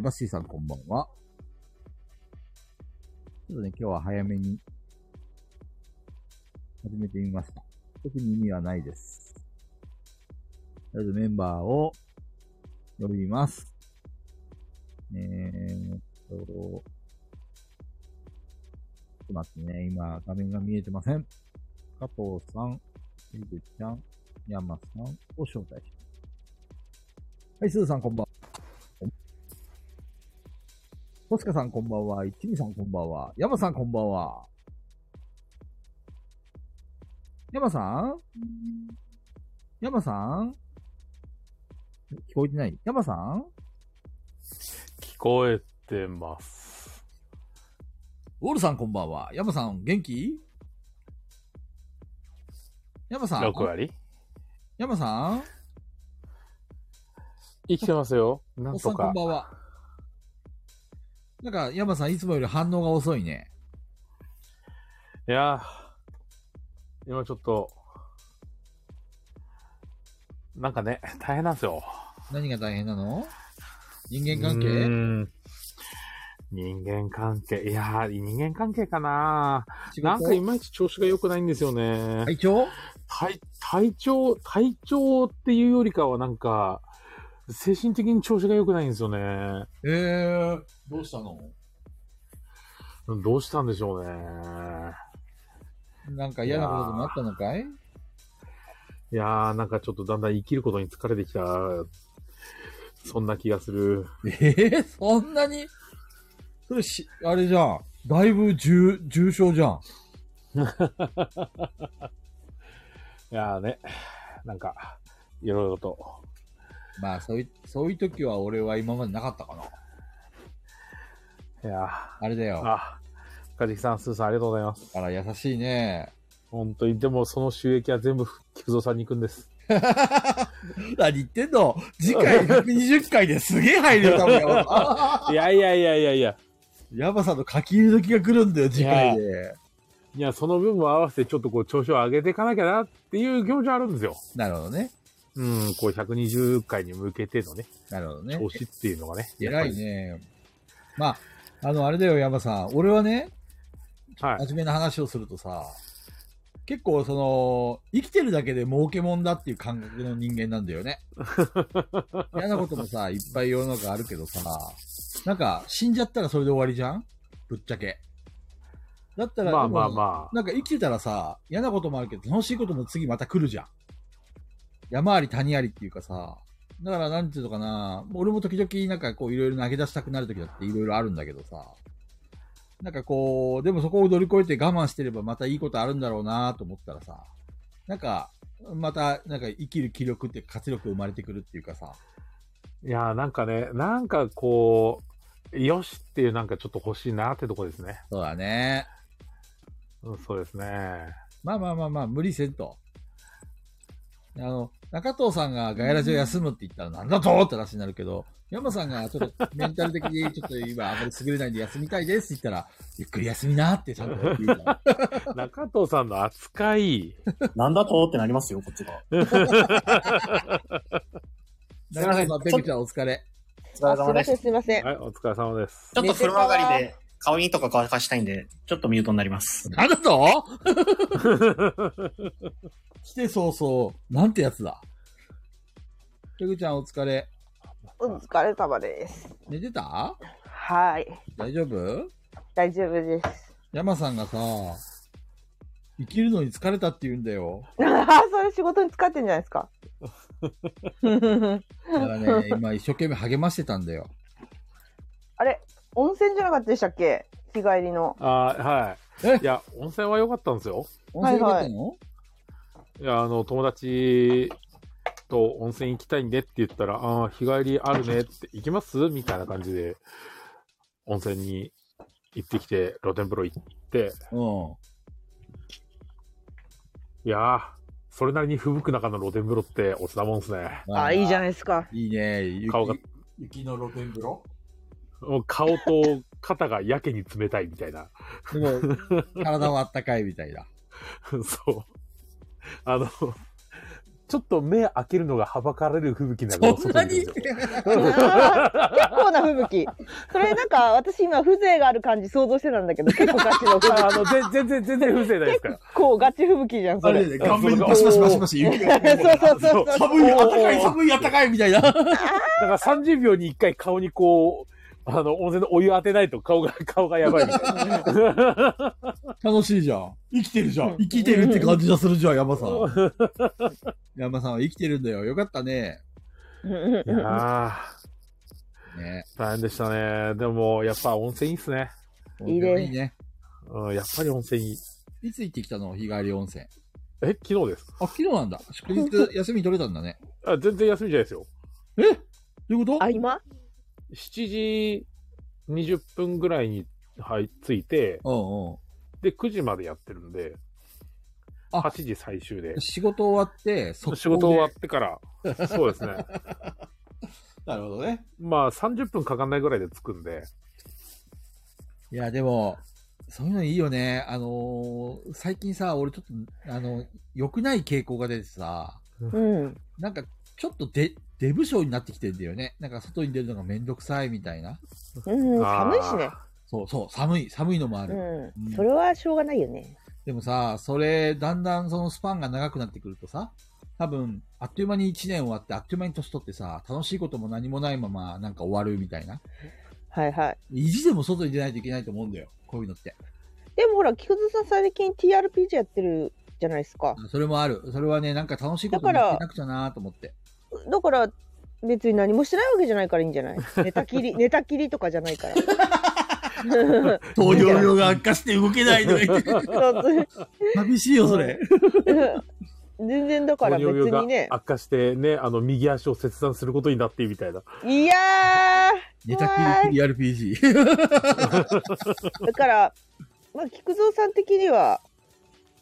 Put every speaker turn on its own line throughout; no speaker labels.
バッシーさんこんばんは。ちょっとね、今日は早めに始めてみました。特に意味はないです。とりあえずメンバーを呼びます。えーっと、ちょっと待ってね、今画面が見えてません。加藤さん、ひぐちゃん、山さんを招待します。はい、すずさんこんばんは。トシカさんこんばんは。いちみさんこんばんは。ヤマさんこんばんは。ヤマさんヤマさん聞こえてないヤマさん
聞こえてます。
ウォルさんこんばんは。ヤマさん元気ヤマさん
6割
ヤマさん
生きてますよ。な
お
ん
っさ
と
んこ
か
ん。ばんは。なんか、ヤマさんいつもより反応が遅いね。
いやー、今ちょっと、なんかね、大変なんですよ。
何が大変なの人間関
うー
係
ん人間関係。いやー、人間関係かな
仕
なんかい
事
まいち調子が良くないんですよね。
体調
体、体調、体調っていうよりかはなんか、精神的に調子が良くないんですよね。
えー、どうしたの
どうしたんでしょうね。
なんか嫌なことでもあったのかい
いやー、なんかちょっとだんだん生きることに疲れてきた、そんな気がする。
えー、そんなにそれし、あれじゃん。だいぶ重、重症じゃん。
いやーね、なんか、いろいろと。
まあ、そういう、そういう時は俺は今までなかったかな。
いやー、
あれだよ。だ
あ、かじきさん、すーさんありがとうございます。
から優しいね。
本当に、でもその収益は全部、菊蔵さんに行くん です。
何言ってんの次 回120回ですげえ入るよ、多分よ。 あ
いやいやいやいやいや。
ヤバさんの書き入れ時が来るんだよ、次回で。
いや、その分も合わせてちょっとこう調子を上げていかなきゃなっていう気持ちはあるんですよ。
なるほどね。
うん、こう120回に向けてのね、
なるほどね。
調子っていうのがね。
偉いね。まあ、あの、あれだよ、ヤバさん。俺はね、
やっぱり。は
真
い。
面目な話をするとさ、結構その、生きてるだけで儲けもんだっていう感覚の人間なんだよ ね。嫌なこともさ、いっぱい世の中あるけどさ、なんか死んじゃったらそれで終わりじゃんぶっちゃけ。だったら、
まあまあ
でも
まあ。
なんか生きてたらさ、嫌なこともあるけど、楽しいことも次また来るじゃん。山あり谷ありっていうかさ、だからなんていうのかな、もう俺も時々なんかこういろいろ投げ出したくなる時だっていろいろあるんだけどさ、なんかこう、でもそこを乗り越えて我慢してればまたいいことあるんだろうなと思ったらさ、なんか、また、なんか生きる気力って活力生まれてくるっていうかさ、
いやーなんかね、なんかこう、よしっていうなんかちょっと欲しいなってとこですね。
そうだね。
うん、そうですね。
まあまあまあまあ、無理せんと。あの、中藤さんがガイラジを休むって言ったらなんだとって話になるけど、山さんがちょっとメンタル的にちょっと今あまり優れないんで休みたいですって言ったら、ゆっくり休みなってちゃんと言うから。
中藤さんの扱い、
なんだとってなりますよ、こっちが。すいま
中
せ
藤
ん
さん、ペグちゃんお疲れ。
お疲れ
あすいま
様で
せ
す。
ん、すいません。
はい、お疲れ様です。
ちょっと風呂上がりで、顔にとか乾かしたいんで、ちょっとミュートになります。
なんだとしてそうそう。なんてやつだ。ペグちゃんお疲れ。
お疲れ様です。
寝てた
はい。
大丈夫
大丈夫です。
山さんがさ、生きるのに疲れたって言うんだよ。
あそれ仕事に使ってんじゃないです か。
だから ね、今一生懸命励ましてたんだよ。
あれ温泉じゃなかったでしたっけ日帰りの。
あーは
え
い。いや、温泉は良かったんですよ。
温泉だったの、
いや、あの、友達と温泉行きたいんでって言ったら、ああ、日帰りあるねって、行きますみたいな感じで、温泉に行ってきて、露天風呂行って、いやー、それなりに吹雪く中の露天風呂っておつだもんですね。
うん。
あ、いいじゃ
ん。
ないですか。
いいね。雪
顔が
雪の露天風呂
もう顔と肩がやけに冷たいみたいな。
でも、体はあったかいみたいな。
そう。あの、ちょっと目開けるのがはばかられる吹雪なのが
そんな
外出
に
るんですよ
結構な吹雪。それなんか、私今風情がある感じ想像してたんだけど、結構ガチの吹雪。
あの、ぜ全然、全然風情ないですから。
こうガチ吹雪じゃん、そ
あ
れ。
れ
そう
ね、顔面にバシバシバシバシ雪が。
そうそうそう。
寒い、暖かい、 寒い、暖かいみたいな。
だから30秒に1回顔にこう、あの、温泉のお湯当てないと顔が、 顔がやばいみたいな。
楽しいじゃん。生きてるじゃん。生きてるって感じがするじゃん、山さん。 山さんは生きてるんだよ。よかったね。
うんうん
いや
うん
ー
ね。
大変でしたね。でも、やっぱ温泉いいっすね。
いいね
いいね。
うん、やっぱり温泉いい。
いつ行ってきたの日帰り温泉。
え、昨日です。
あ、昨日なんだ。祝日休み取れたんだね。
あ全然休みじゃないですよ。
えどういうこと
あ、今
7時20分ぐらいに、はい、着いて、
うんうん。
で、9時までやってるんで、
あ
8時最終で。
仕事終わって、速攻で
仕事終わってから、そうですね。
なるほどね。
まあ、30分かかんないぐらいで着くんで。
いや、でも、そういうのいいよね。あのー最近さ、俺ちょっと、あの、良くない傾向が出てさ、
うん。
なんか、ちょっとで、デブ症になってきてんだよね。なんか、外に出るのがめんどくさいみたいな。
うん、
あ
寒
ー
いしね。
そうそう、寒い、寒いのもある。
うん。それはしょうがないよね。
でもさ、それ、だんだんそのスパンが長くなってくるとさ、多分、あっという間に1年終わって、あっという間に年取ってさ、楽しいことも何もないまま、なんか終わるみたいな。
はいはい。
意地でも外に出ないといけないと思うんだよ。こういうのって。
でもほら、菊津さん最近 TRPG やってるじゃないですか。
それもある。それはね、なんか楽しいことも
だから
やってなくちゃなと思って。
だから、別に何もしてないわけじゃないからいいんじ ゃない寝たきり、寝たきりとかじゃないから。
糖尿病が悪化して動けないとか言って。
そう
寂しいよ、それ。
全然だから別
糖尿
に
病
ね
が。悪化してね、あの、右足を切断することになってみたいな。
いや
寝たきり RPG。
ー、だから、まあ、菊蔵さん的には、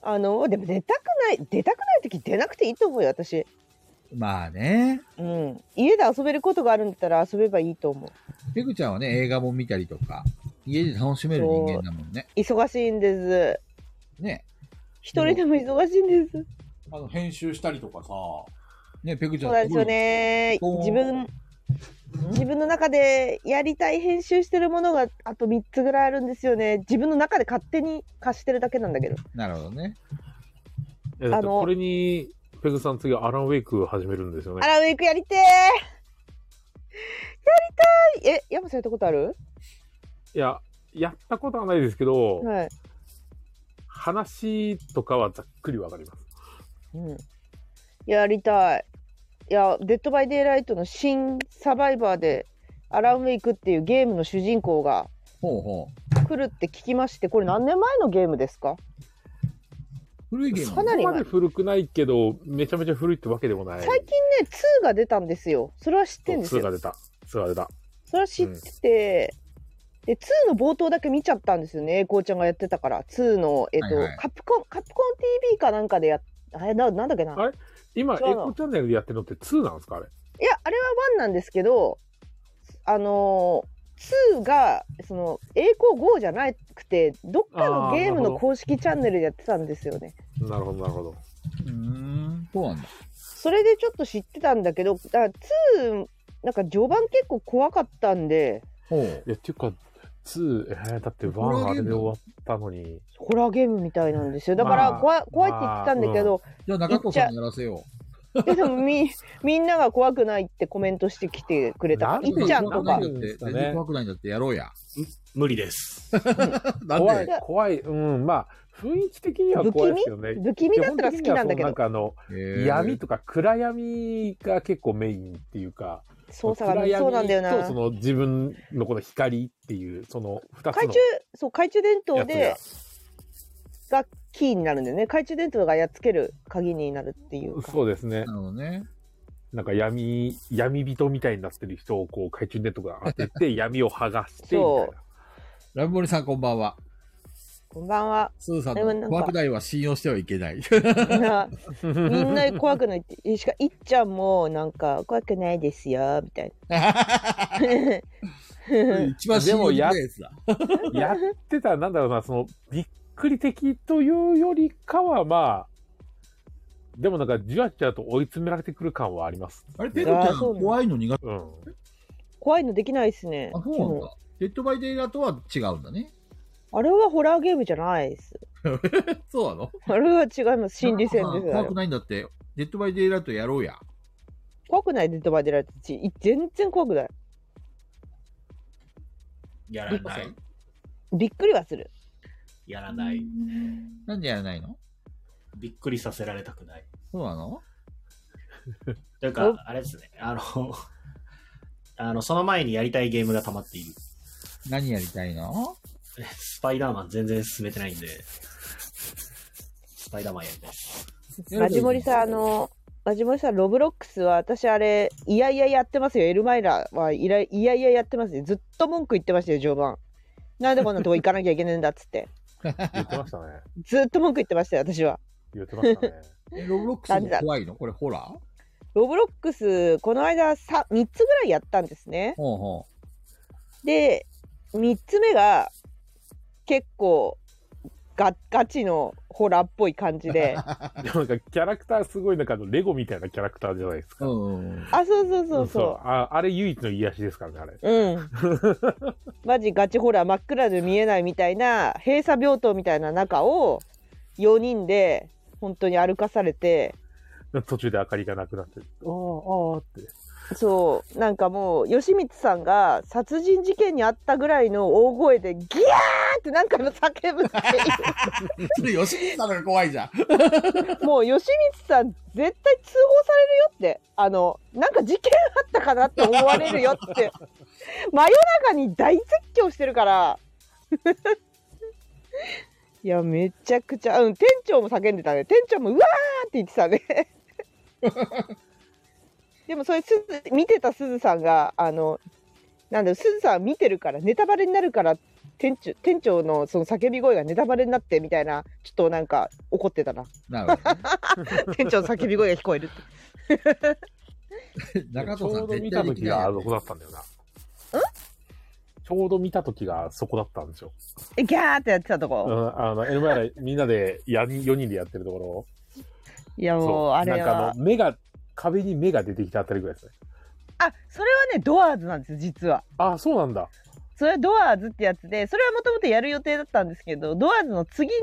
あの、でも出たくない、出たくない時出なくていいと思うよ、私。
まあね。
うん。家で遊べることがあるんだったら遊べばいいと思う。
ペグちゃんはね、映画も見たりとか、家で楽しめる人間だもんね。
忙しいんです。
ね。
一人でも忙しいんです。
あの、編集したりとかさ、ね、ペグちゃ
そ
ん
うなんですよ。ね。
うん
自分、自分の中でやりたい編集してるものがあと3つぐらいあるんですよね。自分の中で勝手に貸してるだけなんだけど。
なるほどね。
えだって
あの
これに、ペグさん次、アランウェイク始めるんですよ
ア
ね。
ラウェイクやりてーやりたいえ、山さんやったことある
いや、やったことはないですけど、
はい。
話とかはざっくりわかります。
うん。やりたい。いや、デッドバイデイライトの新サバイバーで、アランウェイクっていうゲームの主人公が
ほうほ
来るって聞きまして、これ何年前のゲームですか
う。古いゲーム
かな
そ
り
こ
前
まで古くないけど、めちゃめちゃ古いってわけでもない。
最近ね、2が出たんですよ。それは知ってんです
そう2が
よ。
出た。2が出た。
それは知ってて、で、2の冒頭だけ見ちゃったんですよね。こうちゃんがやってたから。2の、えっと、
はいはい
カプコン、カプコン TV かなんかでやっ、あれな、なんだっけな。
今、エ
そうなの
コチャンネルでやってるのって2なんですかあれ。
いや、あれは1なんですけど、あのー、2が、その、栄光5じゃなくて、どっかのゲー
あーな
ム
るほ
の
ど
公式チャンネルでやってたんですよね。
なるほど、なるほど。
うーん。そうなんだ。
それでちょっと知ってたんだけど、だから2、なんか序盤結構怖かったんで、
ほう。
いや、っていうか、2、えー、だって
ホラーゲー
1
ム
あれで終わったのに。
ホラーゲームみたいなんですよ。だか
ま
ら
あ
怖い、怖いって言ってたんだけど、
じゃあ中藤さんにやらせよう。
ででもみ、みんなが怖くないってコメントしてきてくれ
な
た。
ん
い
で
っちゃん
な
と
んで
か
怖く。ないんだって全然怖くないんだってやろうや。
無理です。
なんで
怖い、怖い。うん、まあ、雰囲気的には怖いですよね。
不気味だったら好きなんだけ
基本的にはそのな
ど
ん、かあの、
へー
闇とか暗闇が結構メインっていうか、
操作が
暗
見
闇
そうなんだよな。
とその自分のこの光っていう、その二つ
懐
の
中、そう、懐中電灯で
や、つ
がキーになるんだよね。懐中電灯がやっつける鍵になるっていう
が。
か。
そうですね
な。るほどね。
なんか闇、闇人みたいになってる人をこう懐中電灯が当てて 闇を剥がしてみたい
そ
な。
ラブモリさんこんばんは。
こんばんは。
スーさん
でもなん
の
か
怖くないは信用してはいけ ない。
みんなみんな怖くないって。えしか、いっちゃんも、なんか、怖くないですよ、みたいな。
一番信用できないやつだ。
やってたらなんだろうな、そのびっくり的というよりかはまあ、でもなんか、じわじわと追い詰められてくる感はあります。
あれ、ペコちゃ、
あーそうんね
怖いの苦手。
うん。
怖いのできないですね
あ、そうなんだ。デッドバイデイラーとは違うんだね。
あれはホラーゲームじゃないです
そうなの
あれは違います心理戦
あ
ですあ
怖
れ
くないんだって。デッドバイデイラーとやろうや。
怖くないデッドバイデイライトちい全然怖くない
やらない。
びっくりはする
やらない。
なんでやらないの
びっくりさせられたくない。
そうなの
という
お
か、あれですね。あの、 あの、その前にやりたいゲームが溜まっている。
何やりたいの
スパイダーマン全然進めてないんで、スパイダーマンやりたいです。
マジモリさんあ、のマジモリさんロブロックスは私あれいやいややってますよエルマイラはいらいやいややってますよずっと文句言ってましたよ序盤なんでこんなとこ行かなきゃいけねえんだっつって
言ってましたね。
ずっと文句言ってましたよ私は
言ってました ね。
えロブロックスも怖いのこれホラー
ロブロックスこの間 3, 3つぐらいやったんですね
ほうほ
で3つ目が結構ガガチのホラーっぽい感じ であ
でもなんか、キャラクターすごい、なんかあの、レゴみたいなキャラクターじゃないです
う。
か。
うんうんうん。
そうそうそうそう
あ。あれ唯一の癒しですからね、あれ。
うん、マジガチホラー真っ暗で見えないみたいな閉鎖病棟みたいな中を4人で本当に歩かされて
途中で明かりがなくなって、ああ、ああって。
そうなんかもう吉光さんが殺人事件にあったぐらいの大声でギャーって何回も叫ぶってい
それ、吉木さんのが怖いじゃん。
うもう吉光さん絶対通報されるよってあのなんか事件あったかなって思われるよって真夜中に大絶叫してるから。 いやめちゃくちゃ、うん、店長も叫んでたね店長もうわーって言ってたね でもそれすず見てたすずさんがあのなんだろうすずさんは見てるからネタバレになるから店長店長のその叫び声がネタバレになってみたいなちょっとなんか怒ってたな
なるほどね。
店長の叫び声が聞こえるって
中
ちょ
藤さん
うど
絶
見た
対でき
時
ない
があ
よ
そこだったんだよな。ちょうど見た時がそこだったんですよ。
えギャーってやってたと
う
こ、
ん、あの、エルマイラみんなでや、4人でやってるところ。
いやもうあれ
なんかあ
は
の、目が、壁に目が出てきたあたりぐらいですね。
あそれはねドアーズなんですよ実は
ああ、そうなんだ。
それはドアーズってやつでそれはもともとやる予定だったんですけどドアーズの次に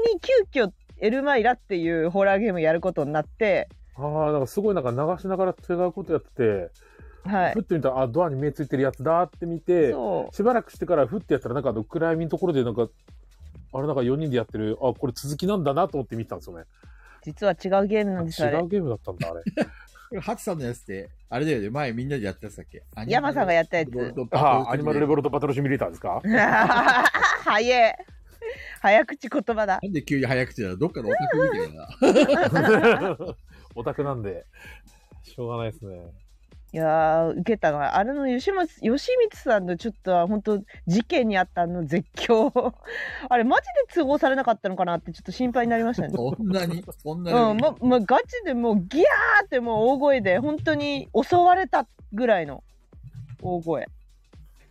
急遽エルマイラっていうホラーゲームやることになって
ああ、なんかすごいなんか流しながら違うことやってて、
はい
ふって見たら、あ、ドアに目ついてるやつだって見て、
そ
しばらくしてからふってやったら、なんかあの暗闇のところでなんか、あれなんか4人でやってる、あ、これ続きなんだなと思って見てたんですよね。
う実は違うゲームなんですあ
違
れ
うゲームだったんだ、あれ。
これハチさんのやつって、あれだよね。前みんなでやったやつだっけ
山さんがやったやつ。
ああ、アニマルレボルトバトルシミュレーターですか
早い早口言葉だ
なんで急に早口だろどっかのオタク見てるな。
オタクなんで、しょうがないですね。
いやー受けたなあれの吉松吉光さんのちょっと本当事件にあったあの絶叫 あれマジで通報されなかったのかなってちょっと心配になりましたね
そんなにそんなに、
うん、ま、ま、ガチでもうギャーってもう大声で本当に襲われたぐらいの大声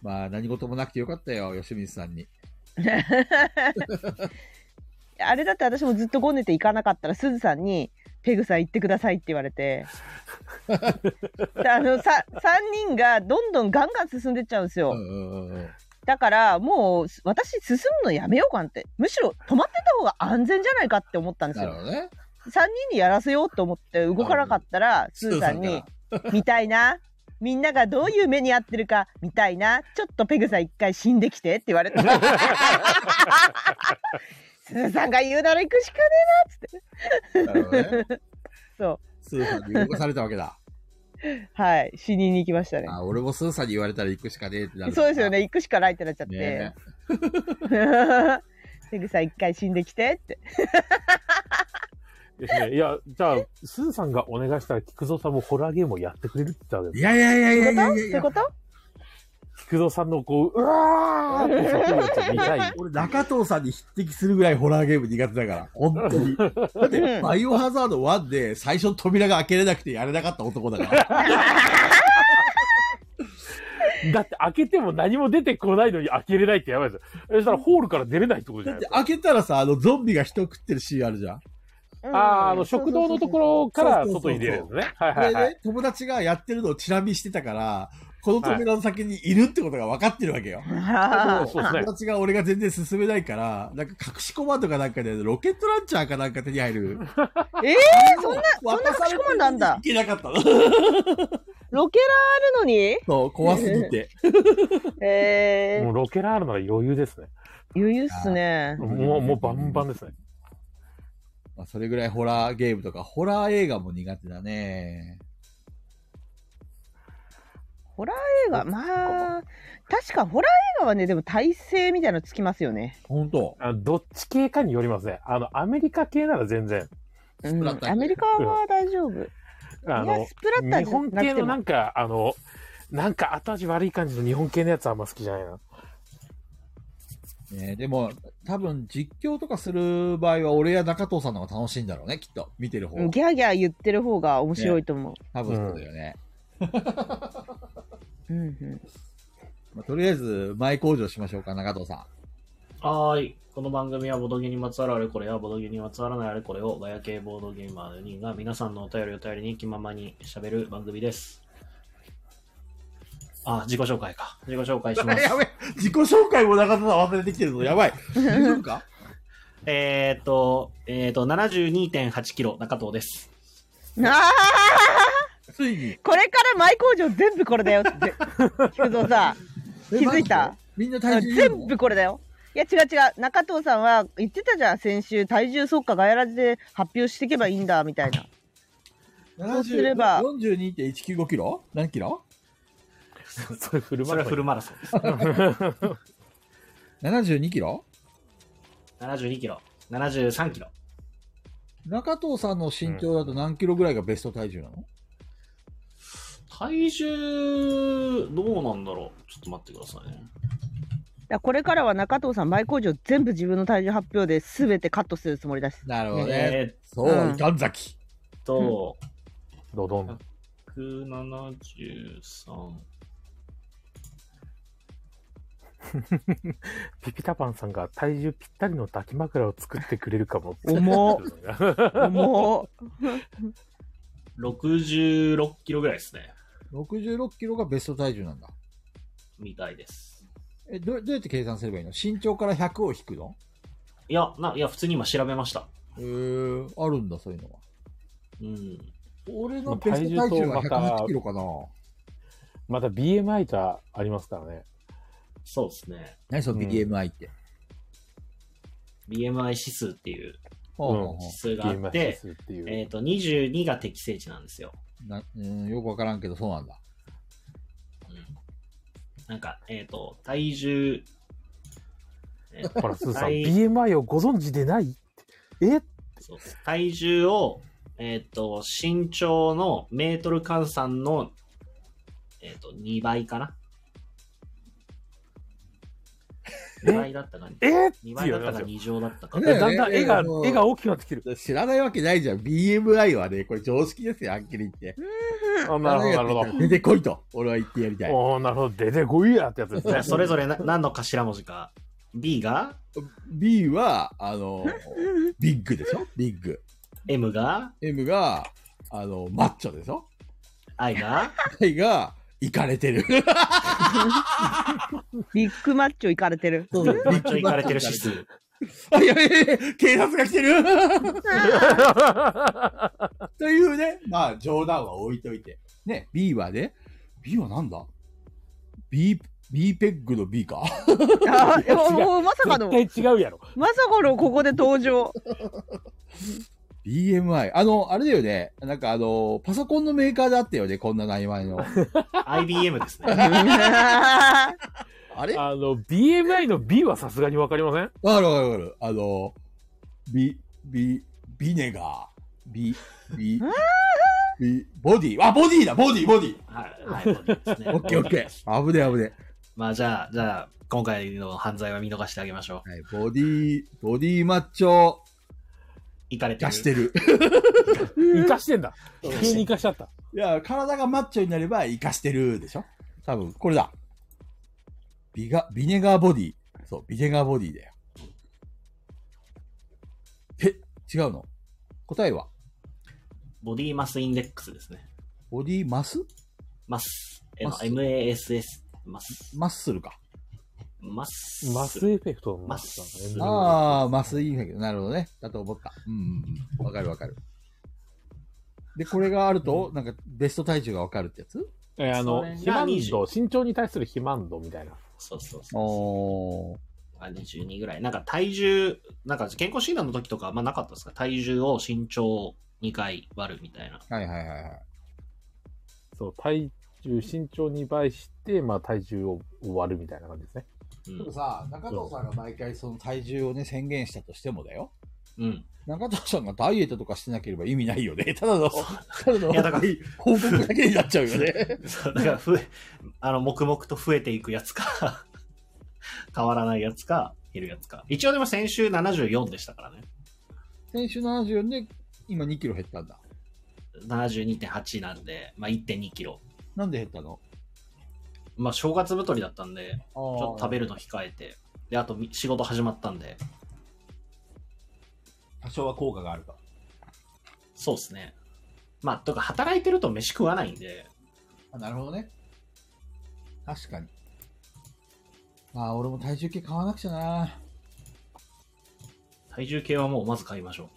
まあ何事もなくてよかったよ、吉水さんに。
あれだって私もずっとごねて行かなかったらすずさんに「ペグさん行ってください」って言われ てであのさ3人がどんどんガンガン進んでっちゃうんですよ、
うんうんうんうん。
だからもう私進むのやめようかなってむしろ止まってた方が安全じゃないかって思ったんです
な
よ
るほどね。
3人にやらせようと思って動かなかったらスーさんに「見たいなみんながどういう目に遭ってるか見たいなちょっとペグさん一回死んできて」って 言われたスーさんが言うなら行くしかね
なるほどね。
そ
スーさんに動かされたわけだ。
うはい死にに行きましたね
あ俺もスーさんに言われたら行くしかねえってなる。
そうですよね行くしかないってなっちゃって、
ね
ペグさん一回死んできてって
ですね。いや、じゃあ、すずさんがお願いしたら、菊蔵さんもホラーゲームをやってくれるって言ったわけ
え。
で
い
す。
やいやいや
そ
いうや
い
いう
こと
や
そ
いや
菊
ういうこと
蔵さんのこう、うわーって叫ぶやつを見た い。
俺、中藤さんに匹敵するぐらいホラーゲーム苦手だから、本当 に。だって、バイオハザード1で最初の扉が開けれなくてやれなかった男だから。
だって開けても何も出てこないのに開けれないってやばいですよ。そしたらホールから出れないってことじゃ
だっ
ない
て
ですか。
開けたらさ、あの、ゾンビが人食ってるシーンあるじゃん。
うん
ああ、あの、食堂のところから外に出るんですね。はい
こ
は
れ
いはい。
ね、友達がやってるのをチラ見してたから、この扉の先にいるってことが分かってるわけよ。
あ
そうですね
友。達が俺が全然進めないから、なんか隠しコマンドかなんかでロケットランチャーかなんか手に入る。
ーえー、そんな、そんな隠しコマンドあんだ
渡さ れていけなかったの。
ロケラあるのに
そう、怖すぎて。
え
も
ー
う、ロケラあるなら余裕ですね。
余裕っすね。
もう、もうバンバンですね。
まあ、それぐらいホラーゲームとか、ホラー映画も苦手だね。
ホラー映画、まあ、確かホラー映画はね、でも体勢みたいなのつきますよね。
ほんと。
あどっち系かによりますね。あの、アメリカ系なら全然。
う
スプラッター
ん、アメリカは大丈夫。
あ
いや
の
ス、プラッター
日
じゃ
本
な
系
くて
のな
も
んか、あの、なんか後味悪い感じの日本系のやつあんま好きじゃ ないな。
ね、でも、多分実況とかする場合は、俺や中藤さんの方が楽しいんだろうね、きっと。見てる方
うんギャーギャー言ってる方が面白いと思う。
多分そうだよね。
うんうん
まあ、とりあえず、前工場しましょうか、中藤さ
はーい。この番組はボドゲにまつわるあれこれやボドゲにまつわらないあれこれをガヤ系ボードゲーマー4人が皆さんのお便りを頼りに気ままに喋る番組です。あ、自己紹介か。自己紹介し
ん。
ます。
べ、自己紹介も中藤さん忘れてきてるぞ、やばい。大丈夫か
えーっと、えーっと、72.8キロ中藤です。
ああ
ついに。
これからマイ工場全部これだよって。菊 蔵さ気づいた
えマジでみんな体重いるの
全部これだよ。いや違う違う中藤さんは言ってたじゃん先週体重速化ガヤラジで発表していけばいいんだみたいな
70
そうすれば
42.195キロ何キロ
それフル
そ
マ
れ
ラソ
はフ
ン
ルマラソンです。
?72 キロ
72キロ、73キロ。
中藤さんの身長だと何キロぐらいがベスト体重なの、
体重、どうなんだろう。ちょっと待ってくださいね。
だからこれからは中藤さんマイ工場全部自分の体重発表で全てカットするつもりだし
なるほどね。
えーっ
そう、
うん
いかんざき。
と、
ドドン。
173。
ピピタパンさんが体重ぴったりの抱き枕を作ってくれるかも。
重っもう
66キロぐらいですね。
66キロがベスト体重なんだ。
みたいです。
え、どうどうやって計算すればいいの身長から100を引くの
いや、な、いや、普通に今調べました。
えー、あるんだ、そういうのは。
うん。
俺のベスト体重は108キロかな。
また BMI とありますからね。
そうですね。
何その BMI って。
BMI 指数っていう
はあはあは
うん
あ
指数があ
BMI
っ
指
て、
数っていう。
えっ、と、22が適正値なんですよ。
なうん、よくわからんけど、そうなんだ。
なんか、えっ、と、体重、えー
ほら、スーさん、
はい
BMI をご存知でないえ
そう体重を、えっ、と、身長のメートル換算の、えっ、と、2倍かな。
え
2倍だったか、
えーって
2
言
倍だ
わ
っ
れ
た
ま
か
すよ。
2乗だったか。
ね
えだんだん絵が
えー、
絵が大きくなってきてる。
知らないわけないじゃん。BMI はね、これ常識ですよ、はっきり言って。
あ、なるほど、なるほ
出てこいと、俺は言ってやりたい
ど。。 おーなるほど、出てこいやってやつです
じゃ
ね
あ。それぞれな何の頭文字か。B が
B は、あの、ビッグでしょビッグ。
?M が
M が、あの、マッチョでしょ
?I が
I が、イカれてる。
ビッグマッチョ行かれ てる
そう
マッチョいかれてる指数。
あ、やべえ、警察が来てる というね、まあ冗談は置いといて。ね、B はね、B はなんだ ?B、B ペッグの B か
あーでももうまさかの
絶対違うやろ。
まさかのここで登場
?BMI。あの、あれだよね。なんかあの、パソコンのメーカーであったよね、こんな内前の。
IBM ですね。
あれわ
あの、BMI の B はさすがにわかりません
かるわかるわかる。あの、ビ、ビ、ビネガー。ビ、ビ、ビ、ボディ。あ、ボディだボディ、ボディ
はい、はい、そうです ね
オッケーオッケー。危ねえ危ねえ。
まあじゃあ、じゃあ、今回の犯罪は見逃してあげましょう。
はい、ボディ、ボディマッチョ
いかれて
出
る。
してる。
生かしてんだ。急に生かしちゃった。
いや、体がマッチョになれば生かしてるでしょ多分、これだ。ビガ、ビネガーボディ。そう、ビネガーボディだよ。え、違うの答えは、
ボディマスインデックスですね。
ボディマス
マス。え
マス
MASS。マス。
マッスルか。
マス。
マスエフェクトの
マス
ああ、マスインフェクト。なるほどね。だと思った。うんうんうん。わかるわかる。で、これがあると、なんか、ベスト体重がわかるってやつ
えーあ
そ
の、
れが
肥満度、
20
身長に対する肥満度みたいな。
そうそうそう
おー。
あ22ぐらい。なんか体重、なんか健康診断の時とかあんまなかったですか体重を身長2回割るみたいな。
はいはいはいはい。
そう、体重、身長2倍して、まあ体重を割るみたいな感じですね。
う
でも
ん。
さ、中藤さんが毎回その体重をね、宣言したとしてもだよ。
うん、
中藤さんがダイエットとかしてなければ意味ないよね。た だの、ただの、
いや だから
報告だけになっちゃうよね。
そうだから増え、あの、黙々と増えていくやつか、 変わらないやつか、減るやつか。一応でも先週74でしたからね。
先週74で、今2キロ減ったんだ。
72.8なんで、まあ1.2キロ。
なんで減ったの
まあ正月太りだったんで、
ち
ちょ
ょ
っと食べるの控えて、で、あとみ仕事始まったんで、
多少は効果があるか。
そうですね。まあ、とか働いてると飯食わないんで、
あなるほどね。確かに。まあ、俺も体重計買わなくちゃな。
体重計はもうまず買いましょ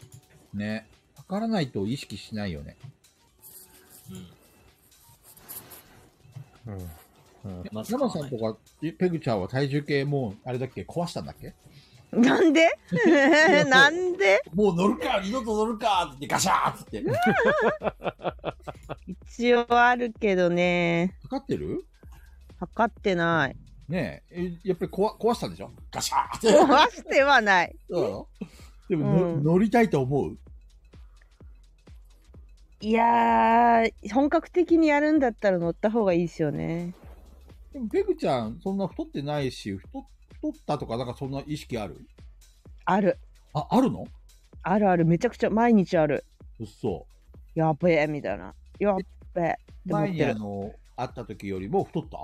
ね。測らないと意識しないよね。
う。うん。
うん。うん、
まず
ヤ
買わ
マ
ない
さんとか、えペグちゃんは体重計もう、あれだっけ壊したんだっけ
なんで なんで
もう乗るか二度と乗るかってガシャーっつって。
一応あるけどね
かかってる
測ってない
ねえ、えやっぱり壊壊したんでしょガシャーって。
壊してはない
そうなのでも、の
うん
乗りたいと思う
いやー本格的にやるんだったら乗った方がいいですよね
でも、ペグちゃん、そんな太ってないし、太太ったとか、なんかそんな意識ある
ある
あ、あるの
あるあるめちゃくちゃ毎日ある
うっそ。
やべえみたいなやっべえって思っ
前
て
に
る
あの、会った時よりも太った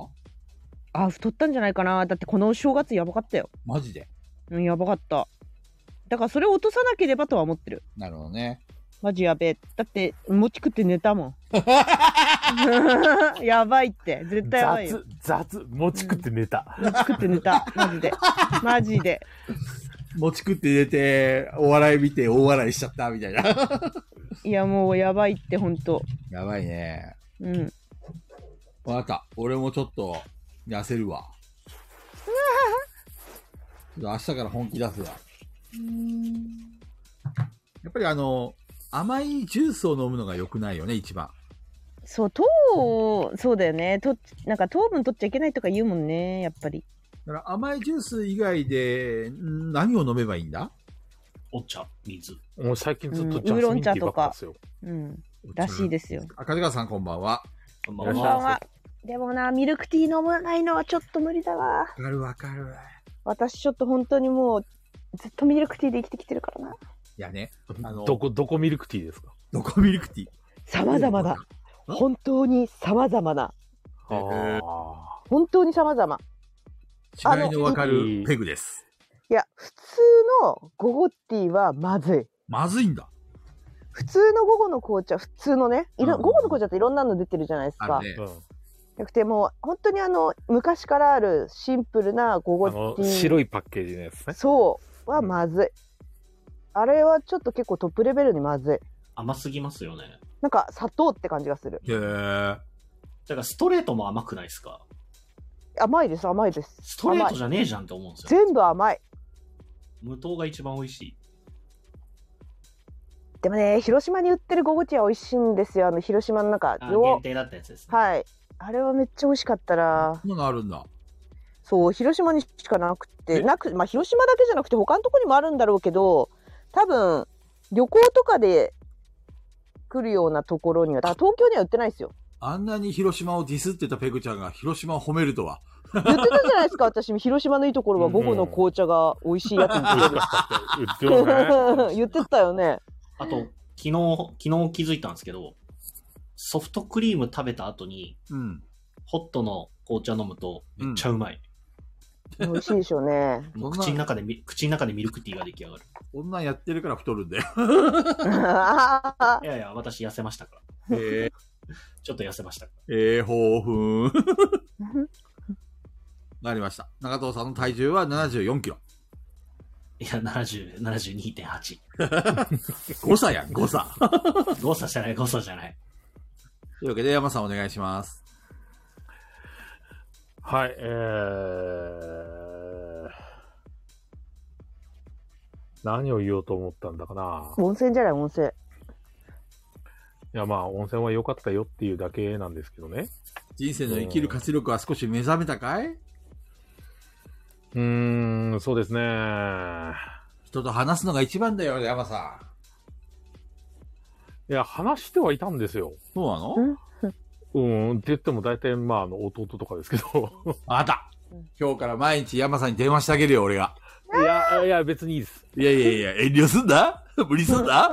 あ太ったんじゃないかなだってこの正月やばかったよ
マジで。
うんやばかっただからそれを落とさなければとは思ってる
なるほどね。
マジやべえだって餅食って寝たもんやばいって絶対やばいよ
雑、雑、持ち食って寝た。
餅食って寝たマジでマジで
持ち食って出て、お笑い見て、大笑いしちゃった、みたいな。
いやもうやばいってほんと
やばいね。
うん
わかった。俺もちょっと、痩せるわ。ちょっと明日から本気出すわ。やっぱりあの、甘いジュースを飲むのが良くないよね、一番。
そう糖をそうだよねとなんか糖分取っちゃいけないとか言うもんねやっぱり
だから甘いジュース以外で、ん何を飲めばいいんだ
お茶、水。
もう最近ずっ
うん
とジャスミンティーばっかですよ。
うんらしいですよ
赤塚さんこんばんは。
こん
ば
ば
ん
ん
こん
は
ばん
は。
はでもなミルクティー飲まないのはちょっと無理だわ
わかるわかる。
私ちょっと本当にもうずっとミルクティーで生きてきてるからない
やね、あの
どこ、どこミルクティーですか
どこミルクティー。
様々な本当に様々な
へー
あ
本当に様々あの
違いのわかるペグです。
いや普通の午後ティーはまずい
まずいんだ。
普通の午後の紅茶普通のねいろ
うん
午後の紅茶っていろんなの出てるじゃないです
あ
か、
る
ー
ね。
なくてもう本当にあの昔からあるシンプルな午
うん。
後
あ
ティ
の、
ー
白いパッケージのやつね。
そうはまずい、あれはちょっと結構トップレベルにまずい
甘すぎますよね。
なんか砂糖って感じがする
へー
だからストレートも甘くないですか
甘いです甘いです
ストレー
甘
ト
い
じゃねえじゃんって思うんですよ。
全部甘い
無糖が一番美味しい。
でもね広島に売ってるゴゴチは美味しいんですよあの広島の中
あ
よ
限定だったやつですね。
はいあれはめっちゃ美味しかったな
こんなのあるんだ。
そう広島にしかなく
え
てなくまあ広島だけじゃなくて他のとこにもあるんだろうけど多分旅行とかで来るようなところにはだから東京には売ってないですよ
あんなに広島をディスってたペグちゃんが広島を褒めるとは。
言ってたじゃない ですか私広島のいいところは午後の紅茶が美味しいやつに
美味し かったって言ってますね。
言ってたよね。
あと、昨日、昨日気づいたんですけど、ソフトクリーム食べた後に、
うん。
ホットの紅茶飲むと、めっちゃうまい。
美味しいでしょうね。
もう
そんな
口の中でみ、口の中でミルクティーが出来上がる。
こんなんやってるから太るんだよ。
いやいや、私痩せましたから。
え
ちょっと痩せましたか
ー、えー、興奮。なりました。中藤さんの体重は74キロ。
ら。いや、70、72.8。
誤差やん、誤差。
誤差じゃない、誤差じゃない。
というわけで、山さんお願いします。
はい、えー、何を言おうと思ったんだか な。
温泉じゃない温泉。
いや、まあ、温泉は良かったよっていうだけなんですけどね。
人生の生きる活力は少し目覚めたかいう
ーん、そうですね。
人と話すのが一番だよ、山さん。
いや、話してはいたんですよ。
そうなの
うん、って言っても大体、まあ、あの、弟とかですけど。
あった今日から毎日山さんに電話してあげるよ、俺が。
いや、いや、別にいい です。
いやいやいや、遠慮すんだ 無理すんだ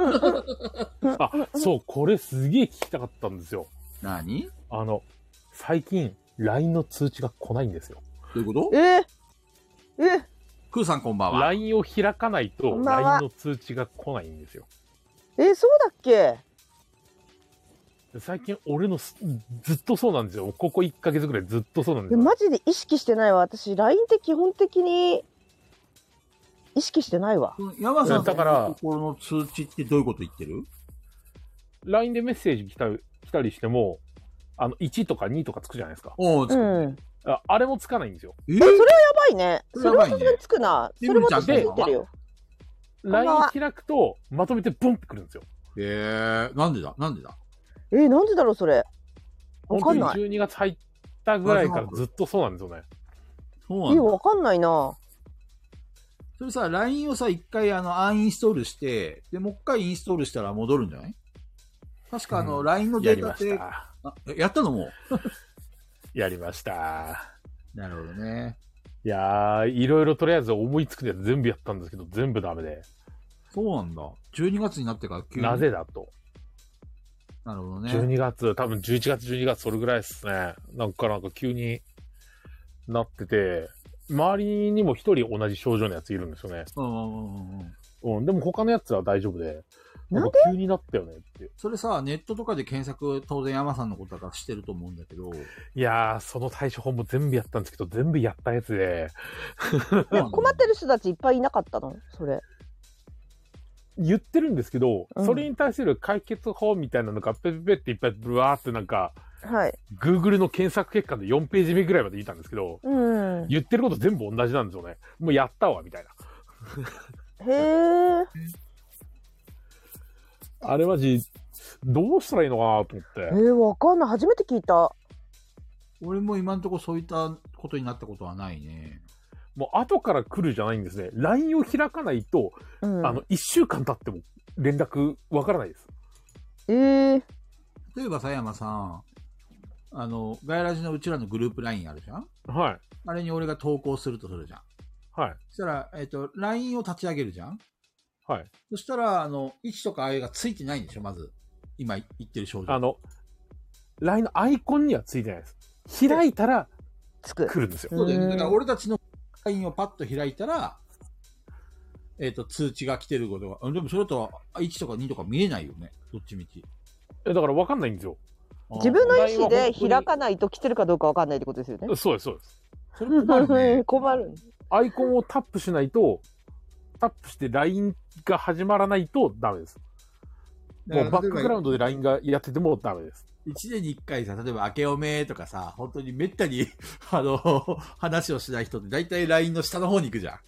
あ、そう、これすげえ聞きたかったんですよ。
何
あの、最近、LINE の通知が来ないんですよ。
どういうこと
えええ
クーさんこんばんは。
LINE を開かないと、
こんばんは
LINE の通知が来ないんですよ。
えそうだっけ
最近、俺のす、ずっとそうなんですよ。ここ1ヶ月ぐらいずっとそうなんで
いや
すよ。
マジで意識してないわ私 LINE って基本的に意識してないわ
山さん
だから
の心の通知ってどういうこと言ってる
LINE でメッセージ来た来たりしても、あの、1とか2とかつくじゃないですか。
お
う
ー、
んや
ああれもつかないんですよ。
えー
そればいねそれ
やば
はいさ
ね
すがにつくな
ゆ
それ
み
も
ちゃん
私ついてるよばん
LINE
は
開くと、まとめてボンってくるんですよ。
えー、なんでだなんでだ
えなんでだろうそれわかん
本
ない
当に12月入ったぐらいからずっとそうなんですよね。
そうないん
や
だ。
わかんないな
それさ、LINE をさ、一回あの、アンインストールして、で、もう一回インストールしたら戻るんじゃない確かあの、
うん
LINE の
や
デー
り
タ
ま
って、
し
あ
た。
えやったのも
やりました。
なるほどね。
いやー、いろいろとりあえず思いつくやつ全部やったんですけど、全部ダメで。
そうなんだ。12月になってから急に。
なぜだと。
なるほどね。
12月、多分11月、12月、それぐらいですね。なんかなんか急になってて、周りにも一人同じ症状のやついるんですよね。
うんうんうんうん。
うん、でも他のやつは大丈夫で。
なん
か急になったよねって。
それさ、ネットとかで検索、当然山さんのことだからしてると思うんだけど。
いやー、その対処法も全部やったんですけど、全部やったやつで、
え困ってる人たちいっぱいいなかったのそれ
言ってるんですけど、
うん
それに対する解決法みたいなのが、ペペペっていっぱいブワーってなんか、
はい
Google の検索結果の4ページ目ぐらいまで見たんですけど、
うんへ
言ってること全部同じなんですよね。もうやったわ、みたいな。
え
あれマジ、どうしたらいいのかなと思っ
え
て。
ー、わかんない初めて聞いた
俺も今んとこそういったことになったことはないね。
もう後から来るじゃないんですね。LINE を開かないと、
うん
あの、1週間経っても連絡わからないです。
えー、
例えばさ、山さん、あの、ガイラジのうちらのグループ LINE あるじゃん
はい。
あれに俺が投稿するとするじゃん。
はい。
そしたら、えっ、と、LINE を立ち上げるじゃん
はい。
そしたら、あの、位置とかああいうがついてないんでしょまず。今言ってる症状。
あの、LINE のアイコンにはついてないです。開いたら
つく
来るんですよ。
そうだよね。
うん
だから俺たちの LINE をパッと開いたら、えっ、と、通知が来てることが、うんでもそれだと1とか2とか見えないよね。どっちみち。
えだから分かんないんですよ。
自分の意思で
LINE は本当に
開かないと来てるかどうかわかんないってことですよね
そうです、そうです。
それ困るね
困る
アイコンをタップしないと、タップして LINE が始まらないとダメです。もうバックグラウンドで LINE がやっててもダメです。
一年に一回さ、例えば、明けおめとかさ、本当にめったに、 あの、話をしない人って大体 LINE の下の方に行くじゃん。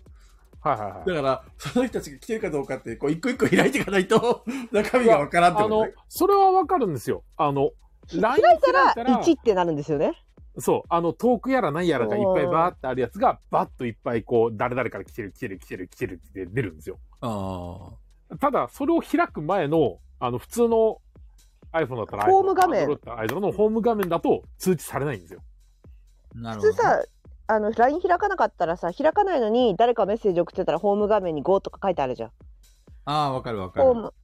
はいはいはい
だ。から、その人たちが来てるかどうかって、こう、一個一個開いていかないと、 中身がわからんって
あ
こと
の
ね。、
それはわかるんですよ。あの、
開
LINE
いたら1ってなるんですよね
そう、あの、トークやら何やらがいっぱいバーってあるやつが、バッといっぱいこう、誰々から来てる、来てる、来てる、来てるって出るんですよ。
あ
ただ、それを開く前の、あの、普通の iPhone だったら iPhone、
ホーム画面
Android だったら iPhone のホーム画面だと通知されないんですよ。
あ、なる
普
ほど
通
ね。
さあの LINE 開かなかったらさ開かないのに誰かメッセージ送ってたらホーム画面に5とか書いてあるじゃん
ああ、わかるわかる
ホー。ム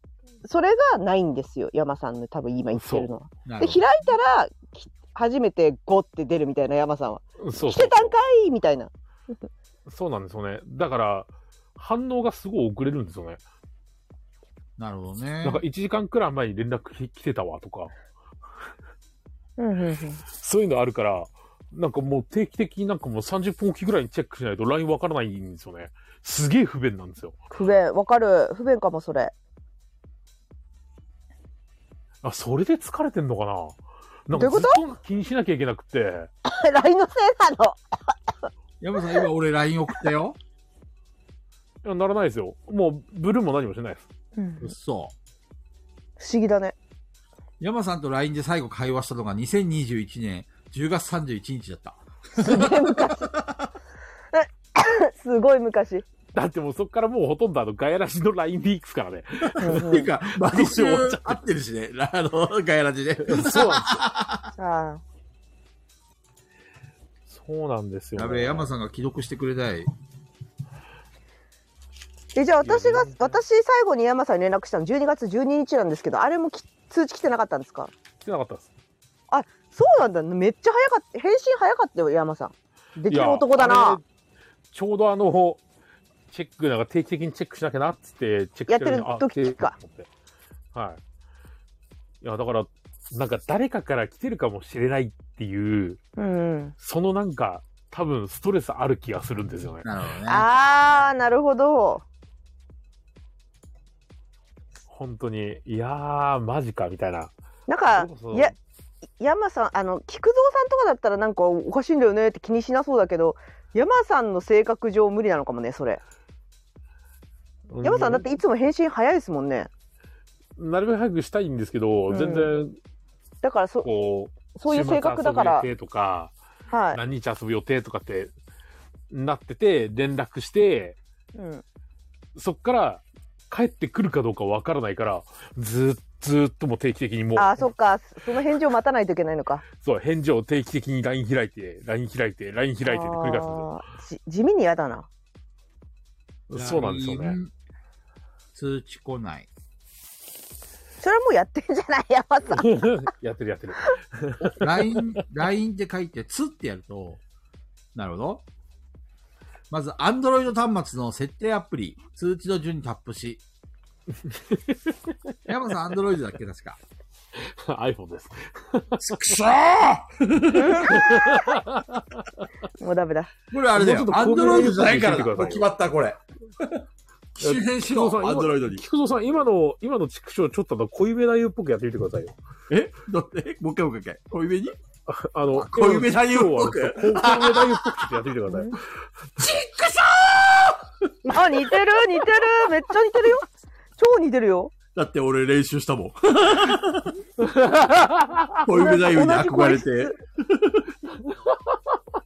それがないんですよ山さんの多分今言ってるのは
な
で
る
開
ほ
い
ど
たらき初めて5って出るみたいな山さんは
そうそう
来てたんかいみたいな
そうなんですよね。だから、反応がすごい遅れるんですよね。
なるほどね
なんか1時間くらい前に連絡き来てたわとか、
うんうんうん
そういうのあるから、なんかもう定期的になんかもう30分おきぐらいにチェックしないと LINE わからないんですよね。すげえ不便なんですよ。
不便わかる不便かもそれ
あ、それで疲れてんのかななん
どうい
か
う
ず
こ
っと気にしなきゃいけなくて。
え LINE のせいなの
山さん、今俺 LINE 送ったよ。
いや、ならないですよ。もう、ブルーも何もしてないです。
うん
嘘。
不思議だね
山さんと LINE で最後会話したのが2021年10月31日だった。
すごい昔
だってもうそっからもうほとんどあの、ガヤラシの LINE で行くからね。
うん
っ
う
ていうんか、
毎
毎
週
週
終わっちゃって
会ってるしね。あの、ガヤラジで。
そうなん
あ
です。そうなんですよ、
やべえ、山さんが既読してくれない。
ーえじゃあ私
いや
が
全然
私最後に山さんに連絡したの12月12日なんですけどあれもき通知来てなかったんですか
来てなかったです。
そうなんだめっちゃ早かった返信早かったよ山さんできる男だ
いやあ
な
れちょうどあの、チェック、なんか定期的にチェックしなきゃなっつって、チェックしてのに
やってる時か。
あ来てると思ってはい。いや、だから、なんか誰かから来てるかもしれないっていう、
うんうん
そのなんか、多分ストレスある気がするんですよね。
なるほどね。
あーなるほど
本当に。いやー、マジか、みたいな。
なんか
そうそう
や山さんあの菊蔵さんとかだったらなんかおかしいんだよねって気にしなそうだけど山さんの性格上無理なのかもねそれ
う
山さんだっていつも返信早いですもんね
なるべく早くしたいんですけど、
うん
全然
だからそ
こう
そういう性格だから
週末遊ぶ予定とか、
は
何日遊ぶ予定とかってなってて連絡して
い、うん、
そっから帰ってくるかどうかわからないからずっずっともう定期的にもう
あーそっかその返事を待たないといけないのか
そう返事を定期的に LINE 開いて LINE 開いて LINE 開いてって繰り返すん
あーじ地味に嫌だな
ですよそうなんですよね
LINE。通知来ない。
それはもうやってんじゃない 山さん
やってるやってる
LINE、LINE って書いて、つってやると、なるほど。まず、Android 端末の設定アプリ、通知の順にタップ し。山さん、Android だっけ確か。
iPhone です
くそー
もうダメだ
これあれだよ。
もうちょっ
ア
と
ンドロイドじゃないから
こ
だ。
ういうの
もう決まった、これ。 機種変しろ、
菊蔵さん
アンドロイドに。
菊蔵さん今の今の畜生ちょっとあの濃いめ太夫っぽくやってみてくださいよ
えだ って、もう一回もう一回。小指に
あの
濃いめ太夫っぽく
今の畜生をあの濃いめ太夫っぽくちょっとやってみてください
あ似てる似てるめっちゃ似てるよ超似てるよ
だって俺練習したもん。小指太夫に憧れて、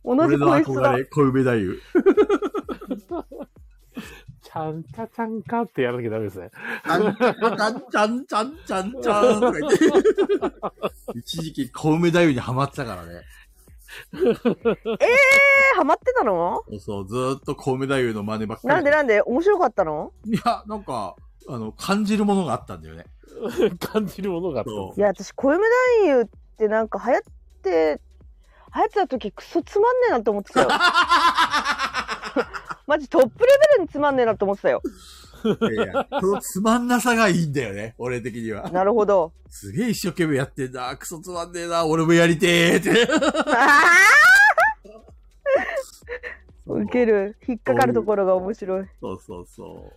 同じ
俺の
声質だ
憧れ、小指太夫。
ちゃんかちゃんかってやらなきゃダメですね。
ちゃんちゃんちゃんちゃんちゃんちゃんとか言って。一時期小梅太夫にハマってたからね。
えーハマってたの
そうそう、ずーっと小梅太夫の真似ばっかり。
なんでなんで面白かったの
いや、なんか、あの、感じるものがあったんだよね。
感じるものがあって。
そう
いや私小夢男優ってなんか流行って流行ってた時クソつまんねえなと思っ てたよマジトップレベルにつまんねえなと思ってたよ
いやいや、そのつまんなさがいいんだよね、俺的には。
なる ほど
すげえ一生懸命やってんだ、クソつまんねえな、俺もやりてーって。
あ ーウケる引っかかるところが面白い
そうそうそう。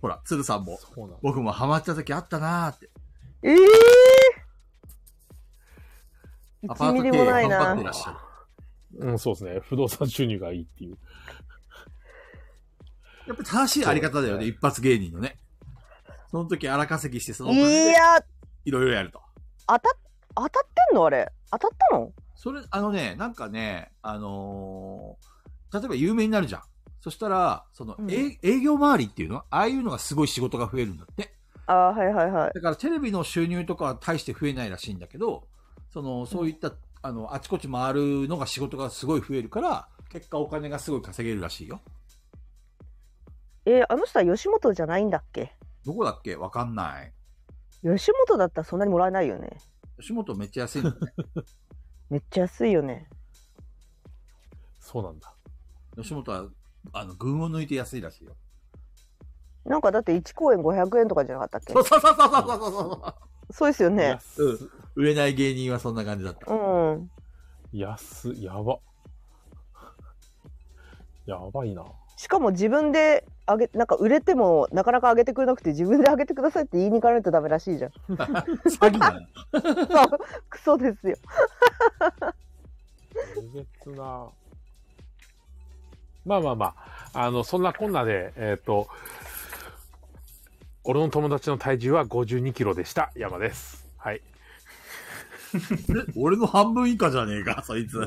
ほら、鶴さんも、
そうなん
僕もハマった時あったなーって。
ええー、
アパ
1
ー
ミ
ト
リ
経営
もない
頑張っ
な
てらっしゃる。
うん、そうですね。不動産収入がいいっていう。
やっぱ正しいあり方だよね、一発芸人のね。その時荒稼ぎして、その
い
分で
や
いろいろやると。
当たっ当たってんのあれ当たったの
それ、あのね、なんかね、あのー例えば有名になるじゃん。そしたら、その、
うん
え営業回りっていうのああいうのがすごい仕事が増えるんだって。
あーはいはいはい
だからテレビの収入とかは大して増えないらしいんだけど、その、そういった、あの、あちこち回るのが仕事がすごい増えるから、結果お金がすごい稼げるらしいよ。
えー、あの人は吉本じゃないんだっけ
どこだっけわかんない。
吉本だったらそんなにもらえないよね
吉本めっちゃ安いんだね。
めっちゃ安いよね
そうなんだ。
吉本は、あの、群を抜いて安いらしいよ。
なんかだって1公演500円とかじゃなかった
そ
っ
うそうそうそうそうそ
けそうですよね。
安
う。うん。売れない芸人はそんな感じだった。
うん。
安、やば。やばいな。
しかも自分で上げ、なんか売れてもなかなか上げてくれなくて自分で上げてくださいって言いに行かないとダメら しいじゃん。
詐欺だよ。
そうクソですよ。
えげつな。まあまあまあ、あの、そんなこんなで、えっ、と、俺の友達の体重は52キロでした。山です。はい。
俺の半分以下じゃねえか、そいつ。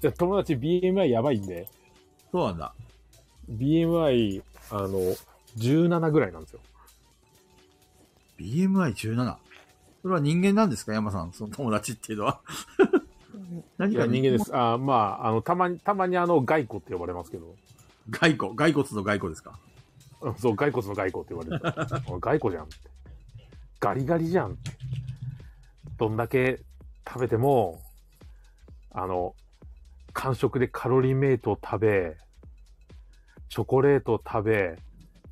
じゃあ友達 BMI やばいんで、
そうなんだ。
BMI、あの、17ぐらいなんですよ。
BMI17。それは人間なんですか山さん、その友達っていうのは。何
いや、
が
人間です。あまあ、あの、たまに、たまにあの、骸骨って呼ばれますけど、
骸骨、骸骨の骸骨ですか
うんそう、骸骨の骸骨って呼ばれ る。おい骸骨じゃんって。ガリガリじゃんって。どんだけ食べても、あの、間食でカロリーメイトを食べ、チョコレートを食べ、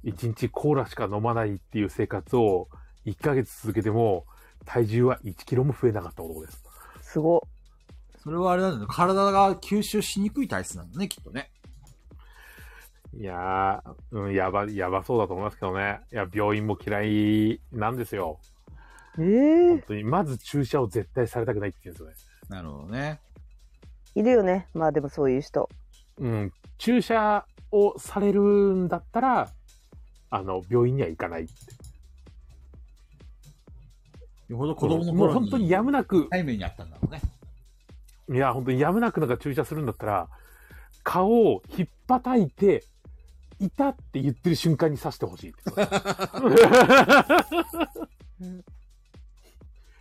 一日コーラしか飲まないっていう生活を1ヶ月続けても、体重は1キロも増えなかった男です。
すご。
それはあれなんだよ。体が吸収しにくい体質なんだね、きっとね。
いやー、うん、やば、やばそうだと思いますけどね。いや、病院も嫌いなんですよ。
ええ
本当に。まず注射を絶対されたくないって言うんですよね。
なるほどね。
いるよね。まあでもそういう人。
うん、注射をされるんだったら、あの、病院には行かない。
よほど子供の頃に。
もう本当にやむなく、
タイムにあったんだろうね。
いや、本当にやむなくなんか注射するんだったら、顔をひっぱたいて、いたって言ってる瞬間に刺して ほしいって。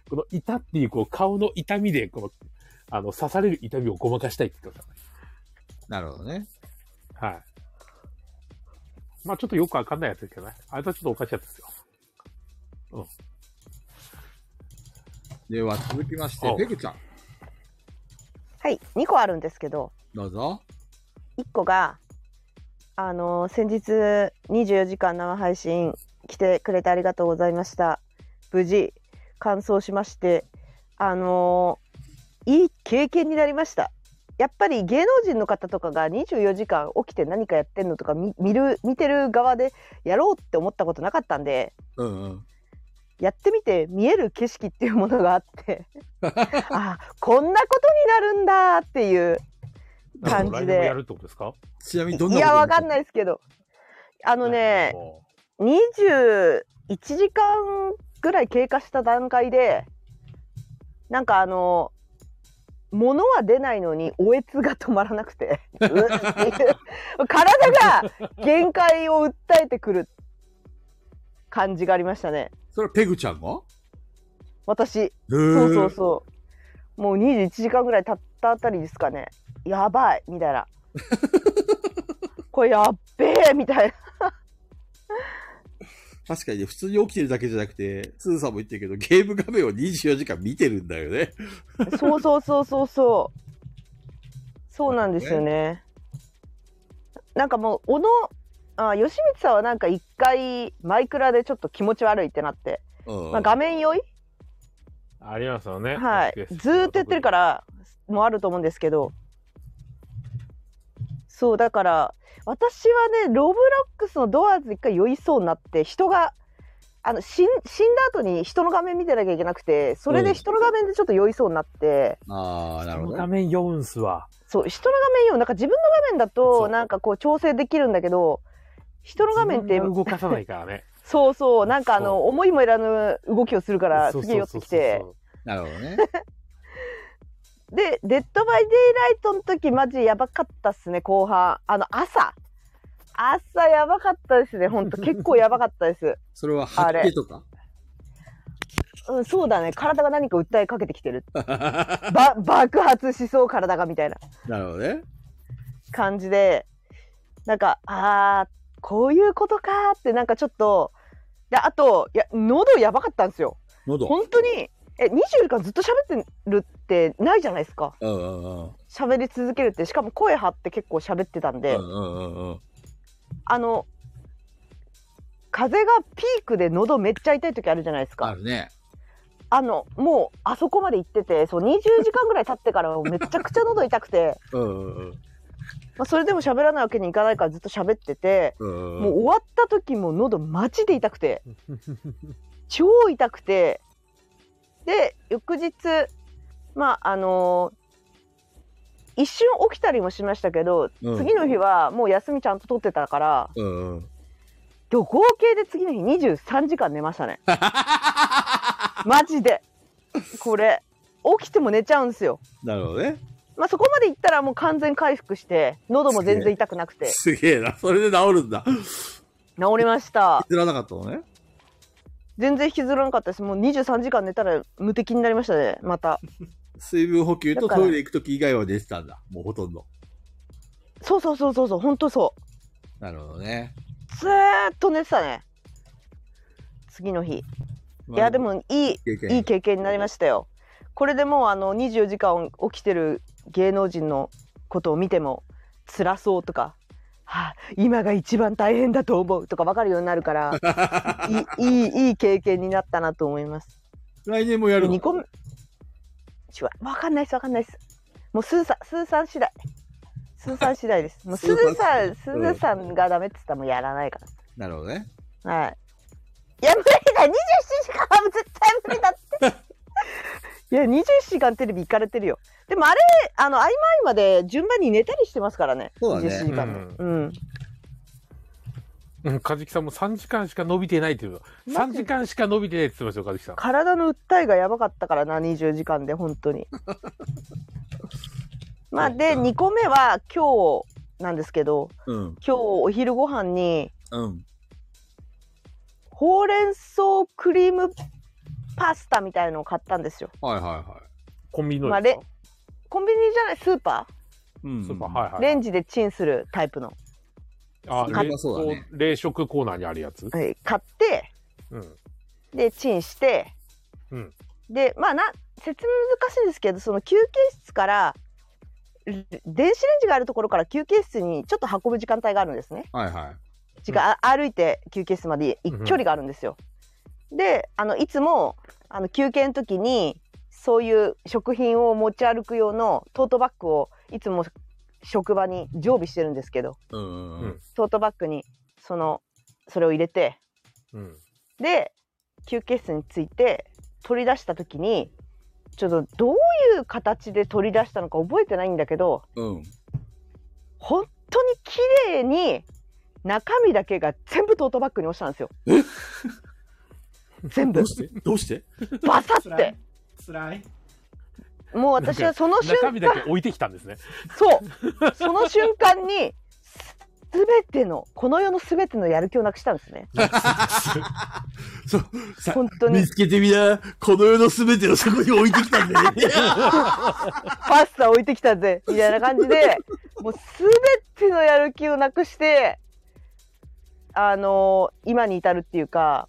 このいたっていう、こう、顔の痛みで、この、あの、刺される痛みをごまかしたいって言ってまし
なるほどね。
た。はい。まあちょっとよくわかんないやつですけどね。あれはちょっとおかしいやつですよ。
では続きまして
お、
ペグちゃん。
はい。2個あるんですけど、
どうぞ。
1個が、あのー先日24時間生配信来てくれてありがとうございました。無事、完走しまして、あのーいい経験になりました。やっぱり芸能人の方とかが24時間起きて何かやってんのとか見見る見てる側でやろうって思ったことなかったんで、
うんうん。
やってみて見える景色っていうものがあってあこんなことになるんだっていう感じ
来年もや
で
るってことですか
ちなみにどん
い
な
やわかん
い。
ないですけどあのね
も
21時間ぐらい経過した段階でなんかあの物は出ないのにおえつが止まらなくてうっっていう体が限界を訴えてくる感じがありましたね
それはペグちゃんが
私。
へ
そうそう
ー
そう。もう21時間ぐらい経ったあたりですかね。やばいみた いな。これやっべえみたいな。
確かにね、普通に起きてるだけじゃなくて、スーさんも言ってるけど、ゲーム画面を24時間見てるんだよね。
そうそうそうそうそう。そうなんですよね。なんかもう、小野、あ吉光さんはなんか一回、マイクラでちょっと気持ち悪いってなって、
うん。
まあ、画面酔い、
うありますよね。。
はい、ずーっとやってるかららもあると思うんですけどそうだから私はねロブロックスのドアーズ一回酔いそうになって人があの死ん死んだ後に人の画面見てなきゃいけなくてそれ
う
で
ん
人の画面でちょっと酔いそうになって、
ああ、な
そ
るほど
の画
ね。
面読むんすわ。
そう人の画面よなんか自分の画面だ
そ
と
う
なんかこう調整できるんだけど人の画面って
自分が動かさないからね。
そうそうなんかあ
そ
の思いもいらぬ動きをするからすげえ酔ってきて。
なるほどね。
で、デッドバイデイライトの時、マジやばかったっすね、後半。あの、朝。朝やばかったですね、ほんと。結構やばかったです。
それは発見とか
うん、そうだね。体が何か訴えかけてきてる。ば、爆発しそう、体が、みたいな
なるほどね。
感じで。なんか、あー、こういうことかーって、なんかちょっと、で、あと、いや、喉やばかったんですよ。
喉。
本当に、え、24時間ずっと喋ってるってないじゃないですか。
うんうんうん。
喋り続けるってしかも声張って結構喋ってたんで、
うんうんうんうん。
あの風がピークで喉めっちゃ痛い時あるじゃないですか
あるね。
あのもうあそこまで行っててそう20時間ぐらい経っ てからもうめちゃくちゃ喉痛くて、
うんうん
まあ、それでも喋らないわけにいかないからずっと喋ってて
うん。
もう終わった時も喉マジで痛くて超痛くてで翌日まああの一瞬起きたりもしましたけど、
うん
次の日はもう休みちゃんと取ってたから
うんうん。
でも合計で次の日23時間寝ました ねマジでこれ起きても寝ちゃうんですよ
なるほどね。
まあそこまでいったらもう完全回復して喉も全然痛くなくて
すげえな。それで治るんだ。
治りました
知らなかったのね。
全然引きずらなかったですもう23時間寝たら無敵になりましたねまた
水分補給と
だから
トイレ行くとき以外は出てたんだ。もうほとんど。
そうそうそうそうそう本当そう
なるほどね。
ずーっと寝てたね次の日いやで、もいい
経験
いい経験になりましたよこれでもうあの24時間起きてる芸能人のことを見ても辛そうとか、はあ、今が一番大変だと思うとか分かるようになるから いいいいいい経験になったなと思います
来年もやるの
2個目ちわ分かんないです分かんないですもうスーさんスーさん次第スーさん次第ですもうス
スー
ー
さ
さ
ん
んスーさんがダメって言ったらもうやらないから
なるほどね。
はい。いや、無理だ !27 時間は絶対無理だって。 いや、27時間テレビ行かれてるよ。でもあれ、あの、合間合間で順番に寝たりしてますからね。
そうだね
27時間も。うん。
うん、かじきさんも3時間しか伸びてないっていうの。3時間しか伸びてないって言ってましたよ、かじきさん。
体の訴えがやばかったからな、24時間で、本当に。まあ、で、2個目は今日なんですけど、
うん。
今日お昼ご飯に、
うん。
ほうれん草クリームパスタみたいのを買ったんですよ。
はいはいは
コンビニの
まあ
ですか
コンビニじゃない、スーパー
い。うん。
スーパー、はいはい。
レンジでチンするタイプの、
あ
買っ
冷
たそうだね
凍冷食コーナーにあるやつ。
はい買って
うん。
でチンして、
うん
でまあな説明難しいんですけどその休憩室かられ電子レンジがあるところから休憩室にちょっと運ぶ時間帯があるんですね
はいはい。
時間、あ歩いて休憩室まで行
うんう
く
ん
距離があるんですよ。であのいつもあの休憩の時にそういう食品を持ち歩く用のトートバッグをいつも職場に常備してるんですけど
うんうんうん。
トートバッグにそのそれを入れて
うん。
で休憩室について取り出した時にちょっとどういう形で取り出したのか覚えてないんだけど
うん。
本当に綺麗に中身だけが全部トートバッグに落ちたんですよ。全
ど
部
うしてどうして
バサ
つ
っ
らい
て。
つらい。
もう私はその瞬
中
間
身だけ置いてきたんです ね。
そうその瞬間に全てのこの世の全てのやる気をなくしたんですね
そう、さ
本当に
見つけてみな。この世のすべてをそこに置いてきたん だよね。
パスタ置いてき たぜみたいな感じでもう全てのやる気をなくしてあのー今に至るっていうか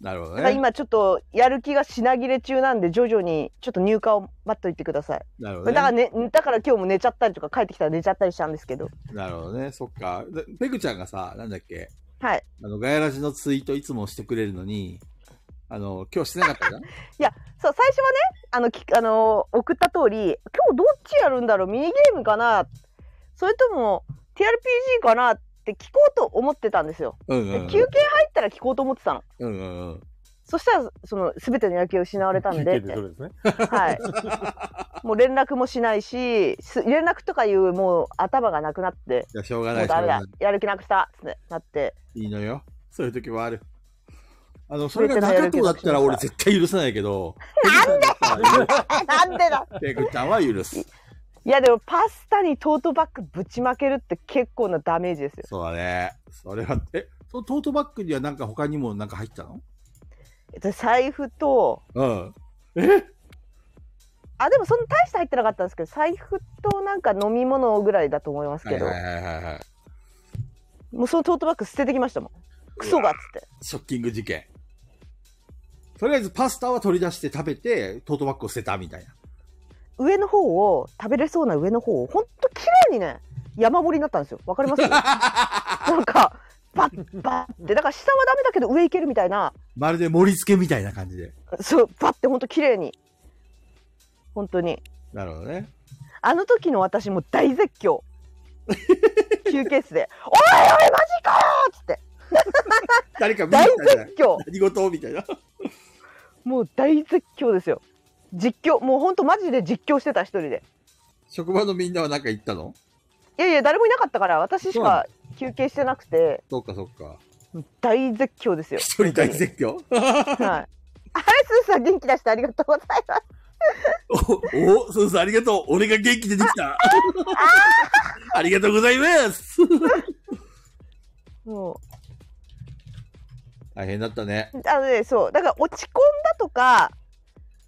なるほど
だから
ね。
今ちょっとやる気が品切れ中なんで徐々にちょっと入荷を待っといてください、
なるほど
だから
ね。
ねだから今日も寝ちゃったりとか帰ってきたら寝ちゃったりしたんですけど
なるほどね。そっか。でペグちゃんがさ、なんだっけ
はい
あの、ガヤラジのツイートいつもしてくれるのに、あの、今日してなかったじゃん
そう最初はねあのきあのー送った通り今日どっちやるんだろうミニゲームかなそれとも TRPG かなって聞こうと思ってたんですよ、
うん
で
うんうん。
休憩入ったら聞こうと思ってたの
うんうんうん。
そしたら、その、すべての野球を失われたん
聞
で、
いてるそれですね。
はい。 もう連絡もしないし、す連絡とかいう、もう頭がなくなって、
じゃしょうがない、
もう
しょう
ダ
が
メ
な
だ
い。、
やる気なくした、つってなって、
いいのよ。そういう時もある。あの、それが中藤だったら俺絶対許さないけど。なんで
えなんでだ
ペグちゃんは許す。
いや、でもパスタにトートバッグぶちまけるって結構なダメージですよ。
そうだね。それは、え、そのトートバッグにはなんか他にもなんか入ったの
で財布と、
うん。
あ、でもそんな大して入ってなかったんですけど、財布となんか飲み物ぐらいだと思います
はい
けど、
はいはいはいはい。
もうそのトートバッグ捨ててきましたもん。クソがっつって。
ショッキング事件。とりあえずパスタは取り出して食べて、トートバッグを捨てたみたいな。
上の方を食べれそうな上の方をほんと綺麗にね山盛りになったんですよわ かりますなんかバッバッってだから下はダメだけど上行けるみたいな
まるで盛り付けみたいな感じで。
そうバッてほんと綺麗に本当に
なるほどね。
あの時の私も大絶 叫休憩室で「おいおいマジかよ!」っ つって
誰か見た
大
いな。
絶叫
何事みたいな。
もう大絶叫ですよ実況もうほんとマジで実況してた一人で
職場のみんなは何か言ったの
いやいや誰もいなかったから私し
そうな
か休憩してなくて
そっかそっか。
大絶叫ですよ
一人大絶叫
叫はいあれすーさん元気出してありがとうございます
お、お、そうそう、ありがとう。俺が元気出てきた。ありがとうございます。
も
大変だったね。
うあのねそうだから落ち込んだとか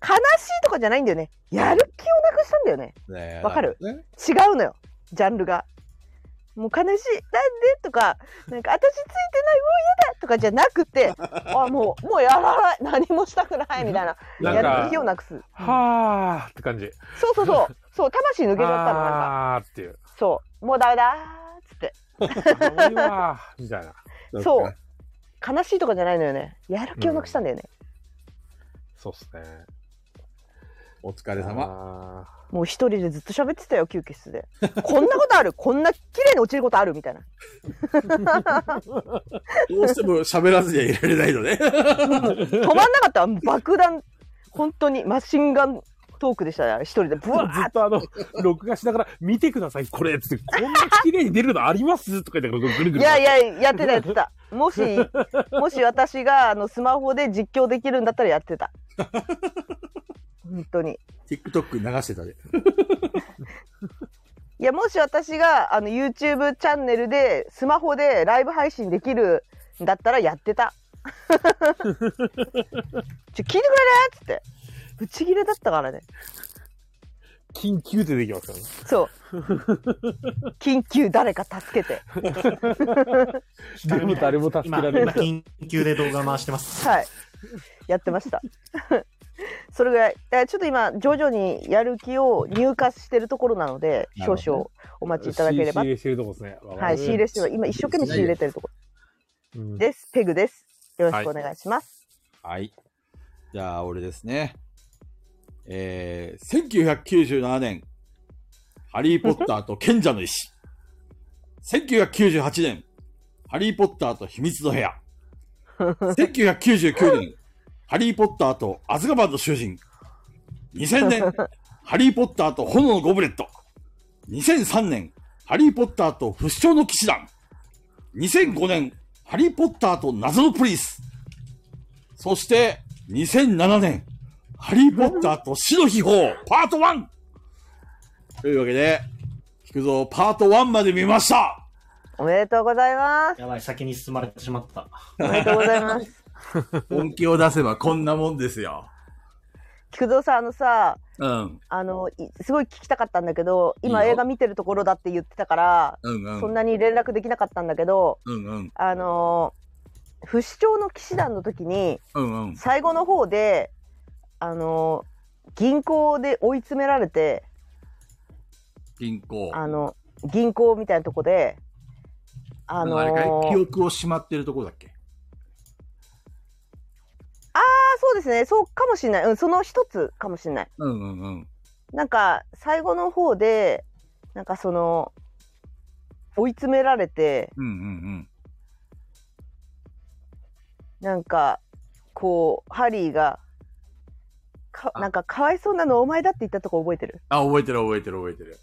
悲しいとかじゃないんだよねやる気をなくしたんだよね
ねえ
わかる
なんね
違うのよジャンルがもう悲しいなんでとかなんか私ついてないもう嫌だとかじゃなく てあもうもうやらない何もしたくないみたいな
な
か
ん
やる気をなくす、うん
はーって感じ。抜
そうそうそうそう魂抜けちゃったのなん か
はーっていう。
そうもうダメだーっつって
もういいわーみたいな。
そっか
そう悲しいとかじゃないのよねやる気をなくしたんだよね、
そうっすね。
お疲れ様。
様。
もう一人でずっと喋ってたよ休憩室でこんなことあるこんな綺麗に落ちることあるみたいな
どうしても喋らずにはいられないのね。
止まんなかった爆弾本当にマシンガントークでしたね一人でブワー
ず
ッ
っとあの、録画しながら、見てください、これつって、こんな綺麗に出るのありますとか言って、ぐるぐる。
いやいや、やってたやってた。もし、もし私があのスマホで実況できるんだったらやってた。本当に。
TikTok に流してたで。
いや、もし私があの YouTube チャンネルでスマホでライブ配信できるんだったらやってた。 ちょ、聞いてくれるっつって。ブチ切れだったからね。
緊急でできますからね。
そう。緊急誰か助けて。
誰も誰も助け
今、
られな
今
い。
緊急で動画回してます。
はい。やってました。 それぐらい。えちょっと今、徐々にやる気を入荷してるところなので、
な
少
るほど
々お待ちいただければ
仕。入れしてるとこですね。
はい、仕入れしては、今一生懸命仕入れてるとこ
うん
ろです。ペグです。よろしくお願いします。
はい。じゃあ、俺ですね。えー、1997年、ハリー・ポッターと賢者の石。1998年、ハリー・ポッターと秘密の部屋。1999年、ハリー・ポッターとアズカバンの囚人。2000年、ハリー・ポッターと炎のゴブレット。2003年、ハリー・ポッターと不死鳥の騎士団。2005年、ハリー・ポッターと謎のプリンス。そして、2007年、ハリー・ポッターと死の秘宝、パート 1! というわけで、菊蔵パート1まで見ました
おめでとうございます。
やばい、先に進まれてしまった。
おめでとうございます。
本気を出せばこんなもんですよ。
菊蔵さん、あのさ、
うん、
あの、いすごい聞きたかったんだけど、今
いいよ
映画見てるところだって言ってたから、
うん、う
そん
ん、
なに連絡できなかったんだけど、
うん、うん、
あのー不死鳥の騎士団の時に、
うん、うん。
最後の方で、あのー銀行で追い詰められて、
銀行。
あの、銀行みたいなとこで、あ
あ
の
の、
ー
あれかい記憶をしまってるとこだっけ
あそうですねそうかもしれない、うん、その一つかもしれない
うん、うん、うん。
なんか最後の方でなんかその追い詰められて
うん、うん、
なんかこうハリーがかなんかかわいそうなのお前だって言ったとこ覚えてる
あ、覚えてる、覚えてる、覚えてる。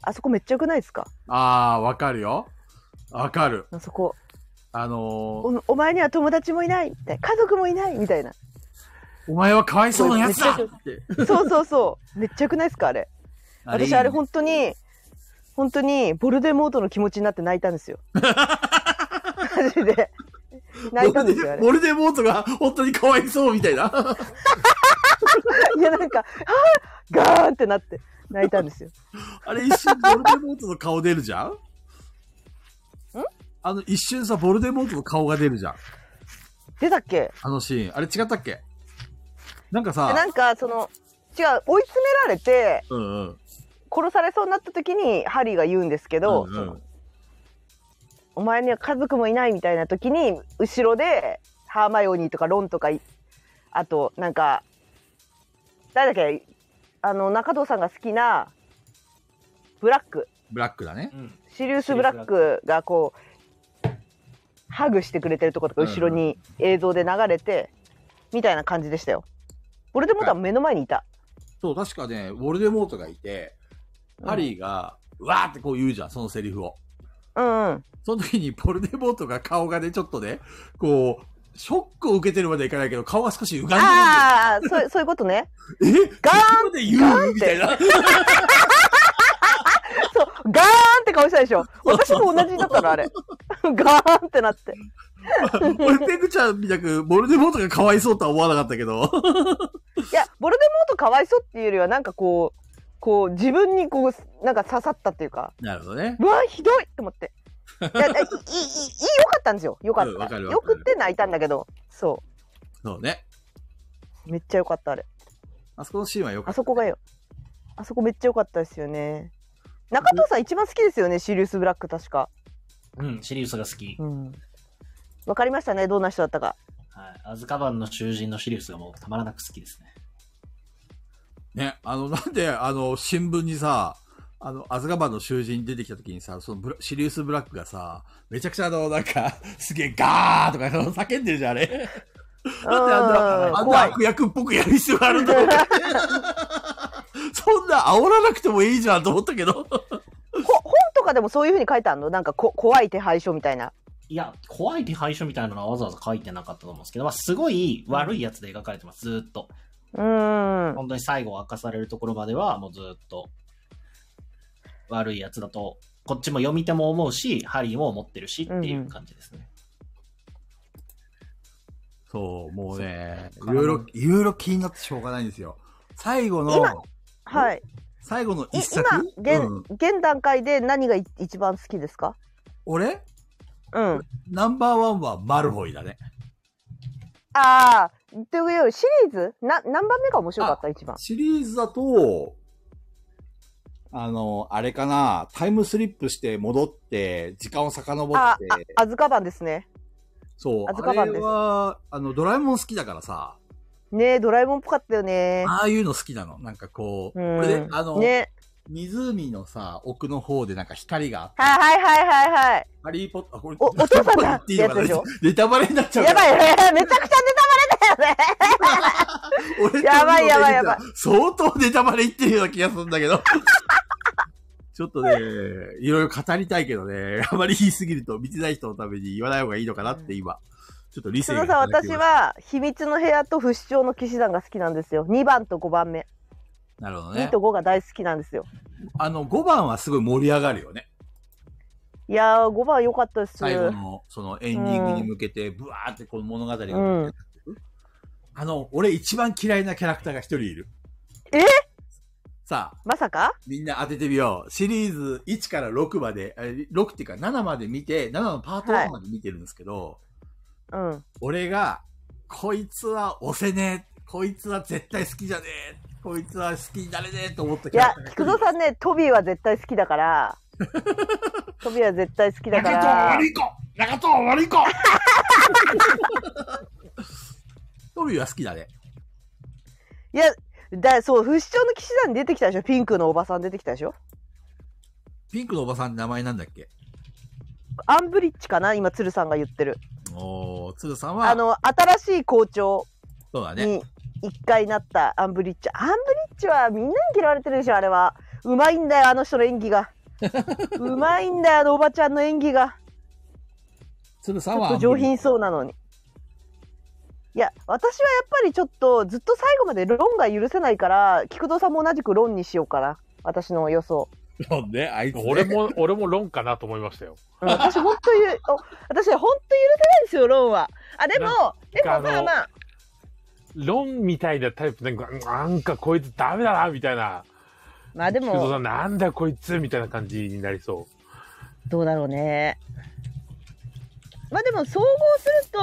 あそこめっちゃよくないですか
あー、わかるよ。わかる。
あそこ
あのー、
おお前には友達もいないみたいな家族もいないみたいな
お前はかわいそうなやつだ
めっ
って。
そうそうそう めっちゃよくないですかあれ私あれ本当に本当にボルデモートの気持ちになって泣いたん ですよマジで泣いたんですよあれ
ボルデモートが本当にかわいそうみたいな。
いやなんか、はぁガーンってなって泣いたんですよ。
あれ一瞬ボルデモートの顔出るじゃんあの一瞬さ、ボルデモートの顔が出るじゃん。
出たっけ
あのシーン。あれ違ったっけなんか
でな
さ、
んかその、違う追い詰められて
うんうん。
殺されそうになった時にハリーが言うんですけど、
うんうん
お前には家族もいないみたいな時に後ろでハーマイオニーとかロンとかいあとなんか誰だっけあの中藤さんが好きなブラック
ブラックだね。
うん。
シリウス・ブラックがこうハグしてくれてるとことか後ろに映像で流れてみたいな感じでしたよ。俺でもた目の前にいた。
そう、確かね、ウォルデモートがいて、ハリーが、うわーってこう言うじゃん、そのセリフを。
うんうん。
その時に、ポルデモートが顔がね、ちょっとね、こう、ショックを受けてるまでいかないけど、顔は少し歪んでるんだ
ああ、そう、そういうことね。
よ。え
ガーン
ここで言うみたいな。
そう、ガーンって顔したで しょ。私も同じだったの、あれ。 ガーンってなって。
俺、ペグちゃんみたく、ボルデモートがかわいそうとは思わなかったけど。
いや、ボルデモートかわいそうっていうよりは、なんかこう、こう、自分にこう、なんか刺さったっていうか、
なるほどね。
うわ、ひどいと思って。いや、いい、いい、いい、良かったんですよ。良か
うん
っ
わか
た。
るわかる
よくって泣いたんだけど、そ
そうね。
う。めっちゃ良かった、あれ。
あそこのシーンはよか
あ
った。
そこがよ。あそこめっちゃ良かったですよね。中藤さん一番好きですよね、シリウス・ブラック、確か。
うん、シリウスが好き。
うん。わかりましたね、どんな人だったか。
はい。アズカバンの囚人のシリウスがもうたまらなく好きですね。
ね、あの、なんで、あの、新聞にさ、あの、アズガバンの囚人出てきた時にさ、そのブラシリウス・ブラックがさ、めちゃくちゃあの、なんか、すげえガーとかその叫んでるじゃん、あれ。なんであん
うん
な、あんな
怖い。
悪役っぽくやる必要があ るんだろうねそんな煽らなくてもいいじゃんと思ったけど。
こ本とかでもそういう風に書いてあるのなんかこ怖い手配書みたいな。
いや、怖い手配書みたいなのはわざわざ書いてなかったと思うんですけど、まあ、すごい悪いやつで描かれてます、ずーっと。
うーん。
本当に最後明かされるところまでは、もうずーっと悪いやつだと、こっちも読み手も思うし、ハリーも思ってるしっていう感じですね。
そう、もうね、い
そう
ろいろ、いろいろ気になってしょうがないんですよ。最後
今
の、
はい。
最後の
い
一作。
今現、
うん、
現段階で何がい一番好きですか？
俺
うん。
ナンバーワンはマルフォイだね。
ああ。というよりシリーズな何番目が面白かった一番。
シリーズだと、あの、あれかな、タイムスリップして戻って、時間を遡っ
あ
て、
ああずかばんですね。
そう、
アズカバ
あ
ンです
れは、あの、ドラえもん好きだからさ、
ねえドラえもんっぽかったよね。
ああいうの好きなの。なんかこう、
う
これで
ん、。
あの、
ね。
湖のさ、奥の方でなんか光があって、
はいはいはいはいはい。
ハリーポッター、 これ、
おお父さんだ
っていいのかな
ってやつでしょ
ネタバレになっちゃう
や
から
ばい、 めちゃくちゃネタ バレだよね。
俺と
やばいやばいやばい
相当ネタバレ言ってるような気がするんだけ ど。ちょっとね、いろいろ語りたいけどね、あまり言いすぎると見てない人のために言わない方がいいのかなって今、ちょっと理性が
須田さん、
働き
私
ました。
は秘密の部屋と不死鳥の騎士団が好きなんですよ。2番と5番目。
なるほど
2
ね
と。5が大好きなんですよ。
あの、5番はすごい盛り上がるよね。
いやー、5番良かったです。
最後の、そのエンディングに向けて、ブワーってこの物語が、
うん
あの、俺一番嫌いなキャラクターが一人いる。
え
さあ、
まさか
みんな当ててみよう。シリーズ1から6まで、え6っていうか7まで見て、7のパート
は
1
い
まで見てるんですけど、
うん。
俺が、こいつは押せねえ。こいつは絶対好きじゃねえ。こいつは好きになれねえと思った
い
キャラ
や
ク、ター
菊蔵さんね、トビーは絶対好き だから。トビーは絶対好きだか
中藤
ら
悪。い子中藤悪い子
トビーは好きだね。
いや、だそう、不死鳥の騎士団に出てきたでしょピンクのおばさん出てきたでしょ
ピンクのおばさんって名前なんだっけ
アンブリッジかな今、鶴さんが言ってる。
おー、鶴さん
あ
は、
の、新しい校長
そうだね。
に一回なったアンブリッジ。アンブリッジはみんなに嫌われてるでしょあれは。うまいんだよ、あの人の演 技が。うまいんだよ、あのおばちゃんの演技が。
鶴さ
ち
ん
ょっ
は、
と上品そうなのに。いや、私はやっぱりちょっとずっと最後までロンが許せないから、菊堂さんも同じくロンにしようかな。私の予想。
そうね、あいつ、ね。
俺。も、俺も論かなと思いましたよ。
うん私本当ゆ、お私本当許せないんですよ、ロンは。あ、で
なん
も、でもまあまあ、
論みたいなタイプ、なんか、なんかこいつダメだな、みたいな。
まあで
菊蔵さ
も、
ん、なんだこいつ、みたいな感じになりそ
どうだろうね。まあでも、総合すると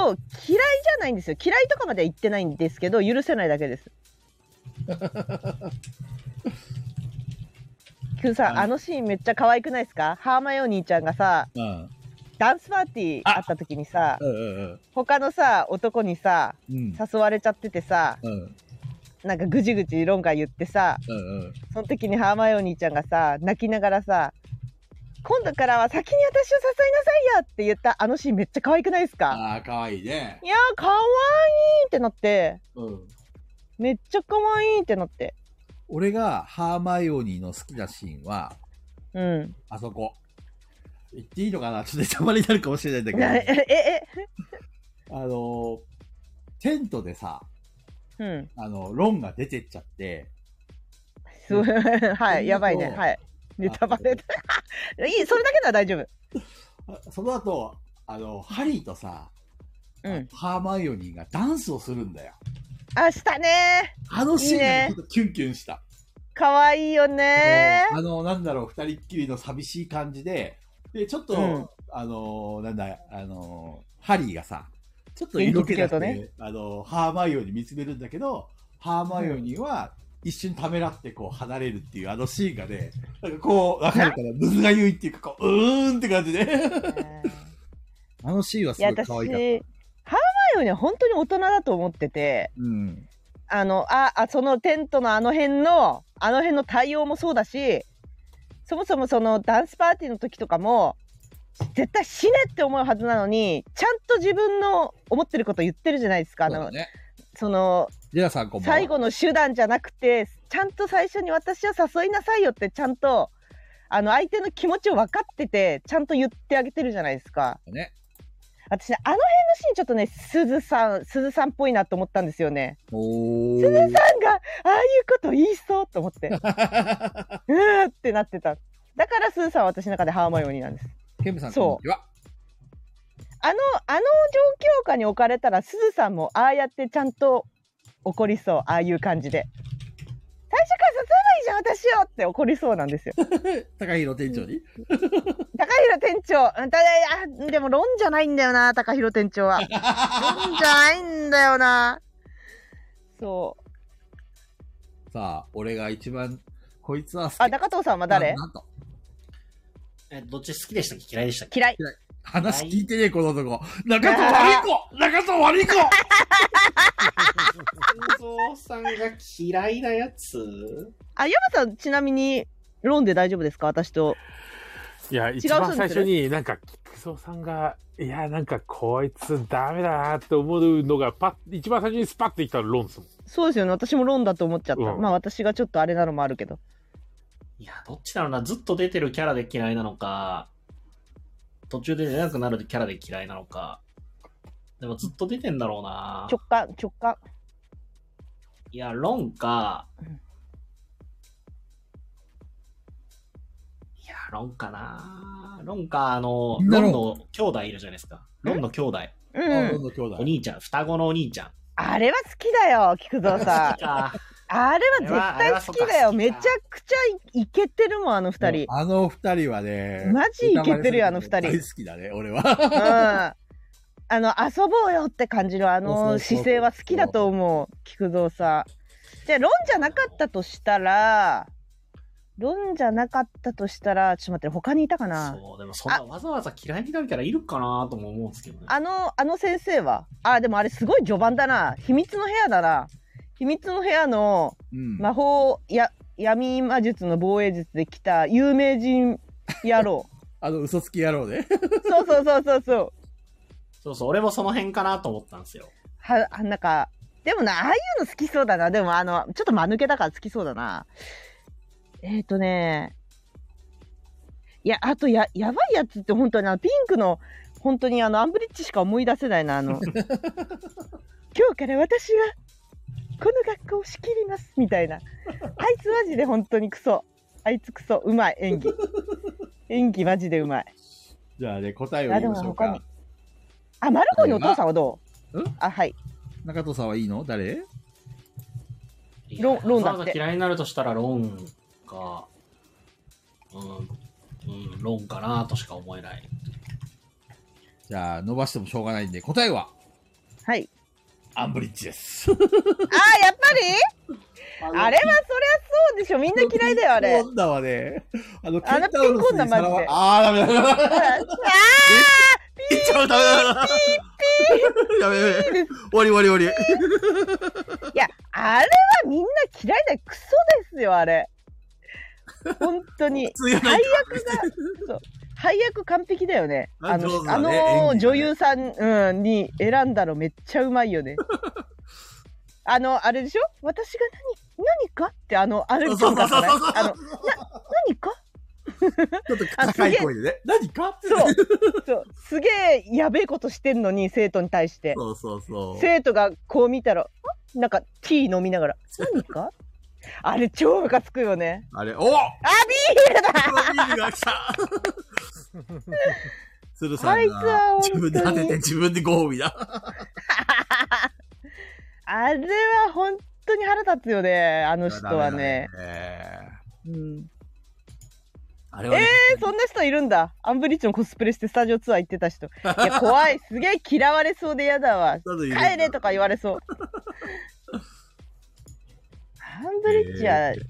嫌いじゃないんですよ。嫌いとかまでは言ってないんですけど、許せないだけです。くんさん、あのシーンめっちゃ可愛くないですかハーマヨニーちゃんがさ、
うん。
ダンスパーティーあった時にさ、
うんうん
他のさ、男にさ、
うん。うん。
誘われちゃっててさ、
うん。
なんかぐじぐじ論外言ってさ、
うんうん。
その時にハーマヨニーちゃんがさ、泣きながらさ、今度からは先に私を誘いなさいよって言ったあのシーンめっちゃ可愛くないですか
ああ、かわいいね。
いやー、可愛いってなって、
うん。
めっちゃ可愛いってなって。
俺がハーマイオニーの好きなシーンは、
うん。
あそこ。言っていいのかな ちょっとネタバレになるかもしれないんだ
え、
け
え、
ど、あのー、テントでさ、
え、うん。
あの、ロンが出てっちゃって、
すごい。 はい、やばい
そん
ね。
なこと
はい。ネタバレだ。 いい、それだけなら大丈夫。
あその後、あの、ハリーとさ、
うん。
ハーマイオニーがダンスをするんだよ。
あ、したね
あのシーン
いいね
がちょっとキュンキュンした。
可愛いよね
あの、なんだろう、二人っきりの寂しい感じで、で、ちょっと、
うん
あの、なんだ、あの、ハリーがさ、ちょっと色気出して、
元気づけ
あの、ハーマイオニー見つめるんだけど、ハーマイオニーは一瞬ためらってこう離れるっていうあのシーンがね、なんかこう、わかる から、むずがゆいっていうか、こう、うーんって感じで。 あのシーンはいす
や、
ごい
私、
可
ハーマ
愛かった。
イオニーは本当に大人だと思ってて、
うん。
あの、あ、あそのテントのあの辺の、あの辺の対応もそうだし、そもそもそのダンスパーティーの時とかも、絶対死ねって思うはずなのに、ちゃんと自分の思ってること言ってるじゃないですか。あ
そう
の、
だね。
その、
ジェラさんこんばんは。
最後の手段じゃなくてちゃんと最初に私を誘いなさいよってちゃんとあの相手の気持ちを分かっててちゃんと言ってあげてるじゃないですか
ね。
私ねあの辺のシーンちょっとねすずさんすずさんっぽいなと思ったんですよね
おー。
なんかああいうこと言いそうと思 ってうーってなってただからすずさんは私の中でハーマイオニーなんです
ケムさん
そう
こんにちは。
あのあの状況下に置かれたらすずさんもああやってちゃんと怒りそうああいう感じで最初から誘えばいいじゃん私をって怒りそうなん ですよ
高弘店長に。
高弘店長うんただあでも論じゃないんだよな高弘店長は論じゃないんだよなそう
さあ、俺が一番、こいつは好き
あ中藤さんは誰
なんだと
え、どっち好きでしたっけ嫌いでしたっけ
嫌い
話聞いてねえ、この男。中藤悪い子中藤悪い子
お父さんが嫌いなやつ
あ山さんちなみに論で大丈夫ですか私と
いや、一番最初になんか、菊蔵さんが、いや、なんかこいつダメだなって思うのが、パッ、一番最初にスパッていったらロンですもん。
そうですよね私も論だと思っちゃった、
うん
まあ私がちょっとあれなのもあるけど
いや、どっちだろうな。ずっと出てるキャラで嫌いなのか、途中で出なくなるキャラで嫌いなのか。でもずっと出てんだろうな。
直感直感
いや、ロンか
うん。
いや、ロンかな。ロンか、あの、
みんなロ
ロン
ン
の兄弟いるじゃないですか。ロンの兄弟。
う
あロン
ん
の兄弟
お兄ちゃん、双子のお兄ちゃん。
あれは好きだよ菊蔵 さん
か。
あれは絶対好きだ
あれはあれはそうか好
よ
き
めちゃくちゃいけてるもんあの二人
あの二人はね。
マジイケてるよあの二人
大好きだね、俺は。
うんあの遊ぼうよって感じのあ
そうそ
の
うそう
姿勢は好きだと思う菊蔵さん。じゃあ論じゃなかったとしたら論じゃなかったとしたらちょっと待って他にいたかな
そう、でもそんなわざわざ嫌いになるキャラいるかなとも思うんですけどね。
あのあの先生はあでもあれすごい序盤だな秘密の部屋だな秘密の部屋の
うん。
魔法や闇魔術の防衛術で来た有名人野郎
あの、嘘つき野郎ね。
そうそうそうそうそう
そうそう、俺もその辺かなと思ったんですよ。
は、あなんか、でもな、ああいうの好きそうだな。でも、あの、ちょっと間抜けだから好きそうだな。えっ、ー、とね、いや、あとや、やばいやつって本当にあの、ピンクの、本当にあの、アンブリッジしか思い出せないな、あ の、今日から私は、この学校を仕切ります、みたいな。あいつマジで本当にクソ。あいつクソ。うまい、演 技。演技マジでうまい。
じゃあね、答えを言いましょう
あでも
か。
あ、マルコにお父さんはどうんあ、はい。
中藤さんはいいの誰
ロンロンだって
わざわざ嫌いになるとしたらロンか、うん、うん、ロンかなとしか思えない。
じゃあ、伸ばしてもしょうがないんで、答えは
はい。
アンブリッジです。
あーやっぱりあれはそりゃそうでしょ。みんな嫌いだよ、あれ。
女はね、あの、
あのピ
ケン
ンコンだ
タウロスにさら
マジで
わ
ああ、ダメだ。ダメだ
あー
言っちゃう、ダメだ。 やべやべ。終わり終わり終わり。
いや、あれはみんな嫌いだよ。クソですよ、あれ。本 当に。
通やな
配
い。
役が、そう。配役完璧だよね。
あ
あの
上手、だ
あ
ね演技が
の
ね
女優さん、うん、に選んだのめっちゃうまい よね。あの、あれでしょ私が何、何かってあの、あれ
そう
そ
そうう
だ
そう
から、
そ
あの、
う
な、何か
ちょっと高い声でね。何かって。
そう。そう。すげえやべえことしてんのに、生徒に対して。
そうそうそう。
生徒がこう見たら、んなんかティー飲みながら、何か あれ超ムカつくよね。
あれ、おお
あ、ビールだ
ビールが 来た鶴さ
あ
ん
いつは
が
本当
自
に
分で当てて自分でご褒美だ。
あれは本当に腹立つよね、あの人はね。
ダメだね。
うん、
あれはね、
えそんな人いるんだ。アンブリッジのコスプレしてスタジオツアー行ってた人。いや、怖 い。すげえ嫌われそうで嫌だわ。
多分いるんだ
帰れとか言われそう。アンブリッジは
えー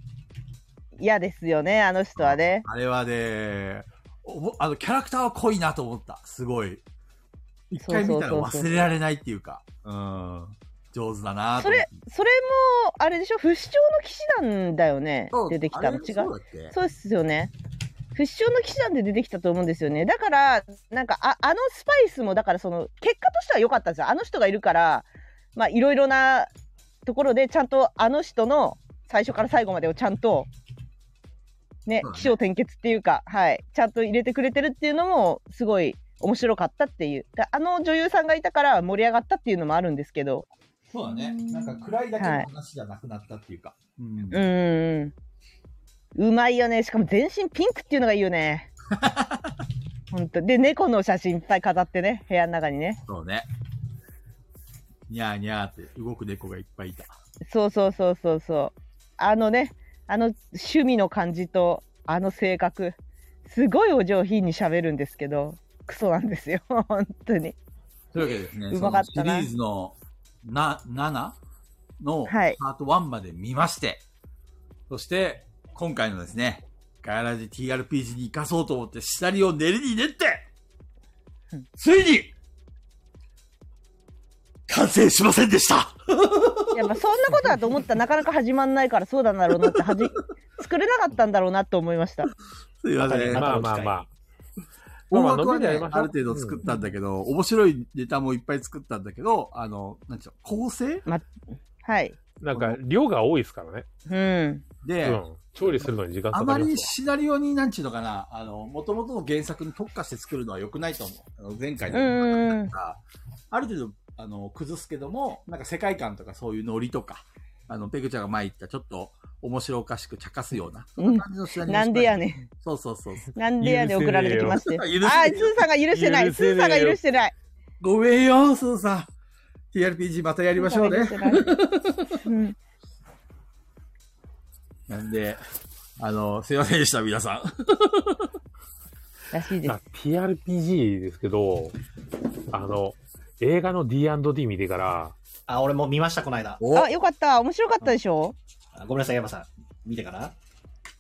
嫌ですよね、あの人はね。
あれはね、おぼあの、キャラクターは濃いなと思った。すごい。一回見たら
そうそうそうそう
忘れられないっていうか。うん。上手だなと思
そ
っ
れ
て。、
それも、あれでしょ不死鳥の騎士団だよね
そう。
出てきたの
あ
違
れ
う。
そうだっけ
そうですよね。不死鳥の騎士団で出てきたと思うんですよね。だから、なんか、ああのスパイスも、だからその、結果としては良かったんですよ。あの人がいるから、まあ、いろいろなところで、ちゃんとあの人の最初から最後までをちゃんと、ね
そうだ、ね
起承転結っていうか、はい、ちゃんと入れてくれてるっていうのも、すごい面白かったっていう。だあの女優さんがいたから盛り上がったっていうのもあるんですけど、
そうだね。なんか暗いだけの話じゃなくなったっていうか。うん
うーん。うまいよね。しかも全身ピンクっていうのがいいよね。本当で、猫の写真いっぱい飾ってね、部屋の中にね。
そうね。にゃーにゃーって動く猫がいっぱいいた。
そうそうそうそうそう。あのね、あの趣味の感じと、あの性格。すごいお上品に喋るんですけど、クソなんですよ。 本当に。
というわけでですね、
うまかっ
そ
た
の
な
シリーズのな7のパ
はい
ート1まで見まして、そして今回のですね、ガヤラジ TRPG に生かそうと思ってシナリオを練りに練って
うん、
ついに、完成しませんでした
やっぱそんなことだと思ったらなかなか始まんないからそうだなろうなって、はじ、作れなかったんだろうなと思いました。
すいません。
まあまあまあ。
音楽
まあまあ
は
伸び
ね、
でやり
あ
ましょう
る程度作ったんだけど、面白いネタもいっぱい作ったんだけど、あの、なんていうの、構成
はい。
なんか、量が多いですからね。
うん。
で、
うん。調理するのに時間
あ
か
ま
かり
り
ます
シナリオに、なんちゅうのかな、あの、元々の原作に特化して作るのは良くないと思う。あの前回
う
のも
んうん。
が、ある程度、あの、崩すけども、なんか世界観とかそういうノリとか、あの、ペグちゃんが前言った、ちょっと面白おかしく茶化すような、そんな感じのシナリオ。
なんでやねん。
そうそうそうそう。
なんでやねん
許せねえよ
送られてきまして。あ
許
あ
せねえよ
ー、スーさんが許してない。
許
ス
せねえよ
ーさんが許してない。
ごめんよ、すーさん。TRPG またやりましょうね
ス。ーさんが許してない。うん
なんで、あの、すいませんでした、皆さん。
らしいです
あ。TRPG ですけど、あの、映画の D&D 見てから、
あ、俺も見ました、この間。
お
あ、よかった。面白かったでしょ
あごめんなさい、山さん。見てから。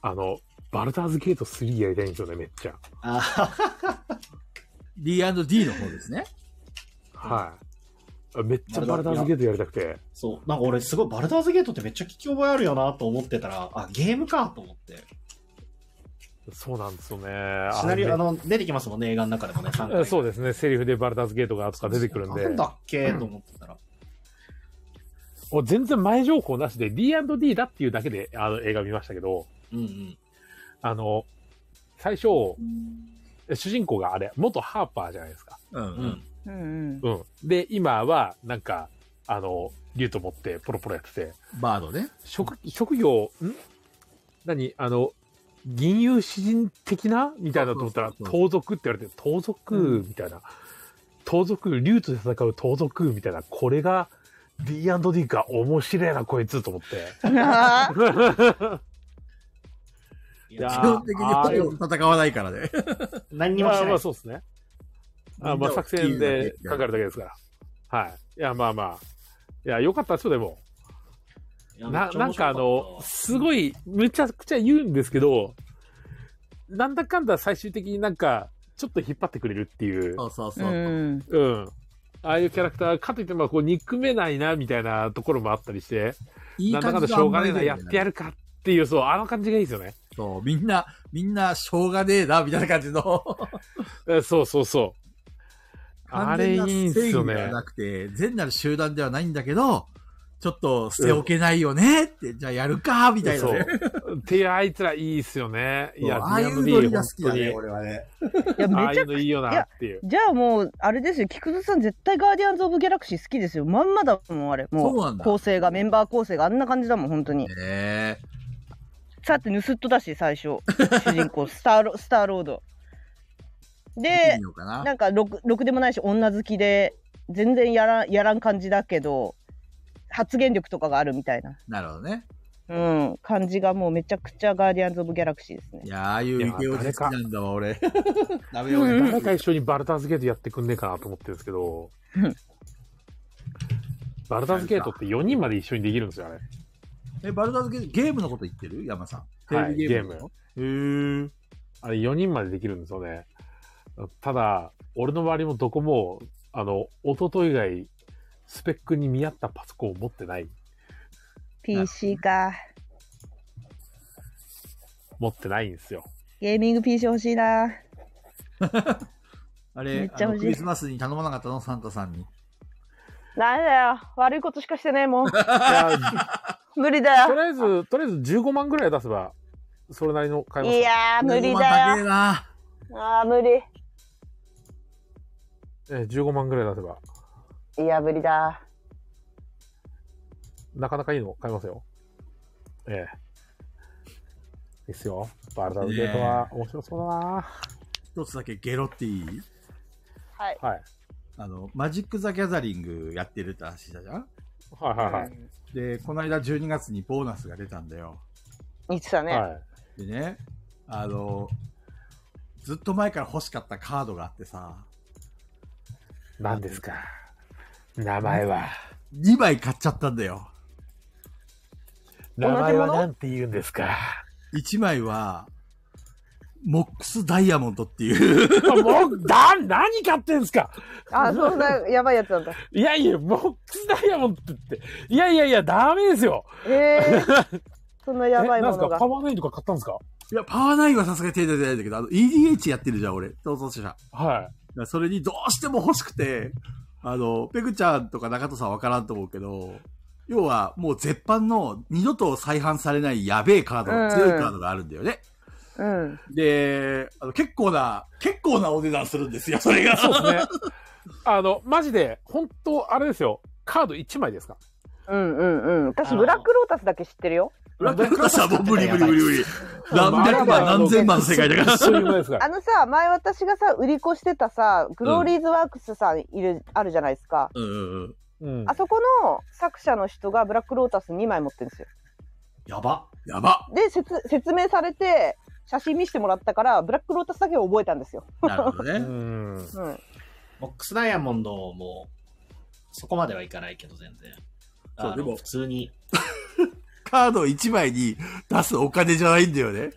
あの、バルターズゲート3やりたいんですよね、めっちゃ。
あ
D&D の方ですね。
はい。あめっちゃバルターズゲートやりたくて。
そう。なんか俺、すごい、バルダーズゲートってめっちゃ聞き覚えあるよなと思ってたら、あ、ゲームかと思って。
そうなんですよね。
シナリオ、あ
あの
の、出てきますもんね、映画の中でもね、3
ね、
回。
そうですね、セリフでバルターズゲートがとか出てくるんで
なん、だっけと思ってたら。
もう全然前情報なしで D&D だっていうだけであの映画見ましたけど、
うんうん。
あの、最初、主人公があれ、元ハーパーじゃないですか。
うん
う。ん。
うん
うん。で、今は、なんか、あの、竜と持ってポロポロやってて、
バードね。
職、職業、ん何あの、銀融詩人的なみたいなと思ったら
そうそう、そう
盗賊って言われて、盗賊みたいな。盗賊、竜と戦う盗賊みたいな。これが D&D か、面白いな、こいつと思って。
うん。あー
い
い
や
基
ー
や、
本的に
あー
ほとんど戦わないからね。
何にもし
まあ
て
ま
な
あ、
い。
そうですね。あまあ、作戦でかかるだけですから。はい。いや、まあまあ。いや、良かったでしょ、でも。
い
な、なんかあの、すごい、むちゃくちゃ言うんですけど、なんだかんだ最終的になんか、ちょっと引っ張ってくれるっていう。
そうそうそうう。
ん。
うん。ああいうキャラクター、かといっても、こう、憎めないな、みたいなところもあったりして、
いい
なんだか
感
んだ
じ
し
の
ょ
塩
うがね
梅
えな、
だ
や
よ
っ
ね
てやるかっていう、そう、あの感じがいいですよね。
そう、みんな、みんな、しょうがねえな、みたいな感じの。
えそうそうそう。 あれいいんす
完全な正
よ
義では
ね。
なくて、善なる集団ではないんだけど、ちょっと捨ておけないよねって、じゃあやるか、みたいな
そう。
ね。
っていうあいつらいいっすよね。い
そう
や、
ああいう
ディ
ノ
アム
リ
ディ
が好きだね、
本
俺はね。
いや、
当にあ
め
あい
ち
う
ゃ
の
く
いいよ
い
な
や
っていう。
じゃあもう、あれですよ、菊蔵さん絶対ガーディアンズ・オブ・ギャラクシー好きですよ。まんまだもん、あれ。も
そうなんだ
構成が、メンバー構成があんな感じだもん、本当に。
ねえ。
さて、盗っ人だし、最初。主人公、スターロ、スターロード。で
いい、のかな。
なんか、ろく、ろくでもないし、女好きで、全然やらん、やらん感じだけど、発言力とかがあるみたいな、
なるほどね。
うん、感じがもうめちゃくちゃガーディアンズ・オブ・ギャラクシーですね
い。やああいうイケオジ好きなんだわ、俺。 ダメよ、
うん
俺。
誰か一緒にバルターズゲートやってくんねえかなと思ってるんですけど
うん、
バルターズゲートって4人まで一緒にできるんですよ、あれ。
え、バルダーズゲーゲームのこと言ってる山さん。
はい
テレビゲームのこと。へえ。
あれ4人までできるんですよね。ただ、俺の周りもどこも、あの、弟以外、スペックに見合ったパソコンを持ってない。
PC か。
持ってないんですよ。
ゲーミング PC 欲しいな。
あ
めっ
れ、
ち
あ
ゃ
の
欲しい
クリスマスに頼まなかったのサンタさんに。
ダメだよ。悪いことしかしてねえもん。
いや
無理だ
とりあえず、とりあえず15万ぐらい出せば、それなりの買います
い
よ。
やー、無理
15万
だ
高え
よ。
な。
あー、無理。
えー15万ぐらい出せば、
いや、無理だ。
なかなかいいの買いますよ。ええですよ。バルターズゲートは面白そうだな、
一つだけゲロっていい
はい。
はい。
あの、マジック・ザ・ギャザリングやってるって話したじゃん
はいはいはい。
で、この間12月にボーナスが出たんだよ。
言ってたね。
はい。
でね、あの、ずっと前から欲しかったカードがあってさ、
何ですか名前は。
2枚買っちゃったんだよ。
名前は何て言うんですか
1枚は、モックス・ダイヤモンドっていう。
もう、だ、何買ってんすか
あ、そんな、やばいやつな んだ。
いやいや、ボックスダイヤモンドって。いやいやいや、ダメですよ。
えー、そんなやばい
えな
も
んす
の
か
が
パ。ワーナインとか買ったんですか
いや、パワーナインはさすがに手出てないんだけど、あの、EDH やってるじゃん、俺。逃走者。
は
だからそれにどうしても欲しくて、あの、ペグちゃんとか中戸さんわからんと思うけど、要はもう絶版の二度と再販されないやべえカード、
うん
強いカードがあるんだよね。
うん。
で、あの結構な、結構なお値段するんですよ、それが。
い。そう ですね。あの、マジで、本当あれですよ。カード1枚です か
うんうんうん。私、ブラックロータスだけ知ってるよ。
ブラックロータスはもう無理無理無理無理。何百
まあ
万、
まあ
何千万の世界だから。
そういうものですか
あ
ら。
のさ、前私がさ、売り越してたさ、グローリーズワークスさんいる、あるじゃないですか。
うんうんうん。
うん
あ。そこの作者の人がブラックロータス2枚持ってるんですよ。
やば。やば。
で、説説明されて、写真見せてもらったから、ブラックロータスだけを覚えたんですよ。
なるほど
う
ね。
ん。
うん。
ボックスダイヤモンドも、そこまではいかないけど、全然。
そう
あの
でも
普通に、
カード1枚に出すお金じゃないんだよね。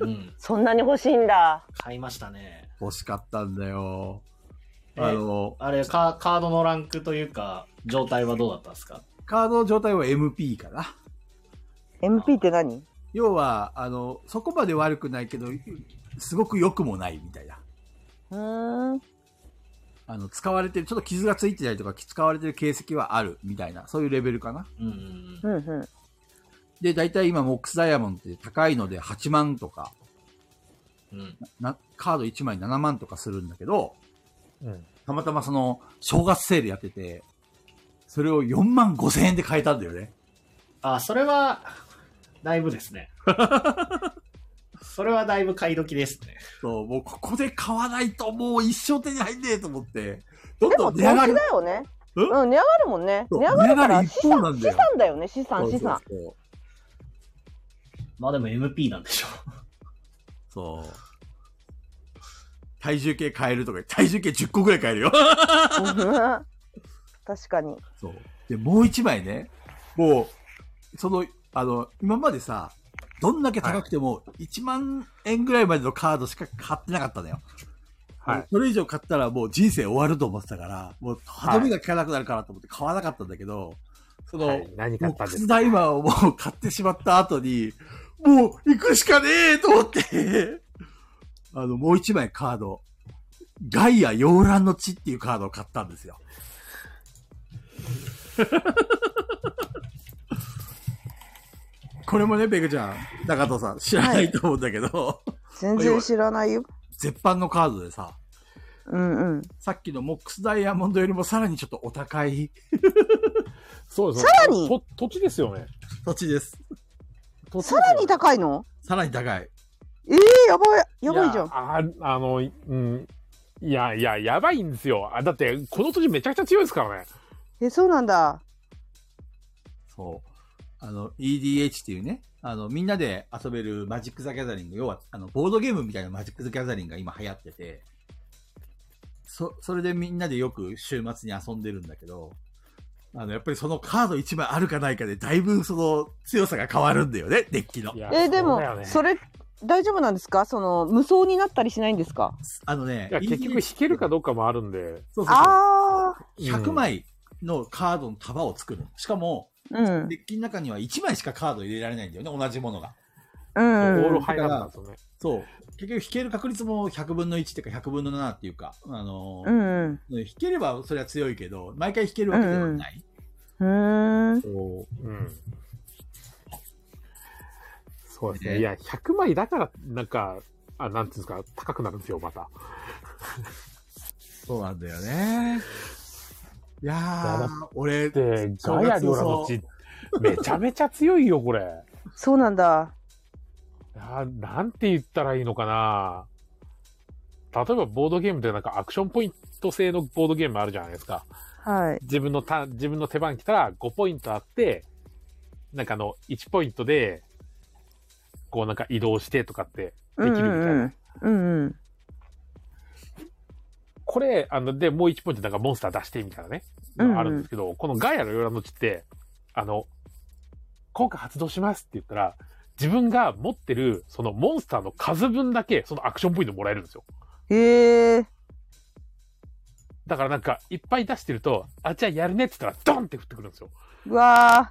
うん、
そんなに欲しいんだ。
買いましたね。
欲しかったんだよ。
え
あの、
あれカ、カードのランクというか、状態はどうだったんですか
カードの状態は MP かな。
MP って何
要は、あの、そこまで悪くないけど、すごく良くもないみたいな。
うーん。
あの、使われてる、ちょっと傷がついてたりとか、使われてる形跡はあるみたいな、そういうレベルかな。
うんうん
うんうん。
で、大体今、モックスダイヤモンドって高いので8万とか、
うん。うん。
なカード1枚7万とかするんだけど、
うん
たまたまその、正月セールやってて、それを4万5千円で買えたんだよね。
あ、それは、だいぶですね。それはだいぶ買い時ですね。
そう、もうここで買わないともう一生手に入んねえと思って、どん
で
ど
も
ん
投資
値上が
だ
る。
よね。
え
うん、値上がるもんね。
そう
値上が
値
るか
上が
ら
る
資
一方な
産
ん
資
だよ
産だよね、資産、資
そう
産。
そうそう
まあでも MP なんでしょ
そう。体重計変えるとか、体重計10個ぐらい変 えるよ。
うん確かに。
そう。で、もう一枚ね、もう、その、あの、今までさ、どんだけ高くても、1万円ぐらいまでのカードしか買ってなかったのよ。
はい。
それ以上買ったらもう人生終わると思ってたから、もう歯止めが効かなくなるからと思って買わなかったんだけど、その、
はい、何買
も
っ
う
たんです
靴大魔をもう買ってしまった後に、もう行くしかねえと思って、 あの、もう一枚カード、ガイア洋蘭の地っていうカードを買ったんですよ。これもね、ペグちゃん、中藤さん、知らないと思うんだけど、
全然知らないよ。
絶版のカードでさ、
うんうん。
さっきのモックスダイヤモンドよりもさらにちょっとお高い
そうです。
さらに
と土地ですよね。
土地です。
土地です
さ
よね
らに高いの
さらに高い。
ええやばい、やばいじゃん。
ん。ああの、うん。いやいや、やばいんですよ。あだって、この土地めちゃくちゃ強いですからね。
え、そうなんだ。
そう。あの、EDH っていうね、あの、みんなで遊べるマジック・ザ・ギャザリング、要は、あの、ボードゲームみたいなマジック・ザ・ギャザリングが今流行ってて、そ、それでみんなでよく週末に遊んでるんだけど、あの、やっぱりそのカード1枚あるかないかで、だいぶその強さが変わるんだよね、デッキの
い。や
えで
そう
も
だよね
それ大丈夫なんですかその無双になったりしないんですか
あのね
いや、結局弾けるかどうかもあるんで。
そうそうそう。
ああ
100
うん
枚のカードの束を作る。しかも、
うん
デッキの中には1枚しかカード入れられないんだよね、同じものが。
う
オール
ん
入らなかったんですよね。
そう。結局弾ける確率も100分の1っていうか100分の7っていうか、あの
う
ー
ん
弾ければそれは強いけど、毎回弾けるわけではない。
うん
うん。そうです
ね
ね。いや、100枚だから、なんか、あ、なんていうんですか、高くなるんですよ、また。
そうなんだよね。いや
だ
ー、俺、
で、
そう
ガヤリョラの地、めちゃめちゃ強いよ、これ。
そうなんだ
あなんて言ったらいいのかな例えばボードゲームでなんかアクションポイント制のボードゲームあるじゃないですか。
はい
自分のターン自分の手番来たら5ポイントあって、なんかあの、1ポイントで、こうなんか移動してとかってできるみたいな。
うんうんうん
これ、あの、で、もう1ポイントなんかモンスター出してみたいなね、
うんうん
あるんですけど、このガイアのヨラの地って、あの、効果発動しますって言ったら、自分が持ってる、そのモンスターの数分だけ、そのアクションポイントもらえるんですよ。
へえ
だからなんか、いっぱい出してると、あ、じゃあやるねって言ったら、ドンって降ってくるんですよ。
うわ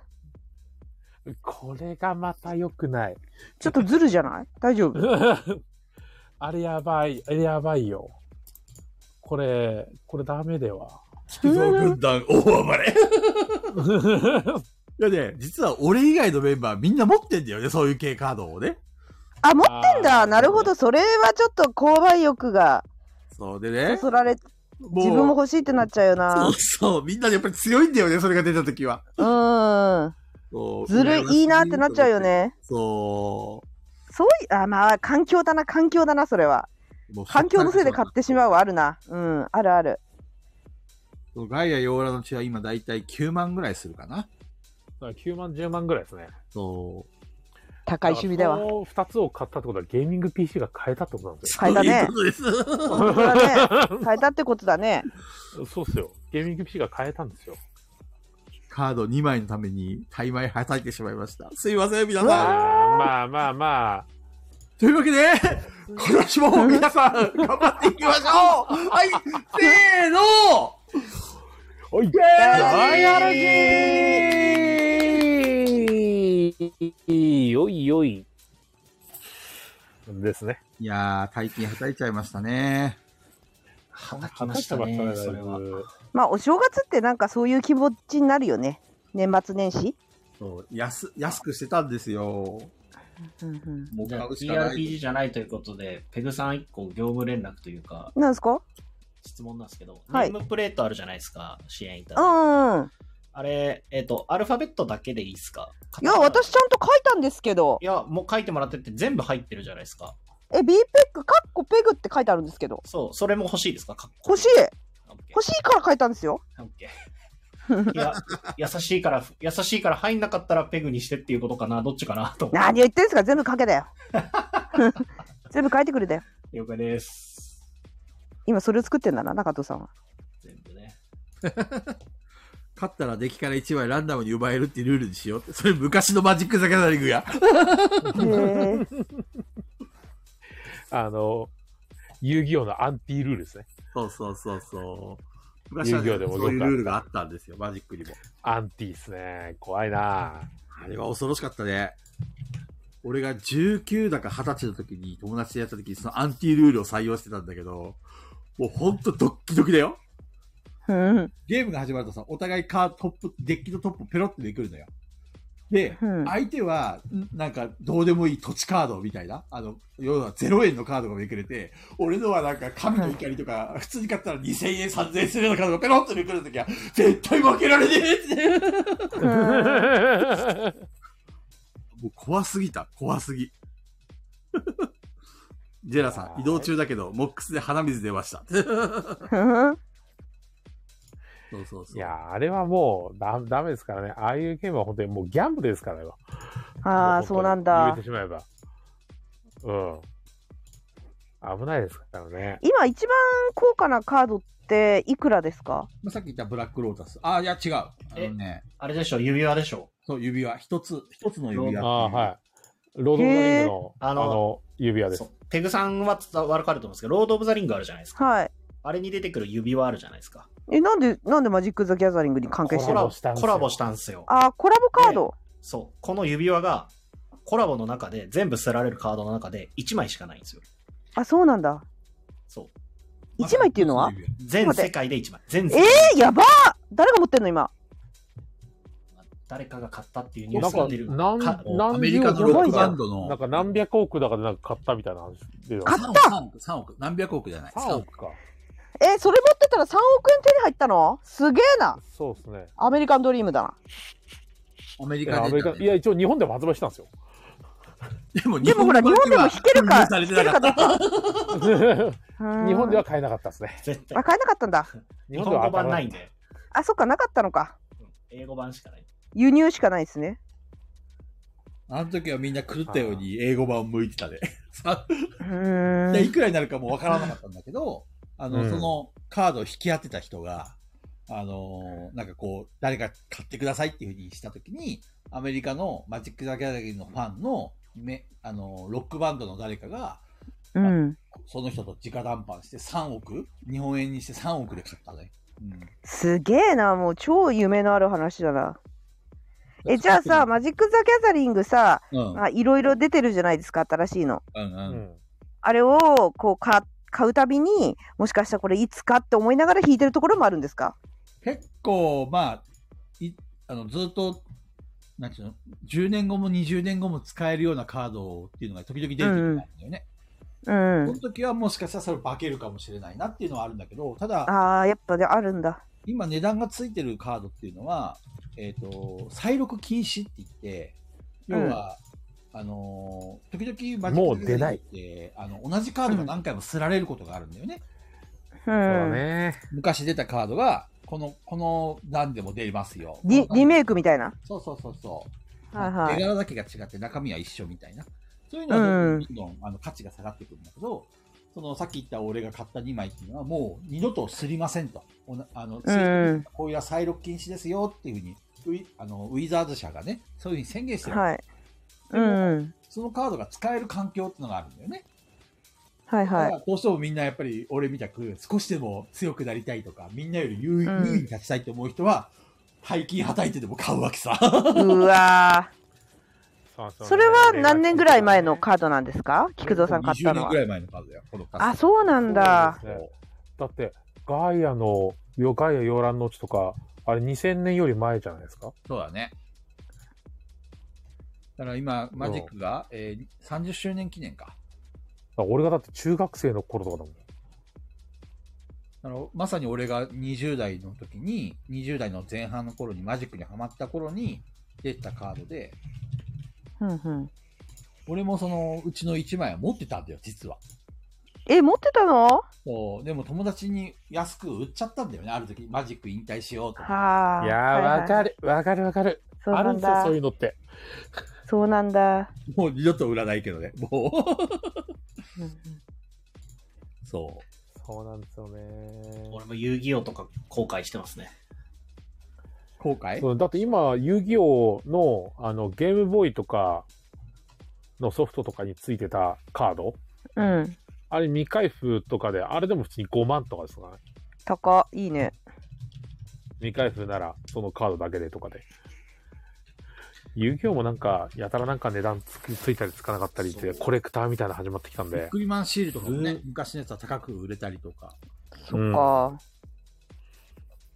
これがまた良くない。
ーちょっとずるじゃない大丈夫
あれやばい、あれやばいよ。これ、これダメでは。
菊蔵軍 団大暴れ。いやね、実は俺以外のメンバーみんな持ってんだよね、そういう系カードをね。
あ持ってん
あー
だなるほどそれはちょっと購買欲が
そうでね
そ。そられ
も
自分も欲しいってなっちゃうよな
そうそう、みんなやっぱり強いんだよね、それが出た時は。
うん
そう
ずるいいいなってなっちゃうよ。ね
そ
そういあまあ環境だな環境だなそれは
う。もう
環境のせいで買ってしまうはあるなうんあるある
そのガイア・ヨーラの血は今だいたい9万ぐらいするかな。
だから9万、10万ぐらいですね。
そ
高い趣味だわ
この2つを買ったってことはゲーミング PC が買えたってことなんです
変えたね。
そういうことです。
本当だ ね。変えたってことだね。
よ。そうっすよ。ゲーミング PC が買えたんですよ。
カード2枚のために大枚はたいてしまいました。すいません、皆
あー
さん。
まあまあま
というわけで、今年も皆さん、頑張っていき ましょうはい、せーの
あ。おい
ガイアラジ
よいよい。ですね。
いやー、大金はたいちゃいましたね。
はたきましたね、それは。
まあ、お正月ってなんかそういう気持ちになるよね。年末年始。
そう、安、安くしてたんですよ。
うんうん
もう
じゃ
買
あ
うしかない。
TRPG じゃないということで、ペグさん1個業務連絡というか、
なんですか
質問なんですけど、
はい
ネームプレートあるじゃないですか、支援いた
う
だいて
んうん。
あれ、えっ、と、アルファベットだけでいいですか
いや、私。ちゃんと書いたんですけど
い。や、もう書いてもらってって全部入ってるじゃないですか。
え、B ペック、カッコペグって書いてあるんですけど。
そう、それも欲しいですかかっこ
欲しい
オッケー
欲しいから書いたんですよ。
オッケーいや、 優しいから、優しいから入んなかったらペグにしてっていうことかな、どっちかな、と思
何を言ってんすか全部書けだ よ。全部書いてくれたよ。
う。了解です。
今それを作ってんだな、中藤さんは。
全部ね。
勝ったらデッキから1枚ランダムに奪えるっていうルールにしようって。それ昔のマジック・ザ・ギャザリングや。
へえ
あの、遊戯王のアンティールールですね。
そうそうそうそう。
遊戯王でも
そういうルールがあったんですよ、マジックにも。
アンティーですね。怖いな
あれは恐ろしかったね。俺が19だか20歳の時に友達でやった時にそのアンティルールを採用してたんだけど、もうほんとドッキドキだよ。
うん
ゲームが始まるとさ、お互いカートップ、デッキのトップペロってめくるのよ。で、
うん
相手は、んなんか、どうでもいい土地カードみたいな、あの、要は0円のカードがめくれて、俺のはなんか、神の怒りとか、普通に買ったら2000円、3000円するようなカードがペロってめくるときは、絶対負けられねえって。
うん
ぁ。
もう怖すぎた。怖すぎ。 ジェラさん、移動中だけど、モックスで鼻水出ました。 そうそうそう。
いやー、あれはもうダ、ダメですからね。ああいうゲームは本当にもうギャンブルですからよ。
あ
も
あ
本当
そうなん
言え
だ
てしまえば。うん。危ないですからね。
今一番高価なカードっていくらですか
まあさっき言ったブラックロータス。ああ、いや違う。あ
え
のね、
あれでしょ、指輪でしょ。
そう、指輪。一つ、一つの指
あ
輪。
あー、はい。ロード・オブ・ザ・リングの、
へー
あ
あの
の、指輪です
そ。うペグさんは伝わるかると思うんですけど、ロード・オブ・ザ・リングあるじゃないですか。
はい
あれに出てくる指輪あるじゃないですか。
えなんでなんでマジック・ザ・ギャザリングに関係し
コ
てる
ラ
の
ボしたんですよ
コラボしたんですよ。
あーコラボカード
そう。この指輪が、コラボの中で、全部捨てられるカードの中で1枚しかないんですよ。
あそうなんだ
そう。
1枚っていうのは
指輪
全世界で1枚。全世
え
界。
ー、やばー誰が持ってんの今
誰かが買ったっていうニュ
な
ー
ん
スが
か、
出る。
なん
か
何
アメリカの
十
ロ
億
ックバンドの
なんか何百億だかでなんか買ったみたいな話で。
買
3
っ
億、
た
3億、3億、何百億じゃない。
3
3
億
億。
か。
えそれ持ってたら3億円手に入ったのすげえな
そうですね。
アメリカンドリームだな
アメリ
いや、
カ
ア
で
メ
出
リ
た
カ
ね、
いや、一応日本でも発売したんですよ。
でも
でもほら日本でも弾けるか弾けるかどう か
日
日
本では買えなかったですね。
絶対
あ。買えなかったんだ
日
日本語版ないん
で。
で。
あそっかなかったのか
うん英語版しかない。
輸入しかないですね
あの時はみんな狂ったように英語版を向いてた で。さ
うーん
でいくらになるかもわからなかったんだけど、あの、
うん
そのカードを引き当てた人が、あのーなんかこう、誰か買ってくださいっていうふうにしたときに、アメリカのマジック・ザ・ギャラリーのファンの、め、あのーロックバンドの誰かが、
うん
その人と直談判して3億日本円にして3億で買ったね。うん。
すげえなもう超夢のある話だなえじゃあさマジック・ザ・ギャザリングさ
うん、
あいろいろ出てるじゃないですか新しいの
うん、
う
うん。
ん。
あれをこう買買うたびにもしかしたらこれいつかって思いながら弾いてるところもあるんですか
結構、まあ、い、あの、ずっと、なんていうの、10年後も20年後も使えるようなカードっていうのが時々出てくるんだよね。
うん
その時はもしかしたらそれ化けるかもしれないなっていうのはあるんだけど、ただ、
ああやっぱであるんだ
今値段がついてるカードっていうのは、えっ、と、再録禁止って言って、要は、あのー時々マジック
もう出ない
って、あの、同じカードが何回もすられることがあるんだよね。
う
そうんだね。
昔出たカードが、この、この段でも出ますよ。
リリメイクみたいな
そうそうそうそう。
はいはい
絵柄だけが違って中身は一緒みたいな。そういうのはどんどんどんどん、あの価値が下がってくるんだけど、そのさっき言った俺が買った2枚っていうのはもう二度とすりませんと。おなあの、
うん
こういう再録禁止ですよっていうふうに、ウィあのウィザーズ社がね、そういうふうに宣言してる、
はいうん
そのカードが使える環境っていうのがあるんだよね。
はい
だ
は
か
い
らどうしてもみんなやっぱり俺みたく少しでも強くなりたいとか、みんなより優位
うん
優位に立ちたいと思う人は、大金はたいてでも買うわけさ。
うわ
そう
ー
そう
それは何年ぐらい前のカードなんですか菊蔵さん買っ
20
たの
年
は
ぐらい前のカードだよ、このカード
あそうなんだ
そうですねだって、ガイアの、よガイア洋蘭の地とか、あれ2000年より前じゃないですか。
そうだね。だから今、マジックが、えー、30周年記念か。
だから俺がだって中学生の頃とかだもん。
あのまさに俺が20代の時に、20代の前半の頃にマジックにハマった頃に出てたカードで、
うんうん
俺もそのうちの1枚は持ってたんだよ、実は。
え持ってたの
そう、でも友達に安く売っちゃったんだよね、ある時マジック引退しようとか。
はあ
いやー、わ、
る
かる、わかるわかる。
そう
あ
な
るん
ん
ですよ、
だ
そういうのって。
そうなんだ
もう二度と売らないけどね、も
うんうん
う。そ
そうなんですよね。
俺も遊戯王とか後悔してますね。
後悔
そうだって今、遊戯王のあのゲームボーイとかのソフトとかについてたカード、
うん。
あれ未開封とかで、あれでも普通に5万とかですかね。
高いいね。
未開封なら、そのカードだけでとかで。遊戯王もなんか、やたらなんか値段つくついたりつかなかったりって、コレクターみたいなの始まってきたんで。
クリマンシールとかもね、昔のやつは高く売れたりとか。
そうん、
あ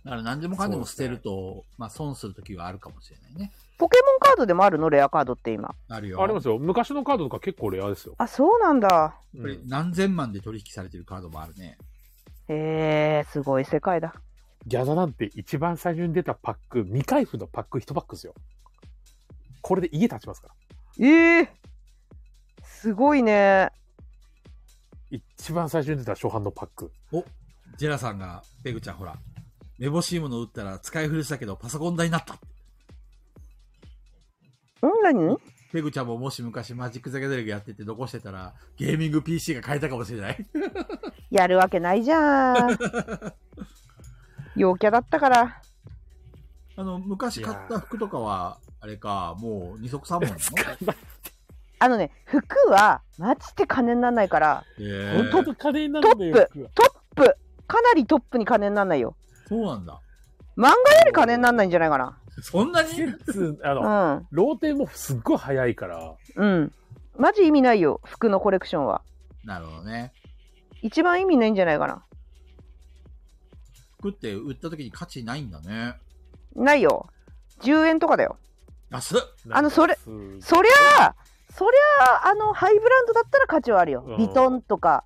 だから何でもかんでも捨てると、まあ損するときはあるかもしれないね。
ポケモンカードでもあるのレアカードって今。
あるよ。
ありますよ。昔のカードとか結構レアですよ。
あ、そうなんだ。
やっぱり
うん
何千万で取引されてるカードもあるね。
へえ、すごい世界だ。
ギャザなんて一番最初に出たパック、未開封のパック1パックですよ。これで家立ちますから。
ええすごいね。
一番最初に出た初版のパック。
ジェラさんが、ペグちゃんほら、めぼしいものを売ったら使い古したけどパソコン代になった。
ん何
ペグちゃんももし昔マジック・ザ・ギャザリングやってて残してたら、ゲーミング PC が買えたかもしれない。
やるわけないじゃ ん。陽キャだったから。
あの、昔買った服とかは、あれか、もう二足三本なの
あのね、服はマジで金にならないから、
え
本当
ー、
の金になるんだ
トッ
よ
プ、
僕は
トップ、かなりトップに金にならないよ。
そうなんだ。
漫画より金にならないんじゃないか
そんなに
普通あの、
な。
ローテもすっごい早いから、
うん。うん。マジ意味ないよ、服のコレクションは。
なるほどね。
一番意味ないんじゃないかな。
服って売った時に価値ないんだね。
ないよ。10円とかだよ。
安っ
あのそれ
なんかす
そりゃあ、そりゃあ、あの、ハイブランドだったら価値はあるよ
うん。
ヴィトンとか。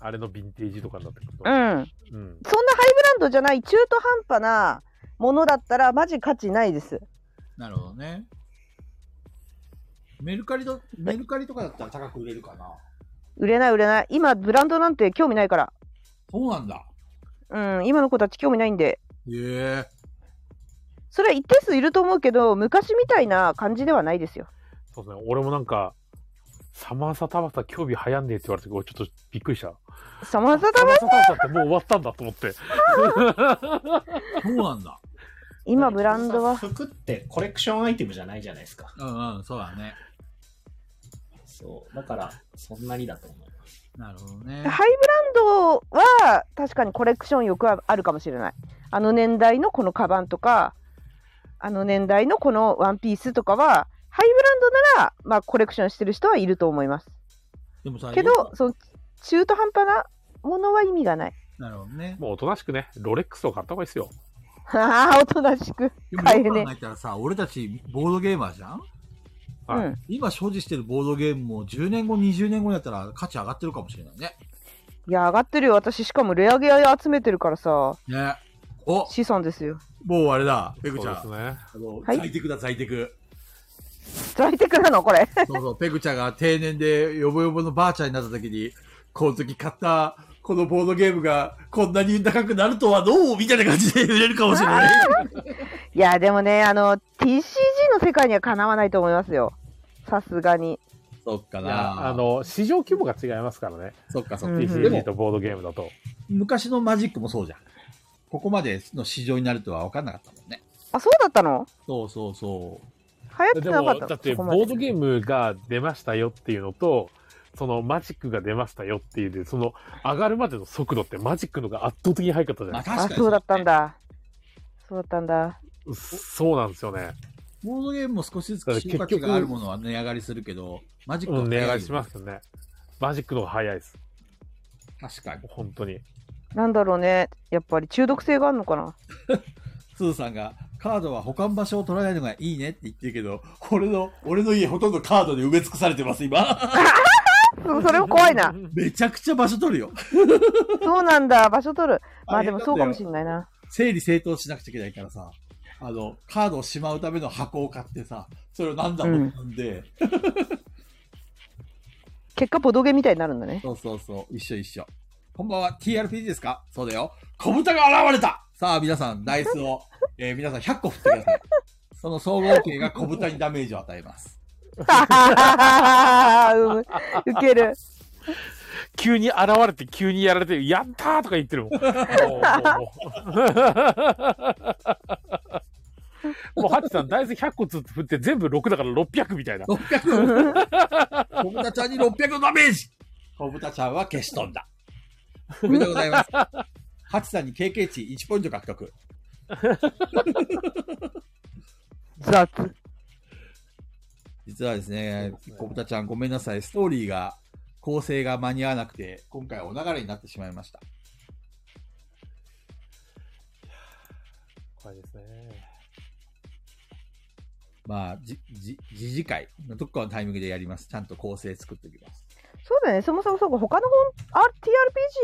あれのヴィンテージとかになってくると
うん。そん。なハイ
うん。
ブランドじゃない中途半端なものだったら、マジ価値ないです。
なるほどね。メルカリと、メルカリとかだったら高く売れるかな。
売れない売れない。今、ブランドなんて興味ないから。
そうなんだ。
うん、今の子たち興味ないんで。
へえ。
それは一定数いると思うけど、昔みたいな感じではないですよ。
そうですね。俺もなんか、サマーサタバサ興味早んねえって言われて、俺ちょっとびっくりした。
サマーサタ
サマ
バ
ーサタバサってもう終わったんだと思 って。
そうなんだ。
今、ブランドは。
服ってコレクションアイテムじゃないじゃないですか。
うんうん、そうだね。
そう。だから、そんなにだと思います。
なるほどね。
ハイブランドは確かにコレクション欲はあるかもしれない。あの年代のこのカバンとか、あの年代のこのワンピースとかは、ハイブランドなら、まあ、コレクションしてる人はいると思います。
でもさ、
け
よ
ど、その中途半端なものは意味がない。
くなるほどね。
もうおとなしくね、ロレックスを買った方がいいですよ。
ああ、おとなしく。
でも
買え
よ
るね
く考えたらさ、俺たちボードゲーマーじゃん
う
はい
ん。
今所持してるボードゲームも10年後、20年後になったら価値上がってるかもしれないね。
いや、上がってるよ。私、しかもレアゲア集めてるからさ、
ね。お、
資産ですよ。
もうあれだ、ペグち
そ
ゃ。
うんですね。
あの
はい
在宅だ、在宅。
在宅なのこれ。
そうそう、ペグちゃんが定年でヨボヨボのばあちゃんになった時に、この時買った、このボードゲームがこんなに高くなるとはどうみたいな感じで売れるかもしれない。
いや、でもね、あの、TCG の世界にはかなわないと思いますよ。さすがに。
そっか
いや、あの、市場規模が違いますからね。
そっかそ
っかうんうん
TCG とボードゲームだと。
昔のマジックもそうじゃん。ここまでの市場になるとは分かんなかったもんね。
あ、そうだったの
そうそうそ
流行って
で
な
も、
かった
だって、
そこ
ボ
まで
ードゲームが出ましたよっていうのと、そのマジックが出ましたよっていうで、その上がるまでの速度ってマジックのが圧倒的に速かったじゃ
う。ま
ない
あ
ですか。
確かに
あそうだったんだそうだったんだ
そうなんですよね。
ボードゲームも少しずつ希少価値があるものは値上がりするけど、マジック
う
は。
ん、値上がりしますすよね。マジックの方が早いです。
確かに。
本当に。
なんだろうねやっぱり中毒性があるのかな
スーさんが、カードは保管場所を取らないのがいいねって言ってるけど、
俺の、俺の家ほとんどカードで埋め尽くされてます、今。
そそれも怖いな
めちゃくちゃ場所取るよ。
そうなんだ場所取る まあでもそうかもし
れ
んないな
整理整頓しなくちゃいけないからさ、あの、カードをしまうための箱を買ってさ、それを何段も積んで、
結果ボドゲみたいになるん だね
そうそうそう、一緒一緒。こんばんは、TRPG ですかそうだよ。小豚が現れたさあ、皆さん、ダイスを、えー皆さん100個振ってください。その総合計が小豚にダメージを与えます。
うんウケる
急に現れて、急にやられて、やったーとか言ってるもん。もうもうもうハチさん、大豆100個ずつ振って全部6だから600みたいな。
600! 小豚ちゃんに600のダメージ
小豚ちゃんは消し飛んだ。
おめでとうございます。
ハチさんに経験値1ポイント獲得。
雑。
実はですね、小豚ちゃんごめんなさい。ストーリーが、構成が間に合わなくて、今回お流れになってしまいました。
怖いですね。
まあ、じ、じ、次次回のとこのタイミングでやります。ちゃんと構成作っておきます。
そうだね、そもそもそうか、他の本、R、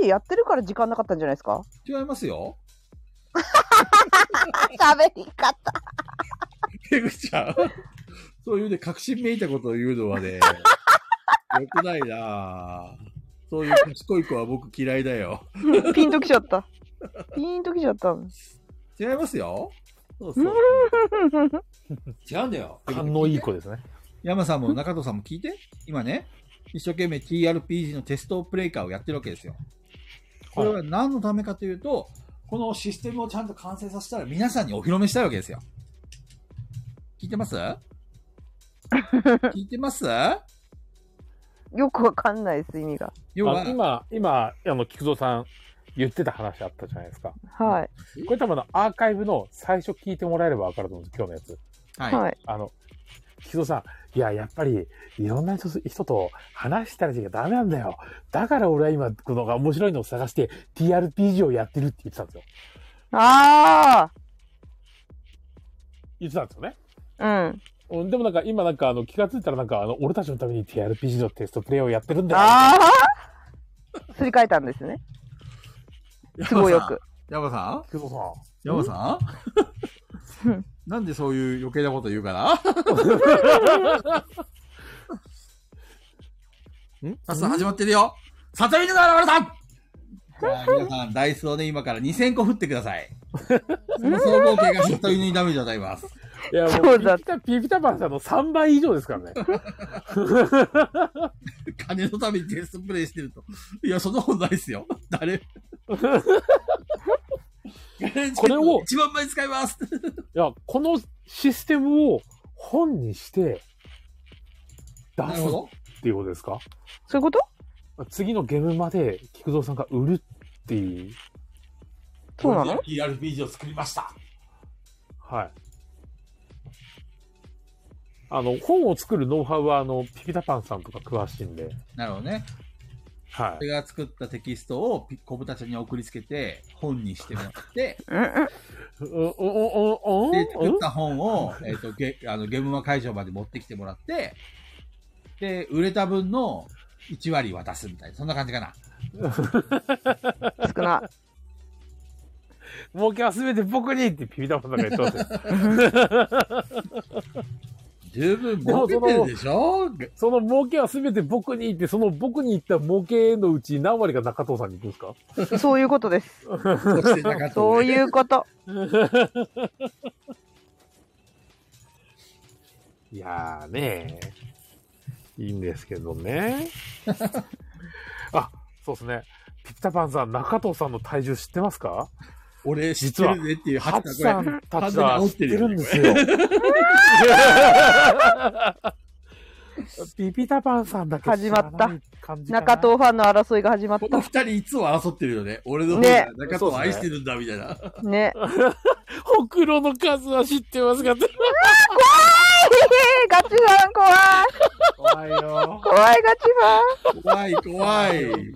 TRPG やってるから時間なかったんじゃないですか
違いますよ。
喋り方。
ペグちゃん。そういうね、確信めいたことを言うのは ね、よくないなぁそういう賢い子は僕嫌いだよ。
ピンときちゃった。ピンときちゃった。
違いますよ。そうそう。違うんだよ。
勘のいい子ですね。
山さんも中藤さんも聞いて。今ね、一生懸命 TRPG のテストプレイカーをやってるわけですよ。これは何のためかというと、このシステムをちゃんと完成させたら皆さんにお披露目したいわけですよ。聞いてます 聞いてます
よくわかんないです、意味が。
要は
あ、今、今、あの、菊蔵さん言ってた話あったじゃないですか。
はい。
これ多分あのアーカイブの最初聞いてもらえればわかると思うんです、今日のやつ。
はい。
はい。
あの、菊蔵さん、いや、やっぱり、いろんな人人と話したりしかダメなんだよ。だから俺は今、この面白いのを探して、TRPG をやってるって言ってたんですよ。
あ
言ってたんですよね。
あうん。
うん、でもなんか、今なんか、あの、気がついたらなんか、あの、俺たちのために TRPG のテストプレイをやってるんだよ。
ああすり替えたんですね。すごいよく。
ヤマさん
菊蔵さ。
ヤマさ
うん
んなんでそういう余計なこと言うかなん
ん
さすが始まってるよ里犬が現れたじゃあ皆さん、ダイスをね、今から2000個振ってください。その総合計が里犬にダメージを与えます。
いや、も
そうう
ピ
だ
ピタ、ピピタパンさんの3倍以上ですからね。
金のためにテストプレイしてると。いや、そんなことないですよ。誰
これを
一番前使います
いや、このシステムを本にして
な
出
る
す
ほ
っ
ど。
ていうことですか
そういうこと
次のゲームまで菊蔵さんが売るっていう。
そうなの
?ERPG を作りました。
はい。あの、本を作るノウハウは、あの、ピピタパンさんとか詳しいんで。
なるほどね。
は
俺が作ったテキストをピ小豚ちゃんに送りつけて、本にしてもら って、
うんう
い。
ん。
うん、うん、うん、
で、
うん、
作った本を、えっ、と、ゲ、あの、ゲームマ会場まで持ってきてもらって、で、売れた分の1割渡すみたいな、そんな感じかな。
少な。
儲けはすべて僕にってピピタパンさんが言ってますよ。
十分儲けてるでしょ
その儲けはすべて僕にって、その僕に言った儲けのうち何割が中藤さんに行くんですか
そういうことです。
そしてなかった。
そういうこと。
いやーねいいんですけど ね。あ、そうですね。ピピタパンさん、中藤さんの体重知ってますか
俺知ってるねっていう、
ハ
ハ
チ
チ
さ
さんこ
んたちは知ってるんです よ。ピピタパンさんだけ知ら
始ま
な
っ
い感じかな
中藤ファンの争いが始まっ
れ。この二人いつも争ってるよね。俺の方
ね
が中藤を愛してるんだ、みたいな。
た。ね。
ほくろの数は知ってますかって。
ガチファン怖い
怖いよ。
怖いガチ
怖い、怖い。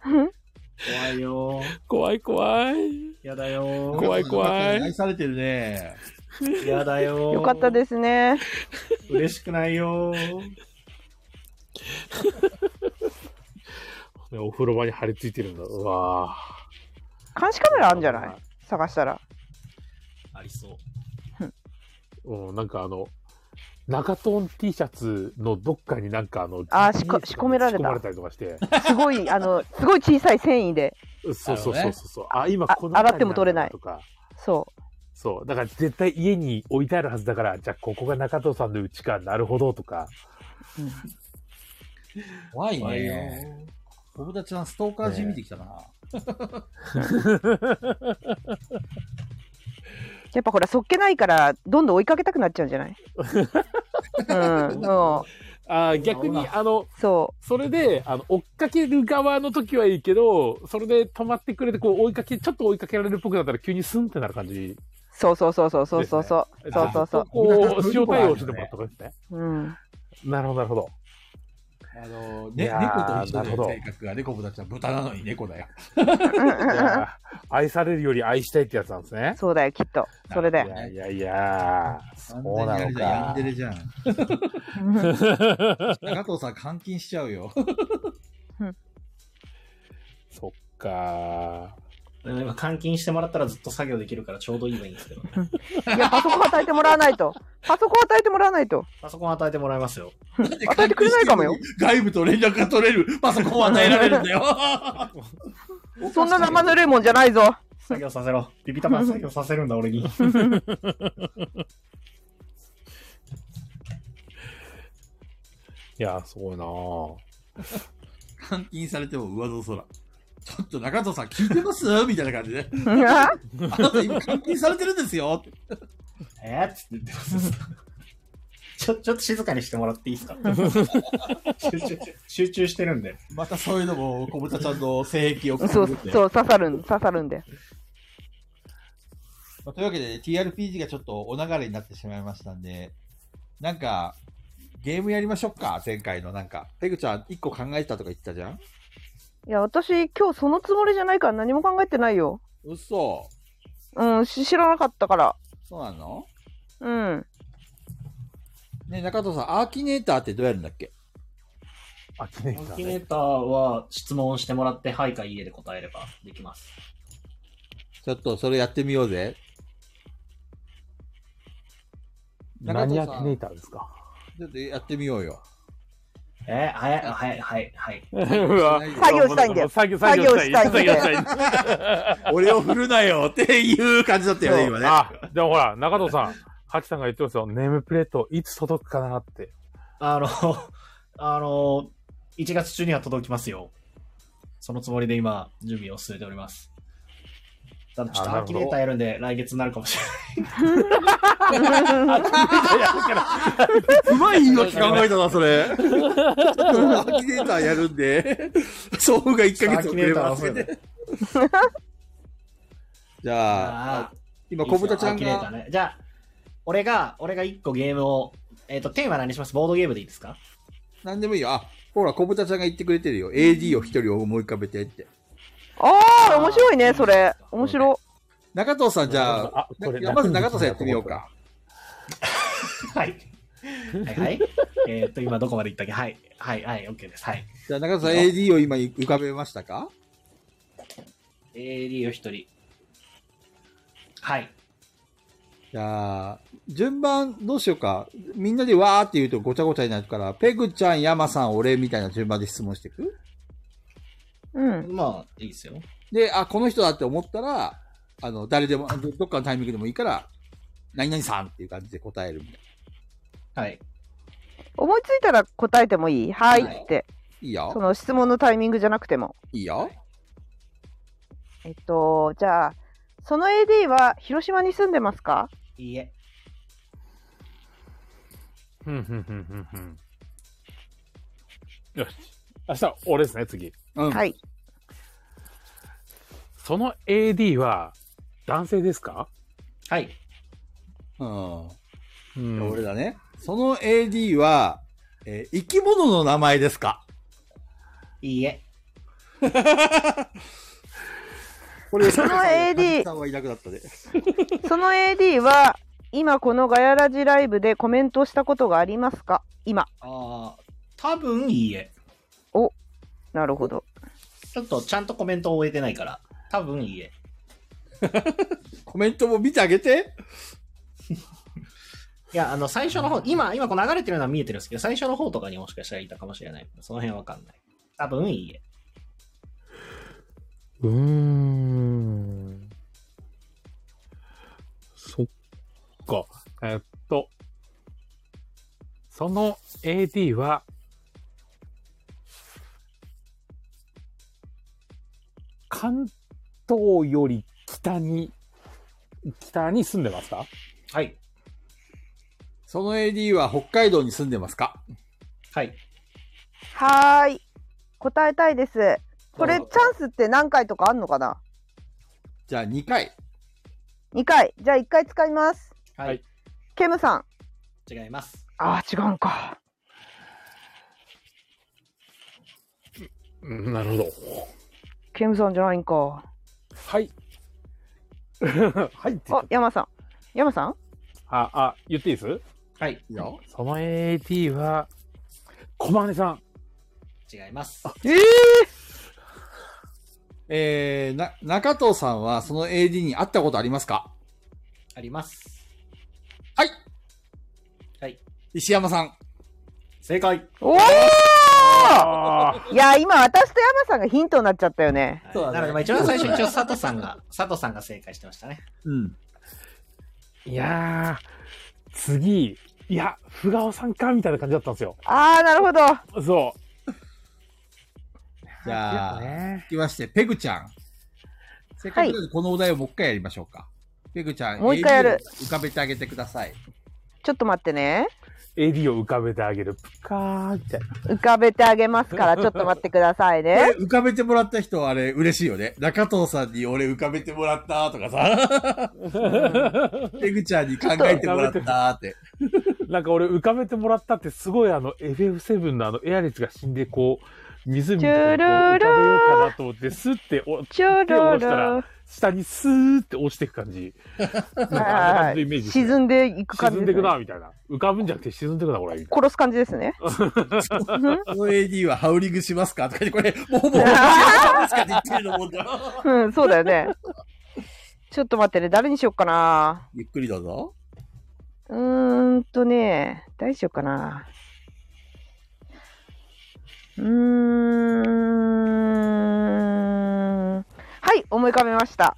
怖いよー。
怖い怖い。
やだよ
怖い怖い
愛されてるね。
ー。やだよ
ファ
ー。
ン。よかったですね。
す。嬉しくないよー。
ねお風呂場に張り付いてるんだ。うわー
監視カメラあるんじゃない探したら。
ありそう。
うん、なんかあの、中トン T シャツのどっかになんかあの、
あーしこ
GPS
仕込められた
仕込まれたりとか して、
すごい、あの、すごい小さい繊維で。
そうそう
なるほ
そ
どね
うそう。あ、今
あ
この辺り
洗っても取れない
んだとか。
そ
そう。だから絶対家に置いてあるはずだから、じゃあここが中藤さんの家か、なるほどとか。
怖い
怖いよ
ね。小豚ちゃん、ストーカー地味てきたな。
やっぱほらそっけないからどんどん追いかけたくなっちゃうんじゃないうんも
あー逆に、あの、
うそ
それで、あの、追っかける側の時はいいけど、それで止まってくれて、こう、追いかけ、ちょっと追いかけられるっぽくなったら急にスンってなる感じ。
うそうそうそうそうそうそうそうそうそうそ
こう、塩対応してもらった方がいいですね。
う、うん、
なるほど、なるほど。
あの、ね、
いやー
猫と一緒
な
だ
るほ
よ
ど
性格が猫子たちは豚なのに猫だよ。
いやー愛されるより愛したいってやつなんですね。
そうだよきっとそれだ
い
よ
やいやいやー、そうなの
ヤン
か
デ。レじゃん。加藤さん監禁しちゃうよ。
そっか
でも今監禁してもらったらずっと作業できるからちょうどいいのいいんですけどね。
いやパソコン与えてもらわないとパソコン与えてもらわないと
パソコン与えてもらいますよ。
与えてくれないかもよ。
外部と連絡が取れるパソコンを与えられるんだよ。
そんな生ぬるいもんじゃない ぞ
作業させろ。ビビタマン作業させるんだ、 俺に。
ー。いやー、すごいなー。
監禁されても上の空。ちょっと中藤さん聞いてますみたいな感じで。あなた今監禁されてるんですよ。
えー、って言って ます。ちょ、ちょっと静かにしてもらっていいですか 集中集中してるんで。
またそういうのも、小豚ちゃんの性癖をく
そう
ぐって。
そう刺さるん刺さるんで
まあというわけで、ね、TRPG がちょっとお流れになってしまいましたんで、なんか、ゲームやりましょうか、前回のなんか。ペグちゃん、一個考えたとか言ってたじゃん
いや私今日そのつもりじゃないから何も考えてないよ
嘘
うんし知らなかったから
そうなの
うん
ね中藤さん、アーキネーターってどうやるんだっけ
あ、きれい
ア
だ
ンキネ
ね。
ーターは質問してもらって、はいかいいえで答えればできます。
ちょっとそれやってみようぜ。中
何
藤さ
や
ん
きネーターですか。
ちょっとやってみよう よ。
えー、はい、はい、はい、はい。
うわ
作業したいんだよ
作業作業したい。
作
作
業
業
し
したたい。
俺を振るなよっていう感じだったよね、今ね。
あ、でもほら、中藤さん、ハキさんが言ってますよ。ネームプレート、いつ届くかなって。
あの、 あの、1月中には届きますよ。そのつもりで今、準備を進めております。ただ、ちょっと
あな
ア
るほ
ンキ
ど
ネーターやるんで、来月になるかもしれない。
うまい言い訳考えたな、そ れ。ちょっとアーキネーターやるんで、総務が1ヶ月遅れますけど。
じゃあ、
あー
今、小豚ちゃん
いいですよアーキネーター
が、
ね。じゃあ、俺が、俺が1個ゲームを、えっ、と、テーマ何にしますボードゲームでいいですか
何でもいいよ。あ、ほら、小豚ちゃんが言ってくれてるよ。AD を一人思い浮かべてって。
ああ面白いねそれ面白
中藤さん、じゃあ、
あ、これ
なまず中藤さんやってみようか。。
はい。はいはい。えっと、今どこまで行ったっけはい。はい、はい、OK です。はい。
じゃあ、中藤さん AD を今浮かべましたか
AD を1人。はい。
じゃあ、順番どうしようか。みんなでわーって言うとごちゃごちゃになるから、ペグちゃん、山さん、俺みたいな順番で質問していく。
うん
まあ、いいですよ。
で、あ、この人だって思ったら、あの、誰でも、どどっかのタイミングでもいいから、何々さんっていう感じで答えるみたいな。
はい。
思いついたら答えてもいいはいって
いい
そ
よ。
の質問のタイミングじゃなくても
いいよ。
えっとじゃあその AD は広島に住んでますか
いいえ。
ふんふんふんふんふん。よし。明日、俺ですね、次。
うん。
はい
その AD は、男性ですか
はい。
うん。
う
じゃあ
ん
俺だね。その AD は、えー生き物の名前ですか
いいえ。
これ、
その AD
さんはいなくなったで。
その AD は今このガヤラジライブでコメントしたことがありますか今
ああ、多分いいえ。
なるほど
ちょっとちゃんとコメントを終えてないから。多分いいえ。
コメントも見てあげて。
いや、あの、最初の方、今、今こう流れてるのは見えてるんですけど、最初の方とかにもしかしたらいたかもしれない。その辺わかんない。多分いいえ。
うーん。そっか。えっと、その AD は、関東より北に北に住んでますか
はい。
その AD は北海道に住んでますか
はい。
はーい。答えたいです。これチャンスって何回とかあんのかな
じゃあ2回。
?2 回。じゃあ1回使います。
はい。
ケムさん。
違います。
ああ、違うのか。
うんなるほど。
ケムさんじゃないんか。
はい。 はいって言っ
あ
ちゃっ、
山さん。山さん
たあ、あ、言っていいです
はい。
いいよ。
その AD は、駒根さん。
違います。
ええ
えー、な、中藤さんはその AD に会ったことありますか
あります。
はい。
はい。
石山さん。
正解。
おお
あ
いや、今私と山さんがヒントになっちゃったよね。
そうだね
なので、まあ一番最初、一応佐藤さん が、佐藤さんが正解してましたね。
うん。
ーいやー、次、いや、ふがおさんか、みたいな感じだったんですよ。
ああ、なるほど。
そう。
じゃあ、
ね、
続きまして、ペグちゃん。せっかくなのでこのお題をもう一回やりましょうか。ペグちゃん、
もう一回やる
AD を浮かべてあげてください。
ちょっと待ってね。
AD を浮かべてあげる。ぷかー、みたいな。
浮かべてあげますから、ちょっと待ってください ね。
浮かべてもらった人はあれ嬉しいよね。中藤さんに俺浮かべてもらったとかさ。ペグちゃんに考えてもらったって。
なんか俺浮かべてもらったってすごいあの FF7 のあのエアリスが死んでこう湖にこう浮かべようかなと思ってスッてお
ちょろ
手を下ろした
ろ
ら。下にスーって落ちていく感じ。なんかあんな感じのイメージですね、
沈んでいく感じ
沈ん
で
ですく
ね、
な、みたいな。浮かぶんじゃなくて沈んでくな、これ、みたい
殺す感じで すね。
この AD はハウリングしますかとかで、これ、もうもう、しますかって言ってるのもんだ。
うん、そうだよね。ちょっと待ってね、誰にしよっかな。
ゆっくりどうぞ。
うーんとね、誰にしよっかな。うーん。はい、思い浮かべました。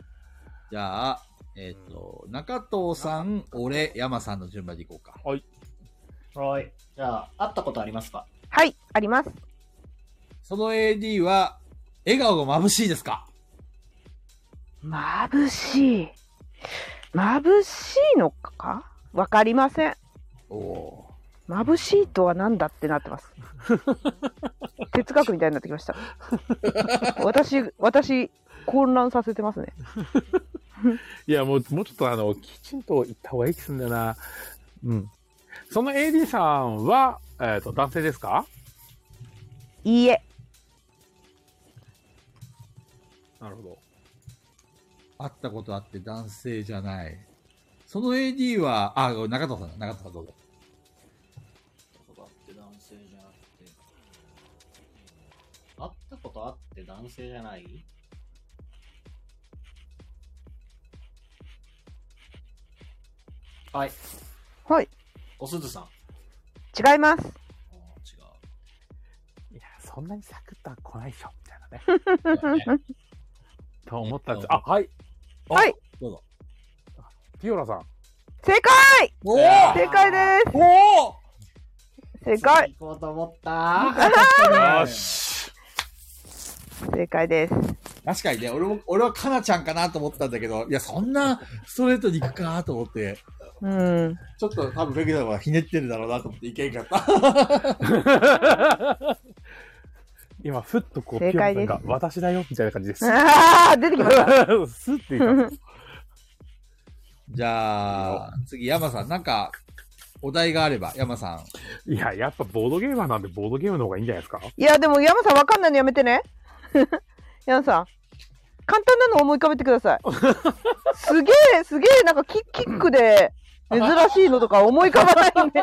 じゃあ、えっ、と、中藤さん、俺、山さんの順番でいこうか。
はい。じゃあ、会ったことありますか
はい、あります。
その AD は、笑顔が眩しいですか
眩しい。眩しいのかわかりません。
おお
眩しいとは何だってなってます。哲学みたいになってきました。私、私、混乱させてますね。
な。いや、もう、もうちょっとあの、きちんと行った方がいい気すんだよな。うん。その AD さんは、えっ、と、男性ですか
いいえ、
なるほど。
会ったことあって男性じゃない。その AD は、あ、中藤さんだ、中藤さんどうぞ。
会ったことあって男性じゃなくて。会ったことあって男性じゃないはい。
はい。
おすずさん。あ
違います。
ー違う。
いや、そんなにサクッとは来ないでしょ、みたいなね。と思ったんです。あ、はい。
はい、
どうぞ。
ピオラさん。
正解
おお
正解です
おお
正解
次行こうと思った。
よし。
正解です。
確かにね、俺も、俺はかなちゃんかなと思ったんだけど、いや、そんなストレートに行くかと思って、
うん。
ちょっと多分ペグさんはひねってるだろうなと思っていけんか った。
今、ふっとこう、
正
ピオラ
解
さ
で
ん
す
が私だよ、みたいな感じ です。
あー出てきました。
スッていかない
じゃあ、次、山さん、なんか、お題があれば、山さん。
いや、やっぱボードゲーマーなんで、ボードゲームの方がいいんじゃないですか
いや、でも山さんわかんないのやめてね。 山さん、簡単なの思い浮かべてください。すげえ、すげえ、なんかキキックで珍しいのとか思い浮かばないんで。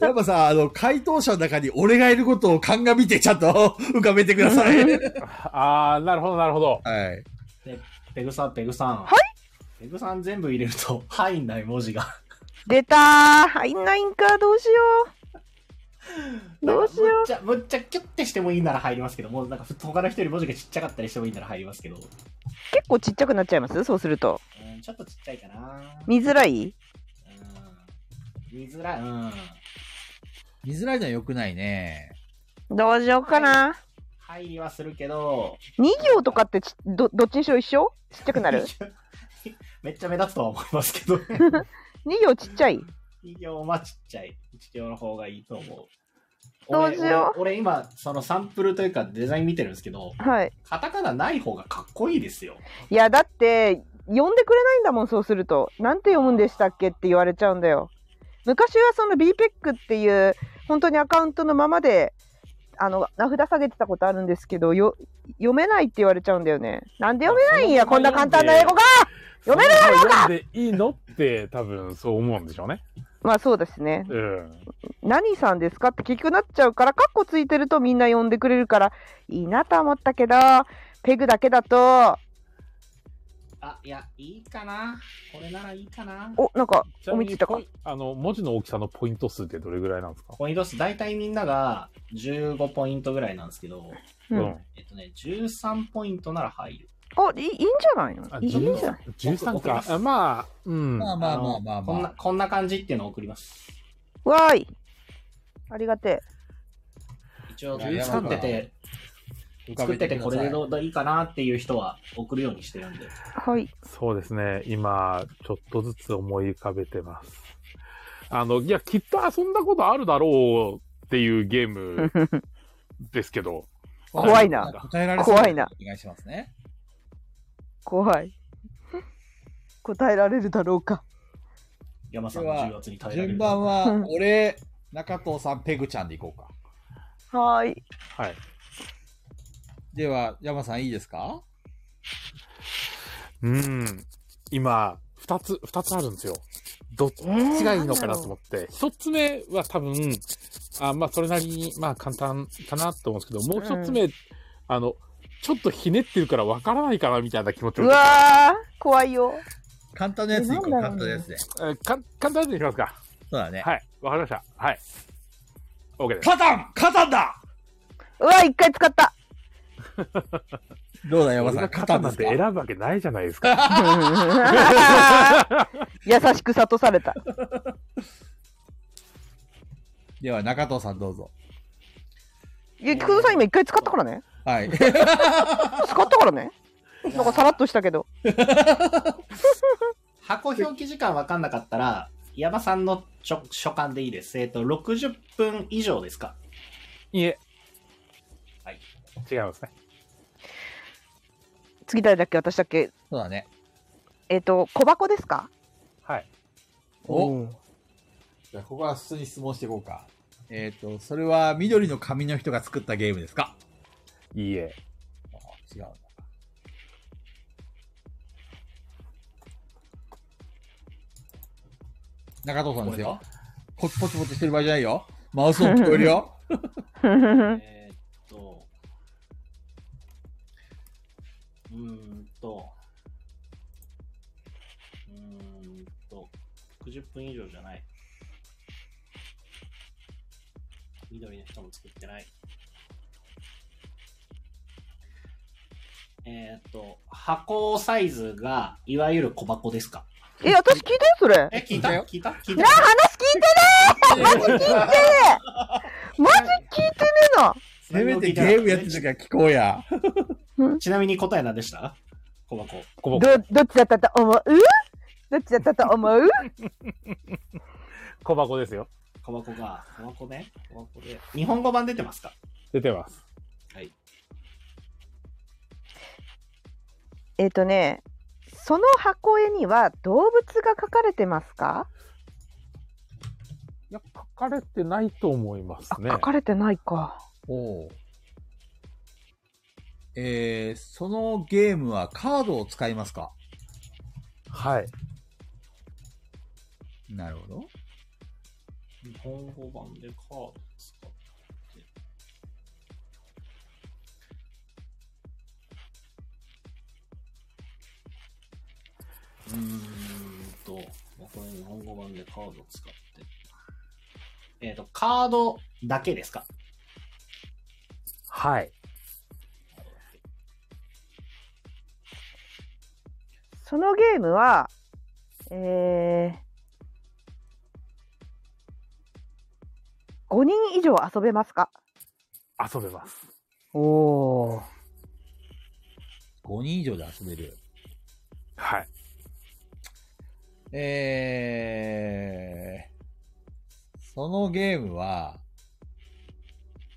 山さん、あの、回答者の中に俺がいることを鑑みて、ちゃんと 浮かべてください。は
あー、なるほど、なるほど。
い。
ペグさん、ペグさん。
はい
ペグさん全部入れると 入んない文字が。
出たー入んないんかどうしようどうしよ
むっちゃ、むっちゃキュッてしてもいいなら入りますけど、もうなんか他の人より文字がちっちゃかったりしてもいいなら入りますけど。
う結構ちっちゃくなっちゃいますそうすると
うん、ちょっとちっちゃいかな。
見づらい
うん。見づらい。うん。
見づらいのは良くないね。
どうしようかな
入りはするけど、
2行とかってちどどっちにしろ一緒ちっちゃくなる
めっちゃ目立つとは思いま すけど、
2行ちっちゃい。
企業はちっちゃい。企業の方がいいと思う。
どうしよ
俺俺俺今、そのサンプルというかデザイン見てるんですけど、
はい。
カタカナない方がかっこいいですよ。
いや、だって、呼んでくれないんだもん、そうすると。なんて読むんでしたっけって言われちゃうんだよ。昔はその BPEC っていう、本当にアカウントのままで、あの、名札下げてたことあるんですけど、よ読めないって言われちゃうんだよね。なんで読めないんや、こんな簡単な英語が読める
だろうかでいいのって多分そう思うんでしょうね。
まあそうですね。
うん。
何さんですかって結局なっちゃうから、カッコついてるとみんな呼んでくれるから、いいなとは思ったけど、ペグだけだと、
あ、いや、いいかな。これならいいかな。
お、なんか、
ちな
お
み
み
に
ちと
ポ
か
イ。あの文字の大きさのポイント数ってどれぐらいなんですか、
ポイント数、大体みんなが15ポイントぐらいなんですけど、
うん
えっとね、13ポイントなら入る。
お、いいいんじゃないの
あ
いいいいんじゃない
13か。あまあ、うん。
まあまあまあまあま
こん
あ
な、。こんな感じっていうのを送ります。
わーい。ありがてえ。
一応、
いや
作ってて、作っててこれでどうどういいかなっていう人は送るようにしてるんで。
はい。
そうですね。今、ちょっとずつ思い浮かべてます。あの、いや、きっと遊んだことあるだろうっていうゲームですけど。
怖いな
答えられそう
怖いな
お願いしますね。
怖い。答えられるだろうか。
山さんの
では
重圧に耐えられる。
順番
う
は
ん、
俺、中藤さん、ペグちゃんでいこうか。
はーい。
はい。
では、山さんいいですか
うん。今、二つ、二つあるんですよ。どっちがいいのかなと思って。一、つ目は多分、あまあ、それなりに、まあ、簡単かなと思うんですけど、もう一つ目、あの、ちょっとひねってるからわからないかなみたいな気持ち
う
を。
わー、怖いよ。
簡単なやついこう、
えなん
簡
だろ
単
うね
なやつで。
えーか簡単にいきますか。
そうだね。
はい。わかりました。はい。OK です。
カタンカタンだ
うわ、一回使 った。
どうだ、
俺
山さ
が
ん。簡
肩
単
な
で
ん
す
て
か
選ぶわけないじゃないですか。
優しく諭された。
では、中藤さんどうぞ。
いや、菊田さん今一回使ったからね。
はい。
使ったからね。なんかさらっとしたけど。
箱表記時間わかんなかったら、山さんのちょ所感でいいです。えっ、と、60分以上ですか。
いえ。
はい。
違いますね。
次誰だっけ私だっけ
そうだね。
えっ、と、小箱ですか
はい。
おじゃあ、ここは普通に質問していこうか。えっ、と、それは緑の髪の人が作ったゲームですか
いいえ。
あ違うんだ。中藤さんですよ。ポツポツポツしてる場合じゃないよ。マウス音聞こえるよ。
えーっと、うーんと、うーんと、60分以上じゃない。緑の人も作ってない。えーっと、箱サイズが、いわゆる小箱ですか
え、私聞いてるそれ。
え、聞いた聞いた聞いた
なあ、話聞いてマジ聞いてねえな。
せめてゲームやってる時は聞こうや。
ちなみに答え何でした小箱。
こぼ
ど、どっちだったと思うどっちだったと思う
小箱ですよ。
小箱が、小箱ね。小箱で。日本語版出てますか
出てます。
えっ、とね、その箱絵には動物が描かれてますか
いや、書かれてないと思いますね
書。かれてないか。
おおう。えー、そのゲームはカードを使いますか
はい。
なるほど。
日本語版でカード使って。うーんと、これ日本語版でカード使って。えっ、と、カードだけですか
はい。
そのゲームは、えー、5人以上遊べますか
遊べます。
おー。
5人以上で遊べる。
はい。
えー、そのゲームは、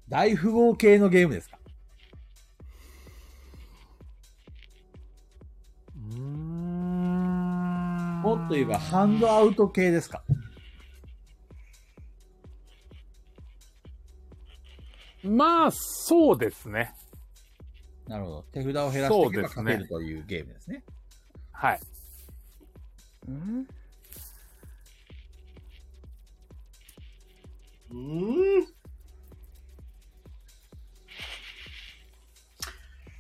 大富豪系のゲームですかもっと言えばハンドアウト系ですか
まあ、そうですね。
なるほど。手札を減らしていけば
そう
勝
ですね
てるというゲームですね。
はい。
うん
うーん。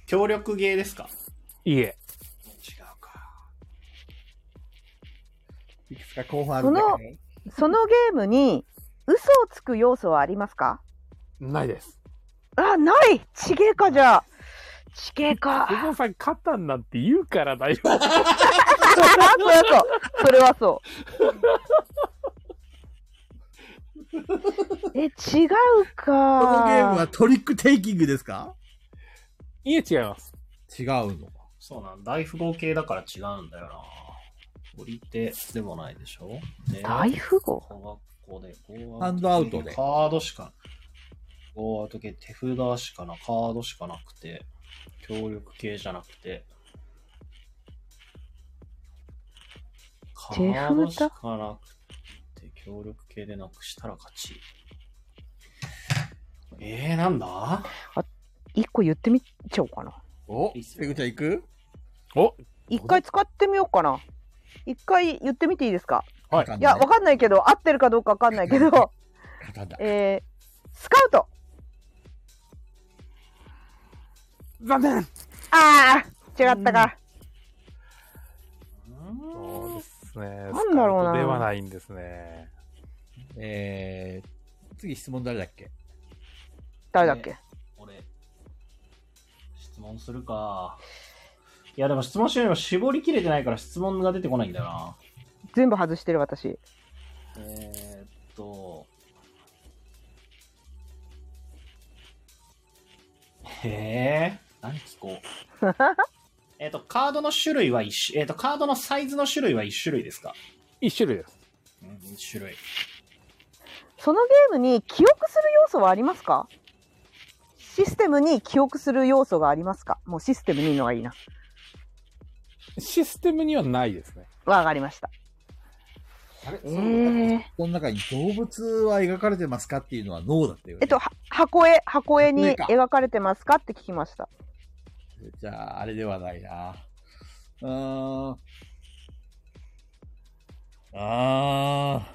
協力ゲーですか
いいえ。
違うか。
いくつか候補あるんだけどね。
そのゲームに嘘をつく要素はありますか
ないです。
あないちげえかじゃあちげえ
僕
か
もさん、カタンなんて言うからだよ。
それはそうそれはそう え違う
こ
か
のゲームはトリックテイキングですか
いいえ、違います。
違うのか。
そうなん大富豪系だから違うんだよな。降りてでもないでしょで
大富豪
小学校で、
ハンドアウトで
カードしか、ゴーアウト系手札しかな、カードしかなくて、協力系じゃなくて、カードしかなくて、協力系でなくしたら勝ち。えー、なんだ
一個言ってみちゃおうかな
お
いいっすね
ペグちゃん行く
お
一回使ってみようかな一回言ってみていいですか
はい
い
いやわかんないけど合ってるかどうかわかんない けど
肩だ。
えー、スカウト
残念
あー違ったか、
そうですね。
なんだろ
ス
うな
カウトではないんですね。
えー、次質問誰だっけ
誰だっけ
俺、質問するか。いや、でも質問しようよ。絞りきれてないから質問が出てこないんだよな。
全部外してる私
えー、っと。へえ、何聞こう。 えーっと、カードの種類は一種、えーっと、カードのサイズの種類は一種類ですか
一種類です。
うん、一種類。
そのゲームに記憶する要素はありますかシステムに記憶する要素がありますかもうシステムにいいのがいいな。
システムにはないですね。
わかりました。
あれそ
え
う
ー、
この中に動物は描かれてますかっていうのはノーだったよね。
えっと、は箱絵、箱絵に
箱絵
描かれてますかって聞きました。
じゃあ、あれではないな。うーん。あ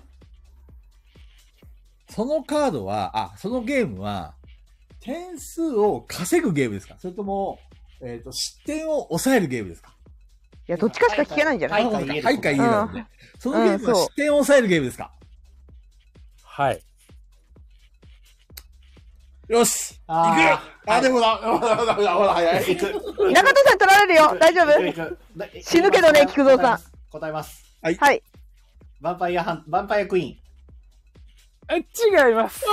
ーそのカードは、あ、そのゲームは、点数を稼ぐゲームですかそれとも、えっ、と、失点を抑えるゲームですか
いや、どっちかしか聞けないんじゃない
はいか言える
はいか言えないので。そのゲーム
うん
は
そう
失点を抑えるゲームですか
はい。
よし
あー
行くよあ、で もな、ほらほらほらほら早い。
行く。
中田さん取られるよ大丈夫
行く行くだ
死ぬけどね菊蔵さん。
答えます。
はい。
答えますヴァンパイアハン、ヴァンパイアクイーン。
え、違います。
す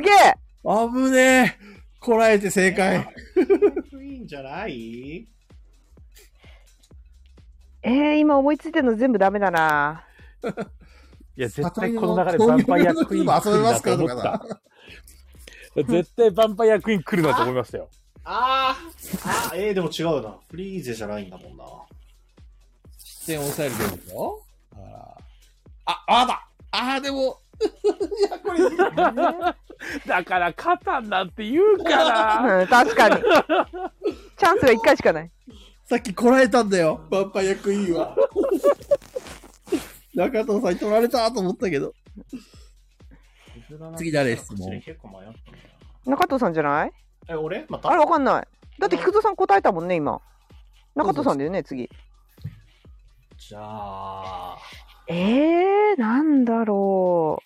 げえ
あぶねえ。こらえて正解。
クイーンじゃない
えー、今思いついてるの全部ダメだない
や、絶対この流れ、ヴァンパイアクイーン来るなと思った。絶対ヴァンパイアクイーン来るなと思いましたよ。
あーあー、えー、でも違うな。フリーゼじゃないんだもんな。
失点を抑えるゲームですよ。だから
あ、あだあー、でも、
だから、カタンなんて言うから。
うん、確 かに。チャンスが1回しかない。
さっきこらえたんだよ。
ヴァンパイアクイーンは。
中藤さんに取られたと思ったけど。次誰質問
結構迷ったんだよ
中藤さんじゃない
なえ、俺また
あれわかんない。だって菊蔵さん答えたもんね、今。中藤さんだよね、次。
じゃあ、
えー、なんだろ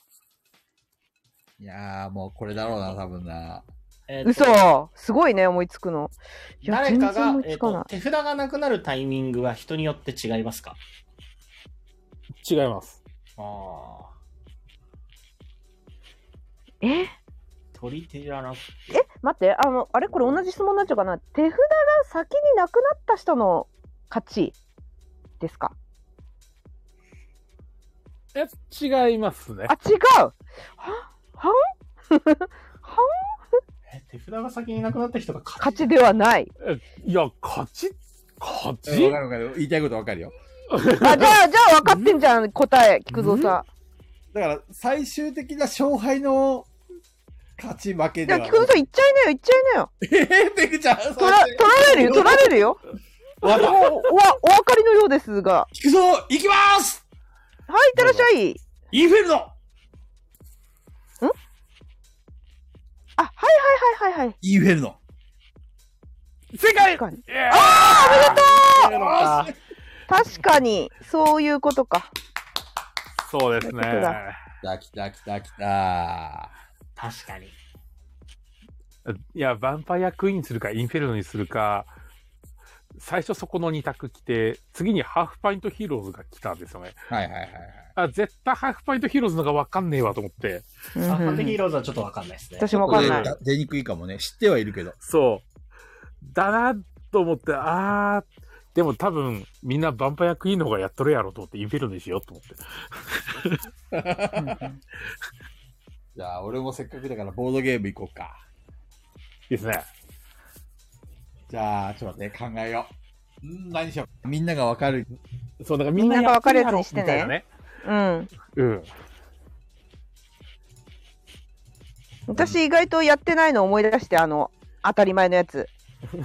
いやー、もうこれだろうな、多分な。
えー
う。
と
嘘すごいね、思いつくの。いや、
誰
全
か
然
が
思、い
え
つ
ー
か
と
ない。
手札がなくなるタイミングは人によって違いますか
違います。
ああ。
え
取り手じゃなくて。
え待って、あの、あれこれ同じ質問になっちゃうかな。手札が先になくなった人の勝ちですか
え、違いますね
あ、。違うははんはん
え手札が先になくなった人が勝
勝
ち
ちでは ない。
えいや、勝ち、勝
わ
ち
かるわかる。言いたいことわかるよ。
あ、じゃあ、じゃあ分かってんじゃん、答え、菊蔵さ
だから、最終的な勝敗の勝ち負け
ん。
で
じゃ
はな
あ、
い
菊蔵さん、いっちゃいなよ、いっちゃいなよ。
えー、ペグちゃん、そ
取ら、取られるよ、取られるよ。
わかっ
もう、
た
お、お分かりのようですが。
聞くぞ行きます
はい、いってらっしゃい。
インフェルノ
あ、はいはいはいはいはい。
インフェルノ
正解
確かに。
え
あー
確かに、そういうことか。
ーそうですね。
来た来た来た来た。
確かに。
いや、ヴァンパイアクイーンにするか、インフェルノにするか、最初そこの2択来て、次にハーフパイントヒーローズが来たんですよね。
はいはいはいはい。
あ、絶対ハーフパイントヒーローズのがわかんねえわと思って。
うん
アカンテヒ
うん
ーローズはちょっとわかんないですね。
私も分かん
こ
な
れ
い。
だ出にくいかもね。知ってはいるけど。
そう。だなと思って、あー、でも多分みんなヴァンパイアクイーンの方がやっとるやろと思って、インフェルノにしようと思って。
じゃあ、俺もせっかくだからボードゲーム行こうか。
いいですね。
じゃあ、ちょっと待って、考えよう。んー何しよう。みんながわかる。
そう、だからみ
みん
んな
なが分かるや
や
つに
っ
して
る
て
やろみたいな
ね。
ね。
うん。
うん。
私意外とやってないの思い出してあの当たり前のや つ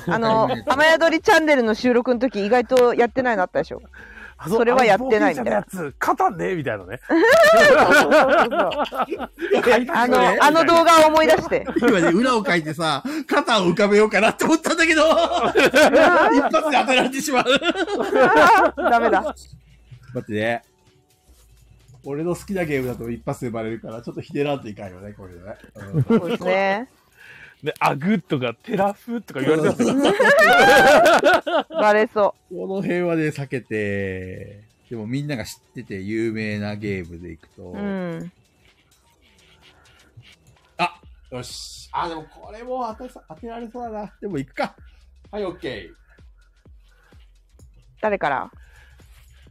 あの
当たり前のや
「雨宿りチャンネル」の収録の時意外とやってないのあったでしょ
あう
それはやってない
あの冒険者
みたい
の
な
やつ、勝たんねみたいなね。
あの あの動画を思い出 して
今ね、裏を書いてさ、 肩を浮かべようかなって思ったんだけ ど、一発で当たられてしまう。
ダメだ
待ってね。俺の好きなゲームだと一発でバレるから、ちょっとひねらんといかんよね、これね。うん
そうですね
で、アグとかテラフとか言われてますよ
バレそ
この辺はね、避けて、でもみんなが知ってて有名なゲームでいくと、
ううん
よし。あ、でもこれも当てさ当てられそうだな。でも行くか。はい、オッケー。
誰から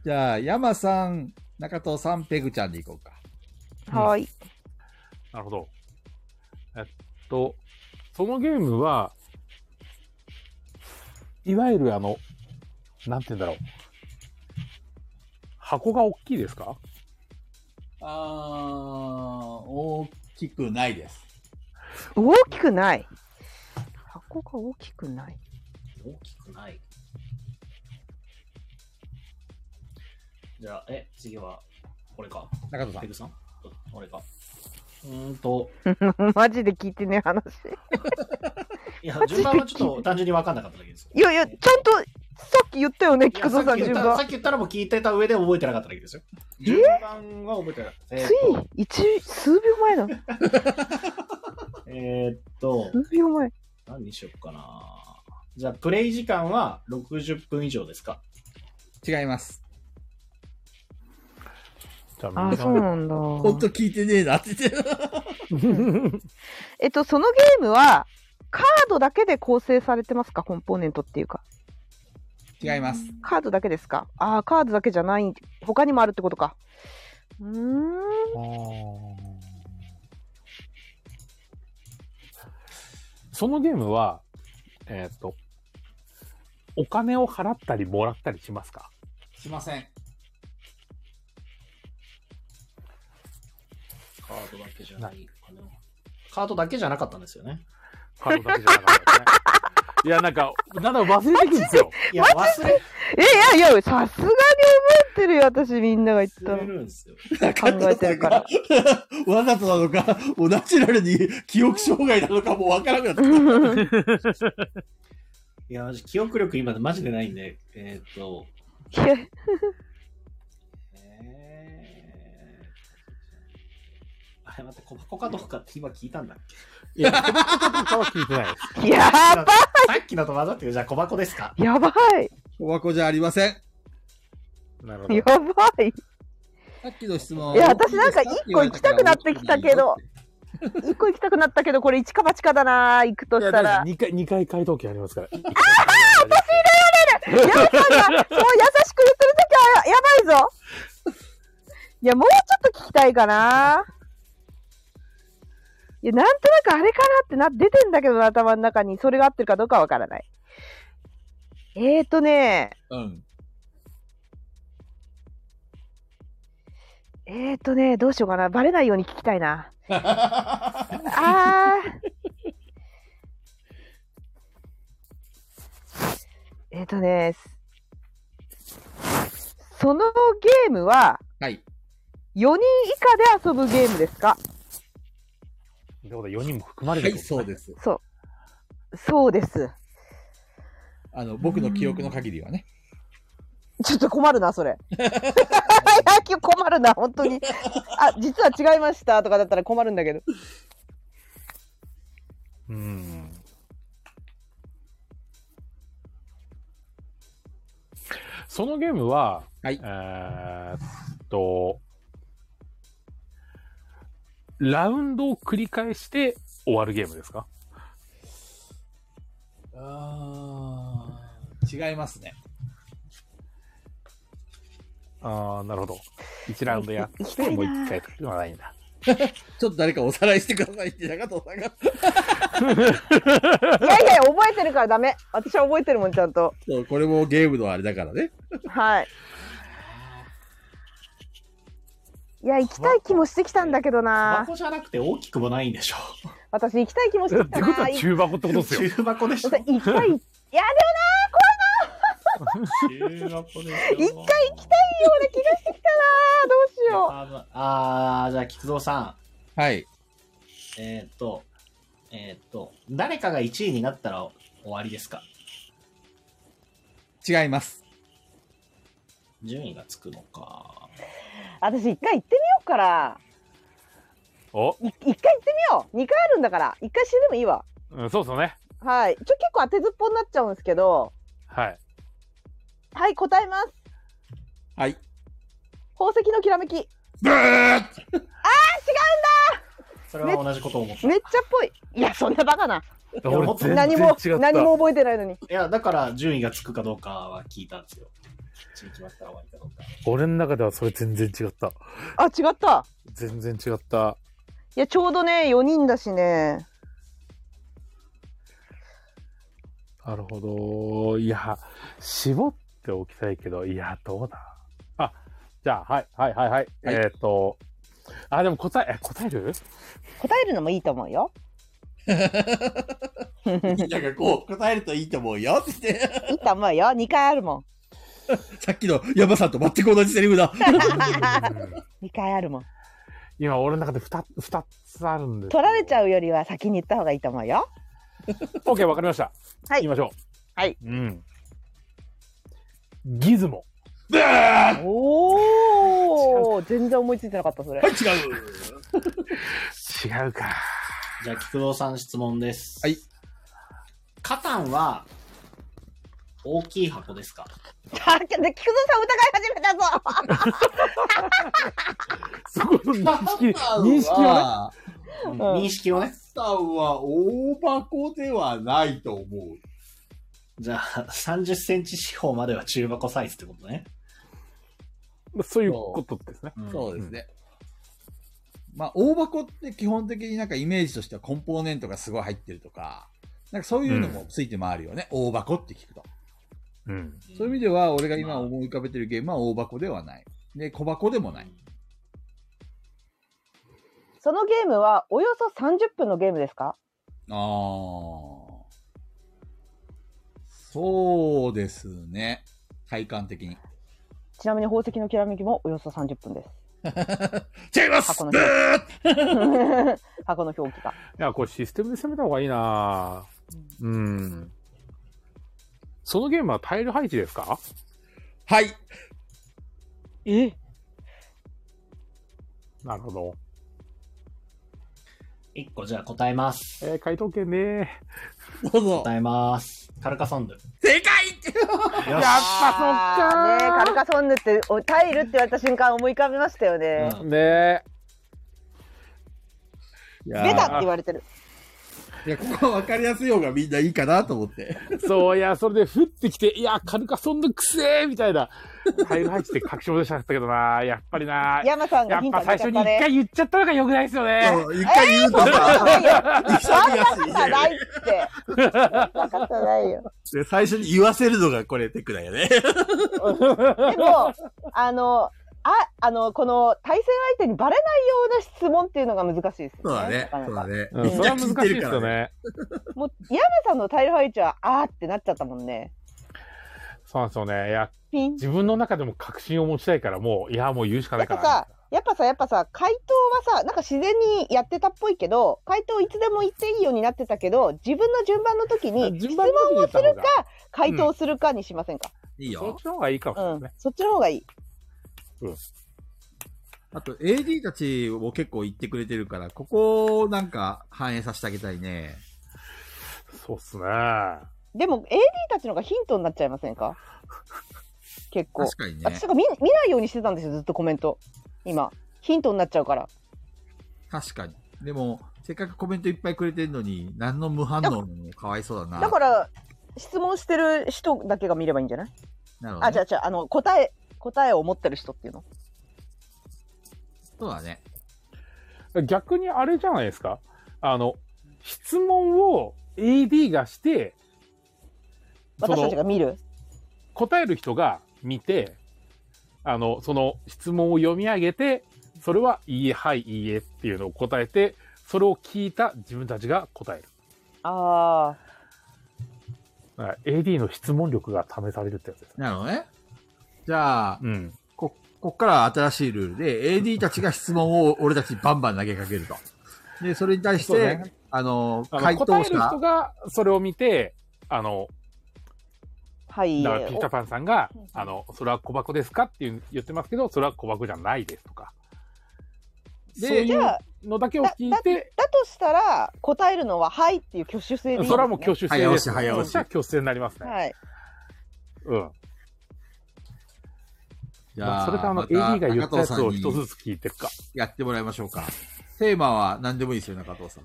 じゃあ、山さん、中藤さん、ペグちゃんで行こうか。
はーい
なるほど。えっと、そのゲームは、いわゆるあの、なんて言うんだろう。箱が大きいですか
あー、大きくないです。
大きくない箱が大きくない
大きくない。じゃあ、え、次は、俺か。
中藤さ
ペ
ん。
グさん俺か。うーんと、
マジで聞いてねえ話
いや、順番はちょっと単純に分かんなかっただけです。
いやいやちゃんとさっき言ったよね 菊蔵さん
いや
順
さ
番
っき言ったさっき言ったらもう聞いてた上で覚えてなかっただけですよ。
え
順番は覚えてなかった。え
つい一数秒前の
ーえーっと、
数秒前
何にしよっかな。じゃあ、プレイ時間は60分以上ですか
違います。
じゃあ、
あ
み
ー
ん
そうなんだ
ほんと聞いてねえなって言って。
えっと、そのゲームは、カードだけで構成されてますかコンポーネントっていうか。
違います。
カードだけですかああ、カードだけじゃない。他にもあるってことか。うーん。
そのゲームは、えっと、お金を払ったりもらったりしますか
しません。
カードだけじゃないかな。カードだけじゃなかったんです よね。
カードだけじゃなかったですね。いや、なんか、なんだか忘れてくるんですよ。
いや、忘れ、
え、いやいや、さすがに覚えてるよ、私、みんなが言った
忘れ
の。
るんですよ。
考えてるから。
わざとなのか、もうナチュラルに記憶障害なのかもうわからなくなった。
いや、マジ記憶力今マジでないんで、えーっと、
いや
えー、あれ待って、小箱かどうかって今聞いたんだっけ
いや、そんなことは聞いてないです。
やば
さっきのと混ざってるじゃあ小箱ですか
やばい
小箱じゃありません。
なるほど
や。ばい
さっきの質問
いや私なんか一個行きたくなってきたけど。一個行きたくなったけど、これ一か八かだな行くとしたら。
2回、二回回答権ありますから。あ
ヤマさんが、そう優しく言ってるときはやばいぞ。いや、もうちょっと聞きたいかな。いや、なんとなくあれかなってな、出てんだけどな、頭の中に。それが合ってるかどうかわからない。えーとね、
うん。
えーとね、どうしようかな。バレないように聞きたいな。あー。えーとね、そのゲームは、
はい。
4人以下で遊ぶゲームですか
ってことは4人も含まれ
は
る
い、そうです。
そうです。
あの、僕の記憶の限りはね。
ちょっと困るな、それ。野球困るな、本当に。あ、実は違いましたとかだったら困るんだけど。
う。うん。そのゲームは、
はい
えーっと、ラウンドを繰り返して終わるゲームですか
あ違いますね。
ああ、なるほど。1ラウンドやって、もう1回っていうのはないんだ。
ちょっと誰かおさらいしてくださいって、中藤さんが。
いやいや、覚えてるからダメ。私は覚えてるもん、ちゃんと。
そう、これもゲームのあれだからね。
はい。いや、行きたい気もしてきたんだけどな。
箱じゃなくて大きくもないんでしょ。
私、行きたい気もしてき
って
た
こと
な。
は中箱ってことです
中
よ。
箱でしょ。
私行きたい。いや、
中箱でしょ。
一回行きたいような気がしてきたな。どうしよ
あのあー、じゃあ、菊蔵さ
はい。
ん。えっ、と、えっ、と、誰かが1位になったら終わりですか
違います。
順位がつくのか。
う。私、一回行ってみようから。
お、
い一回行ってみよう。二回あるんだから。一回死んでもいいわ。
うん、そうそうね。
はい。ちょ、結構当てずっぽうになっちゃうんですけど、
はい。
はい、答えます。
はい。
宝石のきらめき。めっち
ブー
それは同じことを思った。
ゃっぽい。いや、そんなバカな。
俺全然
何も
違った、
何も覚えてないのに。
いや、だから順位がつくかどうかは聞いたんですよ。1位決まったら終わりかどうか。
俺の中ではそれ全然違った。
あ、違った。
全然違った。
いや、ちょうどね、4人だしね。
なるほど。いや、絞っておきたいけど、いや、どうだ。あ、じゃあ、はい、はい、はい、
は
はい。
い
えーっ、と、あ、でも答え、え答える
答えるのもいいと思うよ。
みんながこう、答えるといいと思うよって言って、
いいと思うよ。2回あるも
さっきの山さんと全く同じセリフだ。
うん
ん。2回あるもん。
今、俺の中で二二つあるんです。
取られち
う。
ゃうよりは先に言った方がいいと思うよ。
OK、わかりました。
はい
行きましょう。
はい。
うん。ギズモ。
ブー
おー、全然思いついてなかった、それ。
はい、違う
違うか。
じゃあ、菊蔵さん質問です。
はい。
カタンは、大きい箱ですか
さっき、菊蔵さん疑い始めたぞ。
そこの認識、認識はね。
は
うん認識をね。
さんは大箱ではないと思う。
じゃあ、30センチ四方までは中箱サイズってことね。
そういうことですね。
うん
そうですね。まあ、大箱って基本的になんかイメージとしてはコンポーネントがすごい入ってるとか、なんかそういうのもついて回るよね。大箱って聞くと。
うん。
そういう意味では、俺が今思い浮かべてるゲームは大箱ではない。で、小箱でもない。
そのゲームは、およそ30分のゲームですか
あー。そうですね。体感的に。
ちなみに宝石のきらめきもおよそ30分です。
違います
箱の
ブー
表記。箱の表記が。
いや、これシステムで攻めた方がいいなうん。そのゲームはタイル配置ですか
はい。
え
なるほど。
一個じゃあ答えます。
えー、回答権ね
どうぞ。
答えます。カルカソンヌ。
正解
やっ
あ
ぱ
ね
そっ
え
か
カルカソンヌっておタイルって言われた瞬間思い浮かびましたよね。
うん
ねえ。
い
出
やー
たって言われてる。
いや、ここは分かりやすい方がみんないいかなと思って。
そういや、それで降ってきて、いや、カルカソンのくせーみたいな。タイム配置で確証でしたけどな、やっぱりな。や
山さんがヒ
っ
ント
ぱ
出ちゃ
最初
った
に一
ね。
回言っちゃったのが良くないですよね。
一回言うとさ、
いや
潔やすい
わかんないって。わかんないよ。
で最初に言わせるのがこれテクだよ ね。
でも、あの、あ、あの、この対戦相手にバレないような質問っていうのが難しいですよね。
そうだね
な。かなか
そうだね。
うん、それは難しいですよね。
もう、山さんのタイル配置は、あーってなっちゃったもんね。
そうなんですよね。いや、
ピン。
自分の中でも確信を持ちたいから、もう、いや、もう言うしかな
や
い
っ
か
ぱ
ら
さ。、やっぱさ、やっぱさ、回答はさ、なんか自然にやってたっぽいけど、回答いつでも言っていいようになってたけど、自分の順番の時に、質
順
問
番の時に言
を
っ
す
た方が
るか、回答するかにしませんか。
いい
そっ
よ。
ちの方がいいかもし
う
れない
ん
ね。。
そっちの方がいい。
あと AD たちを結構言ってくれてるから、ここをなんか反映させてあげたいね。
そうっすね。
でも AD たちのがヒントになっちゃいませんか結構。
確かにね
私。なんか見見ないようにしてたんですよ、ずっとコメント。今。ヒントになっちゃうから。
確かに。でも、せっかくコメントいっぱいくれてるのに、何の無反応なのもかわいそうだな。
だから、質問してる人だけが見ればいいんじゃない
なるほどね
あ、じゃあじゃあ、あの、答え、答えを持ってる人っていうの。
そうだね。
逆にあれじゃないですか。あの、質問を AD がして、
私たちが見る。
答える人が見て、あの、その質問を読み上げて、それは、いいえ、はい、いいえっていうのを答えて、それを聞いた自分たちが答える。
ああ。
はい AD の質問力が試されるってやつですね。
なるほどね。じゃあ、
うん。
こ、こっから新しいルールで、AD たちが質問を俺たちにバンバン投げかけると。で、それに対し
そう
て、
ね
あの、
あの
回答
答える
者
人がそれを見て、あの、
はい。
だからピーター
お
パンさんが
うん、
あの、それは小箱ですかっていう言ってますけど、それは小箱じゃないですとか。
で
そうい
じ
う
ゃあ、
のだけを聞いて、
だとしたら、答えるのは、はいっていう挙手制でいいんです、ね。
それはもう挙手制
早
で
押
す。
し早押し
そしたら挙手制になりますね。
はい。
うん。
じ
ま
ゃ
あ
あ、
それとあの、
また
AD が言ったやつを
中藤
一
さんに
つずつ聞いていくか。
やってもらいましょうか。テーマは何でもいいですよ、中藤さん。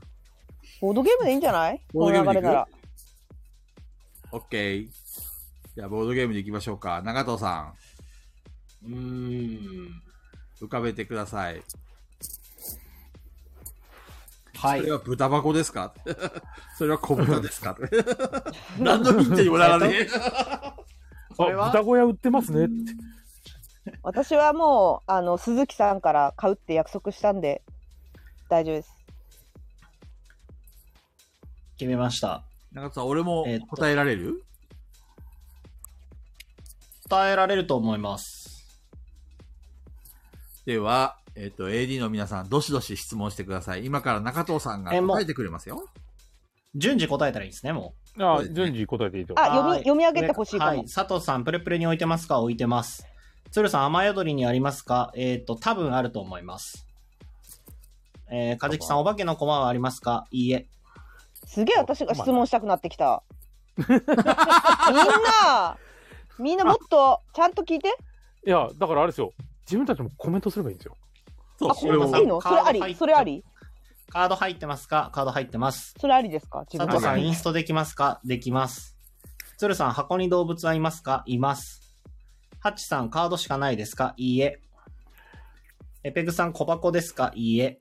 ボードゲームでいいんじゃない
ボードゲームでい
この流れ
く
なら。
OK。じゃあ、ボードゲームでいきましょうか。中藤さ
うーん。
ん、浮かべてください。そ
はい
れ。は豚箱ですか それは小豚です か何のヒントにもならねえ。
れは
あ、豚小屋売ってますねって。
私はもう、あの、鈴木さんから買うって約束したんで、大丈夫です。
決めました。
中藤さん、俺も
えっと
答えられる、
伝えられると思います。
では、えっ、と、AD の皆さん、どしどし質問してください。今から中藤さんが
えもう
答えてくれますよ。
順次答えたらいいですね、もう。
あ、順次答えていいと思
あ、
う。
読み、
はい
読み上げてほしいかも。
はい。佐藤さん、プレプレに置いてますか置いてます。鶴さん、雨宿りにありますかえっ、と、多分あると思います。えー、かじきさん、お化けの駒はありますかいいえ。
すげえ私が質問したくなってき た。みんな、みんなもっとちゃんと聞いて。
いや、だからあれですよ。自分たちもコメントすればいいんですよ。
そ
あ、これいいのそれありそれあり
カード入ってますかカード入ってます。
それありですか自
佐
分の
藤さ
中
ん、
に
インストできますかできます。鶴さん、箱に動物はいますかいます。ハッチさん、カードしかないですかいいえ。エペグさん、小箱ですかいいえ。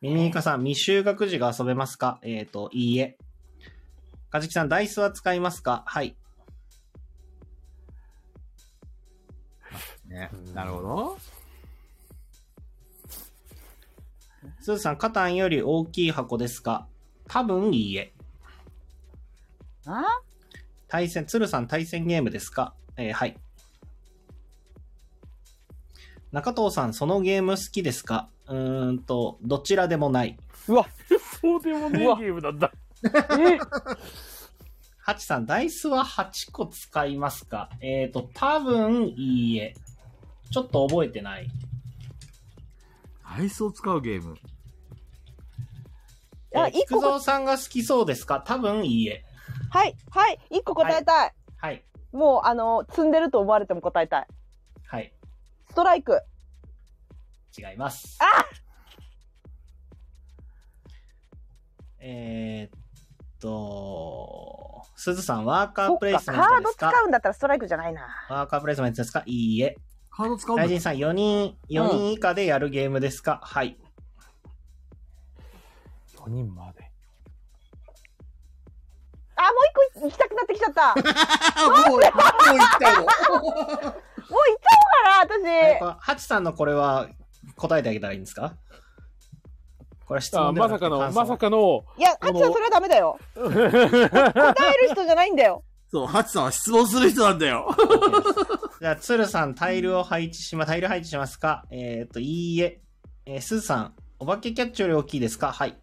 ミミイカさん、未就学児が遊べますかえっ、と、いいえ。カジキさん、ダイスは使いますかはい。
ね、なるほど。
スーさん、カタンより大きい箱ですか多分いいえ。
あ
対戦、鶴さん対戦ゲームですかえーはい。中藤さん、そのゲーム好きですかうーんと、どちらでもない。
そうでもねえ
うわ
ゲームなんだ。
ハチさん、ダイスは8個使いますかえーと、多分いいえ。ちょっと覚えてない。
アイスを使うゲーム。
え
あ
ー、
一個
菊蔵さんが好きそうですか多分いいえ。
はい、はい、一個答えたい。
はい。
もう、あの、積んでると思われても答えたい。
はい。
ストライク。
違います。
あ
えーっと、すずさん、ワーカ
そ
ー
っ
プレイ
か
スメン
カ
ト
ー
で
ド
すか
使うんだったらストライクじゃないな。
ワーカープレイスメントですかいいえ。
カード使うんだ
大臣さん、4人、四人以下でやるゲームですか、はい。
4人まで。
あ、もう一個行きたくなってきちゃ った。もう行っ
あもう、もう行った よ。
たから、
え
私。
ハチさんのこれは答えてあげたらいいんですかこれは質
あ
問では
ま
な
さ
く
か
て
の、
感想
まさかの、
いや、あっち
あ
さん
の
それはダメだよ。答える人じゃないんだよ。
そう、ハチさんは質問する人なんだよ。
じゃあ、鶴さん、タイルを配置しま、タイル配置しますかえーっと、いいえ。えー、すずさん、お化けキャッチより大きいですかはい。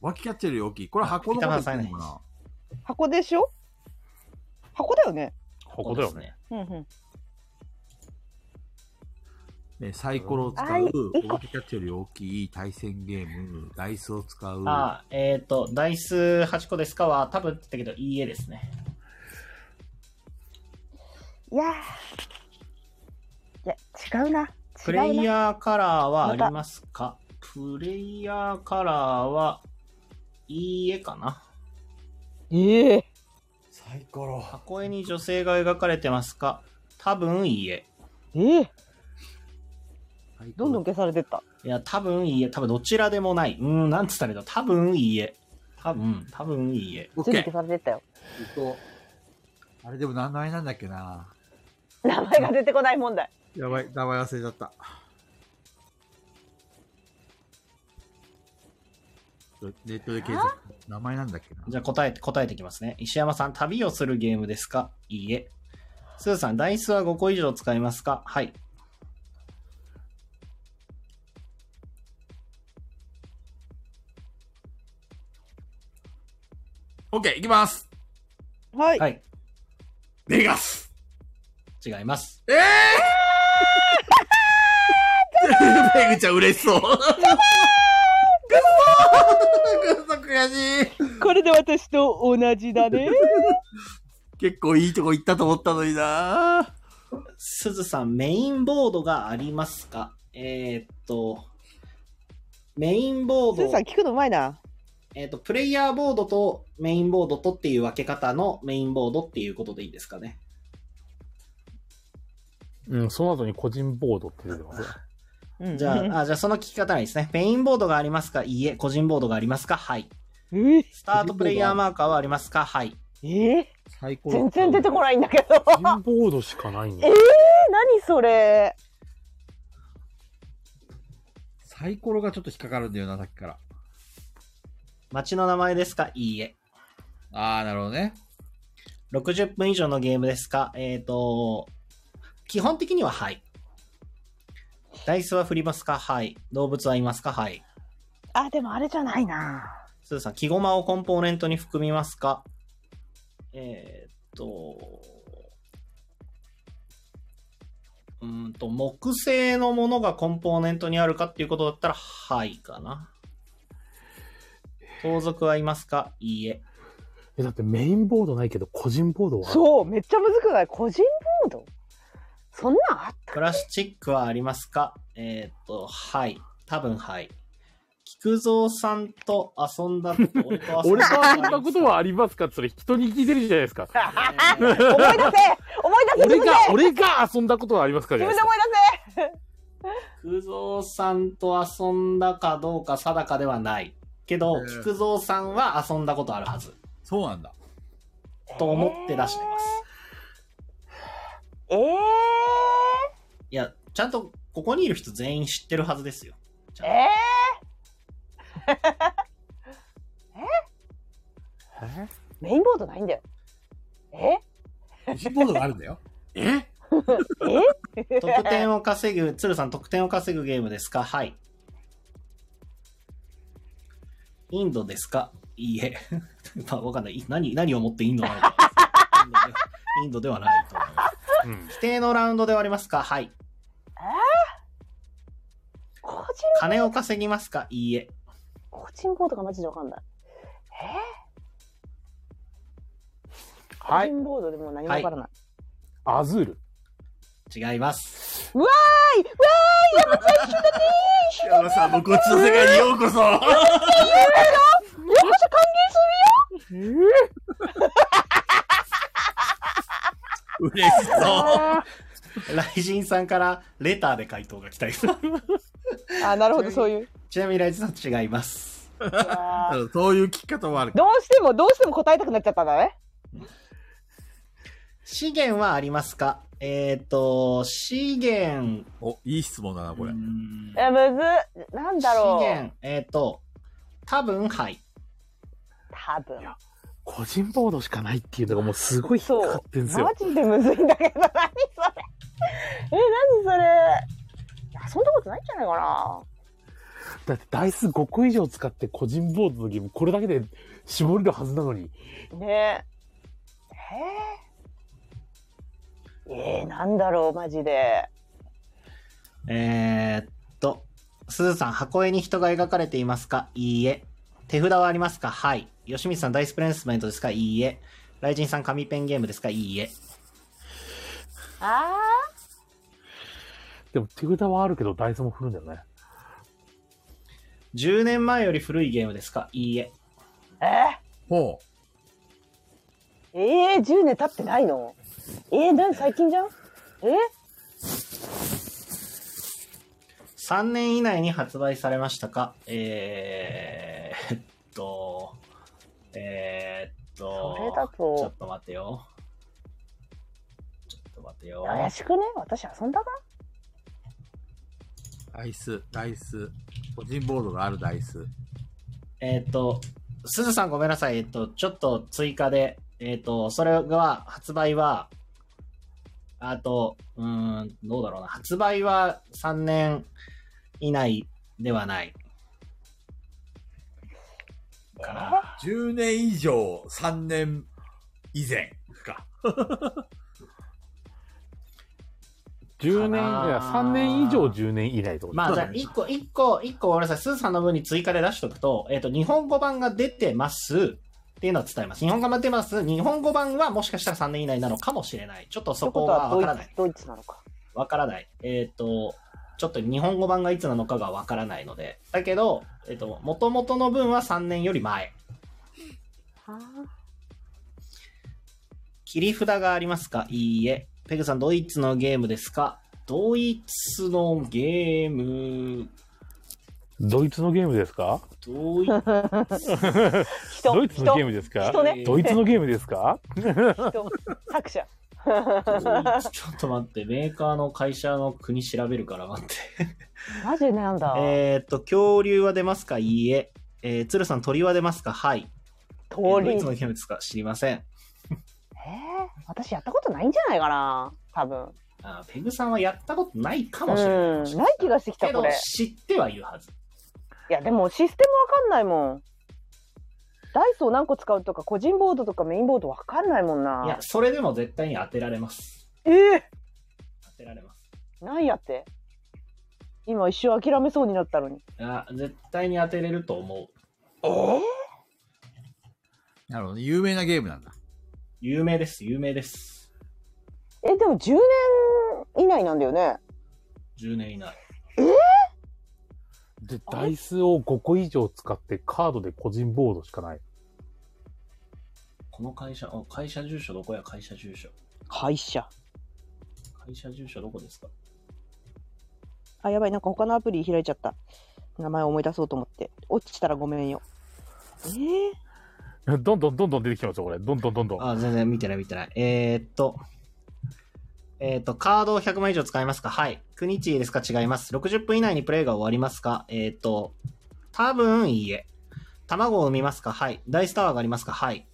脇キャッチより大きい。これ箱のこと言ってんのかな
箱でしょ箱だよね。
ここだよね。
うんうん。
ねサイコロを使、
あいう
お化けキャッチより大きい対戦ゲーム、ダイスを使う。
あー、えーっと、ダイス8個ですかは、多分って言ったけど、いいえですね。
いやー。いや、違うな。
プレイ
違うな。
ヤーカラーはありますかプレイヤーカラーは、いいえかな
ええ。
サイコロ。
箱絵に女性が描かれてますか多分いいえ。
ええ。
サイコ
ど
ロ
んどん消されてった。
いや、多分いいえ。多分どちらでもない。うーん、なんつったらいいの多分いいえ。多分、多分いいえ。
オッケ
全部
ー
消されてったよ。
えっとあれでも名前なんだっけな。
名前が出てこない問題。
やばい、名前忘れちゃった。ネットで検索。名前なんだっけな。
じゃあ答えて、答えてきますね。石山さん、旅をするゲームですかいいえ。すずさん、ダイスは5個以上使いますかはい。
オッケー、いきます。
はい。
はい。
ベガス。
違います。
ええー、ペグちゃん嬉しそう。
くそ悔しい
これで私と同じだね。
結構いいとこ行ったと思ったのにな
すずさん、メインボードがありますかえー、っと、メインボー
すず
ド
さん、聞くのうまいな。
えっ、と、プレイヤーボードとメインボードとっていう分け方のメインボードっていうことでいいですかね。
うん、その後に個人ボードって出てます。
うん
じゃあ、あじゃあその聞き方ないですね。メインボードがありますかいいえ。個人ボードがありますかはい。
ええ
スタートプレイヤーマーカーはありますかはい。
ええ
サイコ
全然出てこないんだけど。
個人ボードしかないんだ
え。え何それ
サイコロがちょっと引っかかるんだよな、さっきから。
街の名前ですかいいえ。
ああ、なるほどね。
60分以上のゲームですかえっ、と、基本的にははい。ダイスは振りますかはい。動物はいますかはい。
あでもあれじゃないな
すずさん、木駒をコンポーネントに含みますかえーっと、うーんと、木製のものがコンポーネントにあるかっていうことだったら、はいかな。盗賊はいますかいいえ。
え、だってメインボードないけど、個人ボードはある
そうめっちゃむずくない個人ボードそんなんあっ
プラスチックはありますかえーっと、はい。多分はい。菊蔵さんと遊 んだこと、俺と
俺と遊
あ
んだことはありますかそれ人に聞いてるじゃないですか。
た思い出せ思い出せ自
俺
分で
が、俺が遊んだことはありますかじ
自
ゃない
分
で
です
か
思い
菊蔵さんと遊んだかどうか定かではない。けど、
えー
菊蔵さんは遊んだことあるはず。
そうなんだ。
と思って出してます。
出せええ
いや、ちゃんとここにいる人全員知ってるはずですよ。ち
え
ゃんと
え
メインボードないんだよえ
個人ボードがあるんだよ。
え
え
得点を稼ぐ、鶴さん得点を稼ぐゲームですかはい。インドですかいいえ。 まあ、わかんない。い何、何をもってインドなのか。 インドではないと思います。
うん。
規定のラウンドではありますかはい。
個人
金を稼ぎますかいいえ。
個人ボードがマジでわかんない個
はい。
人ボードでもう何もわからない、
アズール。
違います。
はい、わ
山さんもこっちの世界にようこそ。
ーい
嬉しそう。
雷神さんからレターで回答が 来たり
あ、なるほど、そう いう。
ちなみに雷神さんと違います。
あのそういう聞き方もある。
どうしても、どうしても答えたくなっちゃったんだね。
資源はありますかえっ、と、資源、
お、いい質問だな、これ
う。ん
え、むずっ、なんだろう。
資源、えっ、と、多分、はい。
多分。
個人ボードしかないっていうのがもうすごい引っかかってんですよ
マ。ジでむずいんだけど、何それ。え、何それ。遊んだことないんじゃないかな。
だってダイス5個以上使って個人ボードのゲーム、これだけで絞れるはずなのに。
ねえ。えー、えー、なんだろう、マジで。
えー、っと、すずさん、箱絵に人が描かれていますかいいえ。手札はありますかはい。吉光さん、ダイスプレイスメントですかいいえ。雷神さん、紙ペンゲームですかいいえ。
あ
でも手札はあるけどダイスも振るんだよね。
10年前より古いゲームですかいいえ。
あ。え
ほう。
ー、えー、10年経ってないのえー、何最近じゃんえ
3年以内に発売されましたかえー、えっと、えー、っと、
それだと
ちょっと待てよ。ちょっと待てよ。
怪しくね私遊んだか
ダイス、ダイス。個人ボードがあるダイス。
えっ、と、すずさんごめんなさい。えっ、と、ちょっと追加で、えっ、と、それは、発売は、あと、うーん、どうだろうな。発売は3年以内ではない。かな。
10年以上、3年以前か。
10年、い
かな
や、3年以上10年以内ってこと
まあ、
そう
じゃ
だ
あ、
ね
1個、一個、一個ごめんなさい。すずさんの分に追加で出しとくと、えっ、と、日本語版が出てます。っていうのは伝えます。日本語版出てます。日本語版はもしかしたら3年以内なのかもしれない。ちょっとそこはわからない。
ドイツなのか。
わからない。えっ、と、ちょっと日本語版がいつなのかがわからないので。だけど、えっ、と、元々の分は3年より前。
あ
切り札がありますかいいえ。ペグさん、ドイツのゲームですかドイツのゲーム、
ドイツのゲームですか
ドイ
ー人、
ドイツのゲームです
人
か
人ね。
ドイツのゲームですか
人作者。
ツ、ちょっと待って、メーカーの会社の国調べるから待って。
マジでなんだ。
えっと、恐竜は出ますかいいえ。えー、鶴さん、鳥は出ますかはい。えー
通
ドイ
り
ツ。のゲームですか知りません。
えー、私やったことないんじゃないかな多分。
あーペグさんはやったことないかもしれない。
う
もし
ん。
か
な
し
い
た
気
ら
がしてきた、
けど
これ。
知ってはいるはず。
いや、でもシステムわかんないもん。ダイスを何個使うとか、個人ボードとかメインボードわかんないもん
い
な、。
やそれでも絶対に当てられます。
えー、
当てられます。
なんやって今一瞬諦めそうになったのに。
あ絶対に当てれると思う。
なるほどね。有名なゲームなんだ。
有名です、有名です。
え、でも10年以内なんだよね。
10年以内。
で、ダイスを5個以上使ってカードで個人ボードしかない。
この会社、あ会社住所どこや会社住所。
会社。
会社住所どこですか
あ、やばい、なんか他のアプリ開いちゃった。名前を思い出そうと思って。落ちたらごめんよ。えー、
どんどんどんどん出てきてますよ、これ。どんどんどんどん。
あ、全然見てない見てない。えー、っと。えー、っと、カードを100枚以上使いますかはい。国地ですか違います。60分以内にプレイが終わりますかえー、っと、多分いいえ。卵を産みますかはい。ダイスタワーがありますかはい。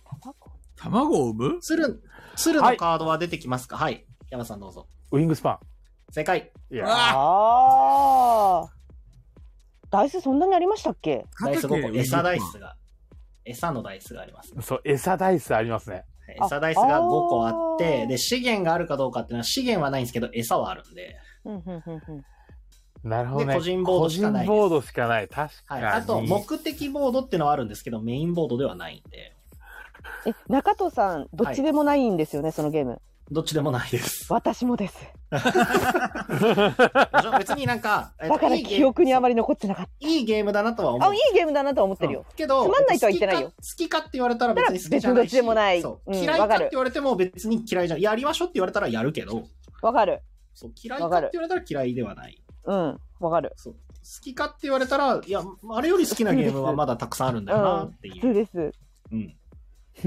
卵を産む
鶴、鶴のカードは出てきますかはい。山さんどうぞ。
ウィングスパ
正解。
ン。いや、
あ
ああ。ダイスそんなにありましたっけ
ダイス5個、餌ダイスが、餌のダイスがあります。
そう、餌ダイスありますね。
あ
餌ダイスが5個あっ
あ
て、
ー
で、資源があるかどうかっていうのは、資源はないんですけど、餌はあるんで。
うんうんうんうん。
なるほどね。
で個人ボードしかないです
個人ボードしかない。確か
はい。
に。
あ と、目的ボードっていうのはあるんですけど、メインボードではないんで。
え、中藤さん、どっちでもないんですよね、そのゲーム。
どっちでもない です。
私もです。
別になんか、えっと
だから
いいゲー
記憶にあまり残ってなかっ
いいゲームだなとは
た。
思
あ、
う
いい。ゲームだなとは思ってるよ。
けど、
つまんないとは言ってないよ
好きか。好きかって言われたら別に好きじゃな
別にど
いし。
っちでもない
そう
うん
嫌いか
わ
っ
か
て
る
言われても別に嫌いじゃん。やりましょうって言われたらやるけど、
わかる。
そう嫌いか
わ
っ
か
て
る
言われたら嫌いではない。
うん、わかる。
そう好きかって言われたら、いや、あれより好きなゲームはまだたくさんあるんだよなってい
普
う。
通 です。
うん。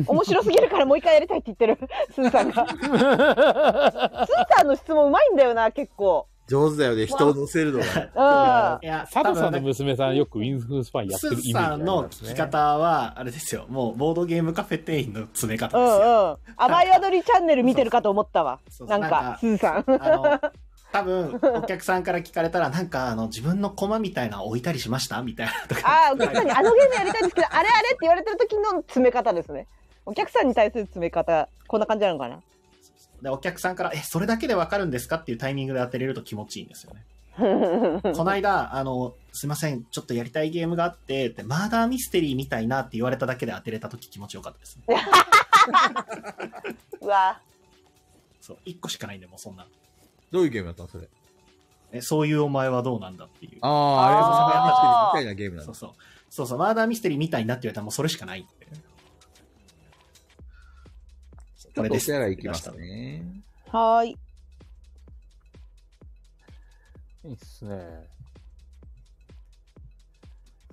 面白すぎるからもう一回やりたいって言ってる。 スーさんが。スーさんの質問うまいんだよな、結構。
上手だよね、人を乗せるのが。
うん。あ
いや、
佐藤さん
多分ね
の娘さんよくウィンフスパイやっ
ス
てるイメー
ー
ジあ
さ
り
ん
ま
の
す
聞
ね
き方は、あれですよ、もうボードゲームカフェ店員の詰め
う
方で
ん
すよ。
うん。甘いアドリチャンネル見てるかと思ったわ
そ。う
なん
なんか
か、スーさん。
あの、多分、お客さんから聞かれたら、なんか、あの、自分のコマみたいなの置いたりしましたみたいな とか。
ああ、お客さんにあのゲームやりたいんですけど、あれあれって言われてる時の詰め方ですね。お客さんに対する詰め方、こんな感じなのかな。
で、お客さんから、え、それだけでわかるんですかっていうタイミングで当てれると気持ちいいんですよね。この間、あの、すいません、ちょっとやりたいゲームがあって、って、マーダーミステリーみたいなって言われただけで当てれた時気持ちよかったですね。
うわ
そう、一個しかないんで、もうそんな。
どういうゲームだったのそれ。
え、そういうお前はどうなんだっていう。
ああ、
あー
あれ、そのみたいなゲームなん
そ
だ
う。そう。そうそう、マーダーミステリーみたいになって言われたらもうそれしかないって。
ちょっとお手洗い行き
ま
ま
し
す
た
ね。
はーい。
いいっすね。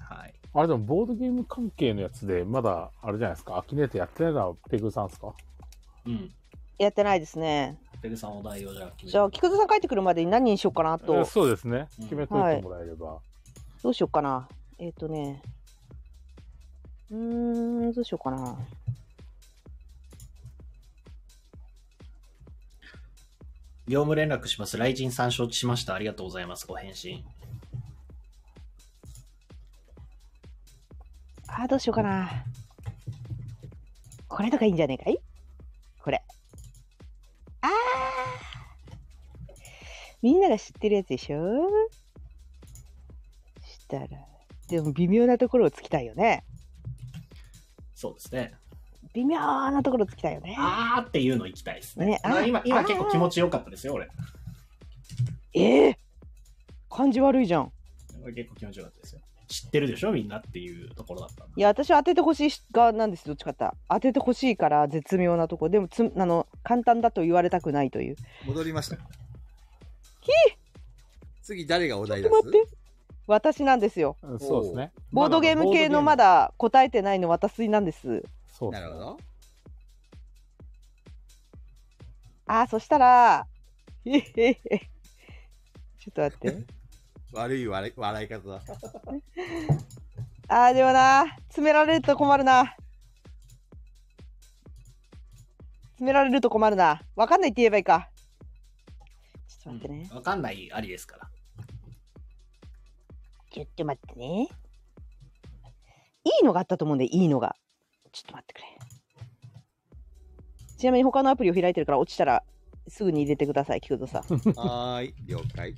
はい。
あれでも、ボードゲーム関係のやつで、まだ、あれじゃないですか、アキネートやってないのはペグさんですか
うん。
やってないですね。
ペグさんお題をじゃあ決めて
じゃあ、菊田さん帰ってくるまでに何にしようかな
えー
と。
そうですね。
うん
決めといてもらえれば。
どうしようかな。えっ、とね。うーん、どうしようかな。
業務連絡します。雷神さん承知しました。ありがとうございます。ご返信。
あー、どうしようかな。これとかいいんじゃねえかいこれ。あーみんなが知ってるやつでしょしたら、でも微妙なところをつきたいよね。
そうですね。
微妙なところをつきたいよね。
あーっていうの行きたいですね。
ねあー
まあ今、
あ
今
ー
結構気持ちよかったですよ、俺。
ええ感じ悪いじゃん。
俺結構気持ちよかったですよ。知ってるでしょ、みんなっていうところだったん
い
で。
や、私は当ててほしい側なんです、どっちかって言ったら当ててほしいから絶妙なとこ。でもつ、あの、簡単だと言われたくないという。
戻りました。次誰がお題出す
待って。私なんですよ。
うんそうですね。
ボードゲーム系のまだ答えてないの私なんです。
そうで
なる
す
ほ
ね。
ど。
あー、そしたら、へへへちょっと待って。
悪い笑い笑い方だ。
あー、でもな、詰められると困るな。詰められると困るな。わかんないって言えばいいか。ちょっと待ってね。
うんわかんないありですから。
ちょっと待ってね。いいのがあったと思うんで、いいのが。ちょっと待ってくれ。ちなみに他のアプリを開いてるから落ちたらすぐに入れてください、菊田さん。みん
はーい、了解。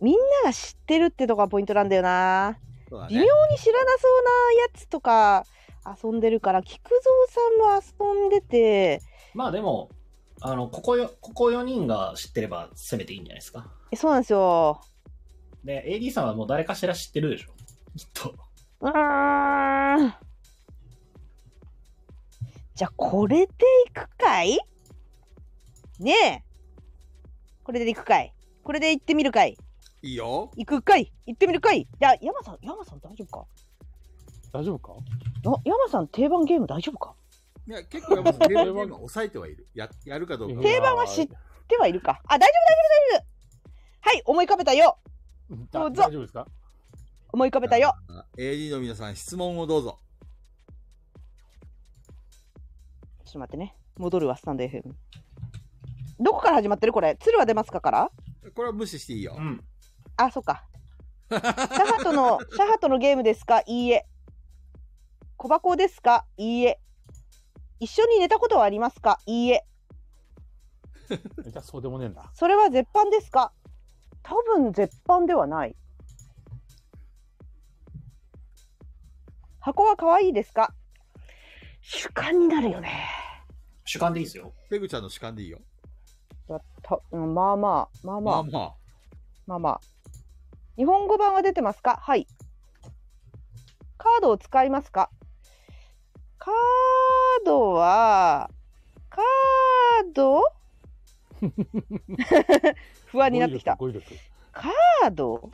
なが知ってるってとこがポイントなんだよな。
そうだ
微
ね
妙。に知らなそうなやつとか遊んでるから、菊蔵さんも遊んでて、
まあでも、あの、ここよ、ここ4人が知ってれば攻めていいんじゃないですか。
えそうなんですよ。
で、AD さんはもう誰かしら知ってるでしょ。きっと。
うーん。じゃあ、これでいくかいねえ。これでいくかいこれで行ってみるかい
いいよ。
行くかい行ってみるかいいや、山さん、山さん大丈夫か
大丈夫か
あ山さん、定番ゲーム大丈夫か
いや、結構やっぱ定番ゲームは抑えてはいる。や、やるかどうか。
定番は知っ
いや
ではいるか。あ、大丈夫、大丈夫、大丈夫はい、思い浮かべたよ
ー
ど
だ
うぞ
大丈夫ですか
思い浮かべたよ。
あ。AD の皆さん、質問をどうぞ。
ちょっと待ってね。戻るわ、スタンド FM。どこから始まってるこれ。鶴は出ますかから
これは無視していいよ
う。ん。
あ、そっか。シャハトの、シャハトのゲームですかいいえ。小箱ですかいいえ。一緒に寝たことはありますかいいえ。
じゃあそうでもねえんだ。
それは絶版ですか多分絶版ではない。箱は可愛いですか主観になるよね。
主観でいいですよ。
ペグちゃんの主観でいいよ。
だったうんまあまあ、まあま
ま
あ
あ、まあ。
まあまあ。日本語版は出てますかはい。カードを使いますかカードは、カー ド不安になってきた。
語彙力。語彙力
カード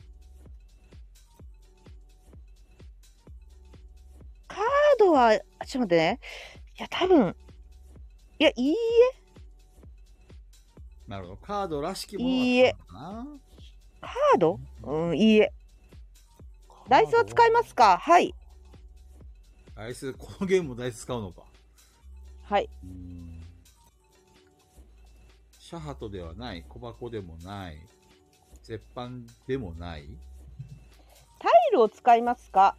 カードは、ちょっと待ってね。いや、多分、いや、いいえ、
なるほど。カードらしきもの
いいえ。
だな。
カードうん、いいえ。ダイスは使いますかはい。
ダイス、このゲームもダイス使うのか。
はい。
うーんシャハトではない、小箱でもない、絶版でもない。
タイルを使いますか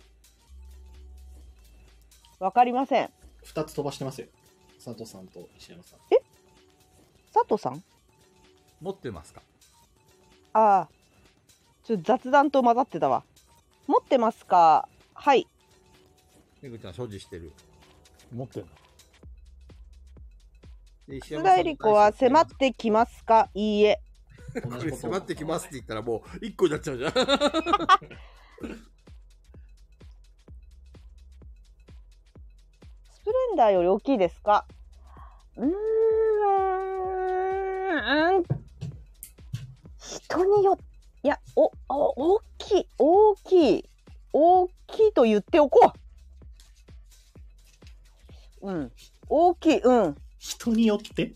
わかりません。
二つ飛ばしてますよ。佐藤さんと石山さん。
佐藤さん
持ってますか
ああ。ちょっと雑談と混ざってたわ。持ってますかはい。
ペグちゃん所持してる。
持ってんの。
で、石
津田恵理子は迫ってきますかいいえ。
こ
同じ
れ
ことを
迫ってきますって言ったらもう1個になっちゃうじゃん。
スプレンダーより大きいですかうーんうーん人によっいやおお大きい大きい大きいと言っておこううん大きいうん
人によって
い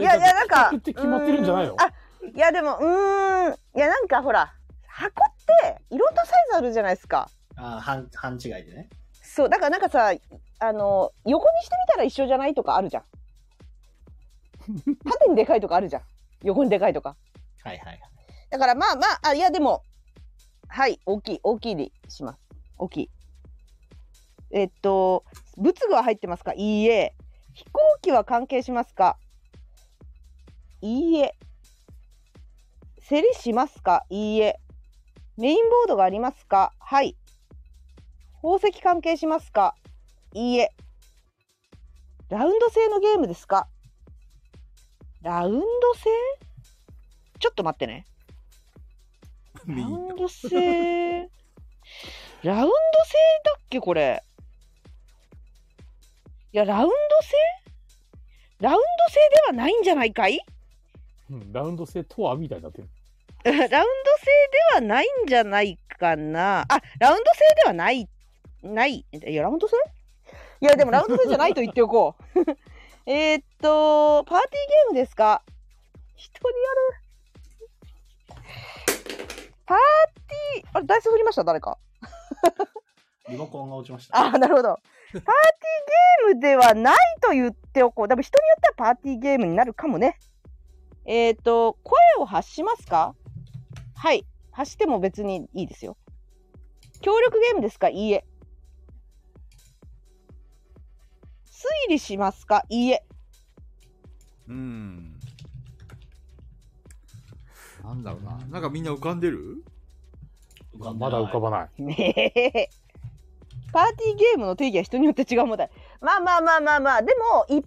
やいやなんか
比較って決まってるんじゃないの
うーんあいやでもうーんいやなんかほら箱っていろんなサイズあるじゃないですか
ああ、半、半違いでね。
そうだからなんかさあの横にしてみたら一緒じゃないとかあるじゃん縦にでかいとかあるじゃん横にでかいとか
はいはいはい。
だからまあまああいやでもはい大きい大きいにします大きいえっと仏具は入ってますかいいえ飛行機は関係しますかいいえ競りしますかいいえメインボードがありますかはい宝石関係しますかいいえラウンド制のゲームですかラウンド制ちょっと待ってねラウンド制ラウンド制だっけこれいやラウンド制ラウンド制ではないんじゃないかい
うんラウンド制とはみたいになってる。
ラウンド制ではないんじゃないかなあラウンド制ではないないいやラウンド制いやでもラウンド制じゃないと言っておこう えーっとパーティーゲームですか人にやるパーティーあれダイス振りました誰か
リモコンが落ちました。
あなるほど。パーティーゲームではないと言っておこう。でも人によってはパーティーゲームになるかもね。えっ、と、声を発しますかはい。発しても別にいいですよ。協力ゲームですかいいえ。推理しますかいいえ。
うん。なんだろうな。なんかみんな浮かんでる
まだ浮かばない。
ねえ。パーティーゲームの定義は人によって違うもんだ。まあまあまあまあまあ、でも一般的に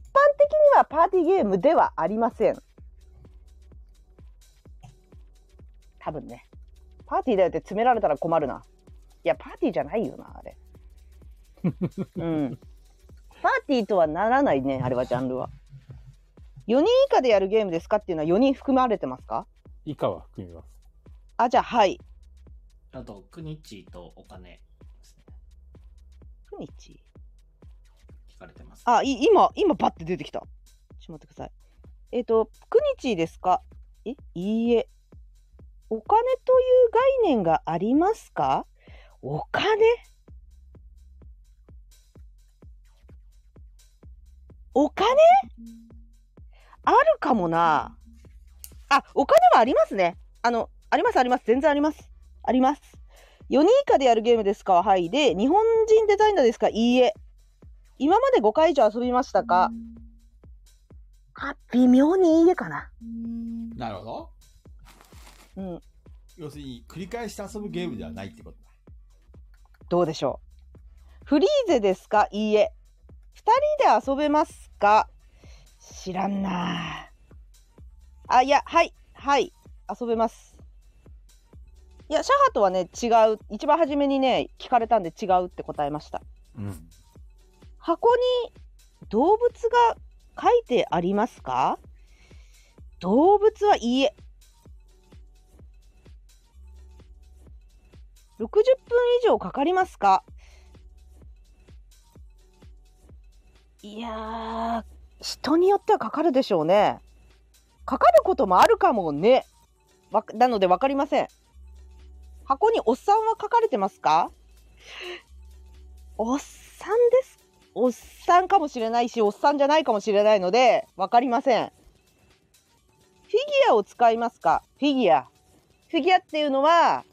はパーティーゲームではありません。多分ね。パーティーだよって詰められたら困るな。いや、パーティーじゃないよな、あれ。うん。パーティーとはならないね、あれはジャンルは。4人以下でやるゲームですかっていうのは4人含まれてますか
以下は含みます。
あ、じゃあはい。
あと、くにちとお金ですね。
ふみち。
聞かれてます。
あ、い今、今、バッて出てきた。ちょっと待ってください。えっ、と、クニチーですかえ、いいえ。お金という概念がありますかお金お金あるかもな。あ、お金はありますね。あの、ありますあります。全然あります。あります。4人以下でやるゲームですかはい。で、日本人デザイナーですかいいえ。今まで5回以上遊びましたかあ、微妙にいいえかな。
なるほど。
うん、
要するに、繰り返して遊ぶゲームではないってことだ。
どうでしょう。フリーゼですかいいえ。2人で遊べますか知らんなあいやはいはい遊べますいやシャハとはね違う一番初めにね聞かれたんで違うって答えました
うん。
箱に動物が書いてありますか動物はいいえ60分以上かかりますかいやー人によってはかかるでしょうねかかることもあるかもねわなので分かりません箱におっさんは書かれてますかおっさんですおっさんかもしれないしおっさんじゃないかもしれないので分かりませんフィギュアを使いますかフィギュアフィギュアっていうのは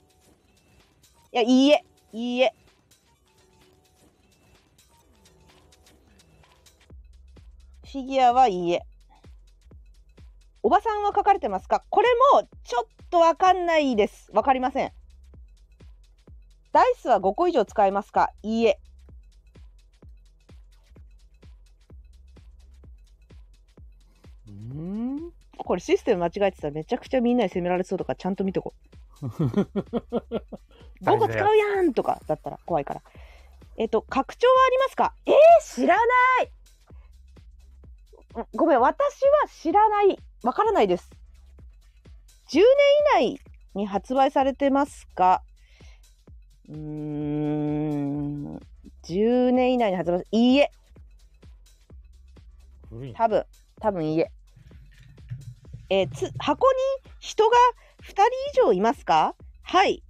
いやいいえいいえフィギュアはいいえおばさんは書かれてますかこれもちょっと分かんないです分かりませんダイスは5個以上使いますかいいえうーんこれシステム間違えてたらめちゃくちゃみんなに責められそうとからちゃんと見とこう。5個使うやんとかだったら怖いから。えっと、拡張はありますかえー、知らないごめん、私は知らない。わからないです。10年以内に発売されてますかうーん、10年以内に発売、いいえ、
古いな
多分多分いいええーつ箱に人が2人以上いますかはい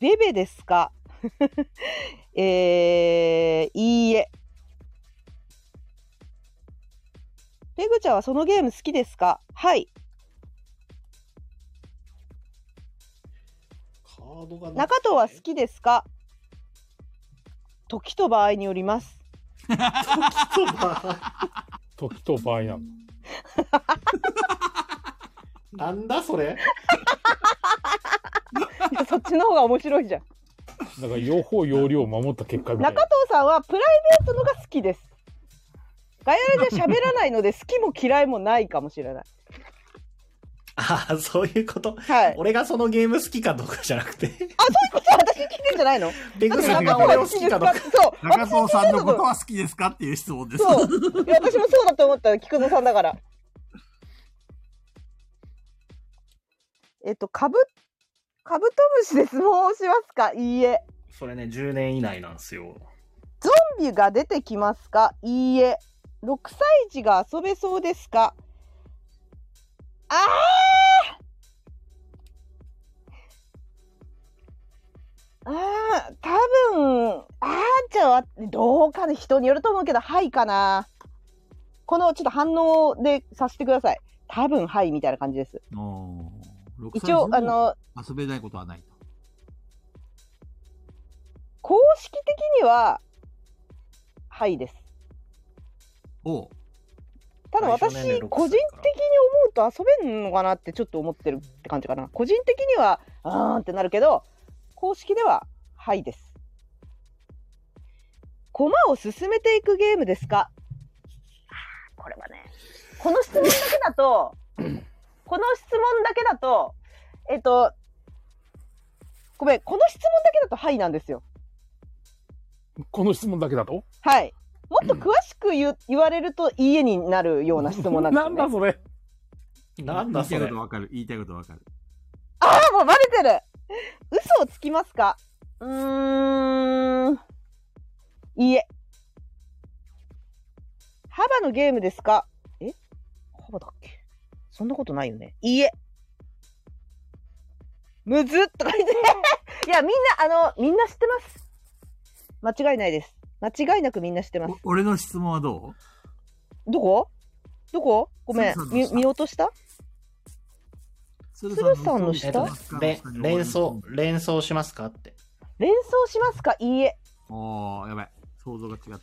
ベベですか えー、いいえペグちゃんはそのゲーム好きですかはい
カードがなく
中
て
藤は好きですか時と場合によります
そうだ
時と場合なの。
なんだそ れ
いやそっちの方が面白いじゃん
だから、両方容量を守った結果みたい
中
な
藤。さんはプライベートのが好きです。ガヤラじゃ喋らないので好きも嫌いもないかもしれない。
ああ、そういうこと。
はい。
俺がそのゲーム好きかどうかじゃなくて、
私に聞いてんじゃないの？
ペグさんが俺を好きかどうか。
そう。
中藤さんのこと
は。
は好きですかっていう質問です。
そう。いや私もそうだと思った菊蔵さんだから。えっとカブカブトムシで相撲をしますか？いいえ。
それね、10年以内なんですよ。
ゾンビが出てきますかいいえ6歳児が遊べそうですかあーあー多分あーじゃあどうかね人によると思うけどはいかなこのちょっと反応でさせてください多分はいみたいな感じです
おー
一応あ、の
6歳児でも遊べないことはないと。
公式的にははいです
おう
ただ私
対象年齢6歳
個人的に思うと遊べんのかなってちょっと思ってるって感じかな個人的にはあーんってなるけど公式でははいです駒を進めていくゲームですかあーこれはねこの質問だけだ とこの質問だけだとえっとごめんこの質問だけだとはいなんですよ
この質問だけだと
はいもっと詳しく言う言われると家になるような質問なんです
な
よ、
ん
ね、
だそれ。
なんだそ
言いたい
れ
こと。わかる。言いたいことわかる。
ああ、もうバレてる嘘をつきますかうーん。いいえ。幅のゲームですかえ幅だっけそんなことないよね。いいえ。むずっとか言って。いや、みんな、あの、みんな知ってます。間違いないです。間違いなくみんな知ってます。
お俺の質問はどう
どこどこごめん
そう。そう
見見落とした
鶴
鶴さんの
えっ
下
と
質問か
ね、れ連想、連想しますかって。
連想しますかいいえ。
おー、やばい。想像が違っ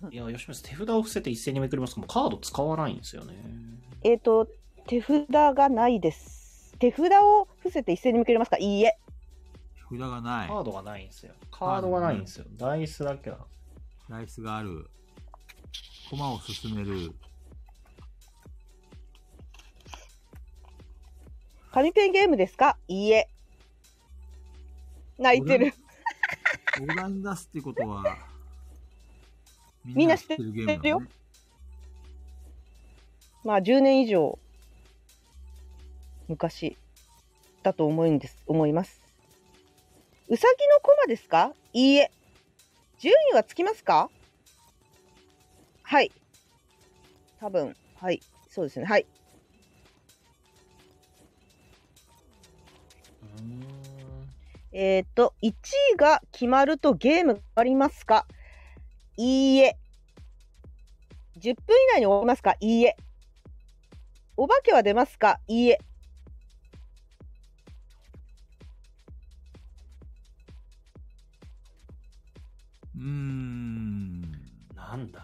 た。
いや、吉村さん、手札を伏せて一斉にめくりますけど、カード使わないんですよね。
えっ、と、手札がないです。手札を伏せて一斉に向けれますかいいえ。
札がない。
カードがないんですよ。カードがないんですよ。ダイスだけは。
ダイスがある。駒を進める。
紙ペンゲームですかいいえ。泣いてる。
オーダーに出すってことは、
みんな知ってるゲームなのね知ってるよまあ10年以上昔だと思うんです思います。うさぎのコマですかいいえ。順位はつきますかはい。多分、はい。そうですね。はい。えっ、と、1位が決まるとゲーム変わりますかいいえ。10分以内に終わりますかいいえ。お化けは出ますかいいえ。
うーん。
なん だ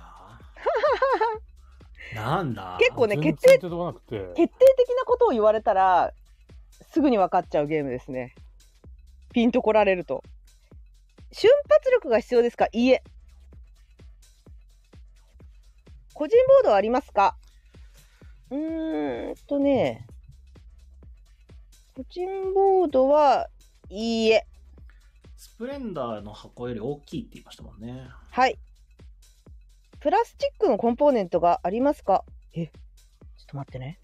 なんだ
結構ね、
全
決
然
定、
出てこなくて。
決定的なことを言われたら、すぐに分かっちゃうゲームですね。ピンと来られると。瞬発力が必要ですかいいえ。個人ボードはありますかうーんとね、個人ボードはいいえ。
スプレンダーの箱より大きいって言いましたもんね。
はい。プラスチックのコンポーネントがありますかえ、ちょっと待ってね。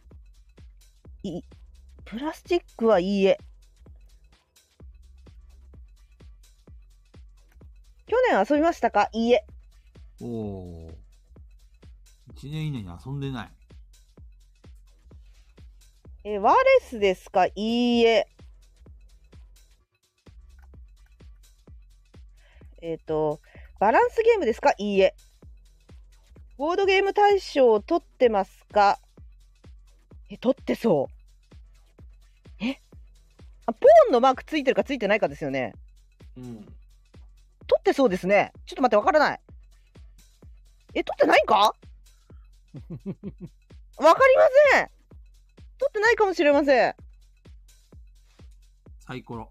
い、プラスチックはいいえ。去年遊びましたかいいえ。
おおー。1年以内に遊んでない。
え、ワーレスですかいいえ。えっ、と、バランスゲームですかいいえ。ボードゲーム大賞を取ってますかえ、取ってそう。えあ、ポーンのマークついてるかついてないかですよね。
うん。
取ってそうですね。ちょっと待って、わからない。え、取ってないんかわかりません。取ってないかもしれません。
サイコロ。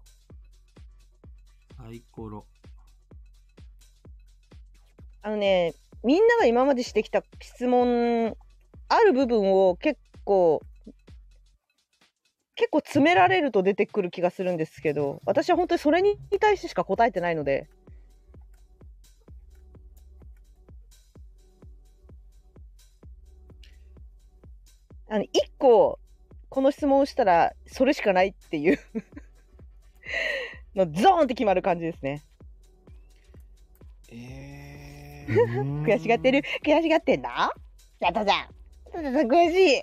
サイコロ。
あのね、みんなが今までしてきた質問、ある部分を結構、結構詰められると出てくる気がするんですけど、私は本当にそれに対してしか答えてないので、あの、一個、この質問をしたら、それしかないっていう の、ゾーンって決まる感じですね。
え
悔しがってる。悔しがってんなやったじゃんやったじゃん悔しいあ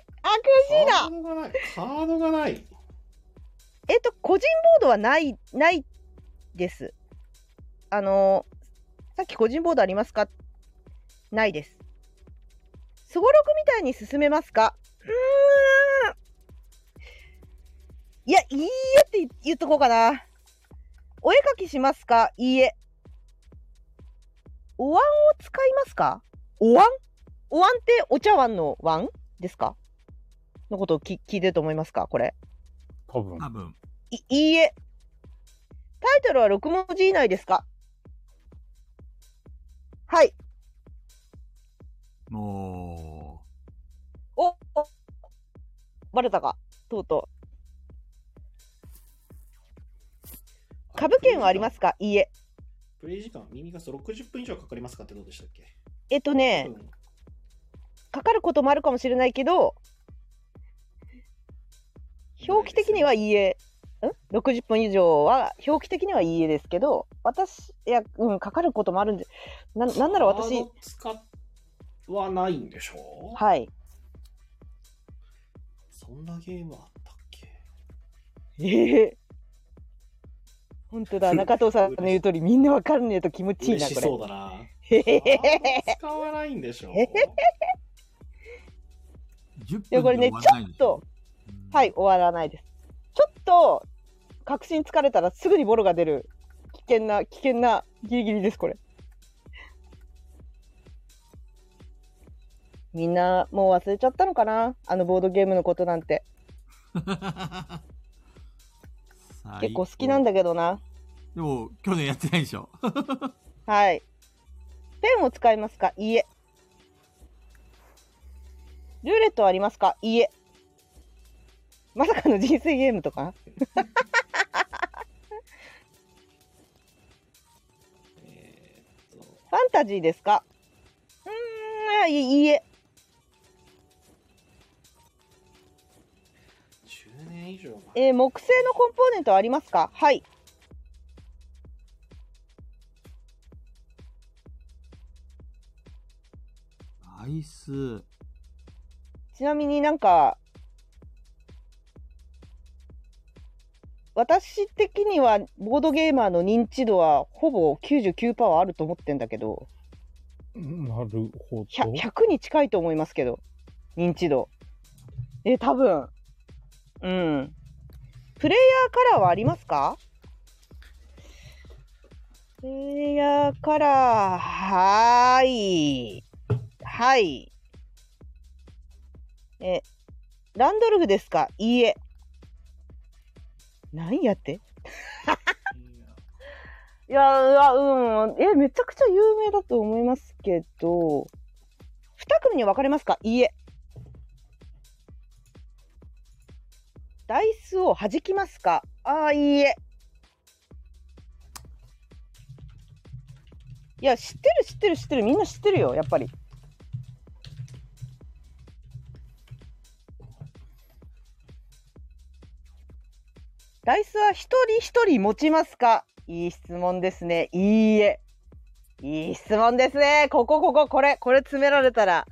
悔しい
カ
な
ードがない。カードがない。
えっと個人ボードはないないですあのさっき個人ボードありますかないですすごろくみたいに進めますかうーんいやいいえって言言っとこうかなお絵かきしますかいいえお椀を使いますかお椀お椀ってお茶碗の椀ですかのことをき聞いてると思いますかこれ
多分。
多分。
いいいえ。タイトルは6文字以内ですかはい。
も
お、おバレたか。とうとう。株券はありますかいいえ。
プレイ時間、耳がす60分以上かかりますかってどうでしたっけ
えっとね、
うん
かかることもあるかもしれないけど、表記的にはいいえ、ん ?60 分以上は表記的にはいいえですけど、私、いや、うん、かかることもあるんで、ななんなら
カー
私
ド、使わないんでしょ
はい。
そんなゲームあったっけ
ええ本当だ、中藤さんの言う通り、みんなわかんねえと気持ちいい
嬉
な、こ
しそ
れ。
うだな。
へへへ
カード使わないんでしょ
え
う、10分
いやこれね
で終わらないでしょ
ちょはい、。
うん
終わらないです。ちょっと、確信つかれたらすぐにボロが出る、危険な、危険な、ギリギリです、これ。みんな、もう忘れちゃったのかなあのボードゲームのことなんて。結構好きなんだけどな。
でも、去年やってないでしょ。
はい。ペンを使いますかいいえ。ルーレットはありますかいいえ。まさかの人生ゲームとか
えーっと
ファンタジーですかうーん、いいいえ。
10年以上前。
えー木製のコンポーネントはありますかはい。
ナイス。
ちなみになんか、私的にはボードゲーマーの認知度はほぼ99%はあると思ってんだけど、
なるほど
100, 100に近いと思いますけど、認知度。え、多分。うん。プレイヤーカラーはありますかプレイヤーカラー、はーい。はい。え、ランドルフですかいいえ。何やっていや、うわ、うん。え、めちゃくちゃ有名だと思いますけど、二組に分かれますかいいえ。ダイスを弾きますかああ、いいえ。いや、知ってる、知ってる、知ってる。みんな知ってるよ、やっぱり。ダイスは一人一人持ちますかいい質問ですね。いいえ。いい質問ですね。ここ、ここ、これ、これ詰められたら、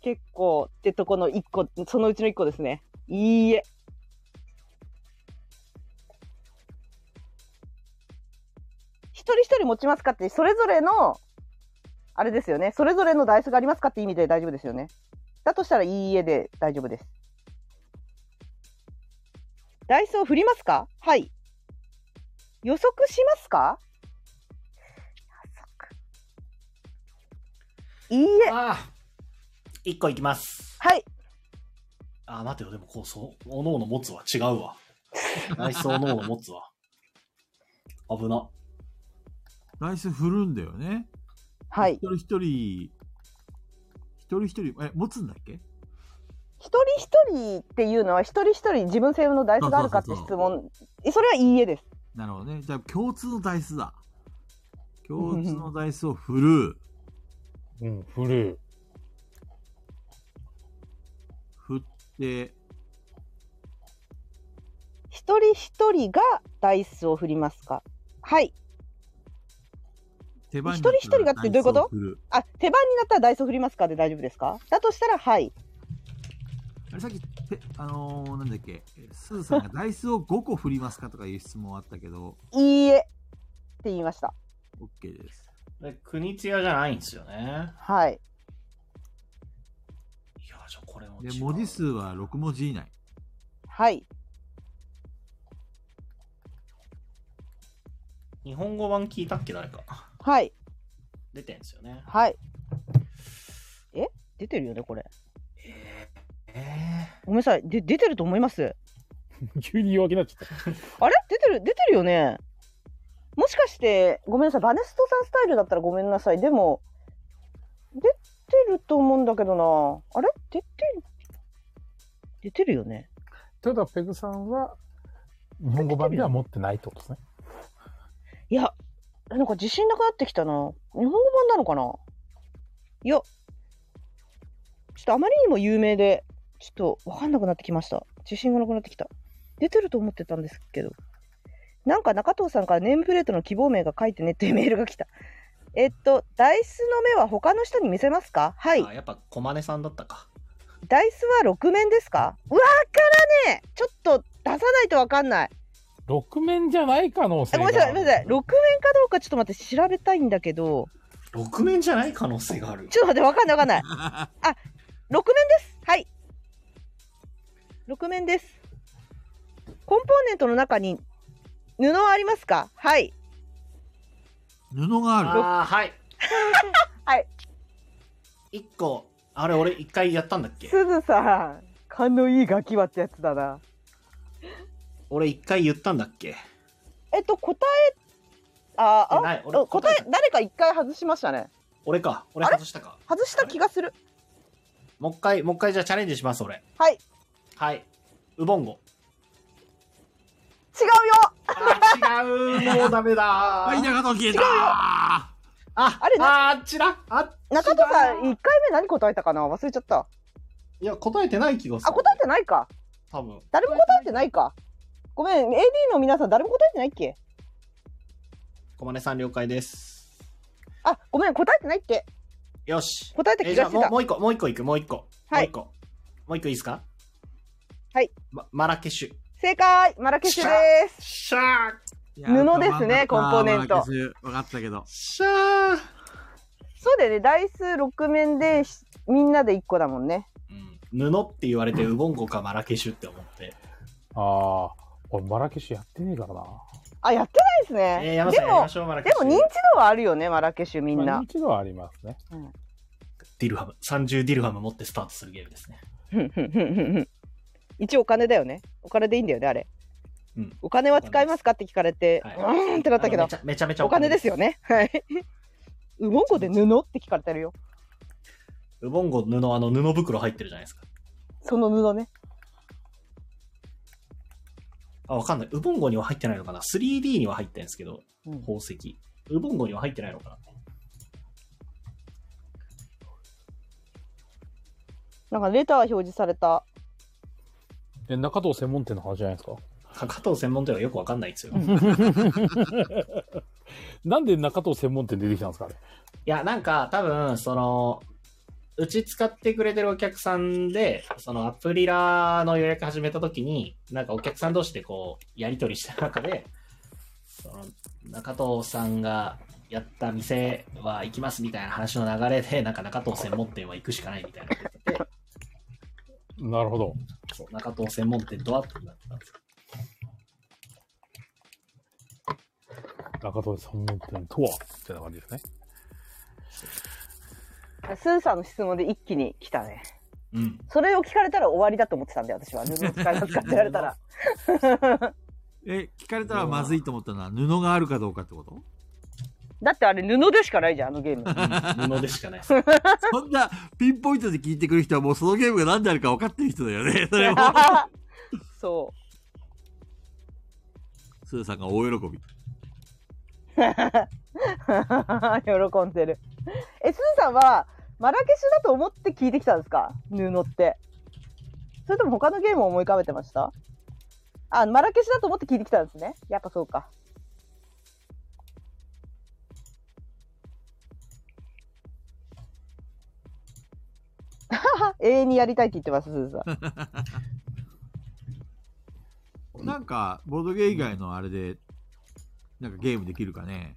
結構ってとこの一個、そのうちの一個ですね。いいえ。一人一人持ちますかって、それぞれの、あれですよね。それぞれのダイスがありますかって意味で大丈夫ですよね。だとしたら、いいえで大丈夫です。ダイスを振りますかはい。予測しますかいいえ。
ああ1個いきます。
はい。
ああ、待てよ、でもこう、そう、おのおの持つわ。違うわ。ダイスおのおの持つわ。危な。
ダイス振るんだよね。
はい。
一人一人、一人一人、え、持つんだっけ
一人一人っていうのは、一人一人自分専用のダイスがあるかって
そうそう
質
そう
問。えそれはいいえです。
なるほどね。じゃあ、共通のダイスだ。共通のダイスを振る。
うん、古い。
振って、
一人一人がダイスを振りますかはい。
手番に
一人一人がってどういうこと
ダイスを振る
あ、手番になったらダイスを振りますかで大丈夫ですかだとしたら、はい。
あれさっき、てあのーなんだっけ、えすずさんがダイスを5個振りますかとかいう質問あったけど、
いいえ。って言いました。
OK です。
で国津屋じゃないんですよね。いや、
はい。
じゃあこれも
で
違、う
文字数は6文字以内。
はい。
日本語版聞いたっけ、誰か。
はい。
出てんですよね。
はい。え出てるよね、これ。
えー、え
ごめんなさい。で、出てると思います。
急に弱気になっちゃっ
あれ出てる、出てるよね。もしかして、ごめんなさい。バネストさんスタイルだったらごめんなさい。でも、出てると思うんだけどな。あれ出てる、出てるよね。
た。ただ、ペグさんは、日本語版では持ってないってことですね。
いや、なんか自信なくなってきたな。日本語版なのかないや、ちょっとあまりにも有名で、ちょっとわかんなくなってきました。自信がなくなってきた。出てると思ってたんですけど。なんか中藤さんからネームプレートの希望名が書いてねっていうメールが来た。えっと、ダイスの目は他の人に見せますかは
ー
い
あ。やっぱ駒根さんだったか。
ダイスは6面ですかわからねえちょっと出さないとわかんない。
6面じゃない可能性
あ
が
ごめんなさい、ごめんなさい。6面かどうかちょっと待って調べたいんだけど。
6面じゃない可能性がある。
ちょっと待って、わかんないわかん ない。あ、6面です。はい。6面です。コンポーネントの中に布はありますかはい。
布がある。
ああ、はい。
はい。
1個、あれ、俺1回やったんだっけ
すずさん、勘のいいガキはってやつだな。
俺1回言ったんだっけ
えっと、答えあー
えない
あ、
俺
お答え、誰か一回外しましたね。
俺か。俺
あれ
外したか。
外した気がする。
もう一回、もう一回じゃあチャレンジします、俺。
はい。違
はい。ウボ ンゴ。
うよ
あ、違う。もうダメ だ。
あ、
あ、
田舎と消えた
あ
あれな
あっちだ。あ
中戸さん、1回目何答えたかな忘れちゃった。
いや、答えてない気がする。
あ、答えてないか。
多分。
誰も答えてないか。ごめん、AD の皆さん誰も答えてないっけ
小金さん了解です。
あ、ごめん、答えてないって。
よし。
答えた
え
気
じ
が
ゃあ
して
もう
た
も。う一個、もう一個いく、もう一個。
はい
もう一個。もう一個いいですか
はい。
まマラケシュ。
正解マラケシュです。
シャー
布ですねコンポーネント
分かったけど。
シャー
そうだよね、ダイス6面でしみんなで1個だもんね。
うん、布って言われてウボンゴかマラケシュって思って。
ああ、俺マラケシュやってねえからな。
あ、やってないです
えー、
ね。
山
で
さんやり
も
ま、しょう、マラケ
で
シュ。
も認知度はあるよね、マラケシュみん
まあ
な。
認知度はありますね。
ディルハム。30ディルハム持ってスタートするゲームですね。
一応お金だよね。お金でいいんだよね、あれ。
うん
お金は使いますかって聞かれて、
はいう
ーんってなったけど
あのめち、ゃめちゃめちゃ
お金ですよ。ね。はい。ウボンゴで布って聞かれてるよ。
ウボンゴ布、あの布袋入ってるじゃないですか。
その布ね。
あ、わかんない。ウボンゴには入ってないのかな ?3D には入ってるんですけど、
うん
宝石。ウボンゴには入ってないのかな
なんかレター表示された。
え、中藤専門店の話じゃないですか。
加藤専門店はよくわかんないんですよ。い
なんで中藤専門店出てきたんですかね。
や、なんか多分、その、うち使ってくれてるお客さんで、そのアプリラの予約始めた時に、なんかお客さん同士でこう、やり取りした中で、その、中藤さんがやった店は行きますみたいな話の流れで、なんか中藤専門店は行くしかないみたいなこと言って
なるほど。
て、そう、中藤専門店とはってなったんですよ
中藤専門店とはってな感じですね。
スーさんの質問で一気に来たね。
うん。
それを聞かれたら終わりだと思ってたんで、私は。布使いますかって言われたら。
え、聞かれたらまずいと思ったのは布があるかどうかってこと
だってあれ布でしかないじゃん、あのゲーム。
うん布でしかないです。い
そんなピンポイントで聞いてくる人はもうそのゲームが何であるか分かってる人だよ ね。それも。
そ
スーさんが大喜び。
う。 喜んでる。え、すずさんは、マラケシュだと思って聞いてきたんですか布って。それとも他のゲームを思い浮かべてましたあ、マラケシュだと思って聞いてきたんですね。やっぱそうか。 永遠にやりたいって言ってます、すずさん。
なんか、ボードゲー以外のあれで、なんかゲームできるかね。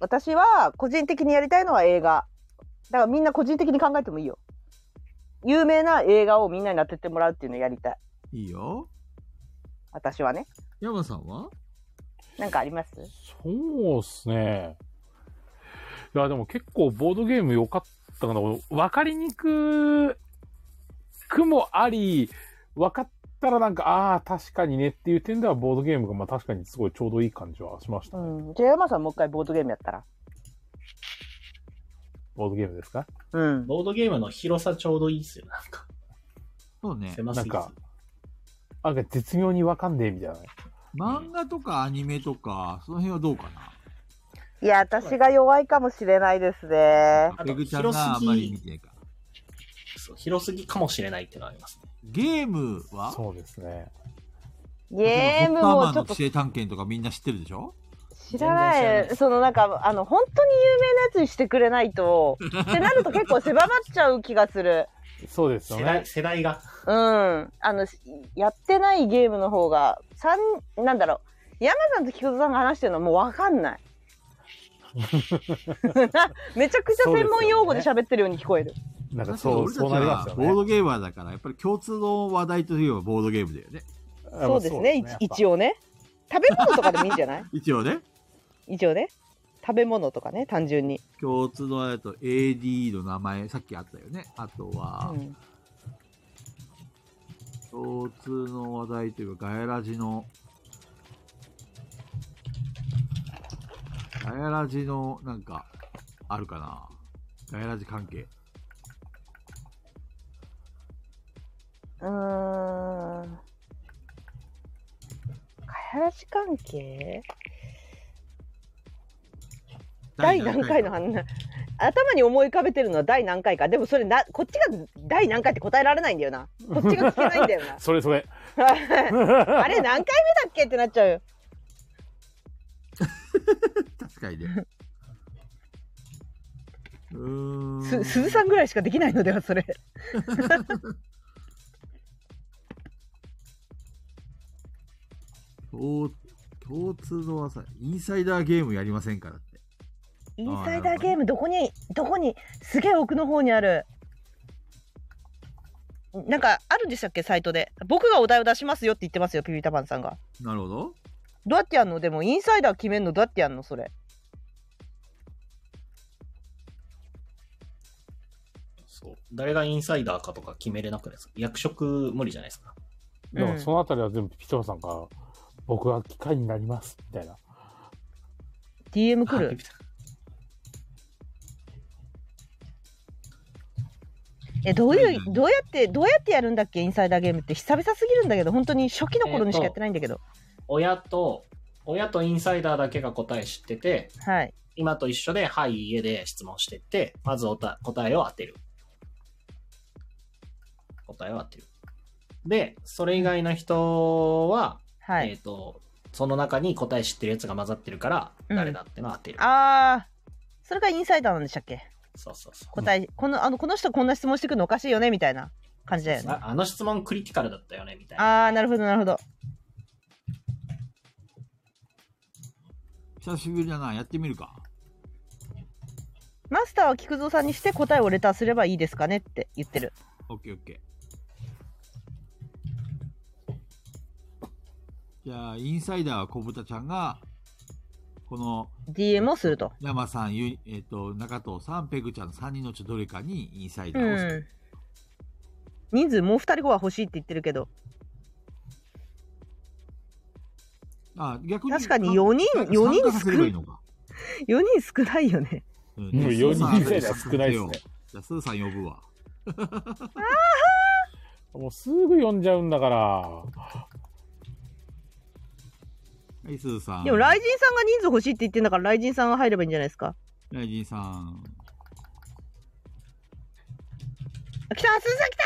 私は個人的にやりたいのは映画だからみんな個人的に考えてもいいよ有名な映画をみんなに当ててもらうっていうのをやりたい
いいよ。
私はね
山さんは
なんかあります
そうっすね。いや、でも結構ボードゲーム良かったかな。わかりにくくもあり、分かったらなんか、ああ、確かにねっていう点ではボードゲームがまあ確かにすごいちょうどいい感じはしました。
うんじゃあ山さんもう一回ボードゲームやったら
ボードゲームですか
うん
ボードゲームの広さちょうどいいっすよ。なんか、
そうね。
狭すぎず
なんかあなんか絶妙にわかんねえみたいなね。
漫画とかアニメとか、その辺はどうか
いや私が弱いかもしれないですね
な。ペグちゃんがあんまり見てないから。
そう広すぎかもしれないっていうのはありますね。
ゲームは
そうですね。
ゲームもちょっ
ホッターマンの
と
規制探検とかみんな知ってるでしょ
知らな
全然知らない
いそのなんかあの本当に有名なやつにしてくれないとってなると結構狭まっちゃう気がする
そうですよ
世
ね
代、。世代が。
うん、あのしやってないゲームの方が三なんだろう山さんと菊田さんが話してるのはもうわかん ないめちゃくちゃ専門用語で喋ってるように聞こえる
な
だ
んか
って
そう、
俺たち
そうなります
は
よ
ボード
ね。
ゲーマーだから、やっぱり共通の話題といえばボードゲームだよね。
そう,、ですね一一
応。
応ね食べ物とかでもいいんじゃない
一応ね。
一応ね食べ物とかね単純に、
共通のあれだと AD の名前、さっきあったよね。あとは
う、ん
共通の話題というか、ガヤラジの、
ガヤラジの、なんか、あるかな。ガヤラジ関係。
うーん。開発関係第何回の話頭に思い浮かべてるのは第何回かでもそれなこっちが第何回って答えられないんだよなこっちが聞けないん だよ
それそれ。
なあれ何回目だっけってなっちゃうよ
確 かにね。うーん。
す鈴さんぐらいしかできないのではそれ
共共通の技、インサイダーゲームやりませんからって。
インサイダーゲームどこにどこにすげえ奥の方にあるなんかあるんでしたっけサイトで僕がお題を出しますよって言ってますよピピタパンさんが
なるほど。
どうやってやんのでもインサイダー決めんのどうやってやんのそれ
そう。誰がインサイダーかとか決めれなくないですか役職無理じゃないですか。
で
う
も
ん
そのあたりは全部ピチョンさんが、僕は機械になります、みたいな。
DM 来るえどういうどうやってどうやってやるんだっけインサイダーゲームって久々すぎるんだけど本当に初期の頃にしかやってないんだけど、
親と、親とインサイダーだけが答え知ってて、
はい
今と一緒で、はい、家で質問してって、まずおた答えを当てる。答えを当てる。で、それ以外の人は、
はい、
えっ、と、その中に答え知ってるやつが混ざってるから、
うん
誰だってのを当てる。
あーそれがインサイダーなんでしたっけ
そうそうそう。
答え、このあのこの人こんな質問してくるのおかしいよねみたいな感じだよね
ああの質問クリティカルだったよね、みたいな。
ああなるほどなるほど
久しぶりだな。やってみるか。
マスターは菊蔵さんにして答えをレターすればいいですかねって言ってる
オッケーオッケー。じゃあ、インサイダーは小豚ちゃんが、この
DM をすると
山さん、ゆえっ、と、中藤さん、ペグちゃんの3人のうちどれかにインサイダ
う
ーをする。
ん人数もう2人後は欲しいって言ってるけど
あ、逆に。
確かに四人
参加
四人
参加させればいいのか。
4人少ないよね
うん
もう
じゃあ
4人インサイダー少ないですね。。
スーさん参加させようじゃあ、スーさん呼ぶわ。
もうすぐ呼んじゃうんだから。
はい、スーさん。
でも雷神さんが人数欲しいって言ってんだから雷神さんが入ればいいんじゃないですか
ライジンさん。
あ来た鈴さん来た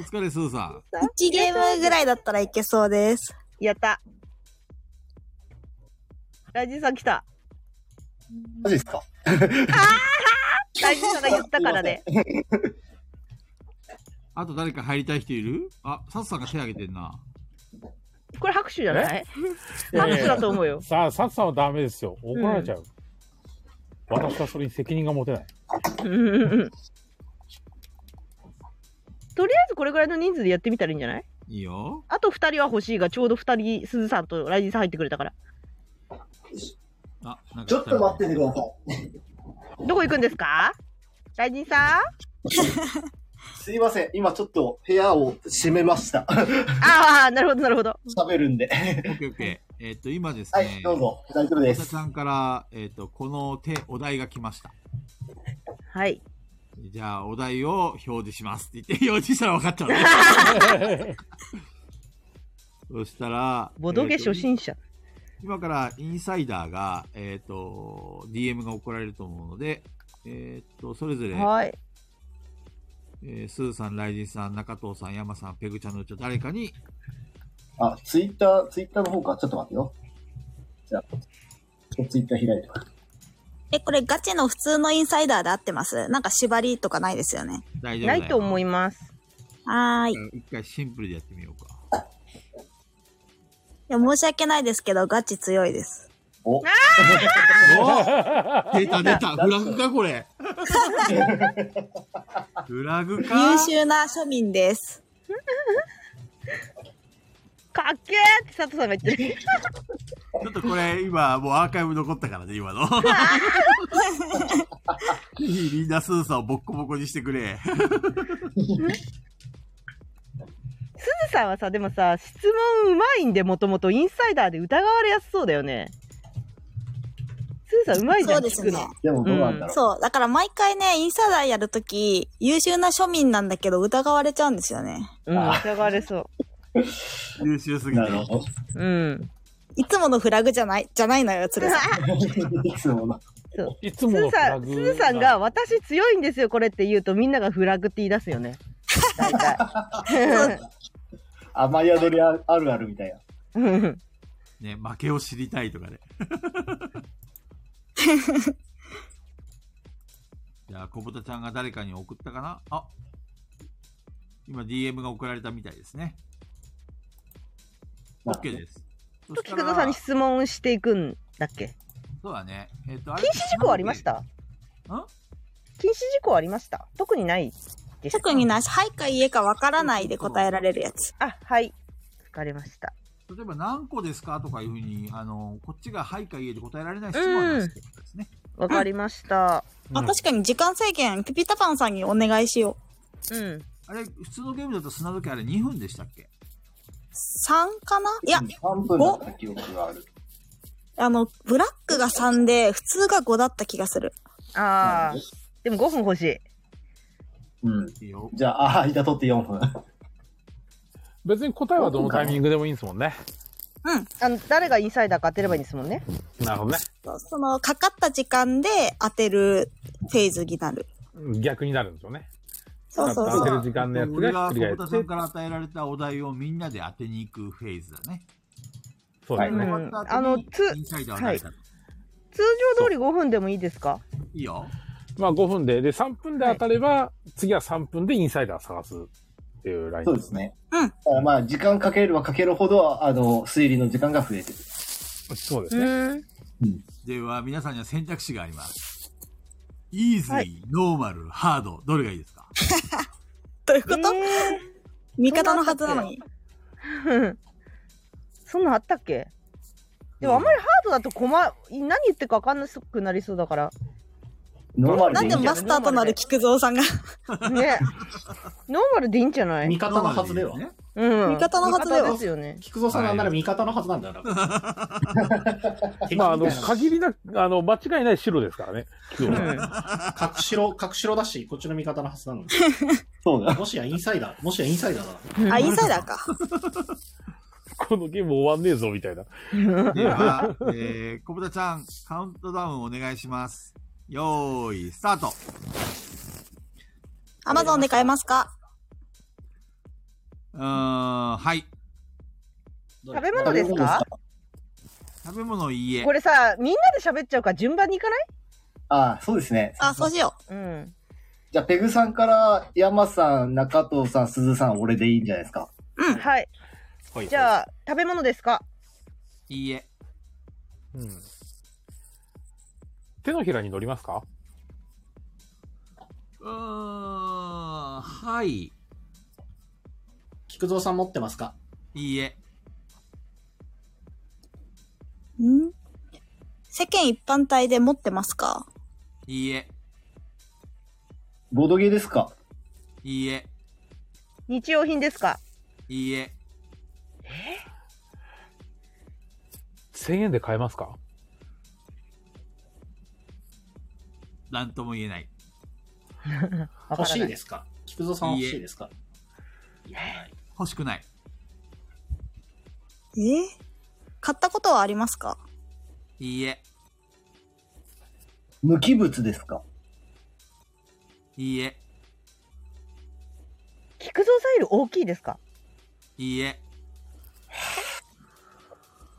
お疲れ、スーさん。
1ゲームぐらいだったらいけそうです。
やった雷神さん来た
マジですか
雷神さんが言ったからね
あと誰か入りたい人いるあ、サツさんが手挙げてんな。
これ拍手じゃない 拍手だと思うよ
さあ、サツさんはダメですよ。怒られちゃう。私はそれに責任が持てない。
うんうんうんとりあえずこれぐらいの人数でやってみたらいいんじゃない
いいよ。
あと2人は欲しいがちょうど2人鈴さんと雷神さん入ってくれたから
あ、なんか
ちょっと待っててください。
どこ行くんですか雷神さん
すいません。今ちょっと部屋を閉め ました。
ああなるほどなるほど
喋るんで。
オッケーオッケー。えっ、と、今ですね。
はい、どうぞ。大丈夫で
小田
す
ち。ゃんから、えっ、と、この手、お題が来ました。
はい
じゃあ、お題を表示しますって言って、表示したら分かっちゃうね。 そしたら、
ボドゲ初
えー
心者、
と今からインサイダーが、えっ、と、DM が送られると思うので、えっ、と、それぞれ、
はい
えースーさん、ライジンさん、中藤さん、山さん、ペグちゃんのうちの誰かに、
あ、ツイッター、ツイッターの方か。ちょっと待ってよ。じゃあ、ツイッター開いて。
え、これガチの普通のインサイダーで合ってますなんか縛りとかないですよね。
大丈夫
ないと思います
はーい。い
一回シンプルでやってみようか。
や、申し訳ないですけど、ガチ強いです。
お、
出た出たフラグかこれフラグか
優秀な庶民です。
かっけーって佐藤さんが言っ てる。
ちょっとこれ今もうアーカイブ残ったからね今の ぜひみんなスーさんをボッコボコにしてくれ
すずさんはさ、でもさ、質問うまいんで、もともとインサイダーで疑われやすそうだよね。スーさんうまいじゃん、
そうですね
聞くの。
でもどうなんだろう。
そう。だから毎回ね、インサイダーやるとき、優秀な庶民なんだけど疑われちゃうんですよね。
うん、疑われそう。
優秀すぎて
な。るほど。
うん。
いつものフラグじゃない、じゃないのよ、 つるさん。
いつもの。
いつ
ス
もの
ー
フ
さ
ラ
ん、
グ
スーさんが、私強いんですよ、これって言うと、みんながフラグって言い出すよね。大体。
甘い宿り ああるあるみたいな。
うん
ね、負けを知りたいとか ね。じゃあ、小豚ちゃんが誰かに送ったかなあ今 DM が送られたみたいですね。
まあ
OK です。そし
菊
た
田さん
ら
に、質問していくんだっけ
そうだね。えっ、と、あれ
禁止事項ありました
ん
禁止事項ありました特にないです。
特になし、はいかいえかわからないで答えられるやつ。
あ、はい。疲れました。
例えば何個ですかとかいうふうに、あの、こっちがはいか言えで答えられない質問なんですけどですね。
わかりました。
あ、確かに時間制限、ピピタパンさんにお願いしよう。
うん。
あれ、普通のゲームだと砂時計あれ2分でしたっけ
3かないや、
半分だった記憶がある。
あの、ブラックが3で、普通が5だった気がする。
ああ。でも5分欲しい。
うん。
いいよ。
じゃあ、あー、板取って4分。
別に答えはどのタイミングでもいいんですもんね。
あの、誰がインサイダーか当てればいいんですもんね。
なるほどね。
そうその、かかった時間で当てるフェーズになる。
逆になるんですよね。
そうそう
当て
そ
る
う。
時間のやつ
俺
が
が
ひ
小
っくり返
豚さ
っ
ん
て。
から与えられたお題をみんなで当てに行くフェーズだね。
そうです
う
ね。
終
んあ
わ
の
った後に
つ
インサイダーはないかと
通常通り5分でもいいですか
いいよ。
まあ5分で、で3分で当たれば、次は3分でインサイダー探すっていうライン
そうですね。
うん
だからまあ、時間かければかけるほど、あの、推理の時間が増えてる。
そうですね。
うん。
では、皆さんには選択肢があります。イーズイ、ノーマル、ハード、どれがいいですか
どういうこと
え
味方のはずなのに。
ー そんなんあったっけでもあんまりハードだと困、何言ってるか分かんなくなりそうだから。
ノーマル
な
でい
ん
い
で
んじゃ
マスターとなる菊蔵さんが、
ね。ノーマルでいいんじゃな
味
い
方のはずでは
ノーマル。いいすね
うん。
味方のはずでは
味方ですよね。
菊蔵さんなんなら味方のはずなんだよ な。
まあ、
敵みた
あ
い
の、
な。
限りなく、あの、間違いない白ですからね。
うん。
隠しろ、隠しろだし、こっちの味方のはずな のに。
そうだ。
もしやインサイダー、もしやインサイダーだな。
あ、インサイダーか。
このゲーム終わんねえぞ、みたいな。
では、えー、小豚ちゃん、カウントダウンお願いします。よーい、スタート。
アマゾンで買えますか
うーん、はい。
食べ物ですか
食べ物いいえ
こ。れさ、みんなで喋っちゃうから順番に行かない
ああ、そうですね。
あ、そうしよ
うん。
じゃあ、ペグさんから、山さん、中藤さん、鈴さん、俺でいいんじゃないですか。
はい。じゃあ、食べ物ですか
いいえ。
うん。手のひらに乗りますか
うーん、はい。い
菊蔵さん持ってますか
いえ。
う。ん世間一般体で持ってますか
いいえ。
ボードゲーですか
いいえ。
日用品ですか
いいえ。
?1000 円で買えますか
なんとも言えない。
わか
欲
ら
し
ないい
ですか菊蔵さん欲しいですかいや
欲しくない。
えー買ったことはありますか
いいえ。
無機物ですか
いいえ。
菊蔵さんより大きいですか
いいえ。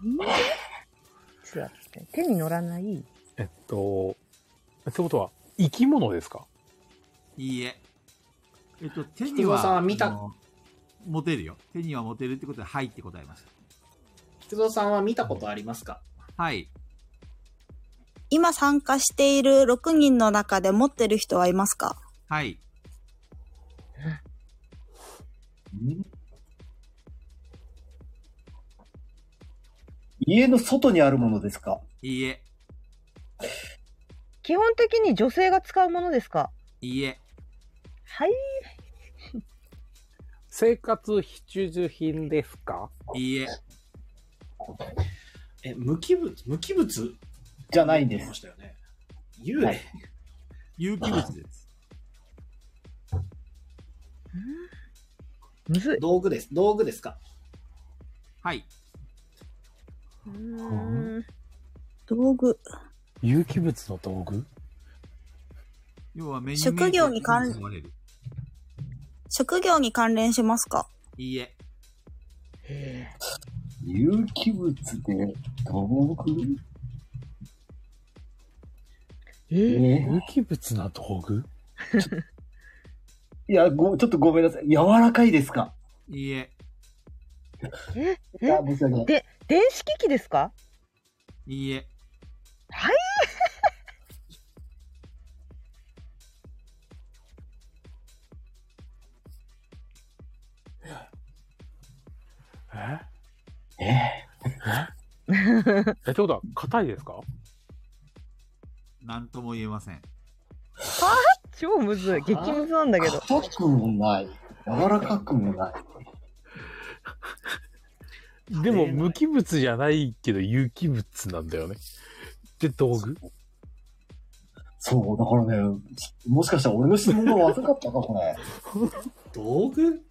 ちょっと待って手に乗らない。
えっと、ってことは、生き物ですか
いいえ。えっと、手に
菊蔵さん
は
は見た
あの持てるよ。手には持てるってことで、はいって答えまし
菊蔵さんは見たことありますか
た。はい。
今参加している6人の中で持ってる人はいますか
はい。
家の外にあるものですか
いいえ。
基本的に女性が使うものですか
いいえ。
はい。
生活必需品ですか
いいえ。
え、無機物無機物
じゃないんで
出
す
ま。したよね。幽霊
有機物です。
むずい。
道具です。道具ですか
はい。
うーん
道具。
有機物の道具
要はメニュー
職業に
メ
関
ニューに含まれる
職業に関連しますか
いいえ。
有機物で道具
え
え
ー
ー
有機物の道具
いやご、ちょっとごめんなさい。柔らかいですか
いいえ。
いや、申し訳ない。
電子機器ですか
いいえ。
え
え
え、ってことは、硬いですか
なんとも言えません。
超むずい。激ムズなんだけ
ー
ど。
硬くもない。柔らかくもない。
でも、無機物じゃないけど、有機物なんだよね。で、道具
そう、だからね、もしかしたら俺の質問が悪かったかもね。
道具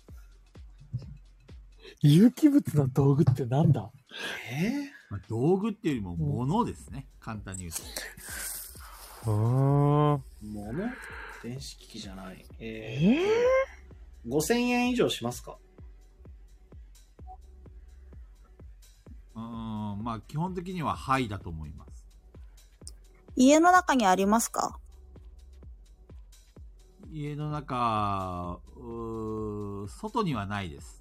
有機物の道具ってなんだ
えー
まあ、道具っていうよりも物ですね。簡単に言うと。
うーん。
物電子機器じゃない。
え
え
ー、
ー、5000円以上しますか
うーん。まあ基本的にははいだと思います。
家の中にありますか
家の中、うー外にはないです。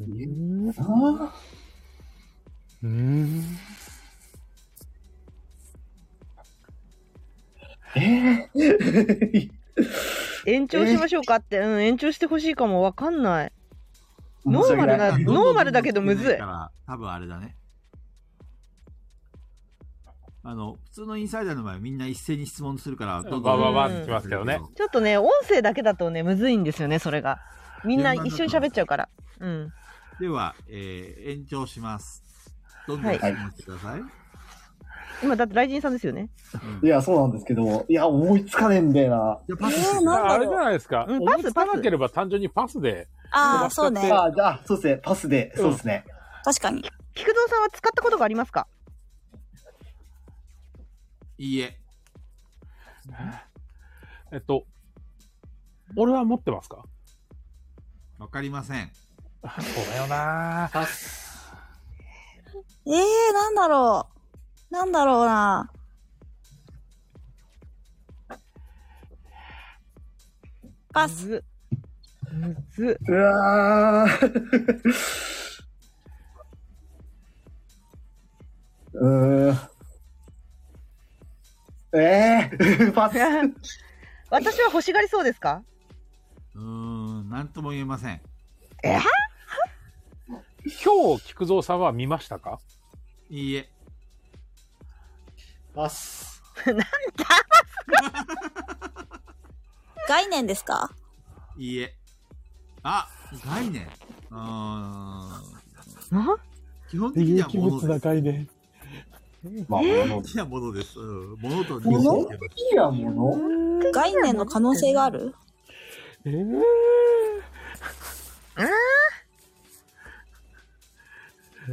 あ
うーん。
ーえー
延長しましょうかって、うん、延長してほしいかもわかんない。ノーマルな
どんどん
ノーマルだけどむずい
どんどん少なから多分あれだね。あの、普通のインサイダーの場合みんな一斉に質問するから、どんどん
わわわ
って
きますけどね
ちょっとね、音声だけだとね、むずいんですよね、それが。みんな一緒に喋っちゃうから。うん。
では、えー延長します。どんどん質問してください。
今、だって雷神さんですよね。
いや、そうなんですけど、いや、思いつかねえんだよな。
じゃあパス
え
し
ー、
て
な
あ
んだ
れじゃ
ろう
ないですか。
うん
思
パ
い
ス
つかなければ単純にパスで。
ああ、そうね。
あーじゃあ、そうですね。パスで、そうですね。
確かに。
菊蔵さんは使ったことがありますか
いいえ。
えっと、俺は持ってますか
わかりません。
そうだよな
えー、なんだろう。なんだろうな。パ
む
ス。
ず。むず。
うわー。うーん。えー、 パス。
私は欲しがりそうですか
うーん、なんとも言えません。
今日、菊蔵さんは見ましたか
いいえ。
パス。
概念ですか
いいえ。あ、概念。うーん。
な
基本的に
有
は
機
もの
物
で
な
す。
概念。
まあ、物
大きなものです。うん、ものと認
物
識
好きなもの
概念の可能性がある
えー、
あー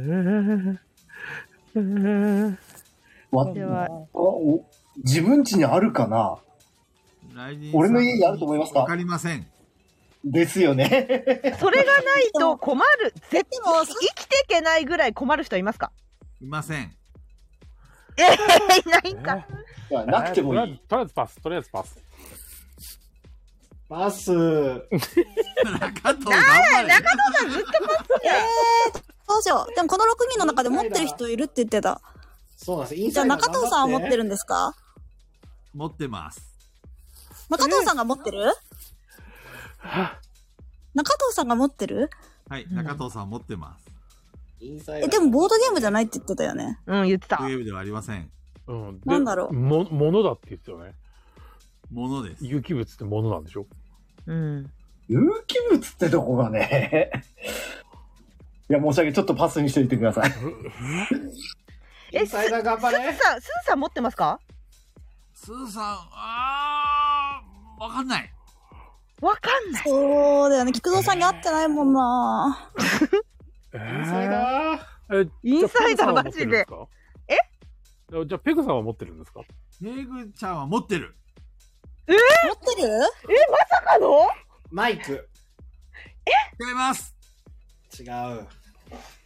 えーえー
わ
では
あお自分家にあるかな
来人さん
俺の家にあると思いますか
わかりません。
ですよね。
それがないと困る。絶
でも、さ
生きていけないぐらい困る人いますか
いません。
えー、いないんか。
いやなくてもい
え
い。
ーとりあえずとりあえずパス、とりあえずパス。
パス。
中藤頑張れ。
どうしよう。でもこの6人の中で持ってる人いるって言ってた。
そうなんです。イン
じ
サ
ゃあ
イダー
中藤さんは持って
る。
るんですか
持ってます。
中藤さんが持ってる中藤さんが持ってる
はい、中藤さん持ってます。
インサイダ
え、
ー。
でもボードゲームじゃないって言ってたよね。
うん、言ってた
ウ。ェブではありません。
うん。で
なんだろう
も、ものだって言ってたよね。
ものです。
有機物ってものなんでしょ
うん。
有機物ってとこがね。や、申し訳、ちょっとパスにしておいてください。
え、す、すー さん、すーさん持ってますか
スーさん、あー、わかんない。
わかんない。
そうだよね。菊蔵さんに会ってないもんな。
えーえ
インサイ
じゃあペグ
ダー
さんは持ってるんすか
え
じゃあ、ペグさんは持ってるんですか
ペグちゃんは持ってる。
持ってる
え、まさかの
マイク。
違います。
違う。
あ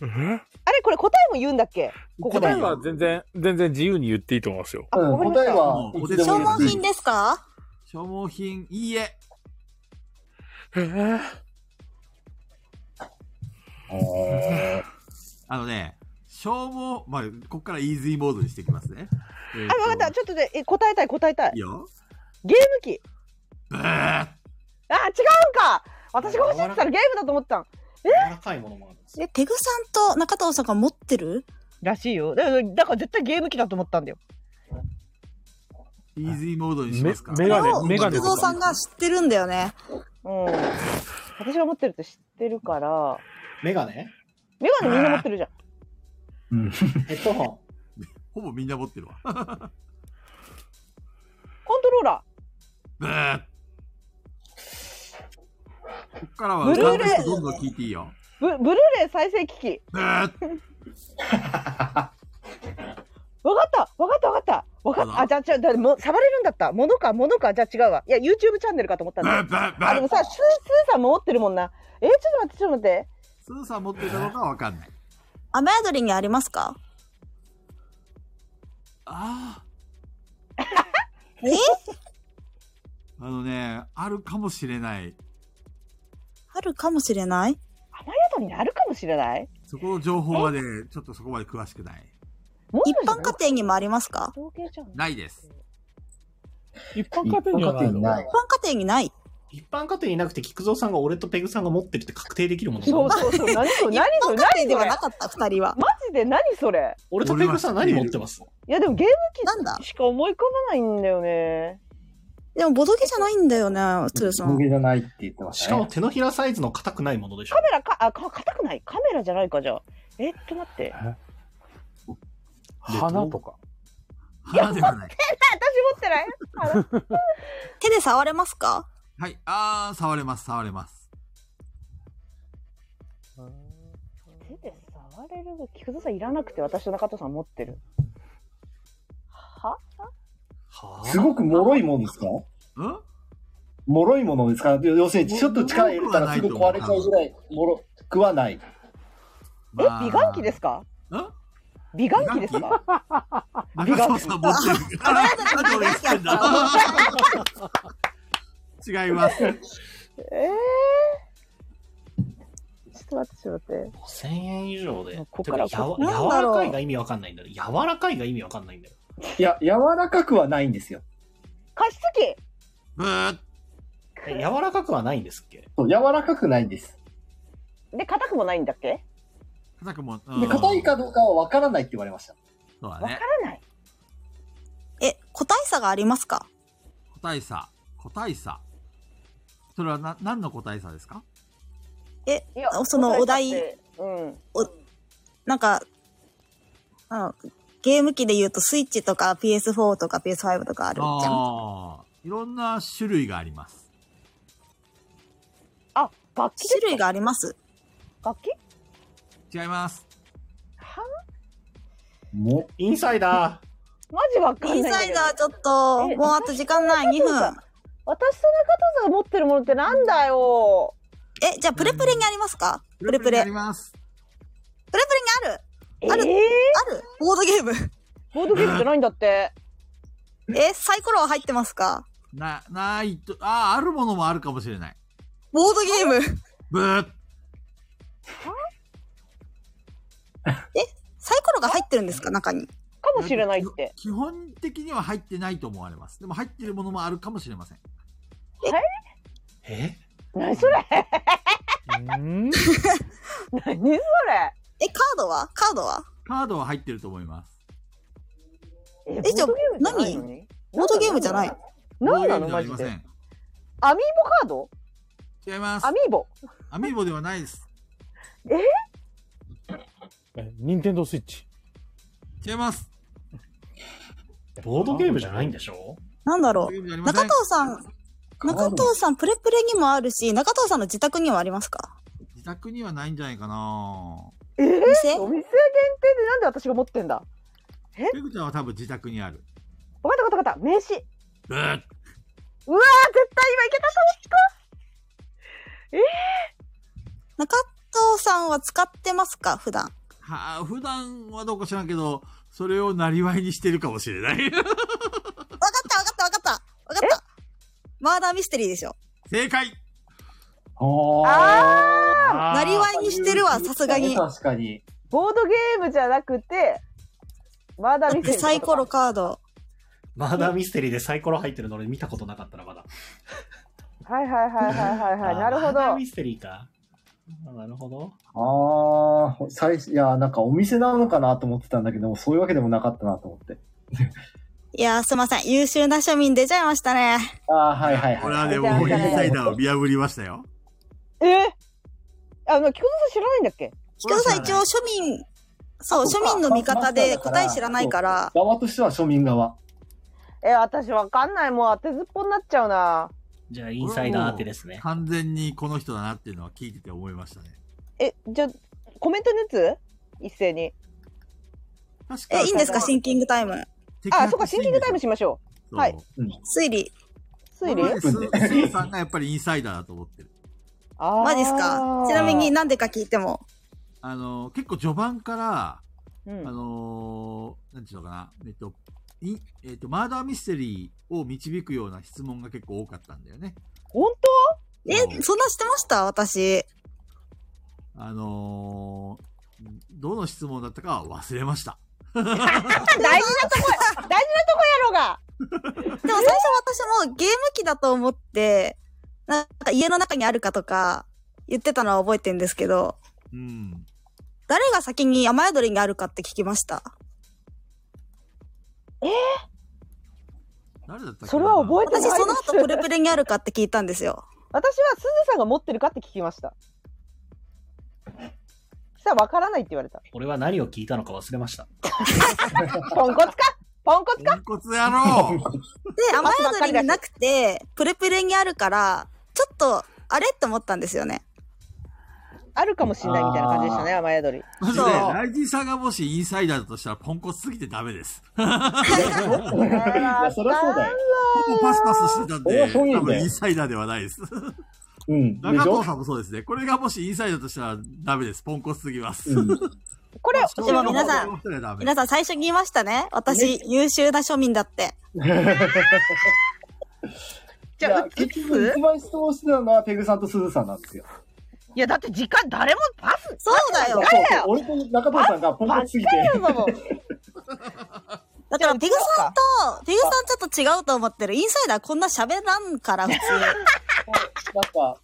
れ、これ答えも言うんだっけここで
答えは全然、全然自由に言っていいと思いますよ。
うん、
わかりました
答えは、いつで
消
も
耗
いいです。
品ですか
消耗品、いいえ。
えー
あのね、消耗、まあ、ここからイージーモードにしていきますね。えー
あ、わかった。ちょっとで、え、答えたい、答えたい
いい。よ。
ゲーム機。
ブー
あ、違うんか私が欲しいって言ったらゲームだと思ってたん。
柔らかいものもあるんです。
え、ペグさんと中藤さんが持ってる
らしいよ。だから、だから絶対ゲーム機だと思ったんだよ。
イージーモードにしますか。
メメガネ
を
メガネ
菊蔵さんが知ってるんだよね。
うん。私が持ってるって知ってるから、
メガネ
メガネみんな持ってるじゃん。
ヘッドホン。
ほぼみんな持ってるわ。
コントローラ
ブーここからは
ブルーレイ
ガンガンどんどん聞いていいよ。
ー。ブブルーレイ再生機器。
ブー
わかったわかったわかったわかっ
あ
た
ら
あ、じゃあ、じゃあ、だもう触れるんだった。物か、物か、じゃあ違うわ。いや、YouTube チャンネルかと思ったん
ブー。
だ
ブーブ
あ、でも
ー
さ、スー、スーさんも持ってるもんな。えー、ちょっと待って、ちょっと待って。
スーさん持ってたのかわかんない。
雨宿りにありますか
あ
え
あ、あのね、あるかもしれない。
あるかもしれない
雨宿りにあるかもしれない
そこの情報はね、ちょっとそこまで詳しくない。
もし
一
かして
般家庭にもありますか
造形じゃん。
ないです。
一般家庭にはないの
一般家庭にない
一般
一般
家庭にない。
家庭になくて、菊蔵さんが俺とペグさんが持ってるって確定できるもの
そう
だな
そうそう。何それ
一般
何それ
家
何
庭で
そ
は
れ
なかった、二人は。
マジで何それ
俺とペグさん何持ってます
いや、でもゲー
なんだ
ムしか思い浮かばないんだよね。
でも、ボドゲじゃないんだよね、つーさ
ボ
ん。
ゲじゃないって言ってまし
したかも
ね。
手のひらサイズの硬くないものでしょ
カメラか、あ、か、硬くないカメラじゃないか、じゃあ。えっと待って。
花とか。
花ではない。
私持ってないあの
手で触れますか
はい。ああ、触れます、触れます。
手で触れる菊田さんいらなくて私と中田さん持ってる。は
すごく脆いもんですか
うん
脆いものですか要するに、ちょっと力入れたらすぐ壊れちゃうぐらい、脆くはな
え、
い。
美顔器ですすか
ん
美顔器ですか
中川さん持ってる。
雨
あ
宿りにありますか
違います。
えー。ちょっと待って、ちょっと待って。
?5000 円以上で。
ここから
てかやわ
なんだ
柔
ろ
ら
う
かいが意味わかんないんだよ。柔らかいが意味わかんないんだよ。
いや、柔らかくはないんですよ。
加湿器
ブー
え柔らかくはないんですっけ
そう柔らかくないんです。
で、硬くもないんだっけ
硬くも、う
で、硬いかどうかはわからないって言われました。
そうだ
わか
ね。
らない。
え、個体差がありますか
個体差。個体差。それはな、何の個体差ですか
え、
いや
そのお題
答えたってうん。
なんか、あの、ゲーム機で言うとスイッチとか PS4 とか PS5 とかあるじゃん。
ああ。いろんな種類があります。
あ、楽器です
種類があります。
楽器
違います。
は
も
インサイダー。
マジわか
イ
ん
ン
ないんだけ
サイ
ど。
ダーちょっと、
え
もうあと時間ない、2分。
私と中田さんが持ってるものってなんだよ。
え、じゃあプレプレにありますかプレプレ。
あ
プ
り
レ
ます。
プレにある
え
ある
ー、
あるボードゲーム。
ボードゲームじゃないんだって。
え、サイコロは入ってますか
な、ないと、ああ、あるものもあるかもしれない。
ボードゲーム。
ブー
サイコロが入ってるんですか中に。
かもしれないって。
基本的には入ってないと思われます。でも入ってるものもあるかもしれません。
え
何それ
うん
何それ
え、カードはカードは
カードは入ってると思います。
え、
えじゃあ
ボードゲームじゃないのに
ボードゲームじゃない。
何な
ボードゲーム
の
ではあ
マ
り
ジ
ませ
で。
ん。
アミーボカード
違います
ア。ミーボ。
アミーボではないです。
え
え、ニンテンドースイッチ。
違います。
ボードゲームじゃないんでしょ
なんだろ
ゲームじゃあ
う。
りま
中
せん
藤さん、中藤さん、プレプレにもあるし、中藤さんの自宅にはありますか
自宅にはないんじゃないかな
えー
店
お店限定でなんで私が持ってんだ
ペグちゃんは多分自宅にある。
わかったわかったわかった名刺
ブー
うわー絶対今いけたと
中藤さんは使ってますか普段。
はあ、普段はどうか知らんけど、それをなりわいにしてるかもしれない。
わかったわかったわかったわかったマーダーミステリーでしょ。
正解
あ
あー
なりわいにしてるわ、さすが に。
確かに。
ボードゲームじゃなくてまだ見せる
サイコロカード。
マーダーミステリーでサイコロ入ってるの俺見たことなかったらまだ。
はいはいはいはいはいはい
あー
なるほど
マーダーミステリーか。あなるほど。
ああ、最初、いや、なんかお店なのかなと思ってたんだけど、そういうわけでもなかったなと思って。
いやー、すいません。優秀な庶民出ちゃいましたね。
ああ、はいはいはい。
これはでも、インサイダーを見破りましたよ。
えあの菊蔵さん知らないんだっけ
菊田さん一応庶民、そう、庶民の味方で答え知らないから、
側としては庶民側。
え私わかんないもう当てずっぽになっちゃうな
じゃあ、インサイダー当てですね。
完全にこの人だなっていうのは聞いてて思いましたね。
えじゃあコメントのやつ一斉に
確か
え、いいんですかシンキングタイム。
あそうかシンキングタイムしましょ
う
はい。
推理。
う推
推
理
理スースーさんがやっぱりインサイダーだと思ってる。
あー
マジっすかちなみに、なんでか聞いても。
あの、結構序盤から、
うん
あのー、なんていうのかな、えっと、いえっと、マーダーミステリーを導くような質問が結構多かったんだよね。
本
え、そんなしてました私。
あのー、どの質問だったかは忘れました。
当大事なとこ大事なとこやろうが
でも最初私もゲーム機だと思って、なんか家の中にあるかとか言ってたのは覚えてるんですけど、
うん。
誰が先に雨宿りにあるかって聞きました。
誰だったっけ
それは覚えてない
私
です
その後プレプレにあるかって聞いたんですよ。
私はすずさんが持ってるかって聞きました。したらわからないって言われた。
俺は何を聞いたのか忘れました。
ポンコツかポンコツ
ポ
か
ンコツ野郎
で、雨
待つばっかりだ
宿り
し
になくて、プレプレにあるから、ちょっと、あれって思ったんですよね。
あるかもしれないみたいな感じでしたね、雨宿り。
マジで、
そう
ライジンさんがもしインサイダーだとしたらポンコツすぎてダメです。
いや、そりゃそうだよ。
ほぼパスパスしてたん
俺
で
は、そうい
多
うんだよ
分インサイダーではないです。
うん。でし
中
ょ
藤さんもそうですね。これがもしインサイダーとしたらダメです。ポンコツすぎます。
うん。
これ、
でも皆さん
ん、
皆さん最初に言いましたね。私、優秀な庶民だって。
じ
い
ゃあ、
や
うつ
結局一番質問してたのはペグさんとスズさんなんですよ。
いや、だって時間誰もパス
そうだよ。
そうそう俺と中藤さんがポンコツすぎて。
だもん。もう
だから、ペグさんと、ペグさんちょっと違うと思ってる。インサイダーこんな喋らんから、普通。
なんか、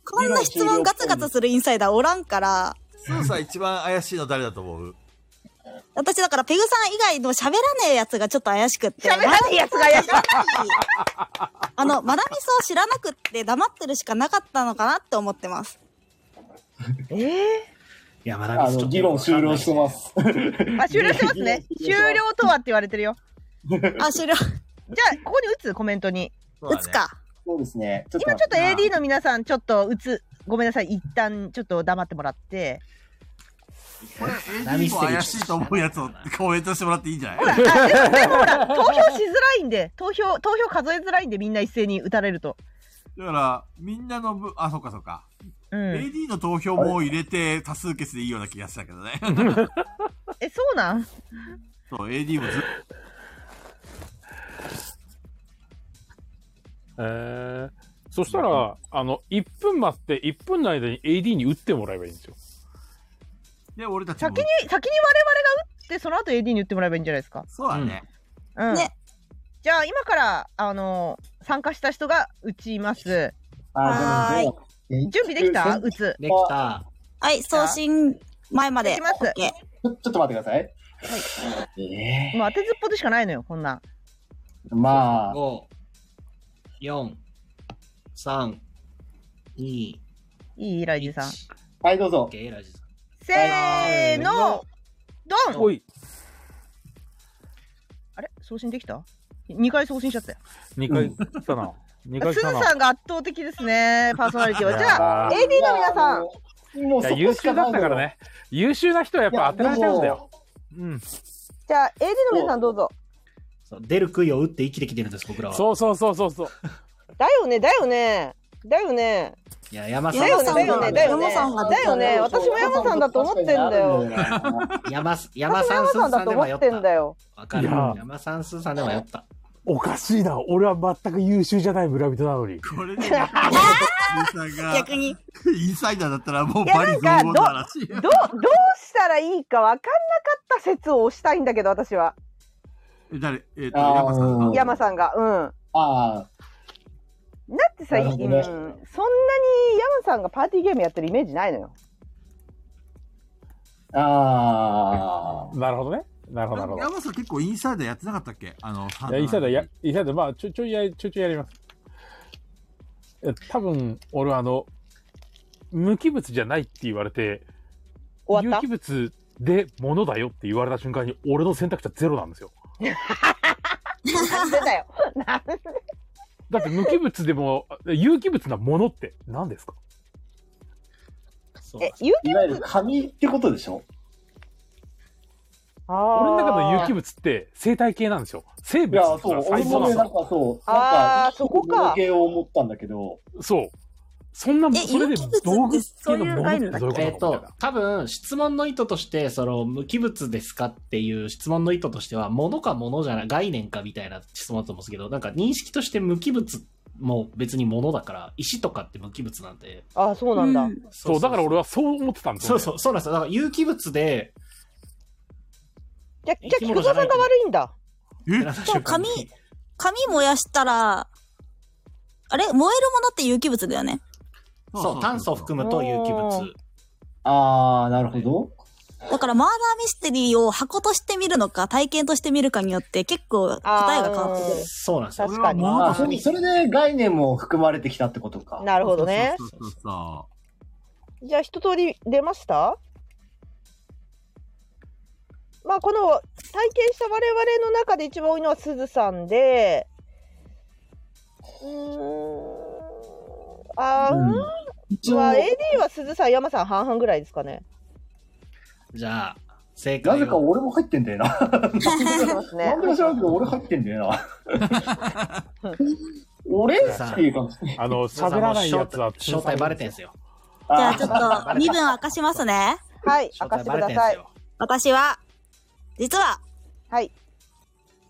こんな質問ガツガツするインサイダーおらんから。
スーさん一番怪しいの誰だと思う
私だから、ペグさん以外の喋らねえやつがちょっと怪しくって。
喋らないやつがやった。
あの、マダミスを知らなくって黙ってるしかなかったのかなって思ってます。
ええ
いや、まだ
あ
ミスちょっ
の、
と
議論終了してます。
ー。あ、終了してますね。終了とはって言われてるよ。
あ、終
じ
了。
ゃあ、ここに打つ、コメントに。
そう
打
だね
つか。
そうですね。ちょっと
今ちょっと
待て
AD の皆さん、ちょっと打つ。ごめんなさい。一旦、ちょっと黙ってもら って。
これ AD も怪しいと思うやつをコメントしてもらっていいんじゃない
ほら、あでもでもほら、投票しづらいんで、投票、投票数えづらいんで、みんな一斉に打たれると。
だから、みんなのぶ、あ、そうかそうか。
うん。
AD の投票も入れて多数決でいいような気がしたけどね。
え、そうなん
そう、AD もずっと
えー、そしたら、あの、1分待って、1分の間に AD に打ってもらえばいいんですよ。
で、俺たちも
先に。、先に我々が打って、その後 AD に打ってもらえばいいんじゃないですか。
そうだね。
うん。
ね
じゃあ、今から、あのー参加した人が打ちます。
あ
はーい
でもね
準備できた
ちょ
打つ。
できた。
はい、送信前ま
い
で。
きます
OK
ちょっと待ってください。え
もう当てずっぽでしかないのよ、こんなん。
ーまあ、
5、4、3、2、
いい、ライジさん。
はい、どうぞ。
OK、ラジさん。
せーの、ドン
おい。
あれ送信できた ?2 回送信しちゃったよ。
2回来たな。2回来
す
た
ず
な。
さんが圧倒的ですね、パーソナリティは。じゃあ、
いや
AD の皆さん、
もう
いや
そこ
優
しか
秀
な
だ
い
ったからね。優秀な人はやっぱ当てられちゃうんだよ。うん。
じゃあ、AD の皆さんどうぞ。
そう出る杭を打って生きてきてるんです、僕らは。
そうそうそうそうそう。
だよね、だよね。だよね。
いや、山さん
だよね、だよね、だよね。
山さんが
だよね。私も山さんだと思ってんだよ。
山す、山
私も
さん、
山
す
さん
ーさ
だ
ん
と
で
思
迷っ
ってん
た。
だよ。
わかる
いや。
山さん、すーさんで迷った。
おかしいな。俺は全く優秀じゃない村人なのに。
これで、 イさんが、
逆に。
インサイダーだったらもう
いや
バリ
な
雑言
んか
の話。
ど、どうしたらいいか分かんなかった説を押したいんだけど、私は。
え誰えっ、と、
あ
山
ー
さん
うん
が。
山さんが。うん。
あ
だってさ、
な
う
る
ん、そ
ほど
ん
ね
なに山さんがパーティーゲームやってるイメージないのよ。
あ、ああ、
なるほどね。なるほど、なるほど。
山さん結構インサイダーやってなかったっけあの、
いや、イサダや、イサダ、まあ、ちょいちょいや、ちょいちょいやります。いや多分、俺はあの、無機物じゃないって言われて、
終
有
わっ
機物で物だよって言われた瞬間に、俺の選択肢はゼロなんですよ。
たなんでだよ。なんで
だって無機物でも、 有機物なものって何ですか
そう
え、有機
いわゆる紙ってことでしょ
俺
俺
の中の有機物って生態系なんですよ。生
い
物
や
なん、です
そう
よ。、
俺も
そう
ね、
な
なんん
で
かそう、
あー
なん
そこか
系を思ったんだけど、
すよそう。そんな、
え
それで
有機物って
道具系のもの
そういう概
っ
念だ
てど
っ
ういうこと
えっ、と、多分、質問の意図として、その、無機物ですかっていう質問の意図としては、物か物じゃない、概念かみたいな質問だと思うんですけど、なんか認識として無機物も別に物だから、石とかって無機物なんで。
あ、そうなん だ。
そう、だから俺はそう思ってたんですよ
そ
ね。
うそう、そうなんですよ。だから有機物で、
じゃ、じゃ
生、き
菊
物じゃ
蔵
な
さん
い
が悪いんだ。
え
そう 紙紙燃やしたら、あれ燃えるものって有機物だよね。
そう、炭素を含むと有機物。
ああ、なるほど。
だからマーダーミステリーを箱として見るのか、体験として見るかによって結構答えが変わってくる。
そうなんですよ。
確かに。
俺は
あ
物
あ、それそれで概念も含まれてきたってことか。
なるほどね。
そうそうそうそ
じゃあ一通り出ましたまあこの体験した我々の中で一番多いのはすずさんでうーんあー、う
うん一
ん、
応
まあ AD はすずさん山さん半々ぐらいですかね。
じゃあ、正
な
解
ぜか
は。
俺も入ってんだよな。
入ってますね
なんでか知らんけど、俺入ってんだ よな。俺っていう感じ。
あ の、喋らないやつは
正体バレてんすよ。
じゃあ
あ
ちょっと身分明かしますね。
はい
正
明かし
体
て
バ
く
レ
だ
てん
さ
す
い
よ。
私は、実は、
はい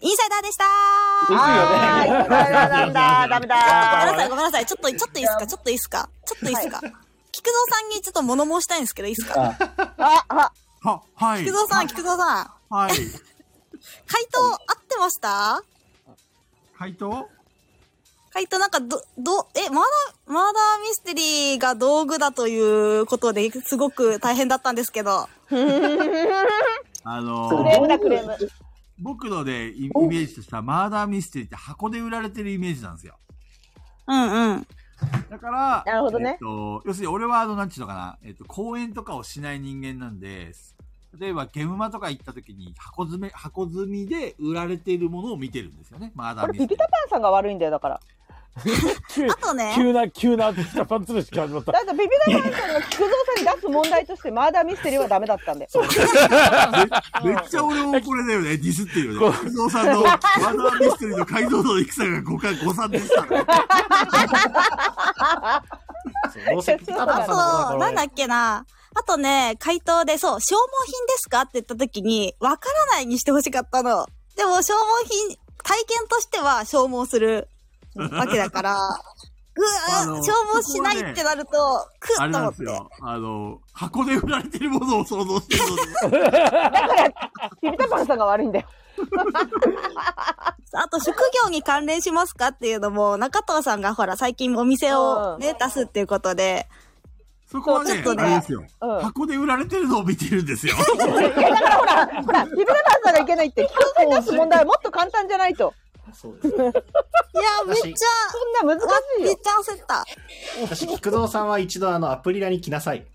インサイダーでした
あーいいからなんだダメ
ごめんな
だ
さい、ごめんなさい。ちょっと、ちょっといいですかちょっといいですかちょっといいですか菊蔵さんにちょっと物申したいんですけど、いいですか
ああ
う。は、はい
菊。蔵さん、菊蔵さん。
はい。
回答合ってました
回答
回答なんか、ど、ど、え、マーダー、マーダーミステリーが道具だということですごく大変だったんですけど。
あの
ク
ー
レームだクレーム
僕ので、イイメージとしては、マーダーミステリーって箱で売られてるイメージなんですよ。
うんうん。
だから、
なるほどね
えっと、要するに俺は、あの、なんちゅうのかな、えっと、公演とかをしない人間なんで、例えば、ゲムマとか行った時に、箱詰め、箱積みで売られているものを見てるんですよね。マーダ
こ
ー
れ
ミステ
ピピ
リ
タ
ー。
パンさんが悪いんだよだから
急
あとね、
急な、急な、パンツルしか始まった。
だってピピタパンさんが菊蔵さんに出す問題としてマーダーミステリーはダメだったんで
めっちゃ俺もこれだ よね、ディスってるよね。菊蔵さんの、マーダーミステリーの解像度の戦が誤解、誤算でしたね。
そうどうせピタパン
あ
さんのことだか
と、
ら
なん
俺
だっけな。あとね、回答で、そう、消耗品ですかって言った時に、わからないにしてほしかったの。でも、消耗品、体験としては消耗するわけだから、うわ
あの
消耗しないってなると、く
あ
っ
れな
と
ん
思っ
です
て。
よ。あの、箱で売られてるものを想像してる ので。
ピピタパンさんが悪いんだよ
あと、職業に関連しますかっていうのも、中藤さんがほら、最近お店をね、出すっていうことで、
そこはね、
ちょっとね
あれですよ、
うん
箱で売られてるのを見てるんですよ。
ほら、 ヒブラダンさんがいけないって、菊蔵さんに出す問題はもっと簡単じゃないと。
そうですね
いや、めっちゃ、
そんな難しい
めっ
よ。
ちゃ焦った。
私、菊蔵さんは一度あの、アプリラに来なさい。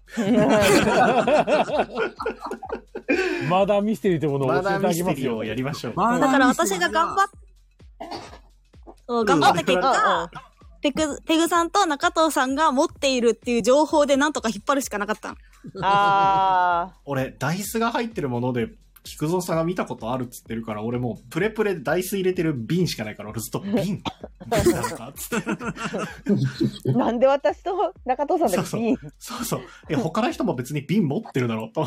マーダーミステリーってものを教
マ
え
ー
て
ダー
あ
ミ
げ
ス
ま
テ
す
リー
よ
を。やりましょう。
だから私が頑張っ、そう頑張った結果、ペグ、ペグさんと中藤さんが持っているっていう情報でなんとか引っ張るしかなかったの。
あ
俺、ダイスが入ってるもので、菊蔵さんが見たことあるっつってるから、俺もうプレプレでダイス入れてる瓶しかないから、俺ずっと瓶、瓶なのかっつって。
ーなんで私と中藤さんだけいい
そうそう。え、他の人も別に瓶持ってるだろうと。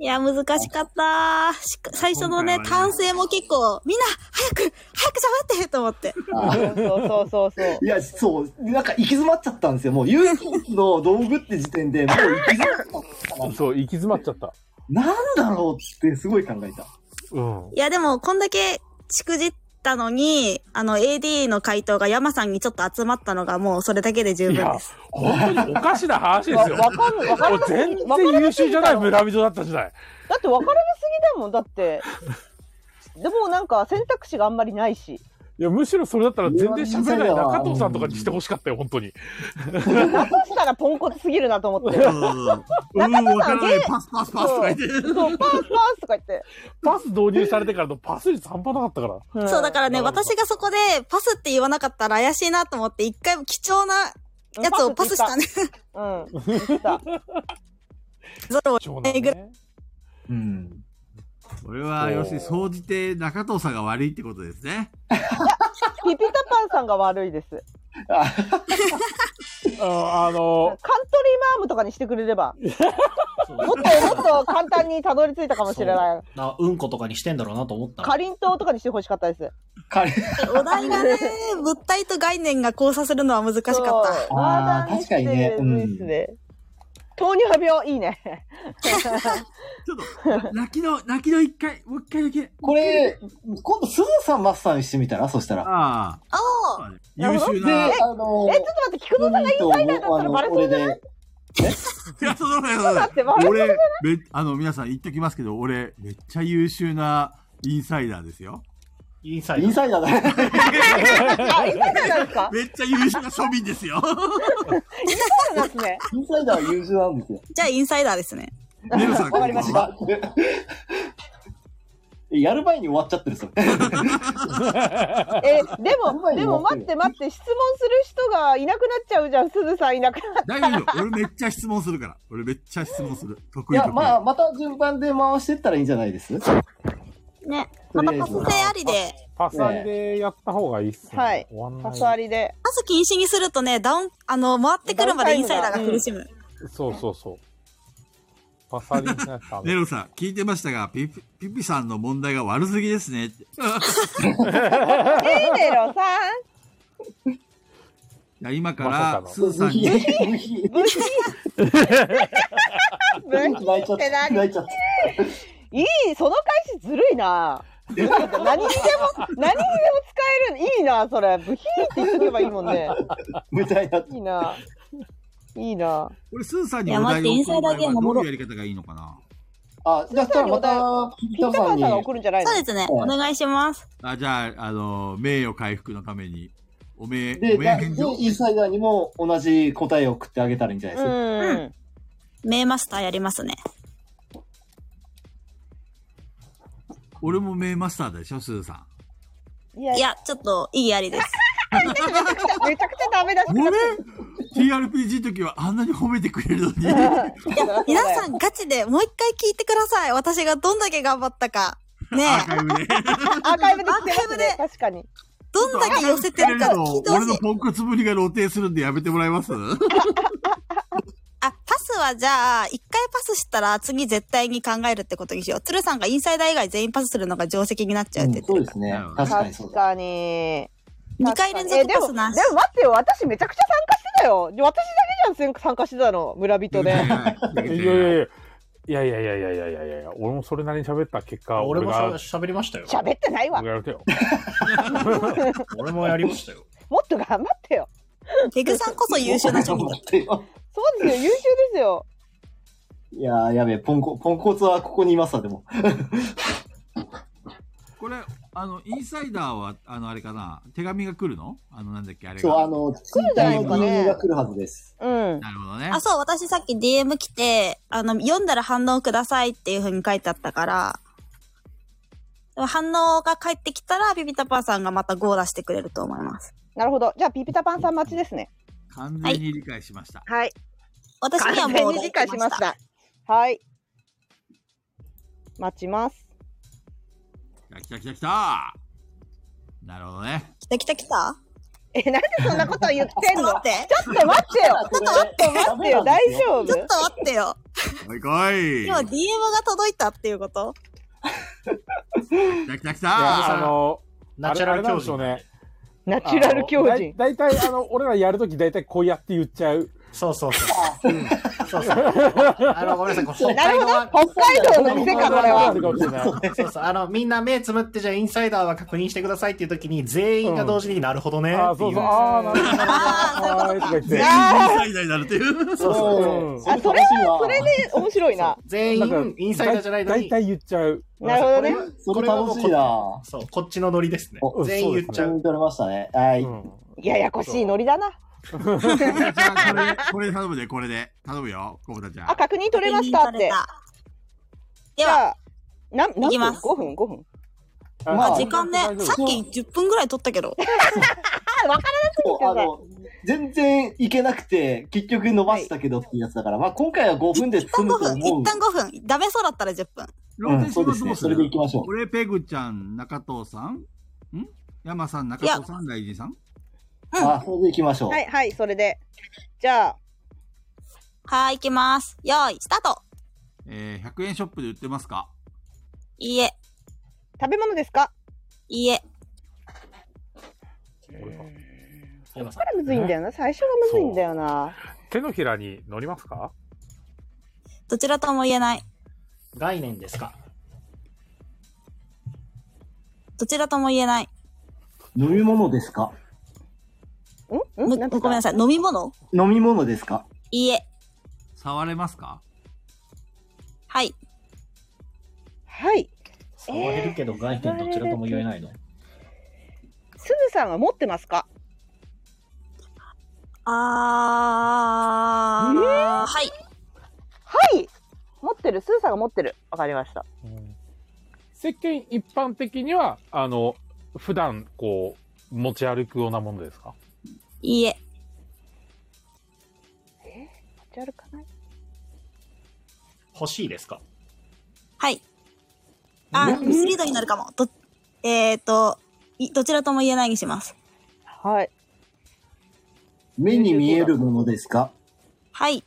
いや、難しかったしか最初のね、
今回はね
単成も結構、みんな、早く、早く喋ってと思って。
そうそうそうそう
いや、そう、なんか行き詰まっちゃったんですよ。もう UFX の道具って時点で、もう行き詰まっちゃったから、
そう、行き詰まっちゃった。
なんだろうってすごい考えた。
うん。
いや、でも、こんだけしくじったのに、あの、AD の回答が山さんにちょっと集まったのが、もうそれだけで十
い
分
や
です。、
本当におかしな話 ですよ
わ。わかんわか
も
り
う
ますぎ
全
わかり
然優秀じゃない村人だったじゃない。
だって分からなすぎだもんだってでもなんか選択肢があんまりないし
いや、むしろそれだったら全然喋れない中藤さんとかにしてほしかったよ、本当に。
だとしたらポンコツすぎるなと思って
うん。うん、わからない。パスパスパスとか言って。
そうパースパースとか言って、
パス導入されてからのパス率半端なかったから。
ん
そう、だからね、私がそこで、パスって言わなかったら怪しいなと思って、一回貴重なやつをパスしたね。
うん言った
ゾロを
貴重なね。
うん。
俺は、要するに、総じて中藤さんが悪いってことですね。
ピピタパンさんが悪いですカント
ああの、
リーマームとかにしてくれれ ばもっともっと簡単にたどり着いたかもしれない
なうんことかにしてんだろうなと思ったの
かりんとうとかにしてほしかったです
彼、
お題がね、物体と概念が交差するのは難しかった。
そうマ
あー
ーダーにし
確
て
かにねうん
いいっすね糖尿病いいね
ちょっと、泣きの、泣きの一回、もう一回だけ。
これ、今度、すずさん、マスさんにしてみたらそしたら。
あ
おー
あ、優秀
で、
な。い
あの
えちょっと待って菊蔵さんがインサイダーだったらバレそうじゃない
俺で
や、そうだよ、そうだ
だってバレ
よ。
そう
俺、め、あの、皆さん言っときますけど、俺、めっちゃ優秀なインサイダーですよ。
インサイ
イ
ド
ン。サイダーだね。
あインサイダーなんですか
めっちゃ優秀な庶民ですよ。
そうなんですね
インサイダーは優秀なんですよ。
じゃあ、インサイダーですね。
ネロさん、
わかりました。 やる前に終わっちゃってる、それ。
えでもでも待って待って質問する人がいなくなっちゃうじゃんすずさんいなくなっ
大丈夫よ。俺めっちゃ質問するから。俺めっちゃ質問する。
い
得意
や、
得意。
まあ、また順番で回してったらいいんじゃないです
ね。
と
ま
りあ
た
えず
パス制ありで、
パスありでやった方がいいっすね。
はい
終わん
た
な
パスあ
い。
りで
パス禁止にするとね、ダウン、あの、回ってくるまでインサイダーが苦しむ。
そうそうそう。パスありにしないとダ
ネ
メ。
ロさん、聞いてましたが、ピピピピさんの問題が悪すぎですねって。い
ねえネロさ
や今か、
まさからの
スーさんに、
んぶん
泣いちゃった。泣いちゃった。
いいその返しずるいな何にでも何にでも使えるいいなそれブヒーって言っとけばいいもんね
みたいな。
いいないいな
これスーさんに
いや
お
待
題
っ
を
て
送る場合
インサイダーゲー
は
ム
ど
戻
うい
ろ
うやり方がいいのかな
あ、じゃあ、したらまた、ピ
ピッ
タ
タパ
さん
ン
に
さんが送るんじゃないの
そうですね。
うん
お願いします。
あじゃあ、あの、名誉回復のために、おめえ、
で、
おめえ
な
返
で
事を。
インサイダーにも同じ答えを送ってあげたらいいんじゃないうですか。
ん
メイマスターやりますね。
俺も名マスターでしょ、スーさ
いや
いや、ちょっと、意義ありです。
めちゃくちゃダメだし
ん。俺 ?TRPG の時はあんなに褒めてくれるのに。
いや、皆さんガチでもう一回聞いてください。私がどんだけ頑張ったか。ね
アー
え、
カイブで。
アーカイブで聞けますね
アーカイブで
確かに
どんだけ寄せてるか聞いてほ
俺
し
の
い。
ポンコツぶりが露呈するんでやめてもらえます
あ、パスはじゃあ、一回パスしたら次絶対に考えるってことにしよう。鶴さんがインサイダー以外全員パスするのが定石になっちゃうって言って
そう
る
で。すね
うん。
確かにそう
確
だ。
かに
二回連続パスなし
えでもでも待ってよ私めちゃくちゃ参加してたよ私だけじゃん参加してたの村人で
いやいやいや。いやいやいやいやいやいやいやいや、俺もそれなりに喋った結果、
俺
俺
もし
が
ゃ、喋りましたよ。
喋ってないわ
俺がやるけよ。
俺もやりましたよ。
もっと頑張ってよ
ペグさんこそ優秀な庶民だ。
そうですよ優秀ですよ
いやー、やべえ、ポンコ、ポンコツはここにいますわ、でも。
これ、あの、インサイダーは、あの、あれかな、手紙が来るのあの、なんだっけ、あれ
今日、あ
が。
の、ツイッタ
だろ
ー
う
に
かね
DM が来るはずです。
うん。
なるほどね。
あ、そう、私さっき DM 来て、あの、読んだら反応くださいっていう風に書いてあったから、でも反応が返ってきたら、ビビタパーさんがまたゴー出してくれると思います。
なるほど。じゃあ、ピピタパンさん待ちですね。
完全に理解しました。
はい。
私には
完
も
全
う
に理解しまし。た。はい。待ちます。
来た来た来たなるほどね。
来た来た来た
え、なんでそんなこと言っ
ちょ
て
っと
ん
待
の
って。
ちょっと待ってよ。
ちょっ
ち
と
ょっと待ってよ。大丈夫
ちょっと待ってよ。
来い来い
今 DM が届いたっていうこと
来た来た来
や
た
あの、
ナチュラル
あれあれなん
教
でしょ
授
うね。
ナチュラル狂人。
だいたい、あの、俺らやるときだいたいこうやって言っちゃう。
そうそうそう。そうそう。あの、ごめんなさい、これ北
な
海
る
道は、
ほど。北海道の店か、これは。
は。
そうそう、あの、みんな目つむって、じゃあインサイダーは確認してくださいっていう時に、全員が同時になるほどね
あ
って
ー、そ
いうう。
そう。ああ、なるほど。ああ、とか言って。
あ
イダーになると いう。
そうそう
うん
あ、それは、それで面白いな。
全員インサイダーじゃないの
だい
に
た。い言っちゃう。
なるほどね。
それ楽しいな
そう、こっちのノリですね
お。
全員言っち
ち
ゃ
ゃ
う。
んとれましたね。はい。
ややこしいノリだな。
じゃあ、これ、これ頼むで、これで。頼むよ、コブタちゃん
あ、。確認取れましたっ
確認取れ
て。
た
じ
では、
ゃあ、な何
いき
分
ます
?5 分 ?5 分。
まあ
時間ね、さっき10分ぐらい取ったけど。
そうあの、全然いけなくて、結局伸ばしたけどっていうやつだから、まあ今回は5分で
一旦
済む
5
と
分、
思う
一。旦5分。ダメそうだったら10分。
ローテーションは
うんそうです
どう
ね
す
そ
る
れで行きましょう
俺、ペグちゃん、中藤さんん山さん、中藤さん、大臣さん
あ、それでいきましょう。
はい、はい、それで。じゃあ、
はい、行きます。よーい、スタート
えー、100円ショップで売ってますか
いいえ、
食べ物ですか
いいえ。
山さ
こ
ん
れむずいんだよな。最初がむずいんだよな。
手のひらに乗りますか
どちらとも言えない。
概念ですか
どちらとも言えない。
飲み物ですか
ん
む
んなん
ごめんな
さ
さい。飲み物
飲み物ですか
いいえ。
触れますか
はい。
はい。
触れるけど概念どちらとも言えないの。
すずさんは持ってますか
あー。はい。
はい持ってる。すずさんが持ってる。わかりました。
世間一般的には、あの、普段、こう、持ち歩くようなものですか
いいえ。
じゃあるかない
欲しいですか
はい。あ、ミスリードになるかも。ど、えーと、いどちらとも言えないにします。
はい。
目に見えるものですか
はい。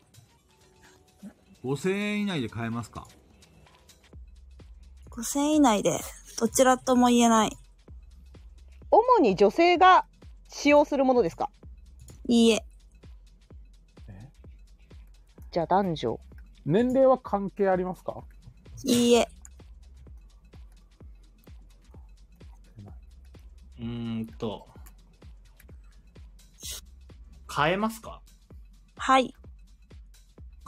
5000円以内で買えますか
5000以内で、どちらとも言えない。
主に女性が使用するものですか
いいえ。
じゃあ男女。
年齢は関係ありますか
いいえ。
うーんと。変えますか
はい。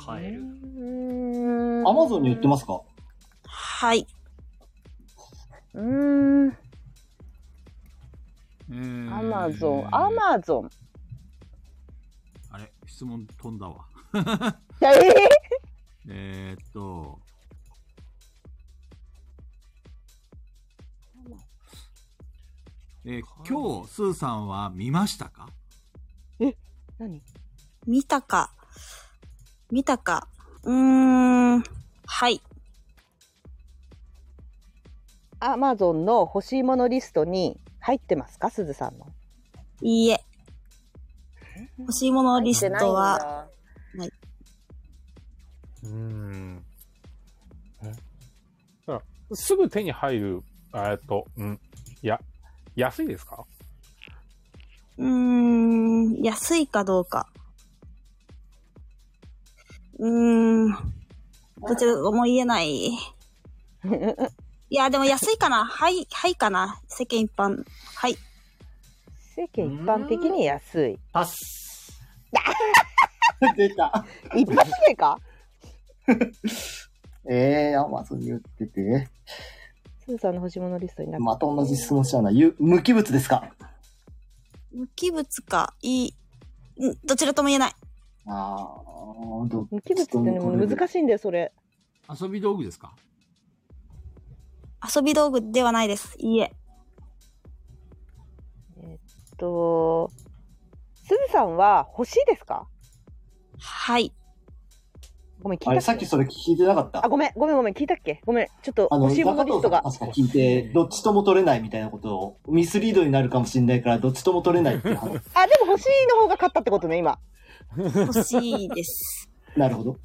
変える。
アマゾンに売ってますか
はい。
うーん。
えー
アマゾン。アマゾン。
あれ、質問飛んだわ。
いやえー
えー、っと。えー今日、スーさんは見ましたか
何
見たか。見たか。うーん。はい。
アマゾンの欲しいものリストに入ってますかすずさんの。
いいえ。欲しいものリストは、
は。
うーん。えだからすぐ手に入る、えっと、うん。いや、安いですか
うーん、安いかどうか。うーん、どちらとも言えない。いや、でも安いかな。はい、はいかな。世間一般。はい。
世間一般的に安い。
パス。
出た。
一発目か
えー、アマゾンに売ってて。
スーさんの欲しいものリストになって
また同じ質問しちゃうな。ゆ無機物ですか
無機物か、いい、んどちらとも言えない。
ああ、ど
無機物ってね、もう難しいんだよ、それ。
遊び道具ですか
遊び道具ではないです。いいえ。
えっと、すずさんは欲しいですか
はい。
ごめん、聞い
あ
た
れ、
っ
さっ
け
きそれ聞いてなかった。
あ、ごめん、ごめん、ごめん、聞いたっけごめん、ちょっと
あの、
欲しいもの
中
リ
藤
スト
さんが
が。
確か聞いて、どっちとも取れないみたいなことを、ミスリードになるかもしれないから、どっちとも取れないっていう話。
あ、でも欲しいの方が勝ったってことね、今。
欲しいです。
なるほど。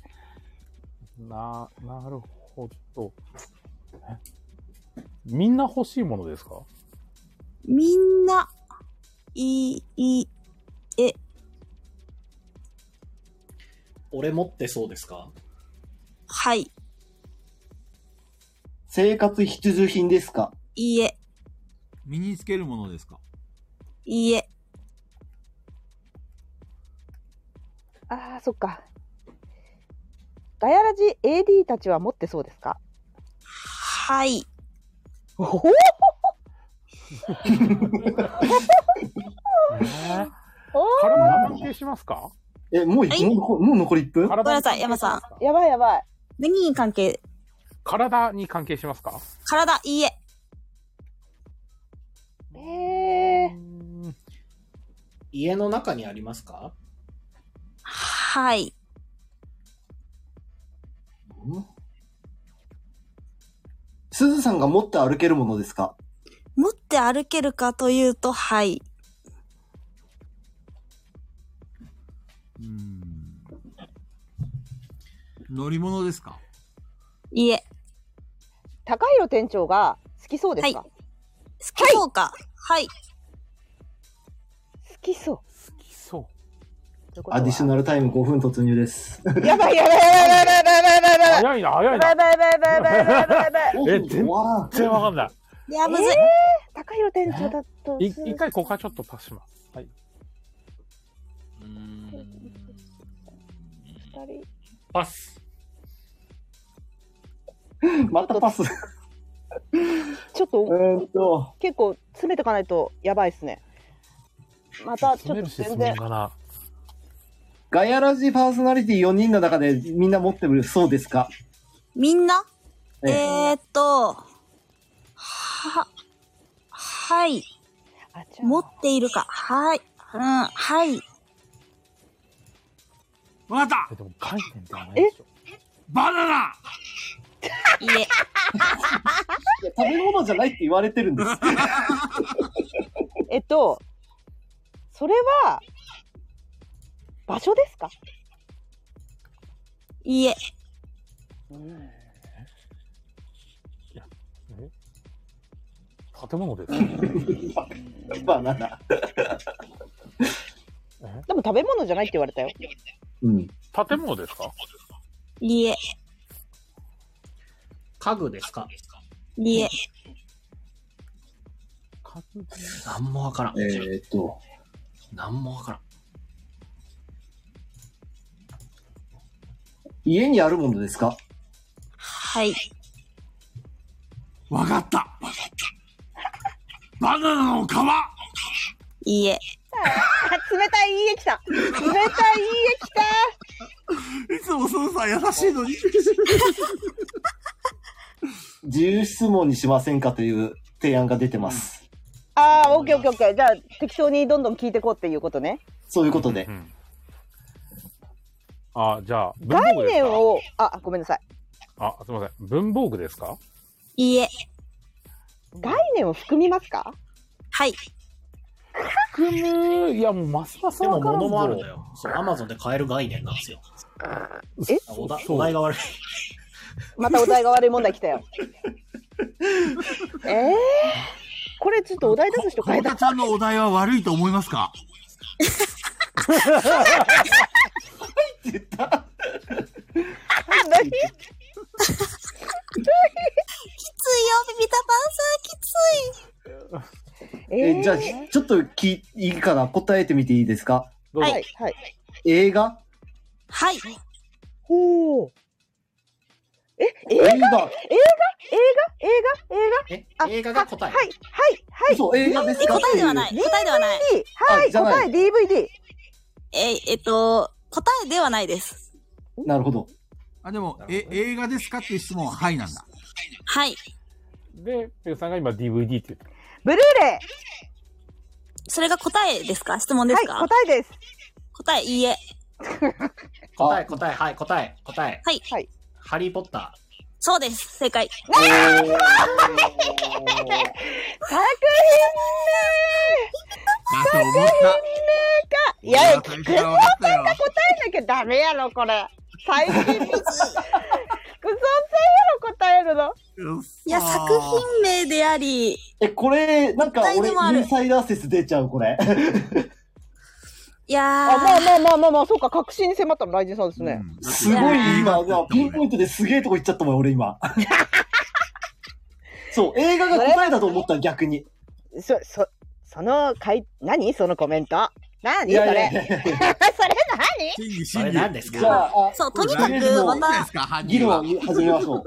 な、なるほど。えみんな欲しいものですか
みんな、いい、いい、え、
俺持ってそうですか
はい、
生活必需品ですか
いいえ、
身につけるものですか
いいえ、
あー、そっか。ガヤラジ AD たちは持ってそうですか
はい、
おお
軽く生消しますか
え、もう、
はい
もう、もう残り1分
ごめ
ごめんなさい山さん
やばいやばい。
何に関係、
体に関係しますか
体、いいえ、
えー、
家の中にありますか
はい、
すずさんが持って歩けるものですか
持って歩けるかというと、はい、
うーん。乗り物ですか
いいえ、
高弘店長が好きそうですか、
は好きそうか、はい、
好きそう。
好きそ
ということは
アディショナルタイム5分突入です。
やばいやばいやばいやばいやばいや
う。早
ばい
いな、早いな。
やばいやばいやばいやばいやばいやばいやばい
お
え全
わ
全然わかんない
や、むずい、
えー、高弘店長だと。
い。一回ここはちょっと足します。はい。
うーん。
二人
パス。
ー またパス。う
ちょっと
ーんと、
結構詰めてかないとやばいですね。またちょ
詰め
っと
る質
全
問
然。
かな。
ガヤラジパーソナリティ4人の中でみんな持ってるそうですか
みんな
ええ
えーっと、は、はい、
あじゃあ
持っているか、はい、うん、はい、
わかった
えでも概念ではないでしょ。
バナナ
いいえ、
いや食べ物じゃないって言われてるんです。
えっと、それは、場所ですか
いいえ、
建物ですか。
バナナ。
でも食べ物じゃないって言われたよ。
うん。
建物ですか
いいえ、
家具ですか
いいえ、
なんもわからん。
えーっと、
なんもわからん。
家にあるものですか
はい、
わかったバナナの皮
いいえ、
あ、冷たい家来た冷たい家来た
いつもそうさん優しいのに。
自由質問にしませんかという提案が出てます。
ああ、オッケーオッケーオッケー。じゃあ、適当にどんどん聞いてこうっていうことね。
そういうことで
う。ん。あ、じゃあ、文
概
房具です
念
か
を、あ、ごめんなさい。
あ、すみません。文房具ですか
いいえ、
概念を含みますか
はい、
含む、いや、もう、ますます
でも
わからんぞ
物もあるんだよ。そう、アマゾンで買える概念なんですよ。
え
あおだお題が悪い。
またお題が悪い問題来たよ。ええこれちょっとお題出す人変え
小
た
田。ちゃんのお題は悪いと思いますか
何
きついよ、ビビタパンさん、きつい。
え
え
ー
じゃあ、ちょっとき、いいかな答えてみていいですか
どうぞ
はい、はい。
映画
はい、
ほう。え、映画映画映画映画映
え
あ
映画が答え。
はい、はい、はい。
そう映画ですか
答えではない。答えではない。
DVD はい、
あじゃな
答え
い
DVD。
えーえっと、答えではないです。
なるほど。
あ、でも、え、映画ですかっていう質問は、はいなんだ。
はい。
で、ペグさんが今 DVD って言った。
ブルーレ
それが答えですか質問
イ
で
は
す
い、
か、
答えです。
答え、いいえ。
答え、答え、はい、答え、答え。
はい。
はい。
ハリー・ポッタ
そうです。正解。
作品
だと思った。
名いや、
こ
く
れ
ん
は分かったよ。
答えなきゃダメやろ、これ。最近、くそんさんやろ、答えるの。
いや、作品名であり、
え、これ、なんか
答え
俺、
で
イ
もある
ンサイダー説出ちゃう、これ。
いや
あ、まあ
ー、
まあまあまあまあ、そうか、確信に迫ったの、ライジンさんですね。
すごい今、
いやー
ピンポイントですげえとこ行っちゃったもん、俺 今。そう、映画が答えだと思った、逆に。
そ、そ、その、かい、何そのコメント。何それ。
いやい
それ何
真理、
ー。こ
真
れ
理。
何です
じゃ
か
あ、あ
そう、とにか
こ
く
れ何、
ま
の
た、
か、犯
議
人は
論。を始めましょう。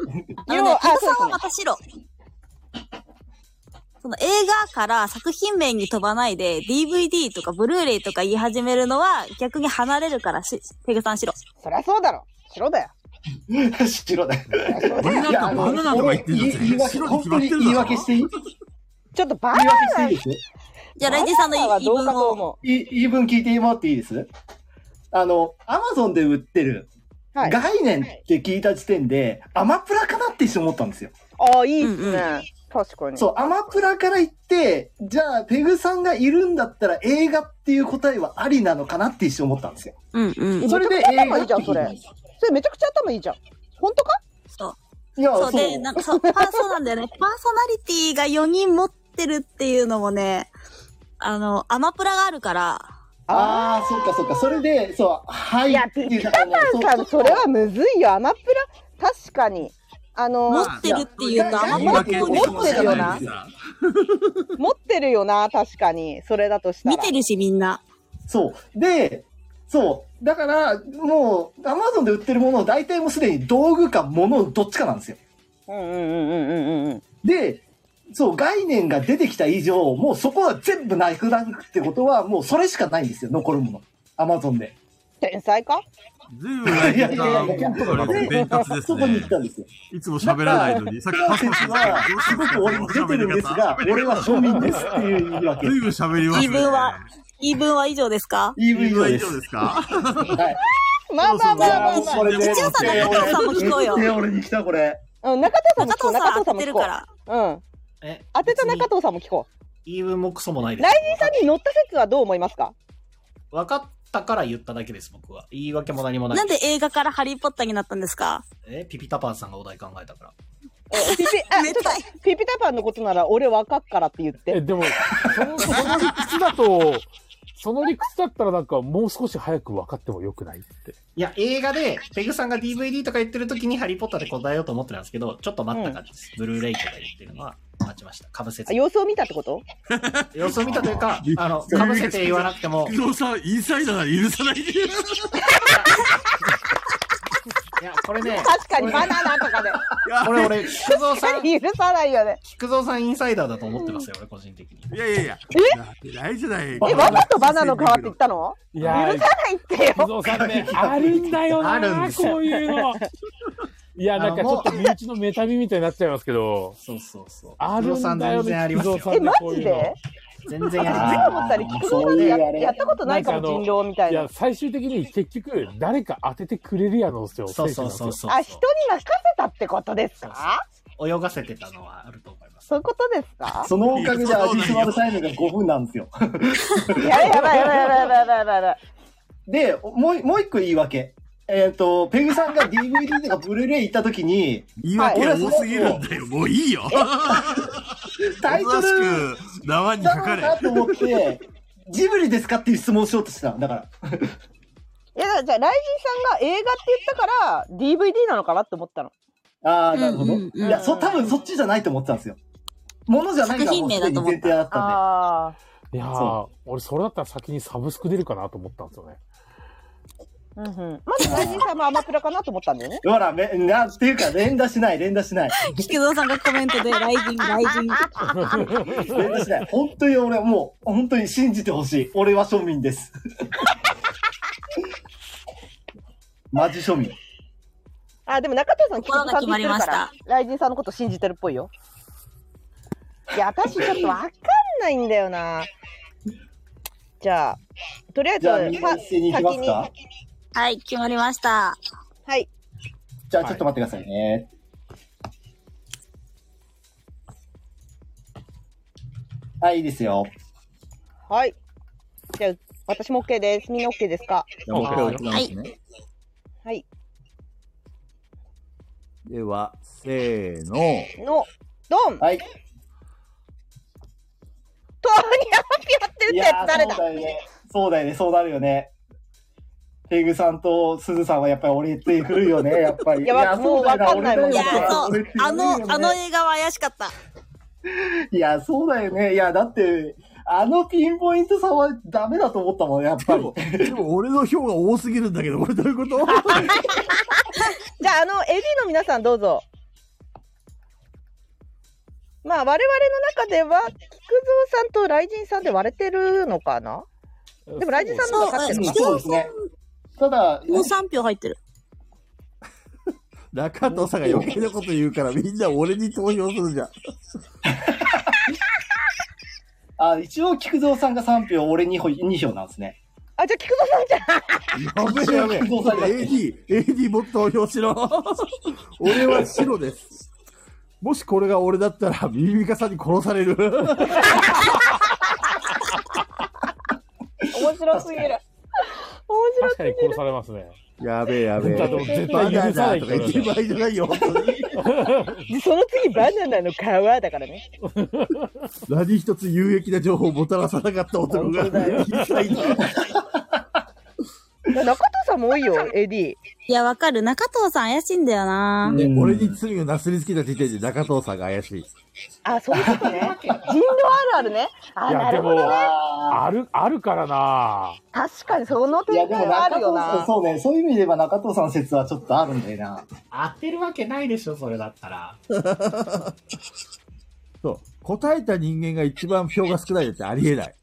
あのね、
色
た
あ
くさん
そう
は
ね
また白。その映画から作品名に飛ばないで DVD とかブルーレイとか言い始めるのは逆に離れるからし、ペグさん白。
そりゃそうだろ。白だよ。
白だよ。
バナ
いや
ナ
あの
バナナとか言ってる
俺
ん
言い
だ
訳
白に
本
決
当
まってる
に
だろ
言い訳していい
ちょっとバー
言い
ナ
訳して
ナ
いいです
じゃあ、ライジンさんの
バナナは
言い
どう
分
かと
を。
思
い言い分聞いてもらっていいですあの、アマゾンで売ってる、
う。はい。
概念って聞いた時点で、アマプラかなって一瞬思ったんですよ。
あ、いいっす
うんう
ね。確かに。
そう、アマプラから言って、じゃあ、ペグさんがいるんだったら映画っていう答えはありなのかなって一瞬思ったんですよ。
うんうん。
それで
めちゃくちゃ頭
映画
いいじゃん、それ。それめちゃくちゃ頭いいじゃん。本当か
そう。
いや、
そ
そうう。
で、なんかそう、パーそうなんだよね。パーソナリティが4人持ってるっていうのもね、あの、アマプラがあるから、
ああ、そっかそっか。それで、そう、はい
いや
っ、て
ピ
い
ピ
う
カ
方ね
パンさん、それはむずいよ。アマプラ、確かに。あの、
持ってるっていうと、
まあ
ア
言
いや
い
マプ
訳
ラ
っ
の
て
持ってるよな
ことじゃいんだ
持ってるよな、確かに。それだとしたら。
見てるし、みんな。
そう。で、そう。だから、もう、アマゾンで売ってるものを大体もうすでに道具か物どっちかなんですよ。
うんうんうんうんうんうん。
で、そう、概念が出てきた以上、もうそこは全部なくなるってことは、もうそれしかないんですよ、残るもの。アマゾンで。
天才か
ずいぶんライジンさん、それ伝達です
そこに行っ
ね。
たんですよ。
いつも喋らないのに、さっきパ
説は、すごく俺も出てるんですが、俺は庶民ですっていう言い訳
ず。いぶん喋りますね。
言い分は、言い分は以上ですか
言い
言い
分
分は
で
以
す
上。ですか
はい。
まあまあまあまあ
いや
ま
これ
一応
ね
さ、中藤さんも聞こうよ。
え、俺に来た、これ。
あ。うん、中藤さ
中
んも聞こう。
藤さん
中藤さん
当たっ
も
て
聞
る
こ
から。
う。うん。
え
当てた中藤さんも聞こう。
言い分もクソもないです。
ライジンさんに乗った説はどう思いますか
分かったから言っただけです、僕は。言い訳も何もない。
なんで映画からハリーポッターになったんですか
えピピタパンさんがお題考えたから。
えピピ、あ、ちょ
め
っ
っ
と
たい、
ピピタパンのことなら俺若っからって言っ
え、
て。
でも、その、その理屈だと、その理屈だったらなんかもう少し早く分かってもよくないって。
いや、映画で、ペグさんが DVD とか言ってる時にハリーポッターで答えようと思ってたんですけど、ちょっと待った感じです。ブルーレイとか言ってるのは、待ちました。かぶせ
あ
て。
様子を見たってこと
様子を見たという か、あの、
あ
かぶせて言わなくても、
工藤さん、インサイダーなら許さないで。
いや、これね、
確かに バナナと かで。
これ俺、菊蔵さん、
許さないよね。
菊蔵さんインサイダーだと思ってますよ、俺個人的に。
いやいやいや。えないじゃない。え、
え、わざとバナナの皮って言ったの
い
許さ
やー、
ないって
不
よ。
動産ね、あるんだよな
あるんですよ
こういうの。いや、なんかちょっと身内のメタビみたいになっちゃいますけど、
そうそうそう。
あるん
さん
だよ
全然あ
ね、
り
不
ます
動
よ。
産
え、マ
こう
ジ
いうの
で
全然
ふ
あ
と
り
思
ま
っ
す
た
よ
り、 菊蔵さんってややったことないかも、
なんかあの
人狼みたい
い
な
や、。最終的に結局、誰か当ててくれるやのっすよ。
そうそうそう
選
そう。
あ、人に任せたってことですか
泳がせてたのはあると思います。
そういうことですか
そのおかげでアディショナルタイムが5分なんですよ。
やばいやばいやばいやばいやばいやばいやばい。
で、もう、もう一個言い訳。えっ、と、ペグさんが DVD とかブルーレイ行った時に、
言い訳多すぎるんだよ。もういいよ。
タイト
おとなし
ル
く、縄に
な
か
の
か
か
れ。
なと思って、ジブリですかっていう質問をしようとしてたのだか
い
ら。
や、じゃあ、ライジンさんが映画って言ったから、DVD なのかなって思ったの。
ああ、なるほど。
うんうんうん
いや、そ、多分そっちじゃないと思ってたんですよ。ものじゃないからもうすでに前提だったん
ああ。
手いやー
そ
俺それだったら先にサブスク出るかなと思ったんですよね。
で。
うんうん、まず大臣さんもアマプラかなと思ったんだよね。
ほら、め、な、っていうか、連打しない、連打しない。
菊蔵さんがコメントで、ライジン、ライジン。
連打 しない。本当に俺、もう、本当に信じてほしい。俺は庶 民です。マジ庶民。
あ、でも中藤さん、菊蔵さんって言ってるか
心が
ら、ライジンさんのこと信じてるっぽいよ。いや、私ちょっとわかんないんだよな。じゃあ、とりあえず、
じゃあ、みん
ま
な一斉に行きますか
先
はい、決まりました。
はい。
じゃあ、ちょっと待ってくださいね。はい、いいですよ。
はい。じゃあ、私も OK です。みんな OK ですか
はい
ね。
はい。
では、せーの。
の、ドン
はい。
トーニャピやってるっ
い
て
や
や
ー
つ誰
そうだ
だ
よね。そうだよね。そうなるよね。ペグさんとすずさんはやっぱり俺って古いよね。やっぱり。
いやもうわかんないもん
い
そ
や
うだよな
そう
俺って、
あ
古いよね
の、あの映画は怪しかった。
いや、そうだよね。いや、だって、あのピンポイントさはダメだと思ったもん、やっぱり。
でも俺の票が多すぎるんだけど、これどういうこと
じゃあ、あの、AD の皆さんどうぞ。まあ、我々の中では、菊蔵さんと雷神さんで割れてるのかなでも雷神さんの方が勝ってるのか
そうですね。ただ、
もう3票入ってる。
中藤さんが余計なこと言うから、みんな俺に投票するじゃん。
あ一応、菊蔵さんが3票、俺2票 ,2 票なんですね。
あ、じゃあ菊蔵さんじゃん。
やべえやべえ。AD、AD もっと投票しろ。俺は白です。もしこれが俺だったら、ミミカさんに殺される。
面白すぎる。面白
確かに殺されますね。
やべえやべえ。
だって絶対
バナ
許さな
ナ
い
とか
か
ら言ってる場合じゃないよ、本当に。
い。その次、バナナの皮だからね。
何一つ有益な情報をもたらさなかった男が
本当だよ、
痛いな。
中藤さんも多いよ、AD。
いや、わかる。中藤さん怪しいんだよな。
ね俺に罪をなすりつけた時点で中藤さんが怪しい。
あ、そういうことね。人狼あるあるね。あ、
いや
なるほど
で
ね。
あ
ある、あるからな
確かにその
ーいや、
展
でも
開はあ
中
る
藤
よ
さん、
な。
そうね、そういう意味で言えば中藤さんの説はちょっとあるんだよな。
当てるわけないでしょ、それだったら。
そう。答えた人間が一番票が少ないだってありえない。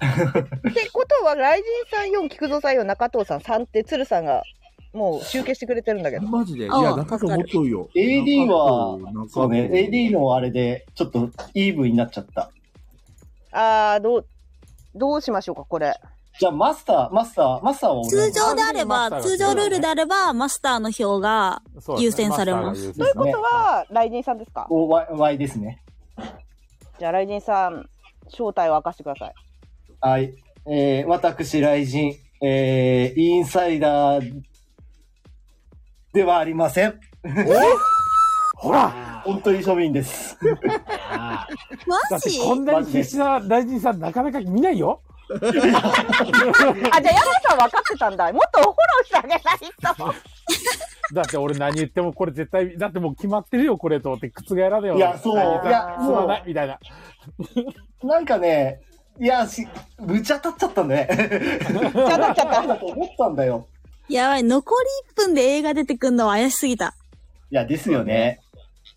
ってことは、雷神さん4、菊蔵さん4、中藤さん3って、鶴さんがもう集計してくれてるんだけど。
マジで。いや、
ああ
中藤もっと多いよ。
AD
中
は、
藤
そうね、。AD
中
のあれで、ちょっとイーブンになっちゃった。
あー、どう、どうしましょうか、これ。
じゃあ、マスター、マスター、マスターは俺
通常であれば、
マスターが
通常ルールであれば、マスターの票が、
そう
優先されます
すね。
ということは、雷神さんですか
お Y, y ですね。
じゃあ、雷神さん、正体を明かしてください。
はい。えー、私、雷神、えー、インサイダーではありません。
ほら
あ
本当に庶民です。
あ
マ
だって
ジ
こんなに必死な大臣さんなかなか見ないよ。
あ、じゃあ、山さん分かってたんだ。もっとフォローしてあげないと。
だって俺何言ってもこれ絶対、だってもう決まってるよこれと思って覆らねえよ。
いや、そう。い
何言った
や、
すま
も
ない、みたいな。
う、なんかね、いや、し、ぶち当たっちゃったんだね。
じゃあ、なっちゃった。
だと思ったんだよ。
やばい、残り1分で映画出てくんのは怪しすぎた。
いや、ですよね。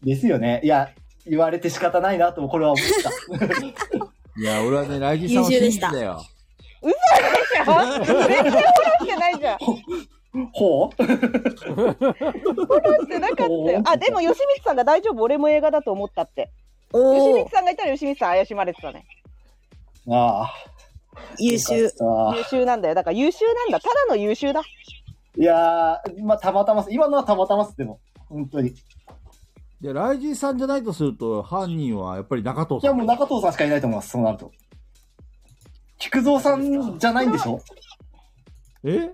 ですよね。いや、言われて仕方ないなと、これは 思った。
いや、俺はね、来人さんを信じてたよ。
全然フォローしてないじゃん。フ
ほう
ォローしてなかったよ。あ、でも、吉光さんが大丈夫、俺も映画だと思ったって。吉
お
光
お
さんがいたら、吉光さん怪しまれてたね。
ああ。
優秀。
ああ
優秀なんだよ。だから優秀なんだ。ただの優秀だ。
いやー、まあ、たまたまっす、今のはたまたまっす、でも。本当に。い
で、ライジンさんじゃないとすると、犯人はやっぱり中藤さ
や、
ん。
もう中藤さんしかいないと思います、そうなると。菊蔵さんじゃないんでしょ
え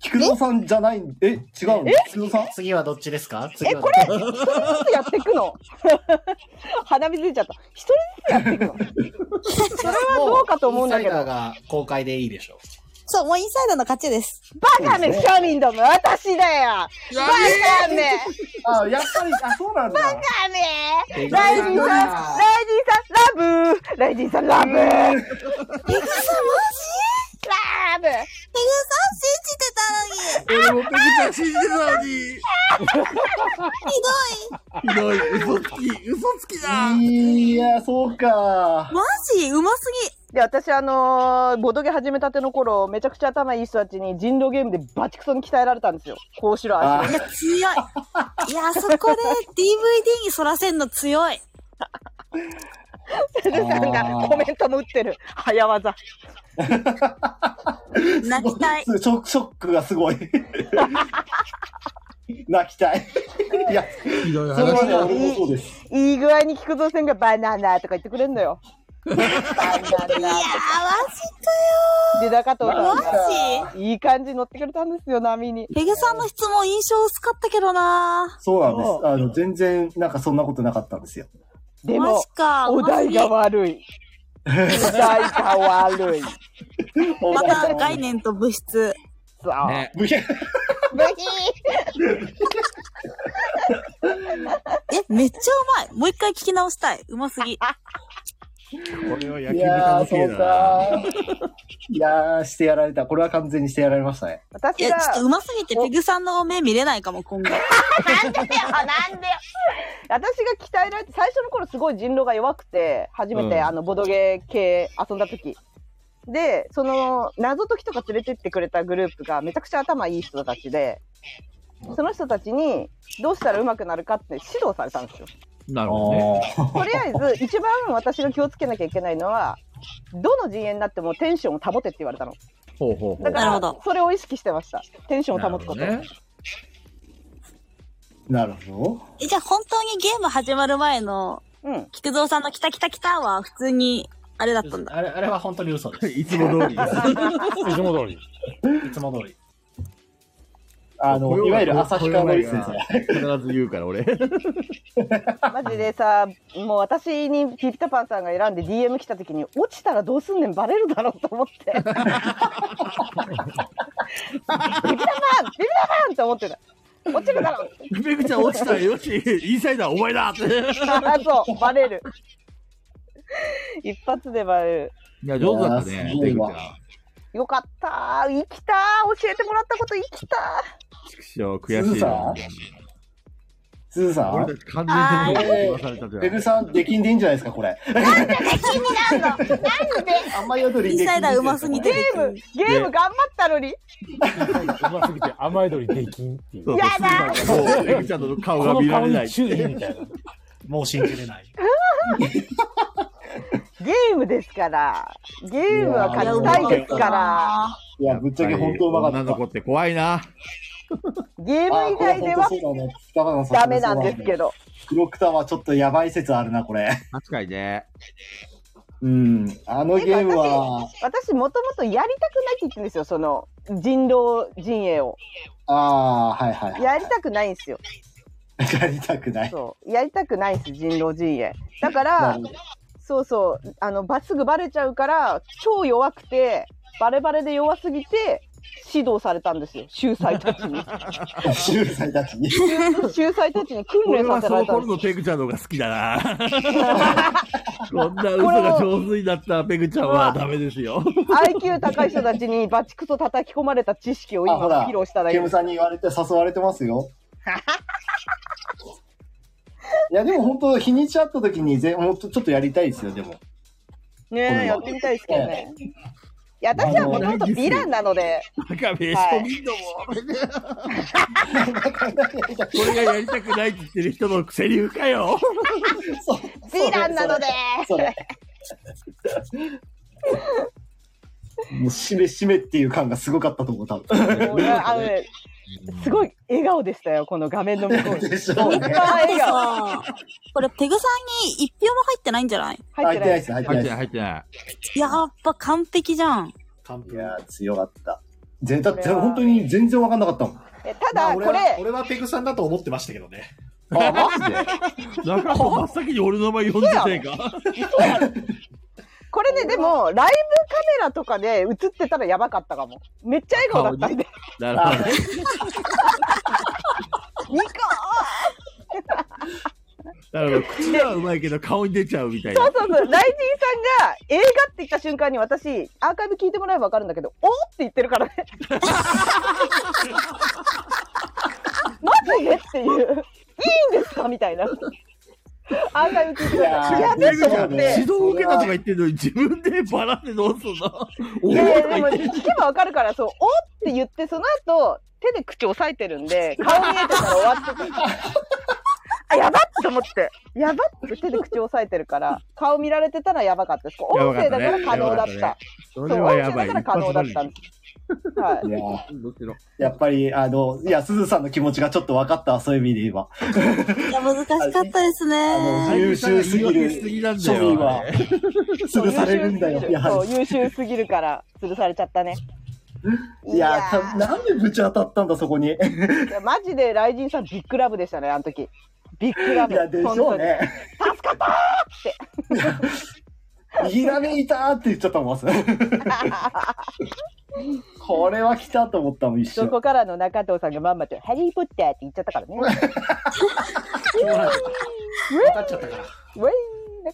菊蔵さんじゃないん、え、違うの菊蔵さん
あ次はどっちですか次
え、
は
これ、一人ずつやっていくの 鼻水出ちゃった。一人ずつやっていくの
それ
はどうかと思うんだけど
が公開でいいでしょ。
そう、もうインサイダーの勝ちです。
バカめ、庶民ども、私だよバカめ
あ、やっぱり、あ、そうなんだ。
ダメライジンさん、ライジンさん、ラブーライジンさん、ラブー
ペグさん、マジ
ラブべ
ペグさん信じてた
俺も
のに
ペグちゃん信じてたのに
ひどい
ひどい、嘘つき、嘘つきだ
いや、そうか。
マジうます
で私あのーボドゲ始めたての頃めちゃくちゃ頭いい人たちに人狼ゲームでバチクソに鍛えられたんですよこうしろああし
ぎ
あ
いや強いいやあそこで DVD にそらせんの強い
ろでさん
あ
が
ー
コメントも打ってる早技
泣きたい
ショックショックがすごい。 泣きたい。いや、
ひどい
それ
話
はね、
だ。
俺もそうです。
いい具合に菊蔵戦がバナナとか言ってくれんのよバナ
いや
ナで中藤
ーマ
さん
ジか
が
よマ
いい感じに乗ってくれたんですよ波に
ジペグさんの質問印象薄かったけどな
そうなんで
そ
す。あの、全然、なんかそんなことなかったんですよ。
で
マ
も
ジか
お題が悪いお題が悪い
また概念と物質
さあ、
ね。
ぜ
えめっちゃうまいもう一回聞き直したいうますぎ
これは野
い
球部
や
関係
ー、そう
だな。
か。いやー、してやられた。これは完全にしてやられましたね。
い
私
や
が
ちょっとうますぎてペグさんの目見れないかも今後
なんでよ、なんでよ。私が鍛えられて、最初の頃すごい人狼が弱くて、初め
う
て、
ん
あの、ボドゲー系遊んだ時。で、その、謎解きとか連れてってくれたグループがめちゃくちゃ頭いい人たちで、その人たちにどうしたら上手くなるかって指導されたんですよ。
なるほどね。
あ
とりあえず、一番私が気をつけなきゃいけないのは、どの陣営になってもテンションを保てって言われたの。
ほうほうほ
だ
う。
なるほ
か
ど
ら、それを意識してました。テンションを保つこと。
なるほどね
ーなるほ
えじゃあ本当にゲーム始まる前の
うん。
菊蔵さんの来た来た来たは普通にあれだったんだ。
あれ、あれは本当に嘘です。
いつも通りです。
いつも通り。
いつも通り。
ど。あの、いわゆる旭川のリスですね。
必ず言うから、俺。
マジでさ、もう私にピピタパンさんが選んで DM 来た時に、落ちたらどうすんねん、バレるだろうと思って。ピピタパンピピタパンと思ってた。落ちるだろ
ペグちゃん落ちたらよ し、インサイダーお前だって。
あそう、バレる。一発でバレる。
いや、上手だった
いやー
ね
す。ご
ペ
い
グ
わ
ちゃ
よかったー、生きたー、教えてもらったこと生きた
くしょう、悔しいな。
すずさ
俺
ん
た、ち完全に手のひらに騙されたじゃ
ペ
ん。
グさん、出禁でいいんじゃないですか、これ。
ー。なんのなんで
あんまりやとり
インサイダーうますぎて
ゲーム、ゲーム頑張ったのに。
うますぎて甘えどりできんっていう。
そう
やだ
そうペグちゃんの顔
こ
が見
の
ら
顔
れない
に。注意みたいな。
もう信じれない。
ゲームですから。ゲームは勝ちたいですから。
いや、ぶっちゃけ本当うまか
女
っ
の
た
子。って怖いな。
ゲーム以外ではダメなんですけ
ど。
ど。
黒クタはちょっとやばい説あるな、これ。
確かにね。
うん。あのゲームは、
私もともとやりたくないって言ってるんですよその人狼陣営を
ああー、はいはいはい。
やりたくないんですよ
やりたくない。
そうやりたくないんです人狼陣営だから
なるほど
そうそうあのばすぐバレちゃうから超弱くてバレバレで弱すぎて指導されたんですよ秀才たち に
秀才たちに。
秀才たちに訓
俺
練さ
は
せ
そ
ら
の
れたん
頃
で
のペグちゃんの方が好きだな。こんな嘘が上手になったペグちゃんはダメですよ。
す IQ 高い人たちにバチクソ叩き込まれた知識を
あ、
今
ほら
披露した、だけ
ケ
で
ム
す
さんに言われて誘われてますよ。いや、でも本当、日にち会った時にぜ、もうちょっとやりたいですよ、でも。
ねえやってみたいですけどねいや私はもともとヴィランなので
なんか名所見んのも。俺がやりたくないって言ってる人のセリフかよ。
ヴィランなので
それ。もう、しめしめっていう感がすごかったと思う、多分。
もうねあのね、すごい笑顔でしたよ、この画面の向こうに。
でしょう
いっぱい
ね。
笑顔。
これペグさんに一票も入ってないんじゃない
入
入
っ
っててな
ないい。
です、入って
入って
ない
ない、
で
入ってない。
やっぱ完璧じゃん。
完
す。い
封。
やー、強かった。ぜだって、本当に全然わかんなかったもん。
えた
ま
だ、
あ
こ
俺は、
れ、
俺はペグさんだと思ってましたけどね。
あ、マジで
中尾真っ先に俺の名前呼んでたやんか。
これね、でも、ライブカメラとかで映ってたらやばかったかも。めっちゃ笑顔だったんで。
なるほど。
ニコ
なるほど。口ではうまいけど顔に出ちゃうみたい
そ
な
う。そうそう、ライジンさんが映画って言った瞬間に私、アーカイブ聞いてもらえばわかるんだけど、おーって言ってるからね。マジでっていう。いいんですかみたいな。アーカイブ聞いてくれたら。いや、だと思って。
指導受けたとか言ってるのに自分でバラでどうすんの
いやいやでも聞けばわかるからそう「おっ!」って言ってその後手で口押さえてるんで顔見えてたら終わって たあやばっと思ってやばって手で口押さえてるから顔見られてたらやばかったですこう
やば
音
かっ
声
た
だ
ね
から可能だっ
やばか
た
ったね
そ
そうれ
音
は
声
や
だ
ばい
から可能だったんですはい
や
白
やっぱり、あの、いや、すずさんの気持ちがちょっと分かったわ、そういう意味で言えば。
いや、難しかったですね。
優秀すぎる庶民は、
そう
潰されるんだよ、や
そ
は
う優秀すぎるから吊るされちゃったね
り。いや、たなんでぶち当たったんだ、そこに。い
いやマジで雷神さんビッグラブでしたねあの時ビッグラブ
や、でしょうね。右ラメいたーって言っちゃったも ん、まずこれは来たと思ったもん、一
そ
瞬。
こからの中藤さんがまんまと「ハリー・ポッター」って言っちゃったからね。分かっちゃったから。ウェイ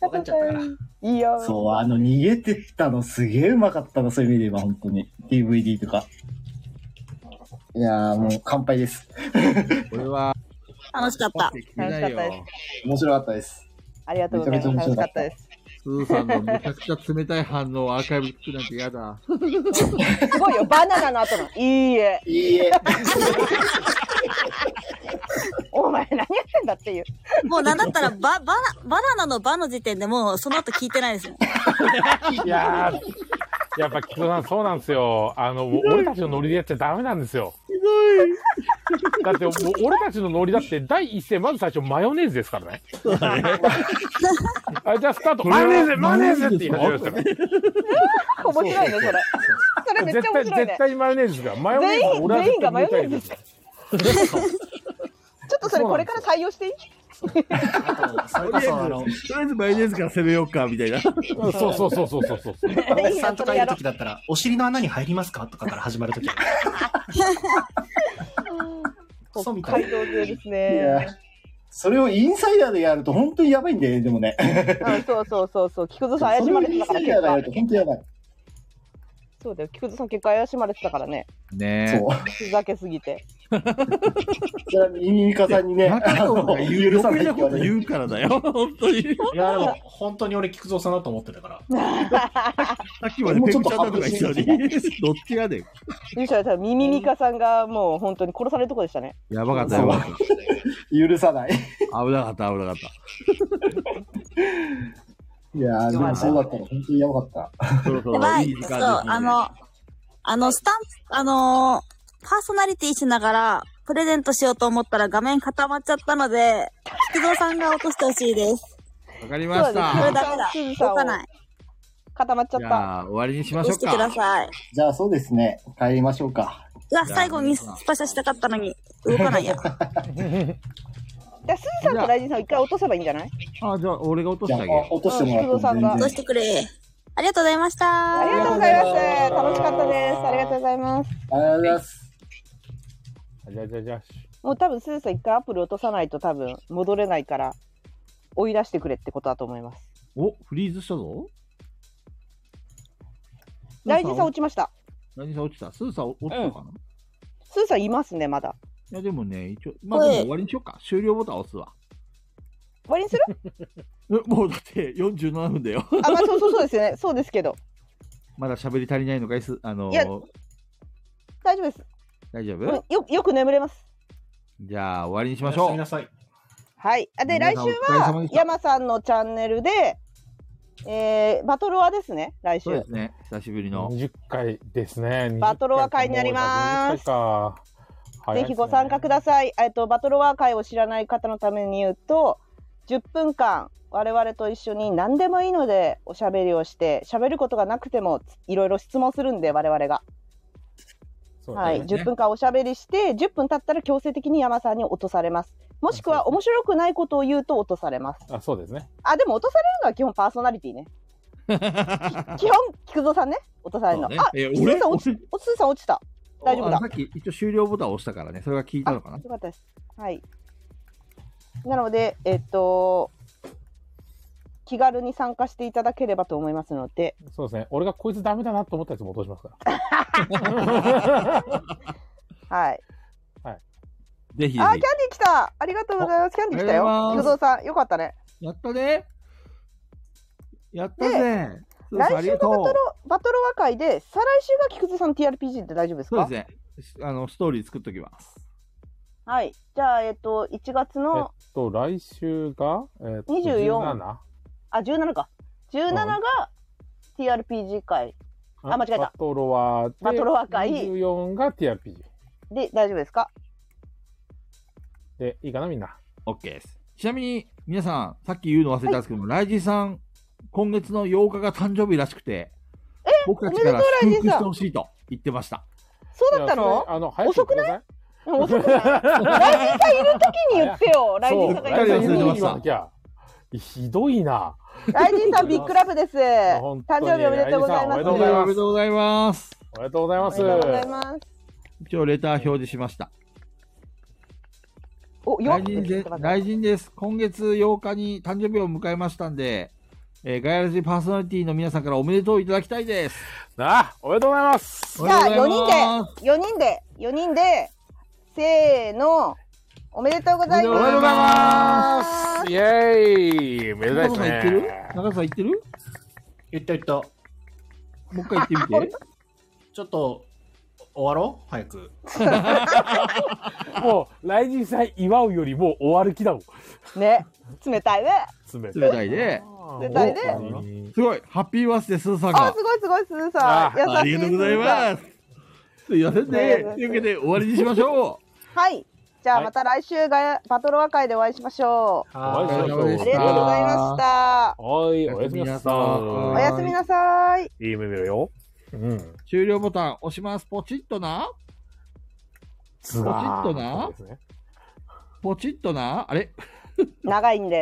中藤さん。いいよ。
そう、あの、逃げてきたのすげえうまかったな、そういう意味で今、本当に。DVD とか。いやー、もう乾杯です。
これは、
楽しかっ
楽
た。
しかったです。
面白かったです。
ありがとうございます。楽しかったです。
スーさんのめちゃくちゃ冷たい反応をアーカイブ聞くなんて嫌だ。
すごいよ。バナナの後の。いいえ。
いいえ。
お前何やってんだっていう。
もうなんだったら、ば、ばな、バナナのばの時点でもうその後聞いてないですもん。
いやー、 やっぱ、菊蔵さん、そうなんですよ。あの、俺たちのノリでやっちゃダメなんですよ。だって、お俺たちのノリだって、第一声、まず最初、マヨネーズですからね。 あ、じゃあ、スタート。マヨネーズ、マヨネーズって言い始めますから。
面白いね、それ。それめっちゃ
絶対、
面白いね
絶。対マヨネーズが。マヨネーズ
全員
俺は絶対
全員がマヨネーズ
入れたいです
ちょっとそれこれから採用していい
それこそ、あの、
とりあえずマヨネーズから攻めようかみたいな。
うんそうそうそうそうそうそう。
おやじさんとかいるときだったら、お尻の穴に入りますかとかから始まるとき。 クソみた
北
い
海道勢です
いや
ね。
それをインサイダーでやると本当にやばいんだよね、でもね。
うんそうそうそうそう。菊蔵さん怪し
それ
ま
を
れ
イ
て
ン
たか
サ
ら
イダーでやる
結
と
果。
本当にやばい。
そうだよ。菊蔵さん結果怪しまれてたからね。
ねえ
そ。う。
ふざけすぎて。
それはミニミカさんにね、あの
言う、
許さ
余
ない
計
っ
なこ
て言わ
と
れる。
言うからだよ。本当に。
いや、でも、本当に俺、菊蔵さんだと思ってたから。
さっきまでペグちゃんだとか言ってたのに。どっちやねん。
ゆうしゃさん、ミミミカさんがもう本当に殺されるとこでしたね。
やばかった、やばかっ
許さない。
危なかった、危なかった。
いやー、でもそうだったら本当にやばかった。
そろそろ
やば
い
い
い。時
そう、
間です
あの、あの、スタンプ、あのーパーソナリティしながら、プレゼントしようと思ったら画面固まっちゃったので、菊蔵さんが落としてほしいです。
た。わかり
そう
まし
だね
これ
た。
ダメだ。
鈴さん
動かない。
固まっちゃっ
じ
た。
ゃあ、終わりにしましょ
押
う
してくだ
か。
さい。
じゃあそうですね、帰りましょうか。
うわ、最後にスパシャしたかったのに、動かないや。
じゃあ、すずさんとライジンさんを一回落とせばいいんじゃない
あ、じゃあ、俺が落と
じ
し
ゃ
て
あ
あげよう。
落としてもらっても全
うん
然
落としてくれ。ありがとうございました。
ありがとうございます。楽しかったです。ありがとうございます。
ありがとうございます。
じゃあじゃあじゃあ。
もう多分、すずさん一回アプリ落とさないと多分戻れないから、追い出してくれってことだと思います。
お、フリーズしたぞ。
ライジンさん落ちました。
何さん落ちたスーさん落ちたかな、い
すずさんいますね、まだ。
や、でもね、一応、まあでも終わりにしようか。終了ボタン押すわ。
終わりにする
えもうだって47分だよ。
あ、まあ、そうそうそうですよね。そうですけど。
まだ喋り足りないのかいす、あの
いや
ー、
大丈夫です。
大丈
うん
夫
よよく眠れます。
じゃあ終わりにし
お
ま
や
し
す
ょ
み
う。
なさい。
はい。あで、来週
皆さんお疲れ様
は
で、した
山さんのチャンネルで、えー、バトルはですね、来週
そう。ですね。久しぶりの。
20回ですね。
バトロワ会になります
20回か。
ぜひご参加くだ
さ
さい。えっと、バトルワー会を知らない方のために言うと、10分間、我々と一緒に何でもいいのでおしゃべりをして、喋ることがなくてもいろいろ質問するんで、我々が。
い
はい。10分間おしゃべりして、10分経ったら強制的に山さんに落とされます。もしくは、
そう
面白くないことを言うと落とされます。
あ、そうですね。
あ、でも落とされるのは基本パーソナリティ ね。基本、菊蔵さんね、落とされるの。
そうね
あ、
え
すずさん落ち、おすずさん落ちた。大丈夫だ
あ。さっき一応終了ボタン押したからね。それが効いたのかな
よかったです。はい。なので、えっと、気軽に参加していただければと思いますので、
そうですね。俺がこいつダメだなと思ったやつも落としますから。
はい。
ぜひぜ
あー、キャン
ひ
ディ。ー来たありがとうございます。キャンディー来たよ
あ。りが
工
とうございます
藤さん、よかったね。
やったね。やったぜ。そうそうあ
来
り
週
がと
のバト
う
ロ、バトロ和解で、再来週が菊蔵さん TRPG って大丈夫です
そう
か
ですね。あの、ストーリー作っときます。
はい。じゃあ、えっと、1月
えっ
の、
と、来週が、えっと、
24
17?
あ、17か。17が TRPG 会。あ、間違え
バ
た。
トロワで、
バトロワ会
24が TRPG。
で、大丈夫ですか
で、いいかな、みんな。
OK です。ちなみに、皆さん、さっき言うの忘れたんですけども、ライジンさん、今月の8日が誕生日らしくて、僕たちから
お
祝
めでとうライ
福し
ジンさん
てほしいと言ってました。
そうだったの
あの、早く遅くない
うん遅くない来人さんいる時に言ってよ。来
そう、
人さんがいる
来人
時に。
言わなきゃひどいな。
ライジンさん、ビッグラブです。誕
当に
生日おめでとうございます。
ライジンさんおめでとうございます
おめでとうございます。
おめでとうございます。
おめでとうございます。
一応、レター表示しました。
お、よ
大臣で、大臣です。今月8日に誕生日を迎えましたんで、えーガヤラジパーソナリティの皆さんからおめでとういただきたいです。
なあ、おめでとうございます。
じゃあ、4人で、4人で、4人で、せーの、おめでとうございます。
おめでとうございます。イェーイ。めでたいです
中野さん行ってる
ね。
中野さん行ってる
言った言った。
もう一回言ってみて。
ちょっと、終わろう早く。
もう、来日祭祝うよりもう終わる気だもん。
ね、冷たいね。
冷
冷たいね。
冷たいね。
すごい、ハッピーバースデー、スーさん
あ
が、。
すごいすごい、すずさん。優しい。
ありがとうござい
す
ます。すいません
あ
ね
りがとうございま。す
というわけで終わりにしましょう。
ずさん。はい。じゃあ、また来週がバトル和会でお会いしましょう。
お
疲れ様で
あ
し
りがとうございました。
はい、おやすみなさ
おやすみなさい。
い。いい夢見ろよ。うん。
終了ボタン押します。ポチッとな。
ズ
ポチッと
ーン
な
ですね。
ポチッとな。あれ
長いんで。